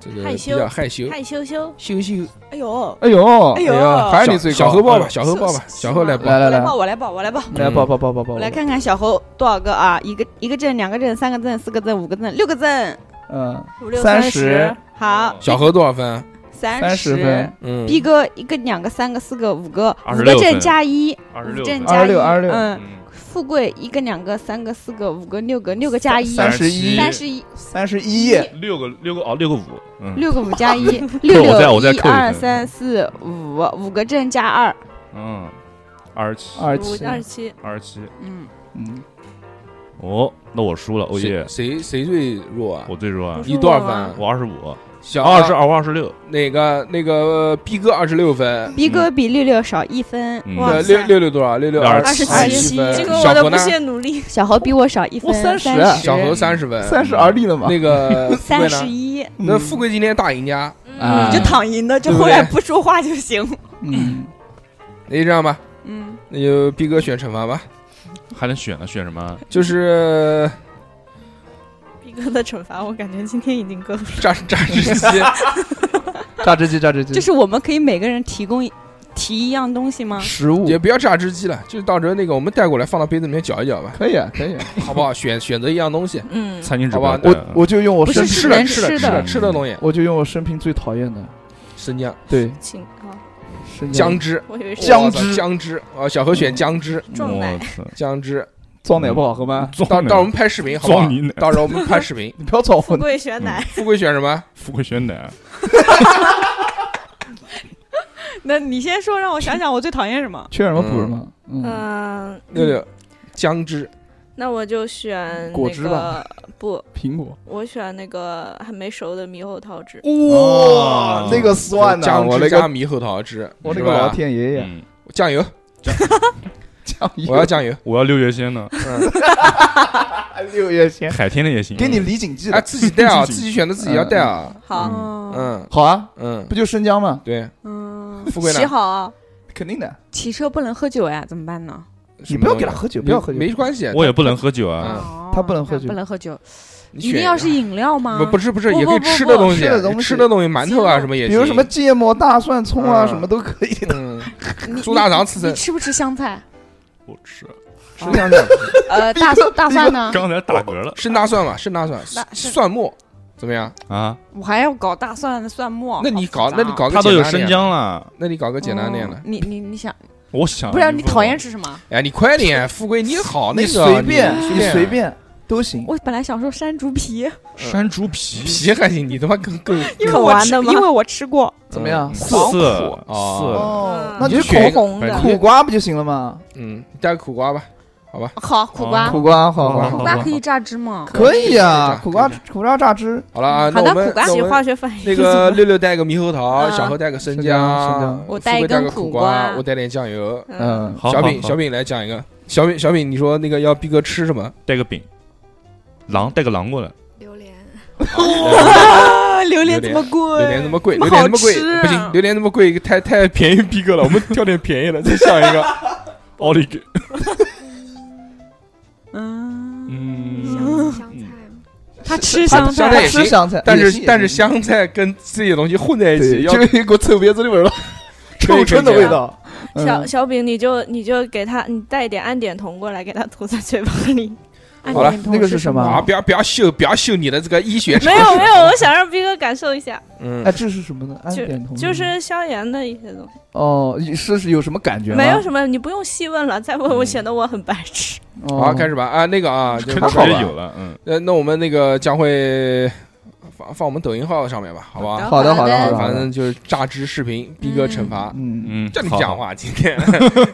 [SPEAKER 1] 这个
[SPEAKER 5] 嗯害
[SPEAKER 1] 比
[SPEAKER 5] 羞
[SPEAKER 1] 较害羞，
[SPEAKER 5] 害羞羞，
[SPEAKER 1] 羞羞。
[SPEAKER 6] 哎呦，
[SPEAKER 2] 哎呦
[SPEAKER 6] 哎，呦
[SPEAKER 1] 呀
[SPEAKER 2] 还是你最高
[SPEAKER 1] 小何报吧，
[SPEAKER 2] 哎
[SPEAKER 1] 啊小何报吧，小何来报
[SPEAKER 2] 来。来
[SPEAKER 6] 我来
[SPEAKER 2] 来
[SPEAKER 6] 报，我来报，我来报。
[SPEAKER 2] 来
[SPEAKER 1] 嗯
[SPEAKER 2] 抱抱抱抱抱，
[SPEAKER 6] 我
[SPEAKER 2] 抱
[SPEAKER 6] 来，看看小猴多少个啊？一个一个正，两个正，三个正，四个正，五个正，六个正，
[SPEAKER 2] 嗯，
[SPEAKER 5] 五六
[SPEAKER 2] 三
[SPEAKER 5] 十
[SPEAKER 2] 十，
[SPEAKER 6] 好，
[SPEAKER 1] 小何多少分？啊
[SPEAKER 6] 三
[SPEAKER 2] 三十分。
[SPEAKER 1] 嗯，
[SPEAKER 6] 逼哥一个、两个、三个、四个、五个，
[SPEAKER 8] 二
[SPEAKER 6] 五
[SPEAKER 8] 十
[SPEAKER 6] 个
[SPEAKER 8] 六
[SPEAKER 6] 正
[SPEAKER 8] 分
[SPEAKER 6] 加一，
[SPEAKER 8] 二十
[SPEAKER 6] 五
[SPEAKER 8] 六
[SPEAKER 6] 正
[SPEAKER 8] 分，
[SPEAKER 6] 加一，
[SPEAKER 2] 26 26
[SPEAKER 6] 嗯，
[SPEAKER 8] 嗯，
[SPEAKER 6] 富贵一个、两个、三个、四个、五个、六个，六个加一，
[SPEAKER 8] 三
[SPEAKER 2] 三
[SPEAKER 6] 啊
[SPEAKER 2] 十一
[SPEAKER 6] 三十一，
[SPEAKER 2] 三十一，
[SPEAKER 8] 六个六个哦，六个五，嗯
[SPEAKER 6] 六个五加一，六
[SPEAKER 8] 我再
[SPEAKER 6] 六
[SPEAKER 8] 我再
[SPEAKER 6] 一
[SPEAKER 8] 扣一
[SPEAKER 6] 二
[SPEAKER 8] 分
[SPEAKER 6] 三四五，五个正加二，
[SPEAKER 8] 嗯，二十七，
[SPEAKER 2] 二
[SPEAKER 5] 五
[SPEAKER 2] 七，
[SPEAKER 5] 二十七，
[SPEAKER 8] 二十七，
[SPEAKER 6] 嗯，
[SPEAKER 2] 嗯，
[SPEAKER 8] 哦，那我输了，哦耶
[SPEAKER 1] 谁，谁谁最弱啊？
[SPEAKER 8] 我最弱啊
[SPEAKER 5] 不，是
[SPEAKER 1] 你多少
[SPEAKER 5] 我吗
[SPEAKER 1] 分？
[SPEAKER 8] 我二十五，
[SPEAKER 1] 小
[SPEAKER 8] 二十二，
[SPEAKER 6] 啊
[SPEAKER 8] 我二十六，
[SPEAKER 1] 哪个那个逼哥二十六分，
[SPEAKER 6] 逼哥比六六少一分，
[SPEAKER 8] 嗯
[SPEAKER 5] 哇
[SPEAKER 1] 呃六六六多少？六六
[SPEAKER 8] 二
[SPEAKER 5] 十七
[SPEAKER 1] 七分。
[SPEAKER 5] 这个
[SPEAKER 1] 小何
[SPEAKER 5] 我都不
[SPEAKER 1] 呢？
[SPEAKER 5] 懈努力，
[SPEAKER 6] 小猴比我少一分
[SPEAKER 2] 我，30
[SPEAKER 6] 十，
[SPEAKER 2] 啊
[SPEAKER 1] 小何三十分，
[SPEAKER 2] 三十而立了嘛，
[SPEAKER 1] 呃那
[SPEAKER 2] 嗯
[SPEAKER 1] 个富贵
[SPEAKER 6] 三十
[SPEAKER 1] 呢？
[SPEAKER 6] 一，
[SPEAKER 1] 那富贵今天大赢家，
[SPEAKER 2] 啊
[SPEAKER 5] 嗯
[SPEAKER 6] 你就躺赢的，就后来不说话就行，
[SPEAKER 2] 嗯，
[SPEAKER 1] 那就这样吧，
[SPEAKER 6] 嗯，
[SPEAKER 1] 那就逼哥选惩罚吧，
[SPEAKER 8] 还能选呢？啊选什么？
[SPEAKER 6] 嗯
[SPEAKER 1] 就是
[SPEAKER 5] 逼哥的惩罚，我感觉今天已经够了。
[SPEAKER 1] 榨榨汁机，
[SPEAKER 2] 榨汁机，榨汁
[SPEAKER 6] 就
[SPEAKER 2] 机，
[SPEAKER 6] 是我们可以每个人提供一提一样东西吗？
[SPEAKER 2] 食物
[SPEAKER 1] 也不要榨汁机了，就是到时候那个我们带过来放到杯子里面搅一搅吧，
[SPEAKER 2] 可以啊，可以啊。
[SPEAKER 1] 好不好？选选择一样东西，
[SPEAKER 5] 嗯，
[SPEAKER 8] 餐巾纸啊
[SPEAKER 1] 好吧
[SPEAKER 8] 不要带
[SPEAKER 2] 我我就用我
[SPEAKER 6] 不是
[SPEAKER 2] 生
[SPEAKER 1] 吃了吃了
[SPEAKER 2] 平，
[SPEAKER 6] 只能吃
[SPEAKER 1] 吃了
[SPEAKER 6] 的
[SPEAKER 1] 吃的东西，
[SPEAKER 2] 我就用我生平最讨厌的，
[SPEAKER 1] 生姜、
[SPEAKER 2] 对，
[SPEAKER 5] 请啊，
[SPEAKER 2] 生
[SPEAKER 1] 姜汁、
[SPEAKER 5] 我以为是
[SPEAKER 2] 姜
[SPEAKER 1] 哇塞
[SPEAKER 2] 汁
[SPEAKER 1] 姜汁啊！小何选姜汁，
[SPEAKER 5] 撞奶
[SPEAKER 8] 我操
[SPEAKER 1] 姜汁。
[SPEAKER 2] 撞奶不好喝吗？
[SPEAKER 1] 到
[SPEAKER 8] 撞
[SPEAKER 1] 到时
[SPEAKER 8] 奶，
[SPEAKER 1] 候我们拍视频，好不好
[SPEAKER 8] 装你奶？
[SPEAKER 1] 到时候我们拍视频。
[SPEAKER 2] 你不要吵
[SPEAKER 5] 富
[SPEAKER 2] 我，
[SPEAKER 5] 贵选奶，
[SPEAKER 1] 富贵选什么？
[SPEAKER 8] 富贵选奶，
[SPEAKER 6] 那你先说，让我想想，我最讨厌什么？
[SPEAKER 2] 缺什么补什么。嗯，
[SPEAKER 5] 嗯，
[SPEAKER 1] 六六，姜 汁。
[SPEAKER 5] 那我就
[SPEAKER 1] 嗯
[SPEAKER 5] 选
[SPEAKER 2] 果
[SPEAKER 5] 那
[SPEAKER 2] 汁
[SPEAKER 5] 个
[SPEAKER 2] 吧
[SPEAKER 5] 不，
[SPEAKER 2] 苹果，
[SPEAKER 5] 我选那个还没熟的猕猴桃汁。
[SPEAKER 8] 哇
[SPEAKER 2] 那个蒜
[SPEAKER 1] 哦
[SPEAKER 2] 呐，
[SPEAKER 1] 姜
[SPEAKER 2] 我
[SPEAKER 1] 汁
[SPEAKER 2] 那
[SPEAKER 1] 加
[SPEAKER 2] 个
[SPEAKER 1] 猕猴桃汁，
[SPEAKER 2] 我那
[SPEAKER 1] 是
[SPEAKER 2] 个
[SPEAKER 1] 吧
[SPEAKER 2] 老天爷呀，
[SPEAKER 8] 嗯，
[SPEAKER 1] 酱 油，
[SPEAKER 2] 酱油，
[SPEAKER 1] 我要酱油。
[SPEAKER 8] 我要六月仙呢，
[SPEAKER 2] 六月仙，
[SPEAKER 8] 海天的也行，啊
[SPEAKER 2] 给你李锦记
[SPEAKER 1] 哎，
[SPEAKER 2] 的，
[SPEAKER 1] 自己带 啊，
[SPEAKER 8] 自
[SPEAKER 1] 自
[SPEAKER 8] 己
[SPEAKER 1] 己选的自己要带啊。
[SPEAKER 5] 好，
[SPEAKER 6] 嗯
[SPEAKER 1] 嗯
[SPEAKER 2] 好啊，
[SPEAKER 1] 嗯，
[SPEAKER 2] 不就生姜吗？
[SPEAKER 1] 对，
[SPEAKER 6] 嗯，
[SPEAKER 1] 富贵呢
[SPEAKER 5] 洗？好啊，
[SPEAKER 2] 肯定的，
[SPEAKER 6] 骑车不能喝酒呀，怎么办呢？
[SPEAKER 1] 什
[SPEAKER 2] 你
[SPEAKER 1] 么
[SPEAKER 2] 不要
[SPEAKER 1] 东西
[SPEAKER 2] 给他喝酒，不要喝酒，
[SPEAKER 1] 没关系，
[SPEAKER 8] 我也不能喝酒啊，
[SPEAKER 1] 嗯
[SPEAKER 6] 哦
[SPEAKER 2] 他不能喝酒
[SPEAKER 6] 不能喝酒，
[SPEAKER 1] 你
[SPEAKER 6] 一
[SPEAKER 1] 选啊
[SPEAKER 6] 定要是饮料吗？
[SPEAKER 1] 不不是不是，
[SPEAKER 6] 不
[SPEAKER 1] 也可以
[SPEAKER 6] 不不
[SPEAKER 1] 吃
[SPEAKER 6] 不
[SPEAKER 1] 的东西
[SPEAKER 2] 吃的东，西
[SPEAKER 1] 吃的东西，馒头啊
[SPEAKER 6] 行
[SPEAKER 1] 什么也
[SPEAKER 2] 比
[SPEAKER 1] 行。
[SPEAKER 2] 如什么芥末、大蒜、葱啊，
[SPEAKER 1] 嗯
[SPEAKER 2] 什么都可以。
[SPEAKER 1] 嗯，
[SPEAKER 6] 你
[SPEAKER 1] 猪大肠
[SPEAKER 6] 你
[SPEAKER 1] 刺身
[SPEAKER 6] 你吃不吃香菜？
[SPEAKER 8] 我吃，
[SPEAKER 6] 啊
[SPEAKER 2] 是这样的，
[SPEAKER 6] 呃，大大蒜呢？
[SPEAKER 8] 刚才打嗝了
[SPEAKER 1] 生大蒜嘛，生大蒜，蒜
[SPEAKER 6] 是
[SPEAKER 1] 蒜末怎么样？
[SPEAKER 8] 啊，
[SPEAKER 6] 我还要搞大蒜蒜末。
[SPEAKER 1] 那你搞，
[SPEAKER 6] 哦好复
[SPEAKER 1] 那
[SPEAKER 6] 杂啊
[SPEAKER 1] 你搞个
[SPEAKER 8] 他都
[SPEAKER 1] 简
[SPEAKER 8] 有
[SPEAKER 1] 单
[SPEAKER 8] 生
[SPEAKER 1] 点，
[SPEAKER 8] 姜了，
[SPEAKER 1] 那你搞个简单点
[SPEAKER 6] 哦
[SPEAKER 1] 的。
[SPEAKER 6] 你你你想，
[SPEAKER 8] 我想
[SPEAKER 6] 不然你
[SPEAKER 8] 问我
[SPEAKER 6] 讨厌吃什么？
[SPEAKER 1] 哎，你快点，富贵，你好，那
[SPEAKER 2] 你
[SPEAKER 1] 个啊
[SPEAKER 2] 随便，
[SPEAKER 1] 你
[SPEAKER 2] 你随便都行。
[SPEAKER 6] 我本来想说山竹皮，
[SPEAKER 8] 呃山竹皮
[SPEAKER 1] 皮还行，你他妈更更
[SPEAKER 6] 因为
[SPEAKER 5] 口
[SPEAKER 6] 我
[SPEAKER 5] 完
[SPEAKER 6] 吃，
[SPEAKER 5] 的吗
[SPEAKER 6] 因为我吃过。
[SPEAKER 2] 怎么样
[SPEAKER 1] 嗯
[SPEAKER 8] 涩
[SPEAKER 2] 黄
[SPEAKER 8] 涩，
[SPEAKER 2] 哦
[SPEAKER 5] 嗯，
[SPEAKER 2] 那
[SPEAKER 1] 你
[SPEAKER 2] 就
[SPEAKER 1] 就选一
[SPEAKER 2] 是
[SPEAKER 1] 个
[SPEAKER 5] 红红
[SPEAKER 1] 反
[SPEAKER 5] 的
[SPEAKER 1] 正
[SPEAKER 2] 苦苦瓜不就行了吗？
[SPEAKER 1] 嗯，你带个苦瓜吧，
[SPEAKER 6] 好，苦瓜，
[SPEAKER 2] 苦瓜，好好
[SPEAKER 8] 好
[SPEAKER 6] 苦
[SPEAKER 2] 好，
[SPEAKER 6] 瓜可以榨汁吗？
[SPEAKER 2] 可以呀，
[SPEAKER 1] 可
[SPEAKER 2] 苦
[SPEAKER 1] 以啊
[SPEAKER 2] 瓜
[SPEAKER 1] 可以
[SPEAKER 2] 苦瓜榨汁，
[SPEAKER 1] 好了啊，
[SPEAKER 6] 嗯
[SPEAKER 1] 那
[SPEAKER 6] 好的
[SPEAKER 1] 我们
[SPEAKER 6] 苦瓜
[SPEAKER 1] 那
[SPEAKER 5] 洗
[SPEAKER 1] 我们
[SPEAKER 5] 化学反应。
[SPEAKER 1] 那 个六六带个猕猴桃，
[SPEAKER 5] 啊
[SPEAKER 1] 小何带个生
[SPEAKER 2] 生姜生姜
[SPEAKER 1] 我
[SPEAKER 6] 嗯我带一根
[SPEAKER 1] 个
[SPEAKER 6] 苦
[SPEAKER 1] 瓜，
[SPEAKER 6] 瓜
[SPEAKER 1] 我带点酱油。
[SPEAKER 5] 嗯，
[SPEAKER 2] 嗯，
[SPEAKER 8] 好
[SPEAKER 1] 小
[SPEAKER 8] 好
[SPEAKER 1] 饼
[SPEAKER 8] 好
[SPEAKER 1] 小饼来讲一个，小饼小饼，你说那个要逼哥吃什 么？
[SPEAKER 8] 带个饼，狼带个狼过来，
[SPEAKER 5] 榴莲，
[SPEAKER 6] 啊，榴
[SPEAKER 1] 莲
[SPEAKER 6] 莲
[SPEAKER 1] 这
[SPEAKER 6] 这
[SPEAKER 1] 么
[SPEAKER 6] 么贵，
[SPEAKER 1] 榴莲那么贵，
[SPEAKER 6] 那
[SPEAKER 1] 榴
[SPEAKER 6] 么
[SPEAKER 1] 莲那
[SPEAKER 6] 好
[SPEAKER 1] 么
[SPEAKER 6] 吃
[SPEAKER 1] 贵，
[SPEAKER 2] 啊
[SPEAKER 1] 不行，榴莲那么贵，太太便宜逼哥了，我们挑点便宜的，再想 一个。
[SPEAKER 8] 奥利给，
[SPEAKER 6] 嗯，
[SPEAKER 8] 嗯，
[SPEAKER 9] 香香菜吗？
[SPEAKER 6] 他吃
[SPEAKER 2] 他
[SPEAKER 6] 香
[SPEAKER 1] 香菜
[SPEAKER 6] 菜
[SPEAKER 2] 他
[SPEAKER 1] 也行
[SPEAKER 2] 吃香菜，
[SPEAKER 1] 但
[SPEAKER 2] 也
[SPEAKER 1] 是
[SPEAKER 2] 行
[SPEAKER 1] 但是。香菜跟这些东西混在一
[SPEAKER 2] 也
[SPEAKER 1] 起，
[SPEAKER 2] 行对，
[SPEAKER 1] 要
[SPEAKER 2] 就有一股臭别子的味儿了，
[SPEAKER 1] 可以
[SPEAKER 2] 臭春的
[SPEAKER 1] 可以
[SPEAKER 2] 味道。
[SPEAKER 5] 小
[SPEAKER 2] 嗯
[SPEAKER 5] 小饼，你就你就给他，你带一点安点酮过来，给他涂在嘴巴 里。
[SPEAKER 1] 好了
[SPEAKER 2] 那个是什么
[SPEAKER 1] 啊！不要不要秀不要秀你的这个医学常
[SPEAKER 5] 没有
[SPEAKER 1] 识
[SPEAKER 5] 没有，我想让斌哥感受一下，
[SPEAKER 1] 嗯
[SPEAKER 2] 哎，，这是什么呢？安点酮
[SPEAKER 5] 就是消炎的一些东西，
[SPEAKER 2] 哦，是是有什么感觉吗？
[SPEAKER 5] 没有什么，你不用细问了，再
[SPEAKER 1] 嗯
[SPEAKER 5] 问我显得我很白痴。
[SPEAKER 2] 么
[SPEAKER 1] 好，开始吧啊，那个啊，就
[SPEAKER 8] 肯
[SPEAKER 1] 是
[SPEAKER 8] 定
[SPEAKER 2] 还好吧
[SPEAKER 8] 是有了，嗯，
[SPEAKER 1] 呃，那我们那个将会放放我们抖音号上面吧，好吧？
[SPEAKER 2] 好的好的好的，好
[SPEAKER 1] 反
[SPEAKER 2] 的
[SPEAKER 1] 正就是榨汁视频，逼哥惩罚。
[SPEAKER 2] 嗯，
[SPEAKER 8] 嗯，
[SPEAKER 1] 叫你
[SPEAKER 8] 好
[SPEAKER 1] 讲，话，今天，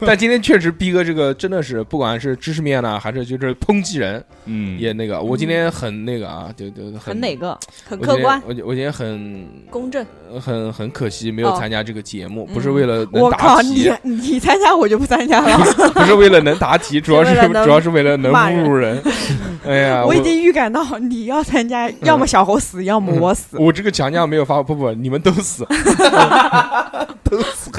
[SPEAKER 1] 但今天确实逼哥这个真的是，不管是知识面呢，还是就是抨击人，
[SPEAKER 8] 嗯，
[SPEAKER 1] 也那个，我今天很那个啊，就就很
[SPEAKER 6] 很哪个？
[SPEAKER 5] 很
[SPEAKER 1] 我
[SPEAKER 5] 客
[SPEAKER 1] 今天
[SPEAKER 5] 观、
[SPEAKER 1] 我今我今天很
[SPEAKER 5] 公正，
[SPEAKER 1] 很很可惜没有
[SPEAKER 6] 哦
[SPEAKER 1] 参加这个节目，
[SPEAKER 6] 嗯
[SPEAKER 1] 不是为了能啊
[SPEAKER 6] 我靠，
[SPEAKER 1] 答
[SPEAKER 6] 你
[SPEAKER 1] 题，
[SPEAKER 6] 你参加我就不参加了，
[SPEAKER 1] 不是为了能答 题，主要是
[SPEAKER 5] 是为了能
[SPEAKER 1] 主要是为了能
[SPEAKER 6] 骂
[SPEAKER 1] 侮
[SPEAKER 6] 人
[SPEAKER 1] 辱 人。哎呀，
[SPEAKER 6] 我已经预感到你要参加，
[SPEAKER 1] 嗯
[SPEAKER 6] 要么小猴死，要么我死。
[SPEAKER 1] 我这个强强没有发，不不，你们都死。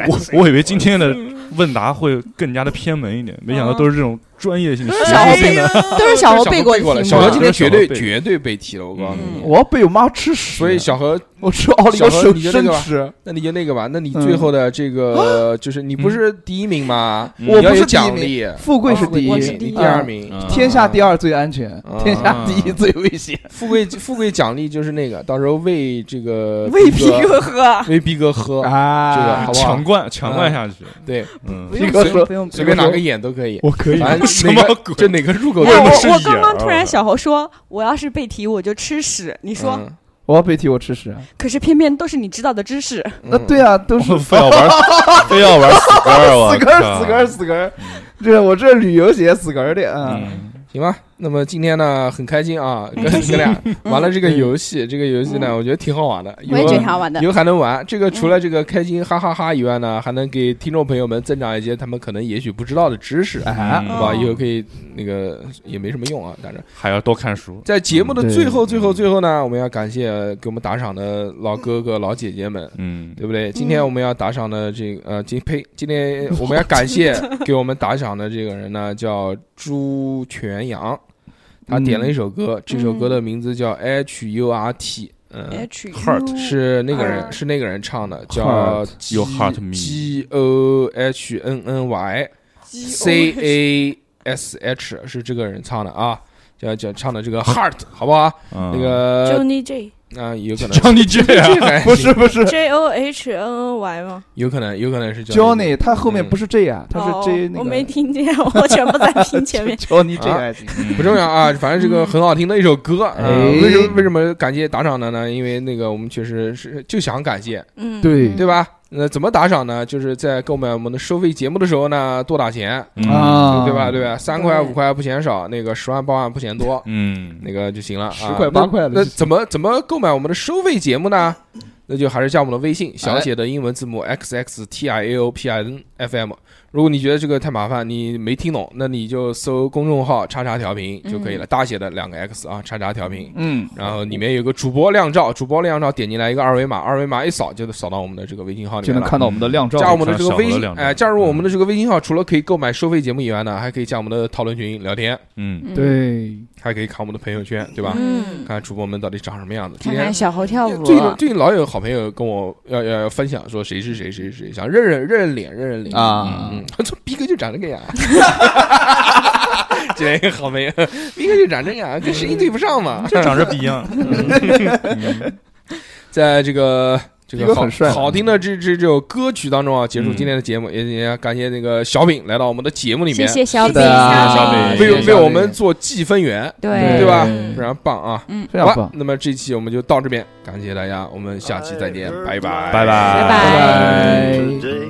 [SPEAKER 8] 我我以为今天的问答会更加的偏门一点，没想到都是这种专业性的
[SPEAKER 2] 嗯
[SPEAKER 6] 都是
[SPEAKER 8] 学
[SPEAKER 6] 小
[SPEAKER 2] 哎
[SPEAKER 8] 术
[SPEAKER 6] 猴
[SPEAKER 8] 性
[SPEAKER 6] 背
[SPEAKER 1] 啊
[SPEAKER 8] 的，
[SPEAKER 6] 的，都是小猴背过
[SPEAKER 1] 过
[SPEAKER 6] 的
[SPEAKER 1] 了，
[SPEAKER 6] 题
[SPEAKER 1] 小
[SPEAKER 6] 目
[SPEAKER 1] 何
[SPEAKER 8] 猴今
[SPEAKER 1] 今天
[SPEAKER 8] 天
[SPEAKER 1] 绝
[SPEAKER 8] 绝
[SPEAKER 1] 对
[SPEAKER 8] 对
[SPEAKER 1] 绝对被踢了，我告诉你。
[SPEAKER 8] 嗯
[SPEAKER 2] 我要被我妈吃屎，
[SPEAKER 1] 所以小何，
[SPEAKER 2] 我吃奥利
[SPEAKER 1] 小
[SPEAKER 2] 给
[SPEAKER 1] 何
[SPEAKER 2] 手
[SPEAKER 1] 你就那
[SPEAKER 2] 生
[SPEAKER 1] 个吧
[SPEAKER 2] 吃，
[SPEAKER 1] 那你就那个吧，那你最
[SPEAKER 2] 嗯
[SPEAKER 1] 后的这个
[SPEAKER 6] 啊
[SPEAKER 1] 就是你不是第一名吗？
[SPEAKER 8] 嗯
[SPEAKER 1] 你
[SPEAKER 2] 我
[SPEAKER 1] 要有
[SPEAKER 2] 不是第一
[SPEAKER 1] 奖
[SPEAKER 2] 名，
[SPEAKER 1] 励，
[SPEAKER 2] 富贵是第
[SPEAKER 1] 我哦
[SPEAKER 2] 一，
[SPEAKER 1] 是
[SPEAKER 6] 第一
[SPEAKER 1] 你第二名，
[SPEAKER 8] 嗯
[SPEAKER 2] 天下第二最安全
[SPEAKER 1] 啊，
[SPEAKER 2] 天下第一最危险。
[SPEAKER 1] 富贵富贵奖励就是那个，到时候喂这个
[SPEAKER 6] 喂
[SPEAKER 1] 逼
[SPEAKER 6] 皮哥喝，
[SPEAKER 1] 喂逼哥喝，嗯这个
[SPEAKER 2] 啊
[SPEAKER 1] 好不好
[SPEAKER 8] 强灌强灌下去，
[SPEAKER 1] 对，
[SPEAKER 8] 嗯，
[SPEAKER 2] 逼哥说
[SPEAKER 6] 不用
[SPEAKER 1] 随便哪个眼都可以，
[SPEAKER 2] 我可以
[SPEAKER 1] 反
[SPEAKER 8] 什
[SPEAKER 1] 正
[SPEAKER 8] 么
[SPEAKER 1] 哪个
[SPEAKER 8] 鬼
[SPEAKER 1] 就哪个啊入口
[SPEAKER 6] 哎
[SPEAKER 1] 都
[SPEAKER 8] 问的
[SPEAKER 1] 能
[SPEAKER 8] 是
[SPEAKER 6] 我我
[SPEAKER 8] 眼
[SPEAKER 6] 刚刚
[SPEAKER 8] 儿
[SPEAKER 6] 突然小猴说，我要是被提我就吃屎。你说，啊
[SPEAKER 1] 嗯
[SPEAKER 2] 我要被替我吃屎。
[SPEAKER 6] 可是偏偏都是你知道的知识，
[SPEAKER 1] 嗯
[SPEAKER 2] 那对啊，都是
[SPEAKER 8] 非要玩，非要玩死根儿，我
[SPEAKER 2] 死根儿
[SPEAKER 8] 靠
[SPEAKER 2] 死根儿，死根儿，这我这旅游鞋死根儿的啊。
[SPEAKER 8] 嗯，
[SPEAKER 1] 行吧，那么今天呢很开心啊， 跟你们俩玩了这
[SPEAKER 2] 嗯
[SPEAKER 1] 个游戏，这个游戏呢我觉得挺好玩的，
[SPEAKER 6] 嗯我也
[SPEAKER 1] 有
[SPEAKER 6] 觉得挺好玩的
[SPEAKER 1] 以。后还能玩。这个除了这个开心哈哈哈以外呢，还能给听众朋友们增长一些他们可能也许不知道的知识，好
[SPEAKER 2] 哎
[SPEAKER 8] 嗯
[SPEAKER 1] 吧？
[SPEAKER 6] 哦
[SPEAKER 1] 以后可以那个也没什么用啊，但是
[SPEAKER 8] 还要多看书，
[SPEAKER 1] 在节目的
[SPEAKER 2] 对
[SPEAKER 1] 最后、最后、最后呢，我们要感谢给我们打赏的老哥哥、老姐姐们。
[SPEAKER 8] 嗯，
[SPEAKER 1] 对不对？今天我们要打赏的这个呃，今呸，今天我们要感谢给我们打赏的这个人呢，叫朱全阳，他点了一首歌，这首歌的名字叫 H U R T，嗯，
[SPEAKER 3] H
[SPEAKER 6] 哦
[SPEAKER 8] Heart
[SPEAKER 1] 是那个
[SPEAKER 3] 啊
[SPEAKER 1] 人，是那个人唱的，叫
[SPEAKER 8] Heart，有 Heart Me
[SPEAKER 1] G O H N N Y C A S H 是这个人唱的啊，叫叫唱的这个 Heart，好不好？那
[SPEAKER 8] 那
[SPEAKER 1] 个
[SPEAKER 5] Johnny J
[SPEAKER 1] 啊，有可能
[SPEAKER 8] 嗯张丽娟
[SPEAKER 1] 这
[SPEAKER 8] 啊，
[SPEAKER 1] 还
[SPEAKER 2] 不是不是
[SPEAKER 5] J O H N N Y 吗？
[SPEAKER 1] 有可能，有可能是
[SPEAKER 2] Johnny，他后面不是 J 啊，他
[SPEAKER 5] 哦
[SPEAKER 2] 是 J 那个。
[SPEAKER 5] 我没听见，我全部在听 前面。
[SPEAKER 2] Johnny J
[SPEAKER 1] 啊
[SPEAKER 2] 还
[SPEAKER 8] 嗯
[SPEAKER 2] 行
[SPEAKER 1] 不重要啊，反正这个很好听的一首歌。啊
[SPEAKER 2] 哎
[SPEAKER 1] 为什么为什么感谢打赏的呢？因为那个我们确实是就想感谢，
[SPEAKER 5] 嗯，
[SPEAKER 2] 对
[SPEAKER 1] 对吧？那怎么打赏呢？就是在购买我们的收费节目的时候呢，多打钱，
[SPEAKER 8] 嗯
[SPEAKER 2] 啊，
[SPEAKER 1] 对吧？对吧？三块
[SPEAKER 3] 对
[SPEAKER 1] 五块不嫌少，那个十万八万不嫌多，
[SPEAKER 8] 嗯，
[SPEAKER 1] 那个就行了。
[SPEAKER 2] 10
[SPEAKER 1] 啊
[SPEAKER 2] 块8块的
[SPEAKER 1] 那那
[SPEAKER 2] 就行
[SPEAKER 1] 怎么怎么购买我们的收费节目呢？那就还是加我们的微信，
[SPEAKER 2] 哎
[SPEAKER 1] 小写的英文字母 x x t i a o p i n f m。如果你觉得这个太麻烦，你没听懂，那你就搜公众号“叉叉调频”就可以了，大写的两个 x 啊，叉叉调频。
[SPEAKER 2] 嗯，
[SPEAKER 1] 然后里面有个主播靓照，主播靓照点进来一个二维码，二维码一扫就扫到我们的这个微信号里
[SPEAKER 2] 就
[SPEAKER 1] 面
[SPEAKER 2] 能
[SPEAKER 1] 了。
[SPEAKER 2] 看到我们的嗯靓照。
[SPEAKER 1] 加我们的这个微
[SPEAKER 8] 少了
[SPEAKER 1] 信，
[SPEAKER 8] 两张
[SPEAKER 1] 哎，加入我们的这个微信号，除了可以购买收费节目以外呢，还可以加我们的讨论群聊天，
[SPEAKER 8] 嗯，
[SPEAKER 6] 嗯，
[SPEAKER 2] 对，
[SPEAKER 1] 还可以看我们的朋友圈，对吧？
[SPEAKER 5] 嗯
[SPEAKER 1] 看主播们到底长什么样子。今
[SPEAKER 6] 看
[SPEAKER 1] 天
[SPEAKER 6] 看小猴跳舞，
[SPEAKER 1] 最近最近老有好朋友跟我要要要分享说谁是谁谁是谁，想认认认认脸认认脸
[SPEAKER 2] 啊
[SPEAKER 1] 嗯， 这逼哥就长这个样。啊今天一个好朋友，逼哥就长这样，啊跟声音对不上嘛。
[SPEAKER 8] 就长着啊逼样，
[SPEAKER 1] 在这个这
[SPEAKER 2] 逼
[SPEAKER 1] 个
[SPEAKER 2] 哥
[SPEAKER 1] 好
[SPEAKER 2] 很帅
[SPEAKER 1] 好听的这这这首歌曲当中啊，结束
[SPEAKER 8] 嗯
[SPEAKER 1] 今天的节目，也也感谢那个小饼来到我们的节目里
[SPEAKER 6] 谢
[SPEAKER 1] 面，
[SPEAKER 6] 谢小
[SPEAKER 5] 是
[SPEAKER 6] 北，
[SPEAKER 5] 的啊
[SPEAKER 2] 小
[SPEAKER 8] 北
[SPEAKER 1] 为
[SPEAKER 8] 谢
[SPEAKER 1] 为
[SPEAKER 8] 谢
[SPEAKER 1] 我们做计分员，
[SPEAKER 6] 对
[SPEAKER 1] 对吧
[SPEAKER 6] 嗯
[SPEAKER 1] 非常棒啊！
[SPEAKER 2] 非
[SPEAKER 1] 好
[SPEAKER 2] 常
[SPEAKER 1] 吧
[SPEAKER 2] 棒，，
[SPEAKER 1] 那么这期我们就到这边，感谢大家，我们下期再见，拜
[SPEAKER 9] 哎
[SPEAKER 1] 拜，
[SPEAKER 8] 拜拜拜
[SPEAKER 6] 拜
[SPEAKER 2] 拜。
[SPEAKER 9] today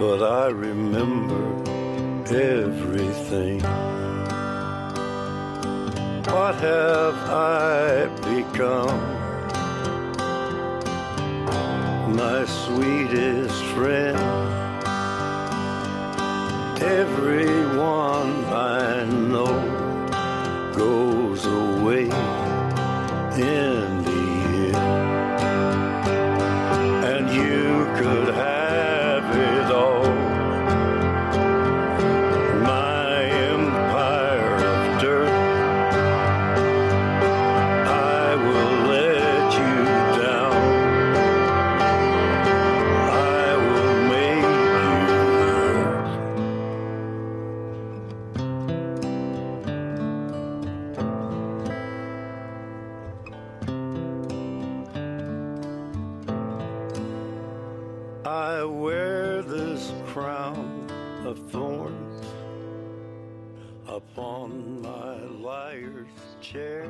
[SPEAKER 9] But I remember everything. What have I become? My sweetest friend. Everyone I know goes away in the year. And you could have it all. My empire of dirt. I will let you down. I will make you hurt. I wear this crown of thorns upon my liar's chair.